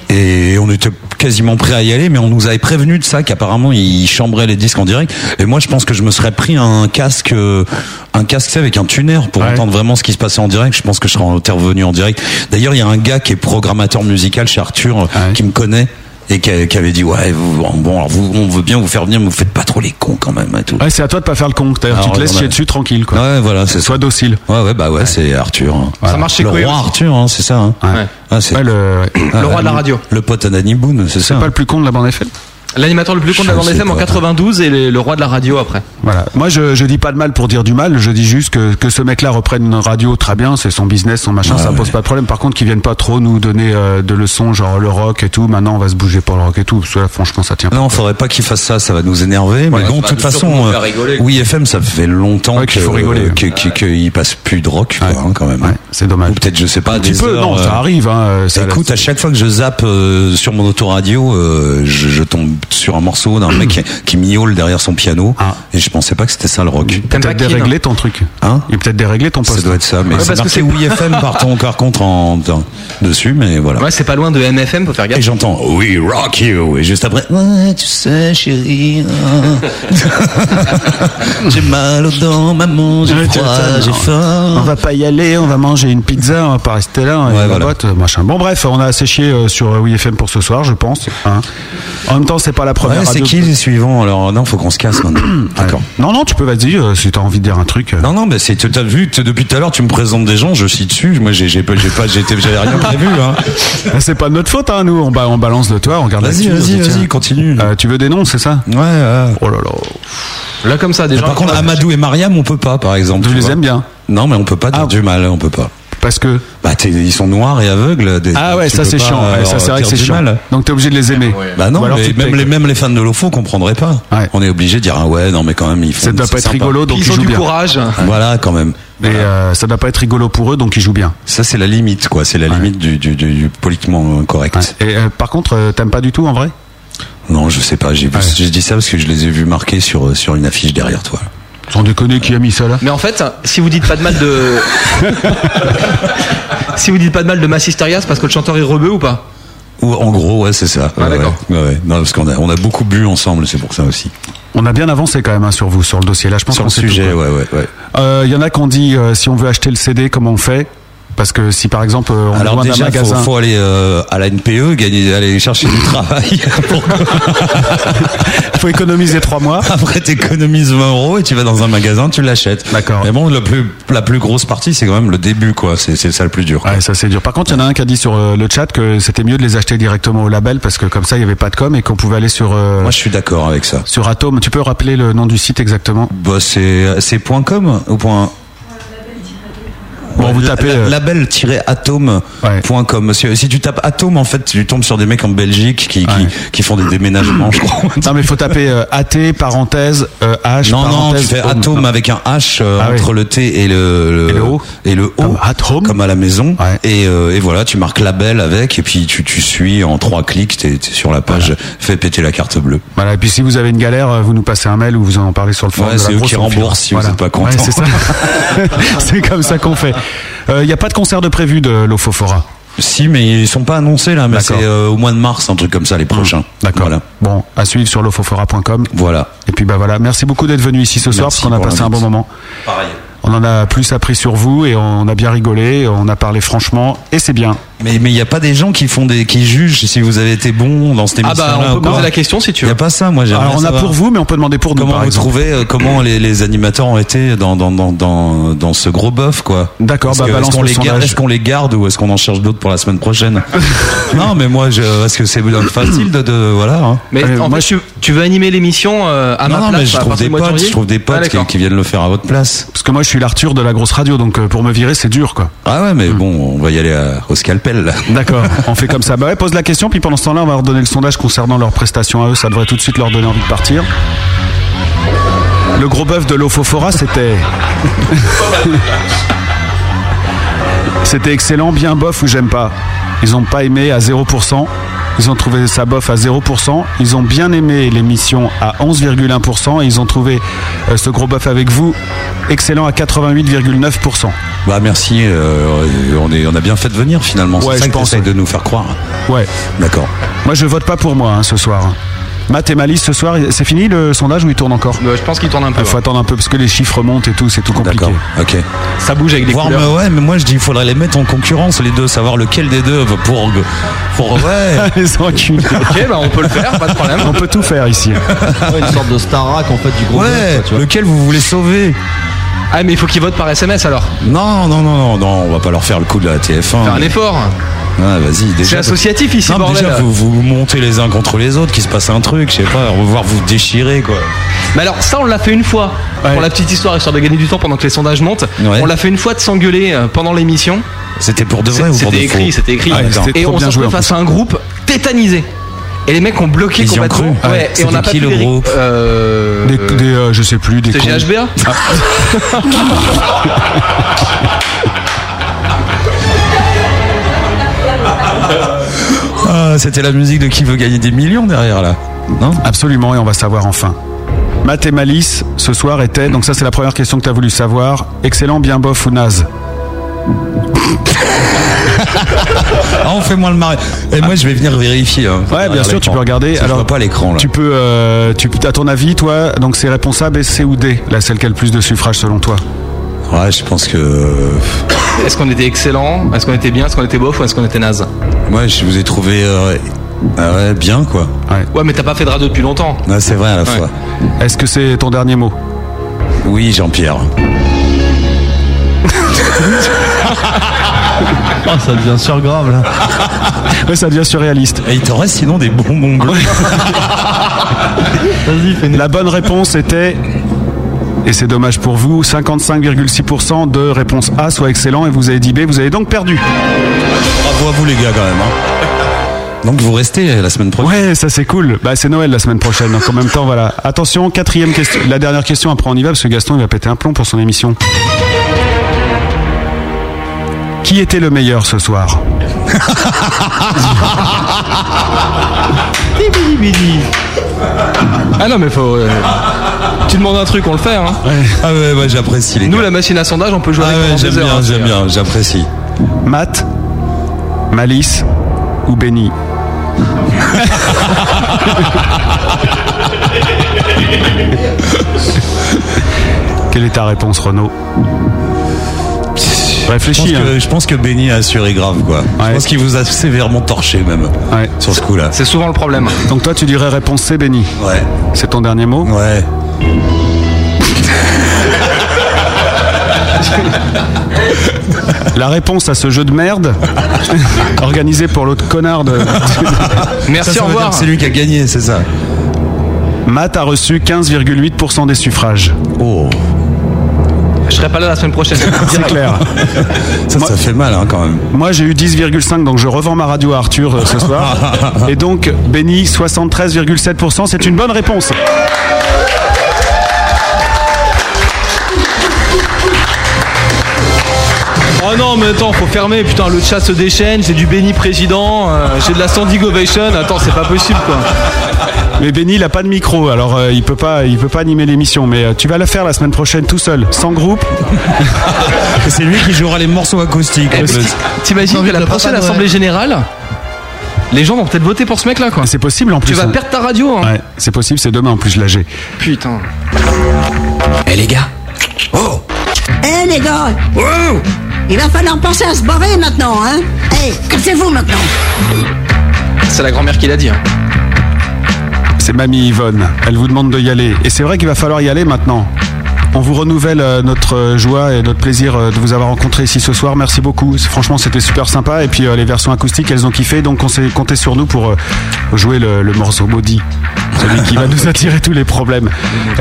[SPEAKER 8] Et on était quasiment prêt à y aller, mais on nous avait prévenu de ça qu'apparemment il chambrait les disques en direct. Et moi, je pense que je me serais pris un casque, euh, un casque tu sais, avec un tuner pour entendre vraiment ce qui se passait en direct. Je pense que je serais intervenu en direct. D'ailleurs, il y a un gars qui est programmateur musical chez Arthur, euh, qui me connaît et qui, a- qui avait dit ouais, vous, bon, alors vous, on veut bien vous faire venir, mais vous faites pas trop les cons quand même et tout.
[SPEAKER 4] Ouais, c'est à toi de pas faire le con. D'ailleurs, tu
[SPEAKER 8] Alors,
[SPEAKER 4] te laisses
[SPEAKER 8] on a-
[SPEAKER 4] chier dessus tranquille, quoi.
[SPEAKER 8] Ouais, voilà, c'est
[SPEAKER 4] Sois docile.
[SPEAKER 8] Ouais, ouais, bah ouais, c'est Arthur. hein.
[SPEAKER 6] Ça marche chez
[SPEAKER 8] Le
[SPEAKER 6] Koé
[SPEAKER 8] roi
[SPEAKER 6] aussi.
[SPEAKER 8] Arthur, hein, c'est ça. hein.
[SPEAKER 4] Ouais.
[SPEAKER 8] Ah, c'est-
[SPEAKER 4] le...
[SPEAKER 8] Ah,
[SPEAKER 6] roi de la radio.
[SPEAKER 8] Le pote à Danny Boone, c'est ça.
[SPEAKER 4] Pas le plus con de la bande FM.
[SPEAKER 6] L'animateur le plus con de la
[SPEAKER 4] Je
[SPEAKER 6] bande
[SPEAKER 4] sais
[SPEAKER 6] FM en
[SPEAKER 4] pas.
[SPEAKER 6] 92 et le, le roi de la radio après.
[SPEAKER 4] Voilà. Moi, je, je dis pas de mal pour dire du mal. Je dis juste que, que ce mec-là reprenne une radio très bien. C'est son business, son machin. ça pose pas de problème. Par contre, qu'il vienne pas trop nous donner euh, de leçons, genre le rock et tout. Maintenant, on va se bouger pour le rock et tout. Parce que là, franchement, ça tient pas.
[SPEAKER 8] Non, faudrait pas qu'il fasse ça, ça va nous énerver.
[SPEAKER 4] Ouais,
[SPEAKER 8] mais bon,
[SPEAKER 4] ça
[SPEAKER 8] de
[SPEAKER 4] va
[SPEAKER 8] toute
[SPEAKER 4] nous- surtout
[SPEAKER 8] façon,
[SPEAKER 4] nous
[SPEAKER 8] euh,
[SPEAKER 4] faire rigoler, quoi.
[SPEAKER 8] oui FM, ça fait longtemps
[SPEAKER 4] Ouais, qu'il faut
[SPEAKER 8] que-
[SPEAKER 4] rigoler.
[SPEAKER 8] que- que- qu'il passe plus de rock, quoi, hein, quand même.
[SPEAKER 4] c'est dommage.
[SPEAKER 8] Peut-être, je sais pas,
[SPEAKER 4] Un petit
[SPEAKER 8] des
[SPEAKER 4] peu,
[SPEAKER 8] heures,
[SPEAKER 4] non, ça
[SPEAKER 8] euh,
[SPEAKER 4] arrive. Hein, ça-
[SPEAKER 8] Écoute, à chaque fois que je zappe euh, sur mon autoradio, euh, je, je tombe sur un morceau d'un mec qui, qui miaule derrière son piano,
[SPEAKER 4] Ah.
[SPEAKER 8] et je pensais pas que c'était ça le rock.
[SPEAKER 4] il est peut-être déréglé ton truc.
[SPEAKER 8] Hein
[SPEAKER 4] Il est peut-être déréglé ton poste.
[SPEAKER 8] Ça doit être ça, mais
[SPEAKER 4] Ouais,
[SPEAKER 8] c'est
[SPEAKER 4] parce que
[SPEAKER 8] marqué
[SPEAKER 4] c'est-
[SPEAKER 8] oui FM par, ton- par contre en, en- dessus, mais voilà.
[SPEAKER 6] Ouais, c'est pas loin de MFM, faut faire gaffe.
[SPEAKER 8] Et j'entends We Rock You, et juste après, ouais, tu sais, chérie, ah. j'ai mal aux dents, maman, j'ai
[SPEAKER 4] Ouais, tiens,
[SPEAKER 8] froid,
[SPEAKER 4] tiens,
[SPEAKER 8] j'ai
[SPEAKER 4] non.
[SPEAKER 8] faim.
[SPEAKER 4] On va pas y aller, on va manger une pizza, on va pas rester là, on va boîte, machin. Bon bref, on a séché euh, sur euh, WeFM pour ce soir, je pense. hein. En même temps, c'est pas la première.
[SPEAKER 8] Ouais, c'est
[SPEAKER 4] radio-
[SPEAKER 8] qui les suivants Alors non, faut qu'on se casse maintenant. D'accord.
[SPEAKER 4] Non, non, tu peux vas-y euh, si t'as envie de dire un truc.
[SPEAKER 8] Non, non, mais c'est t'as vu t- depuis tout à l'heure, tu me présentes des gens, je suis dessus. Moi, j'ai j'ai pas, j'ai pas, j'étais- j'avais rien prévu. Hein.
[SPEAKER 4] Bah, c'est pas de notre faute, hein, nous. On, ba- on balance le toit, on regarde
[SPEAKER 8] Vas-y, vas-y, vas-y,
[SPEAKER 4] continue. tu veux des noms, c'est ça
[SPEAKER 8] Ouais.
[SPEAKER 4] Oh là là.
[SPEAKER 6] Là comme ça, déjà.
[SPEAKER 8] Par contre, Amadou et Mariam, on peut pas, par exemple.
[SPEAKER 4] Je
[SPEAKER 8] tu
[SPEAKER 4] les
[SPEAKER 8] vois.
[SPEAKER 4] aime bien. Ah.
[SPEAKER 8] Non, mais on peut pas dire du mal, on peut pas.
[SPEAKER 4] Parce que
[SPEAKER 8] bah, t'es- ils sont noirs et aveugles. des-
[SPEAKER 4] Ah ouais,
[SPEAKER 8] tu
[SPEAKER 4] ça
[SPEAKER 8] peux
[SPEAKER 4] c'est
[SPEAKER 8] pas
[SPEAKER 4] chiant. Ouais,
[SPEAKER 8] leur
[SPEAKER 4] ça c'est vrai que
[SPEAKER 8] dire
[SPEAKER 4] c'est
[SPEAKER 8] du
[SPEAKER 4] chiant.
[SPEAKER 8] mal.
[SPEAKER 4] Donc t'es obligé de les aimer.
[SPEAKER 8] Bah non,
[SPEAKER 4] Ou alors
[SPEAKER 8] mais
[SPEAKER 4] tu te
[SPEAKER 8] même,
[SPEAKER 4] tais,
[SPEAKER 8] les,
[SPEAKER 4] quoi.
[SPEAKER 8] même les fans de Lofo comprendraient pas. On est obligé de dire ah ouais, non mais quand même ils font.
[SPEAKER 4] Ça doit
[SPEAKER 8] c'est
[SPEAKER 4] pas être
[SPEAKER 8] sympa.
[SPEAKER 4] rigolo, donc ils jouent bien.
[SPEAKER 8] Voilà quand même.
[SPEAKER 4] Mais euh, ça doit pas être rigolo pour eux, donc ils jouent bien.
[SPEAKER 8] Ça c'est la limite quoi, c'est la limite du, du, du- du politiquement correct.
[SPEAKER 4] Et euh, par contre, euh, t'aimes pas du tout en vrai
[SPEAKER 8] Non, je sais pas, j'ai vu- j'ai dit ça parce que je les ai vus marqués sur euh, sur une affiche derrière toi.
[SPEAKER 4] Sans déconner, qui a mis ça là
[SPEAKER 6] Mais en fait, si vous dites pas de mal de. si vous dites pas de mal de Massisteria, c'est parce que le chanteur est rebeu ou pas
[SPEAKER 8] Ou en gros, ouais, c'est
[SPEAKER 4] Ah,
[SPEAKER 8] ça. Ouais, ouais. Ouais, ouais. Non, parce qu'on a on a beaucoup bu ensemble, c'est pour ça aussi.
[SPEAKER 4] On a bien avancé quand même hein, sur vous, sur le dossier. Là, je pense
[SPEAKER 8] Sur
[SPEAKER 4] qu'on
[SPEAKER 8] le
[SPEAKER 4] sait tout,
[SPEAKER 8] sujet,
[SPEAKER 4] quoi.
[SPEAKER 8] ouais, ouais, ouais.
[SPEAKER 4] Euh, Il y en a qui ont dit euh, si on veut acheter le CD, comment on fait Parce que si par exemple euh, on est
[SPEAKER 8] Alors
[SPEAKER 4] loin d'un
[SPEAKER 8] déjà, faut,
[SPEAKER 4] magasin,
[SPEAKER 8] faut aller euh, à la NPE, gagner, aller chercher du travail.
[SPEAKER 4] faut économiser trois mois.
[SPEAKER 8] Après, t'économises 20 euros et tu vas dans un magasin, tu l'achètes.
[SPEAKER 4] D'accord.
[SPEAKER 8] Mais bon, le plus, la plus grosse partie, c'est quand même le début, quoi. C'est c'est ça le plus dur.
[SPEAKER 4] Ouais, ça c'est dur. Par contre, il y en a un qui a dit sur euh, le chat que c'était mieux de les acheter directement au label parce que comme ça, il n'y avait pas de com et qu'on pouvait aller sur. euh,
[SPEAKER 8] Moi, je suis d'accord avec ça.
[SPEAKER 4] Sur Atom, tu peux rappeler le nom du site exactement
[SPEAKER 8] Bah, c'est c'est point .com ou point.
[SPEAKER 4] Bon, vous
[SPEAKER 8] la-
[SPEAKER 4] tapez,
[SPEAKER 8] la-
[SPEAKER 4] euh,
[SPEAKER 8] label-atom.com. Si, si tu tapes atom, en fait, tu tombes sur des mecs en Belgique qui, qui, qui font des déménagements, je crois.
[SPEAKER 4] Non, mais il faut taper euh, AT, parenthèse, euh, H,
[SPEAKER 8] Non, non, tu
[SPEAKER 4] parenthèse.
[SPEAKER 8] fais
[SPEAKER 4] home.
[SPEAKER 8] atome avec un H euh,
[SPEAKER 4] Ah oui.
[SPEAKER 8] entre le T et le, le- et le O, comme, à la maison. Et, euh, et voilà, tu marques label avec, et puis tu, tu suis en trois clics, t'es t'es sur la page, fais péter la carte bleue.
[SPEAKER 4] Voilà, et puis si vous avez une galère, euh, vous nous passez un mail ou vous en parlez sur le forum.
[SPEAKER 8] Ouais,
[SPEAKER 4] de la
[SPEAKER 8] c'est eux
[SPEAKER 4] Brousse,
[SPEAKER 8] qui
[SPEAKER 4] on filera.
[SPEAKER 8] remboursent si vous
[SPEAKER 4] Voilà.
[SPEAKER 8] êtes pas content.
[SPEAKER 4] Ouais, c'est ça. c'est comme ça qu'on fait. Il n'y a pas de concert de prévu de l'Ofofora.
[SPEAKER 8] Si, mais ils sont pas annoncés là, mais
[SPEAKER 4] D'accord. Mmh.
[SPEAKER 8] c'est euh, au mois de mars, un truc comme ça, les prochains.
[SPEAKER 4] D'accord.
[SPEAKER 8] Voilà.
[SPEAKER 4] Bon, à suivre sur lofofora.com.
[SPEAKER 8] Voilà.
[SPEAKER 4] Et puis bah voilà, merci beaucoup d'être venu ici ce soir
[SPEAKER 8] Merci
[SPEAKER 4] parce qu'on a
[SPEAKER 8] pour
[SPEAKER 4] passé un bon
[SPEAKER 8] l'invite.
[SPEAKER 4] moment.
[SPEAKER 8] Pareil.
[SPEAKER 4] On en a plus appris sur vous et on a bien rigolé, on a parlé franchement et c'est bien.
[SPEAKER 8] Mais il mais n'y a pas des gens qui font des qui jugent si vous avez été bon dans cette
[SPEAKER 4] Ah
[SPEAKER 8] émission
[SPEAKER 4] bah, on peut poser la
[SPEAKER 6] question si tu
[SPEAKER 8] veux. Il n'y a pas ça, moi j'aimerais
[SPEAKER 4] Alors on a
[SPEAKER 8] savoir.
[SPEAKER 4] pour vous mais on peut demander pour nous
[SPEAKER 8] Comment
[SPEAKER 4] par
[SPEAKER 8] vous
[SPEAKER 4] exemple.
[SPEAKER 8] trouvez euh, comment les, les animateurs ont été dans dans dans dans, dans ce gros bœuf quoi
[SPEAKER 4] D'accord,
[SPEAKER 8] Est-ce
[SPEAKER 4] bah,
[SPEAKER 8] que-
[SPEAKER 4] balance
[SPEAKER 8] est-ce qu'on
[SPEAKER 4] le
[SPEAKER 8] les garde
[SPEAKER 4] sondage.
[SPEAKER 8] est-ce qu'on les garde ou est-ce qu'on en cherche d'autres pour la semaine prochaine Non, mais moi je parce que c'est facile de, de- voilà. hein.
[SPEAKER 6] Mais en fait, tu, tu veux animer l'émission euh, à
[SPEAKER 8] non,
[SPEAKER 6] ma
[SPEAKER 8] non,
[SPEAKER 6] place
[SPEAKER 8] mais je
[SPEAKER 6] à
[SPEAKER 8] trouve
[SPEAKER 6] partir du
[SPEAKER 8] des
[SPEAKER 6] mois de
[SPEAKER 8] potes,
[SPEAKER 6] janvier
[SPEAKER 8] je trouve des
[SPEAKER 6] Ah,
[SPEAKER 8] potes qui,
[SPEAKER 6] d'accord.
[SPEAKER 8] qui viennent le faire à votre place.
[SPEAKER 4] Parce que moi je suis l'Arthur de la grosse radio donc euh, pour me virer c'est dur quoi. Hmm.
[SPEAKER 8] Ah ouais, mais bon, on va y aller à- au scalpel. là.
[SPEAKER 4] D'accord, on fait comme ça. Bah ouais, pose la question puis pendant ce temps-là on va leur donner le sondage concernant leurs prestations à eux, ça devrait tout de suite leur donner envie de partir. Le gros bœuf de l'Ofofora c'était C'était excellent, bien bof ou j'aime pas. Ils ont pas aimé à 0%. Ils ont trouvé ça bof à 0%. Ils ont bien aimé l'émission à 11,1%. Et ils ont trouvé euh, ce gros bof avec vous excellent à 88,9%.
[SPEAKER 8] Bah merci, euh, on est on a bien fait de venir finalement.
[SPEAKER 4] Ouais,
[SPEAKER 8] c'est ça
[SPEAKER 4] je
[SPEAKER 8] que
[SPEAKER 4] pense,
[SPEAKER 8] t'essayes de nous faire croire.
[SPEAKER 4] Ouais.
[SPEAKER 8] D'accord.
[SPEAKER 4] Moi, je vote pas pour moi hein, ce soir. Matt et Malice, ce soir, c'est fini le sondage ou il tourne encore
[SPEAKER 6] Je pense qu'il tourne un peu.
[SPEAKER 4] Il faut attendre un peu parce que les chiffres montent et tout, c'est tout compliqué.
[SPEAKER 8] Ok.
[SPEAKER 6] Ça bouge avec des
[SPEAKER 8] Voir,
[SPEAKER 6] couleurs.
[SPEAKER 8] mais ouais, mais moi je dis il faudrait les mettre en concurrence les deux, savoir lequel des deux va pour pour ouais.
[SPEAKER 4] les enculés.
[SPEAKER 6] Ok, bah on peut le faire, pas de problème.
[SPEAKER 4] On peut tout faire ici.
[SPEAKER 9] une sorte de Starac en fait du groupe.
[SPEAKER 8] Ouais, lequel vous voulez sauver
[SPEAKER 6] Ah mais il faut qu'ils votent par SMS alors.
[SPEAKER 8] Non, non, non, non, non, on va pas leur faire le coup de la TF1.
[SPEAKER 6] Faire un effort.
[SPEAKER 8] Ouais, vas-y, déjà.
[SPEAKER 6] C'est associatif ici,
[SPEAKER 8] Non, mais
[SPEAKER 6] bordel.
[SPEAKER 8] déjà, vous, vous montez les uns contre les autres, qu'il se passe un truc, je sais pas, on va voir vous déchirer, quoi.
[SPEAKER 6] Mais alors ça on l'a fait une fois. Pour la petite histoire, histoire de gagner du temps pendant que les sondages montent.
[SPEAKER 8] Ouais.
[SPEAKER 6] On l'a fait une fois de s'engueuler euh, pendant l'émission.
[SPEAKER 8] C'était pour de vrai
[SPEAKER 6] C'est-
[SPEAKER 8] ou pour de
[SPEAKER 6] C'était
[SPEAKER 8] faux
[SPEAKER 6] écrit, c'était écrit.
[SPEAKER 8] Ah, d'accord.
[SPEAKER 6] et on s'est retrouvé face à un groupe tétanisé. Et les mecs ont bloqué
[SPEAKER 8] Ils y ont
[SPEAKER 6] complètement.
[SPEAKER 8] cru Ouais.
[SPEAKER 6] Ouais, et on
[SPEAKER 8] C'était
[SPEAKER 6] a pas
[SPEAKER 8] qui,
[SPEAKER 6] pu
[SPEAKER 8] le
[SPEAKER 6] les-
[SPEAKER 8] groupe
[SPEAKER 6] euh,
[SPEAKER 4] Des, des, euh, je sais plus, des.
[SPEAKER 6] C'est
[SPEAKER 4] cons.
[SPEAKER 6] GHBA Ah.
[SPEAKER 8] Ah, c'était la musique de qui veut gagner des millions derrière, là. Non
[SPEAKER 4] Absolument, et on va savoir enfin. Matt et Malice, ce soir, était, donc ça c'est la première question que tu as voulu savoir, excellent, bien bof ou naze
[SPEAKER 8] Ah, on fait moins le marré. Et moi, je vais venir vérifier.
[SPEAKER 4] Ah.
[SPEAKER 8] hein,
[SPEAKER 4] Ouais,
[SPEAKER 8] derrière
[SPEAKER 4] bien sûr,
[SPEAKER 8] l'écran.
[SPEAKER 4] tu peux regarder.
[SPEAKER 8] Parce que je vois pas l'écran, là.
[SPEAKER 4] Tu peux, euh, tu, à ton avis, toi, donc c'est réponse A, B, C ou D, là, celle qui a le plus de suffrages selon toi.
[SPEAKER 8] Ouais, je pense que. euh,
[SPEAKER 6] Est-ce qu'on était excellent Est-ce qu'on était bien Est-ce qu'on était bof ou est-ce qu'on était naze
[SPEAKER 8] Moi, je vous ai trouvé euh, Ah ouais, bien quoi.
[SPEAKER 6] Ouais, mais t'as pas fait de radio depuis longtemps.
[SPEAKER 8] Ouais, c'est vrai à la fois.
[SPEAKER 4] Est-ce que c'est ton dernier mot
[SPEAKER 8] Oui, Jean-Pierre.
[SPEAKER 9] Ah, ça devient surgrave là.
[SPEAKER 4] ouais, ça devient surréaliste.
[SPEAKER 8] Et il t'en reste sinon des bonbons bleus.
[SPEAKER 4] La bonne réponse était. Et c'est dommage pour vous, 55,6% de réponse A, soit excellent, et vous avez dit B, vous avez donc perdu.
[SPEAKER 8] Bravo à vous les gars quand même. hein. Donc vous restez la semaine prochaine.
[SPEAKER 4] Ouais, ça c'est cool. Bah, c'est Noël la semaine prochaine, donc en même temps, voilà. Attention, quatrième question. La dernière question, après on y va, parce que Gaston il va péter un plomb pour son émission. Qui était le meilleur ce soir
[SPEAKER 6] Ah non, mais faut. euh, Tu demandes un truc, on le fait. Hein.
[SPEAKER 8] Ah ouais, ouais, j'apprécie les
[SPEAKER 6] Nous, la machine à sondage, on peut jouer
[SPEAKER 8] Ah
[SPEAKER 6] avec
[SPEAKER 8] ouais,
[SPEAKER 6] pendant
[SPEAKER 8] j'aime
[SPEAKER 6] des heures,
[SPEAKER 8] bien,
[SPEAKER 6] hein,
[SPEAKER 8] j'aime
[SPEAKER 6] c'est-
[SPEAKER 8] bien, j'apprécie.
[SPEAKER 4] Matt, Malice ou Ben Benny Quelle est ta réponse, Renaud Réfléchis.
[SPEAKER 8] Je pense,
[SPEAKER 4] hein.
[SPEAKER 8] que, je pense que Benny a assuré grave quoi. Je pense qu'il vous a sévèrement torché même sur ce coup là.
[SPEAKER 6] C'est souvent le problème.
[SPEAKER 4] Donc toi, tu dirais réponse C, Benny.
[SPEAKER 8] Ouais.
[SPEAKER 4] C'est ton dernier mot
[SPEAKER 8] Ouais.
[SPEAKER 4] La réponse à ce jeu de merde organisé pour l'autre connard de.
[SPEAKER 8] Ça, ça veut dire que C'est lui qui a gagné, c'est ça.
[SPEAKER 4] Matt a reçu 15,8% des suffrages.
[SPEAKER 8] Oh.
[SPEAKER 6] Je serai pas là la semaine prochaine.
[SPEAKER 4] C'est clair.
[SPEAKER 8] Ça, ça fait mal hein, quand même.
[SPEAKER 4] Moi, j'ai eu 10,5, donc je revends ma radio à Arthur euh, ce soir. Et donc, Benny, 73,7%, c'est une bonne réponse.
[SPEAKER 6] Oh non, mais attends, faut fermer. Putain, le chat se déchaîne. J'ai du béni président. euh, J'ai de la standing ovation. Attends, c'est pas possible quoi.
[SPEAKER 4] Mais Benny, il a pas de micro, alors euh, il peut pas, il peut pas animer l'émission. Mais euh, tu vas le faire la semaine prochaine tout seul, sans groupe.
[SPEAKER 8] c'est lui qui jouera les morceaux acoustiques.
[SPEAKER 6] Eh, mais T'imagines que la prochaine assemblée générale, les gens vont peut-être voter pour ce mec-là, quoi.
[SPEAKER 4] C'est possible en plus.
[SPEAKER 6] tu vas
[SPEAKER 4] hein.
[SPEAKER 6] perdre ta radio. Hein.
[SPEAKER 4] Ouais, c'est possible, c'est demain en plus l'AG.
[SPEAKER 6] Putain.
[SPEAKER 4] Eh les gars,
[SPEAKER 3] Eh les gars Il va falloir penser à se barrer maintenant, hein Eh, cassez-vous maintenant
[SPEAKER 6] C'est la grand-mère qui l'a dit. hein.
[SPEAKER 4] c'est Mamie Yvonne. Elle vous demande de y aller. Et c'est vrai qu'il va falloir y aller maintenant. On vous renouvelle euh, notre euh, joie et notre plaisir euh, de vous avoir rencontré ici ce soir. Merci beaucoup. C'est- Franchement, c'était super sympa. Et puis euh, les versions acoustiques, elles ont kiffé. Donc on s'est compté sur nous pour euh, jouer le, le morceau maudit. Celui qui va nous attirer tous les problèmes.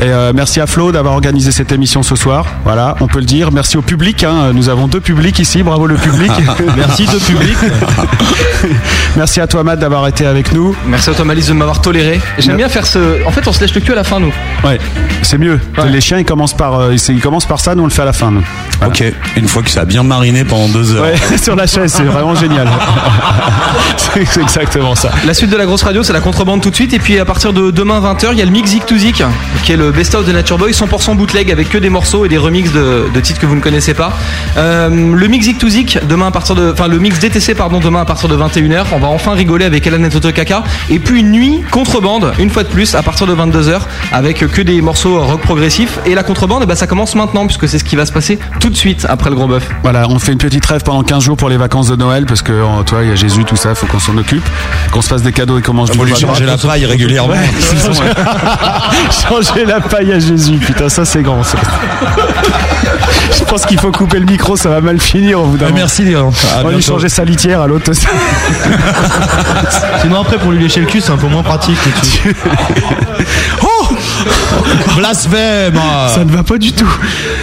[SPEAKER 4] Et euh, merci à Flo d'avoir organisé cette émission ce soir. Voilà, on peut le dire. Merci au public. hein. Nous avons deux publics ici. Bravo le public.
[SPEAKER 6] Merci, deux publics.
[SPEAKER 4] merci à toi Matt d'avoir été avec nous.
[SPEAKER 6] Merci à toi, Malice, de m'avoir toléré. J'aime bien faire ce. En fait, on se lèche le cul à la fin, nous.
[SPEAKER 4] Ouais, c'est mieux. Les chiens, ils commencent par, euh, ils, ils commencent par ça, nous on le fait à la fin. nous.
[SPEAKER 8] Ok, une fois que ça a bien mariné pendant deux heures.
[SPEAKER 4] Ah. Ouais, sur la chaise, Eh, c'est vraiment génial. c'est c'est exactement ça.
[SPEAKER 6] La suite de la grosse radio, c'est la contrebande tout de suite. Et puis à partir de demain 20h, il y a le Mix Zik to Zik, qui est le best-of de Nature Boy, 100% bootleg avec que des morceaux et des remixes de, de titres que vous ne connaissez pas. Euh, le Mix Zik to Zik, demain à partir de. Enfin, le Mix DTC, pardon, demain à partir de 21h. On va enfin rigoler avec Elan et Toto Kaka. Et puis une nuit contrebande, une fois de plus, à partir de 22h, avec que des morceaux rock progressifs. Et la contrebande, eh ben, ça commence maintenant, puisque c'est ce qui va se passer tout de suite après le gros bœuf.
[SPEAKER 4] Voilà, on fait une petite trêve pendant 15 jours pour les vacances de Noël parce que, oh, toi, il y a Jésus, tout ça, faut qu'on s'en occupe, qu'on se fasse des cadeaux et qu'on mange
[SPEAKER 8] Ah, Faut
[SPEAKER 4] du
[SPEAKER 8] lui
[SPEAKER 4] foie gras.
[SPEAKER 8] changer la paille régulièrement.
[SPEAKER 4] Ouais, c'est ça. changer la paille à Jésus, putain, ça c'est grand. ça. Je pense qu'il faut couper le micro, ça va mal finir au bout d'un
[SPEAKER 8] Ouais,
[SPEAKER 4] moment.
[SPEAKER 8] merci, Léon. À
[SPEAKER 4] On va lui
[SPEAKER 8] bientôt.
[SPEAKER 4] changer sa litière à l'autre.
[SPEAKER 9] Sinon après pour lui lécher le cul c'est un peu moins pratique.
[SPEAKER 4] oh
[SPEAKER 8] Blasphème
[SPEAKER 4] Ça ne va pas du tout.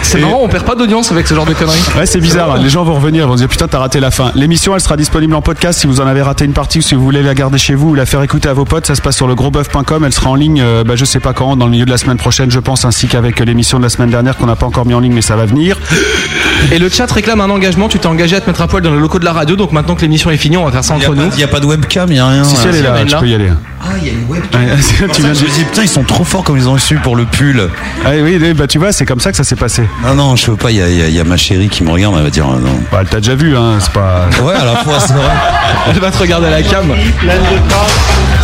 [SPEAKER 6] C'est
[SPEAKER 4] Et-
[SPEAKER 6] marrant, on perd pas d'audience avec ce genre de conneries.
[SPEAKER 4] Ouais, c'est bizarre. hein. Les gens vont revenir, ils vont se dire putain, t'as raté la fin. L'émission, elle sera disponible en podcast si vous en avez raté une partie ou si vous voulez la garder chez vous ou la faire écouter à vos potes. Ça se passe sur le grosboeuf.com. Elle sera en ligne, euh, bah, je sais pas quand, dans le milieu de la semaine prochaine, je pense, ainsi qu'avec euh, l'émission de la semaine dernière qu'on n'a pas encore mis en ligne, mais ça va venir.
[SPEAKER 6] Et le chat réclame un engagement. Tu t'es engagé à te mettre à poil dans le locaux de la radio. Donc maintenant que l'émission est finie, on va faire ça
[SPEAKER 8] Il n'y a,
[SPEAKER 6] entre nous.
[SPEAKER 8] pas- y a pas de webcam, il n'y a rien.
[SPEAKER 4] Si, si, elle est là, tu peux y aller.
[SPEAKER 8] Ah, il y a une webcam.
[SPEAKER 4] Ouais, tu viens de-
[SPEAKER 8] Je me dis, putain, ils sont trop forts comme ils ont su pour le pull.
[SPEAKER 4] Ah oui, oui, bah tu vois, c'est comme ça que ça s'est passé.
[SPEAKER 8] Non, non, je veux pas, il y a, y a- y a ma chérie qui me regarde, elle va dire, ah, non.
[SPEAKER 4] Bah, elle t'a déjà vu, hein, c'est pas.
[SPEAKER 8] Ouais, à la fois, c'est vrai.
[SPEAKER 6] Elle va te regarder à la cam.
[SPEAKER 21] pleine de grâce,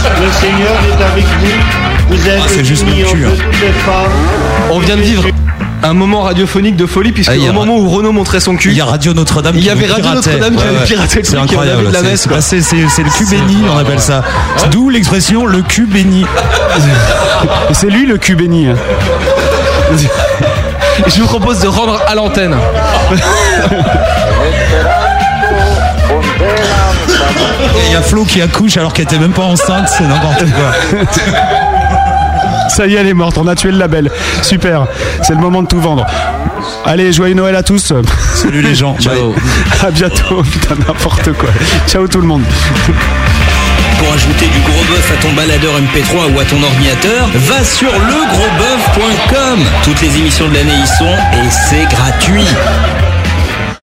[SPEAKER 21] le Seigneur est avec vous. Vous êtes
[SPEAKER 8] Ah, c'est juste mon
[SPEAKER 21] bénie
[SPEAKER 8] cul,
[SPEAKER 21] entre
[SPEAKER 8] hein.
[SPEAKER 21] toutes les femmes.
[SPEAKER 6] On vient de vivre. un moment radiophonique de folie, puisque
[SPEAKER 8] Ah, il y
[SPEAKER 6] au
[SPEAKER 8] a-
[SPEAKER 6] moment où Renaud montrait son cul.
[SPEAKER 8] Il y a Radio Notre-Dame
[SPEAKER 6] Il
[SPEAKER 8] qui
[SPEAKER 6] y avait
[SPEAKER 8] nous
[SPEAKER 6] Radio
[SPEAKER 8] piratait.
[SPEAKER 6] Notre-Dame qui
[SPEAKER 8] Ouais, ouais.
[SPEAKER 6] avait piraté le
[SPEAKER 8] C'est
[SPEAKER 6] truc, qui avait
[SPEAKER 8] incroyable.
[SPEAKER 6] de la
[SPEAKER 8] C'est-
[SPEAKER 6] messe.
[SPEAKER 8] bah, C'est c'est- c'est le cul béni,
[SPEAKER 4] Ah,
[SPEAKER 8] on appelle ça. D'où l'expression le cul béni.
[SPEAKER 4] Et c'est lui le cul béni. hein.
[SPEAKER 6] Je vous propose de rendre à l'antenne.
[SPEAKER 8] Et Il y a Flo qui accouche alors qu'elle était même pas enceinte, c'est n'importe quoi.
[SPEAKER 4] Ça y est, elle est morte. On a tué le label. Super. C'est le moment de tout vendre. Allez, joyeux Noël à tous.
[SPEAKER 8] Salut les gens. Ciao.
[SPEAKER 4] À bientôt. Putain, n'importe quoi. Ciao tout le monde.
[SPEAKER 1] Pour ajouter du gros bœuf à ton baladeur MP3 ou à ton ordinateur, va sur legrosboeuf.com. Toutes les émissions de l'année y sont et c'est gratuit.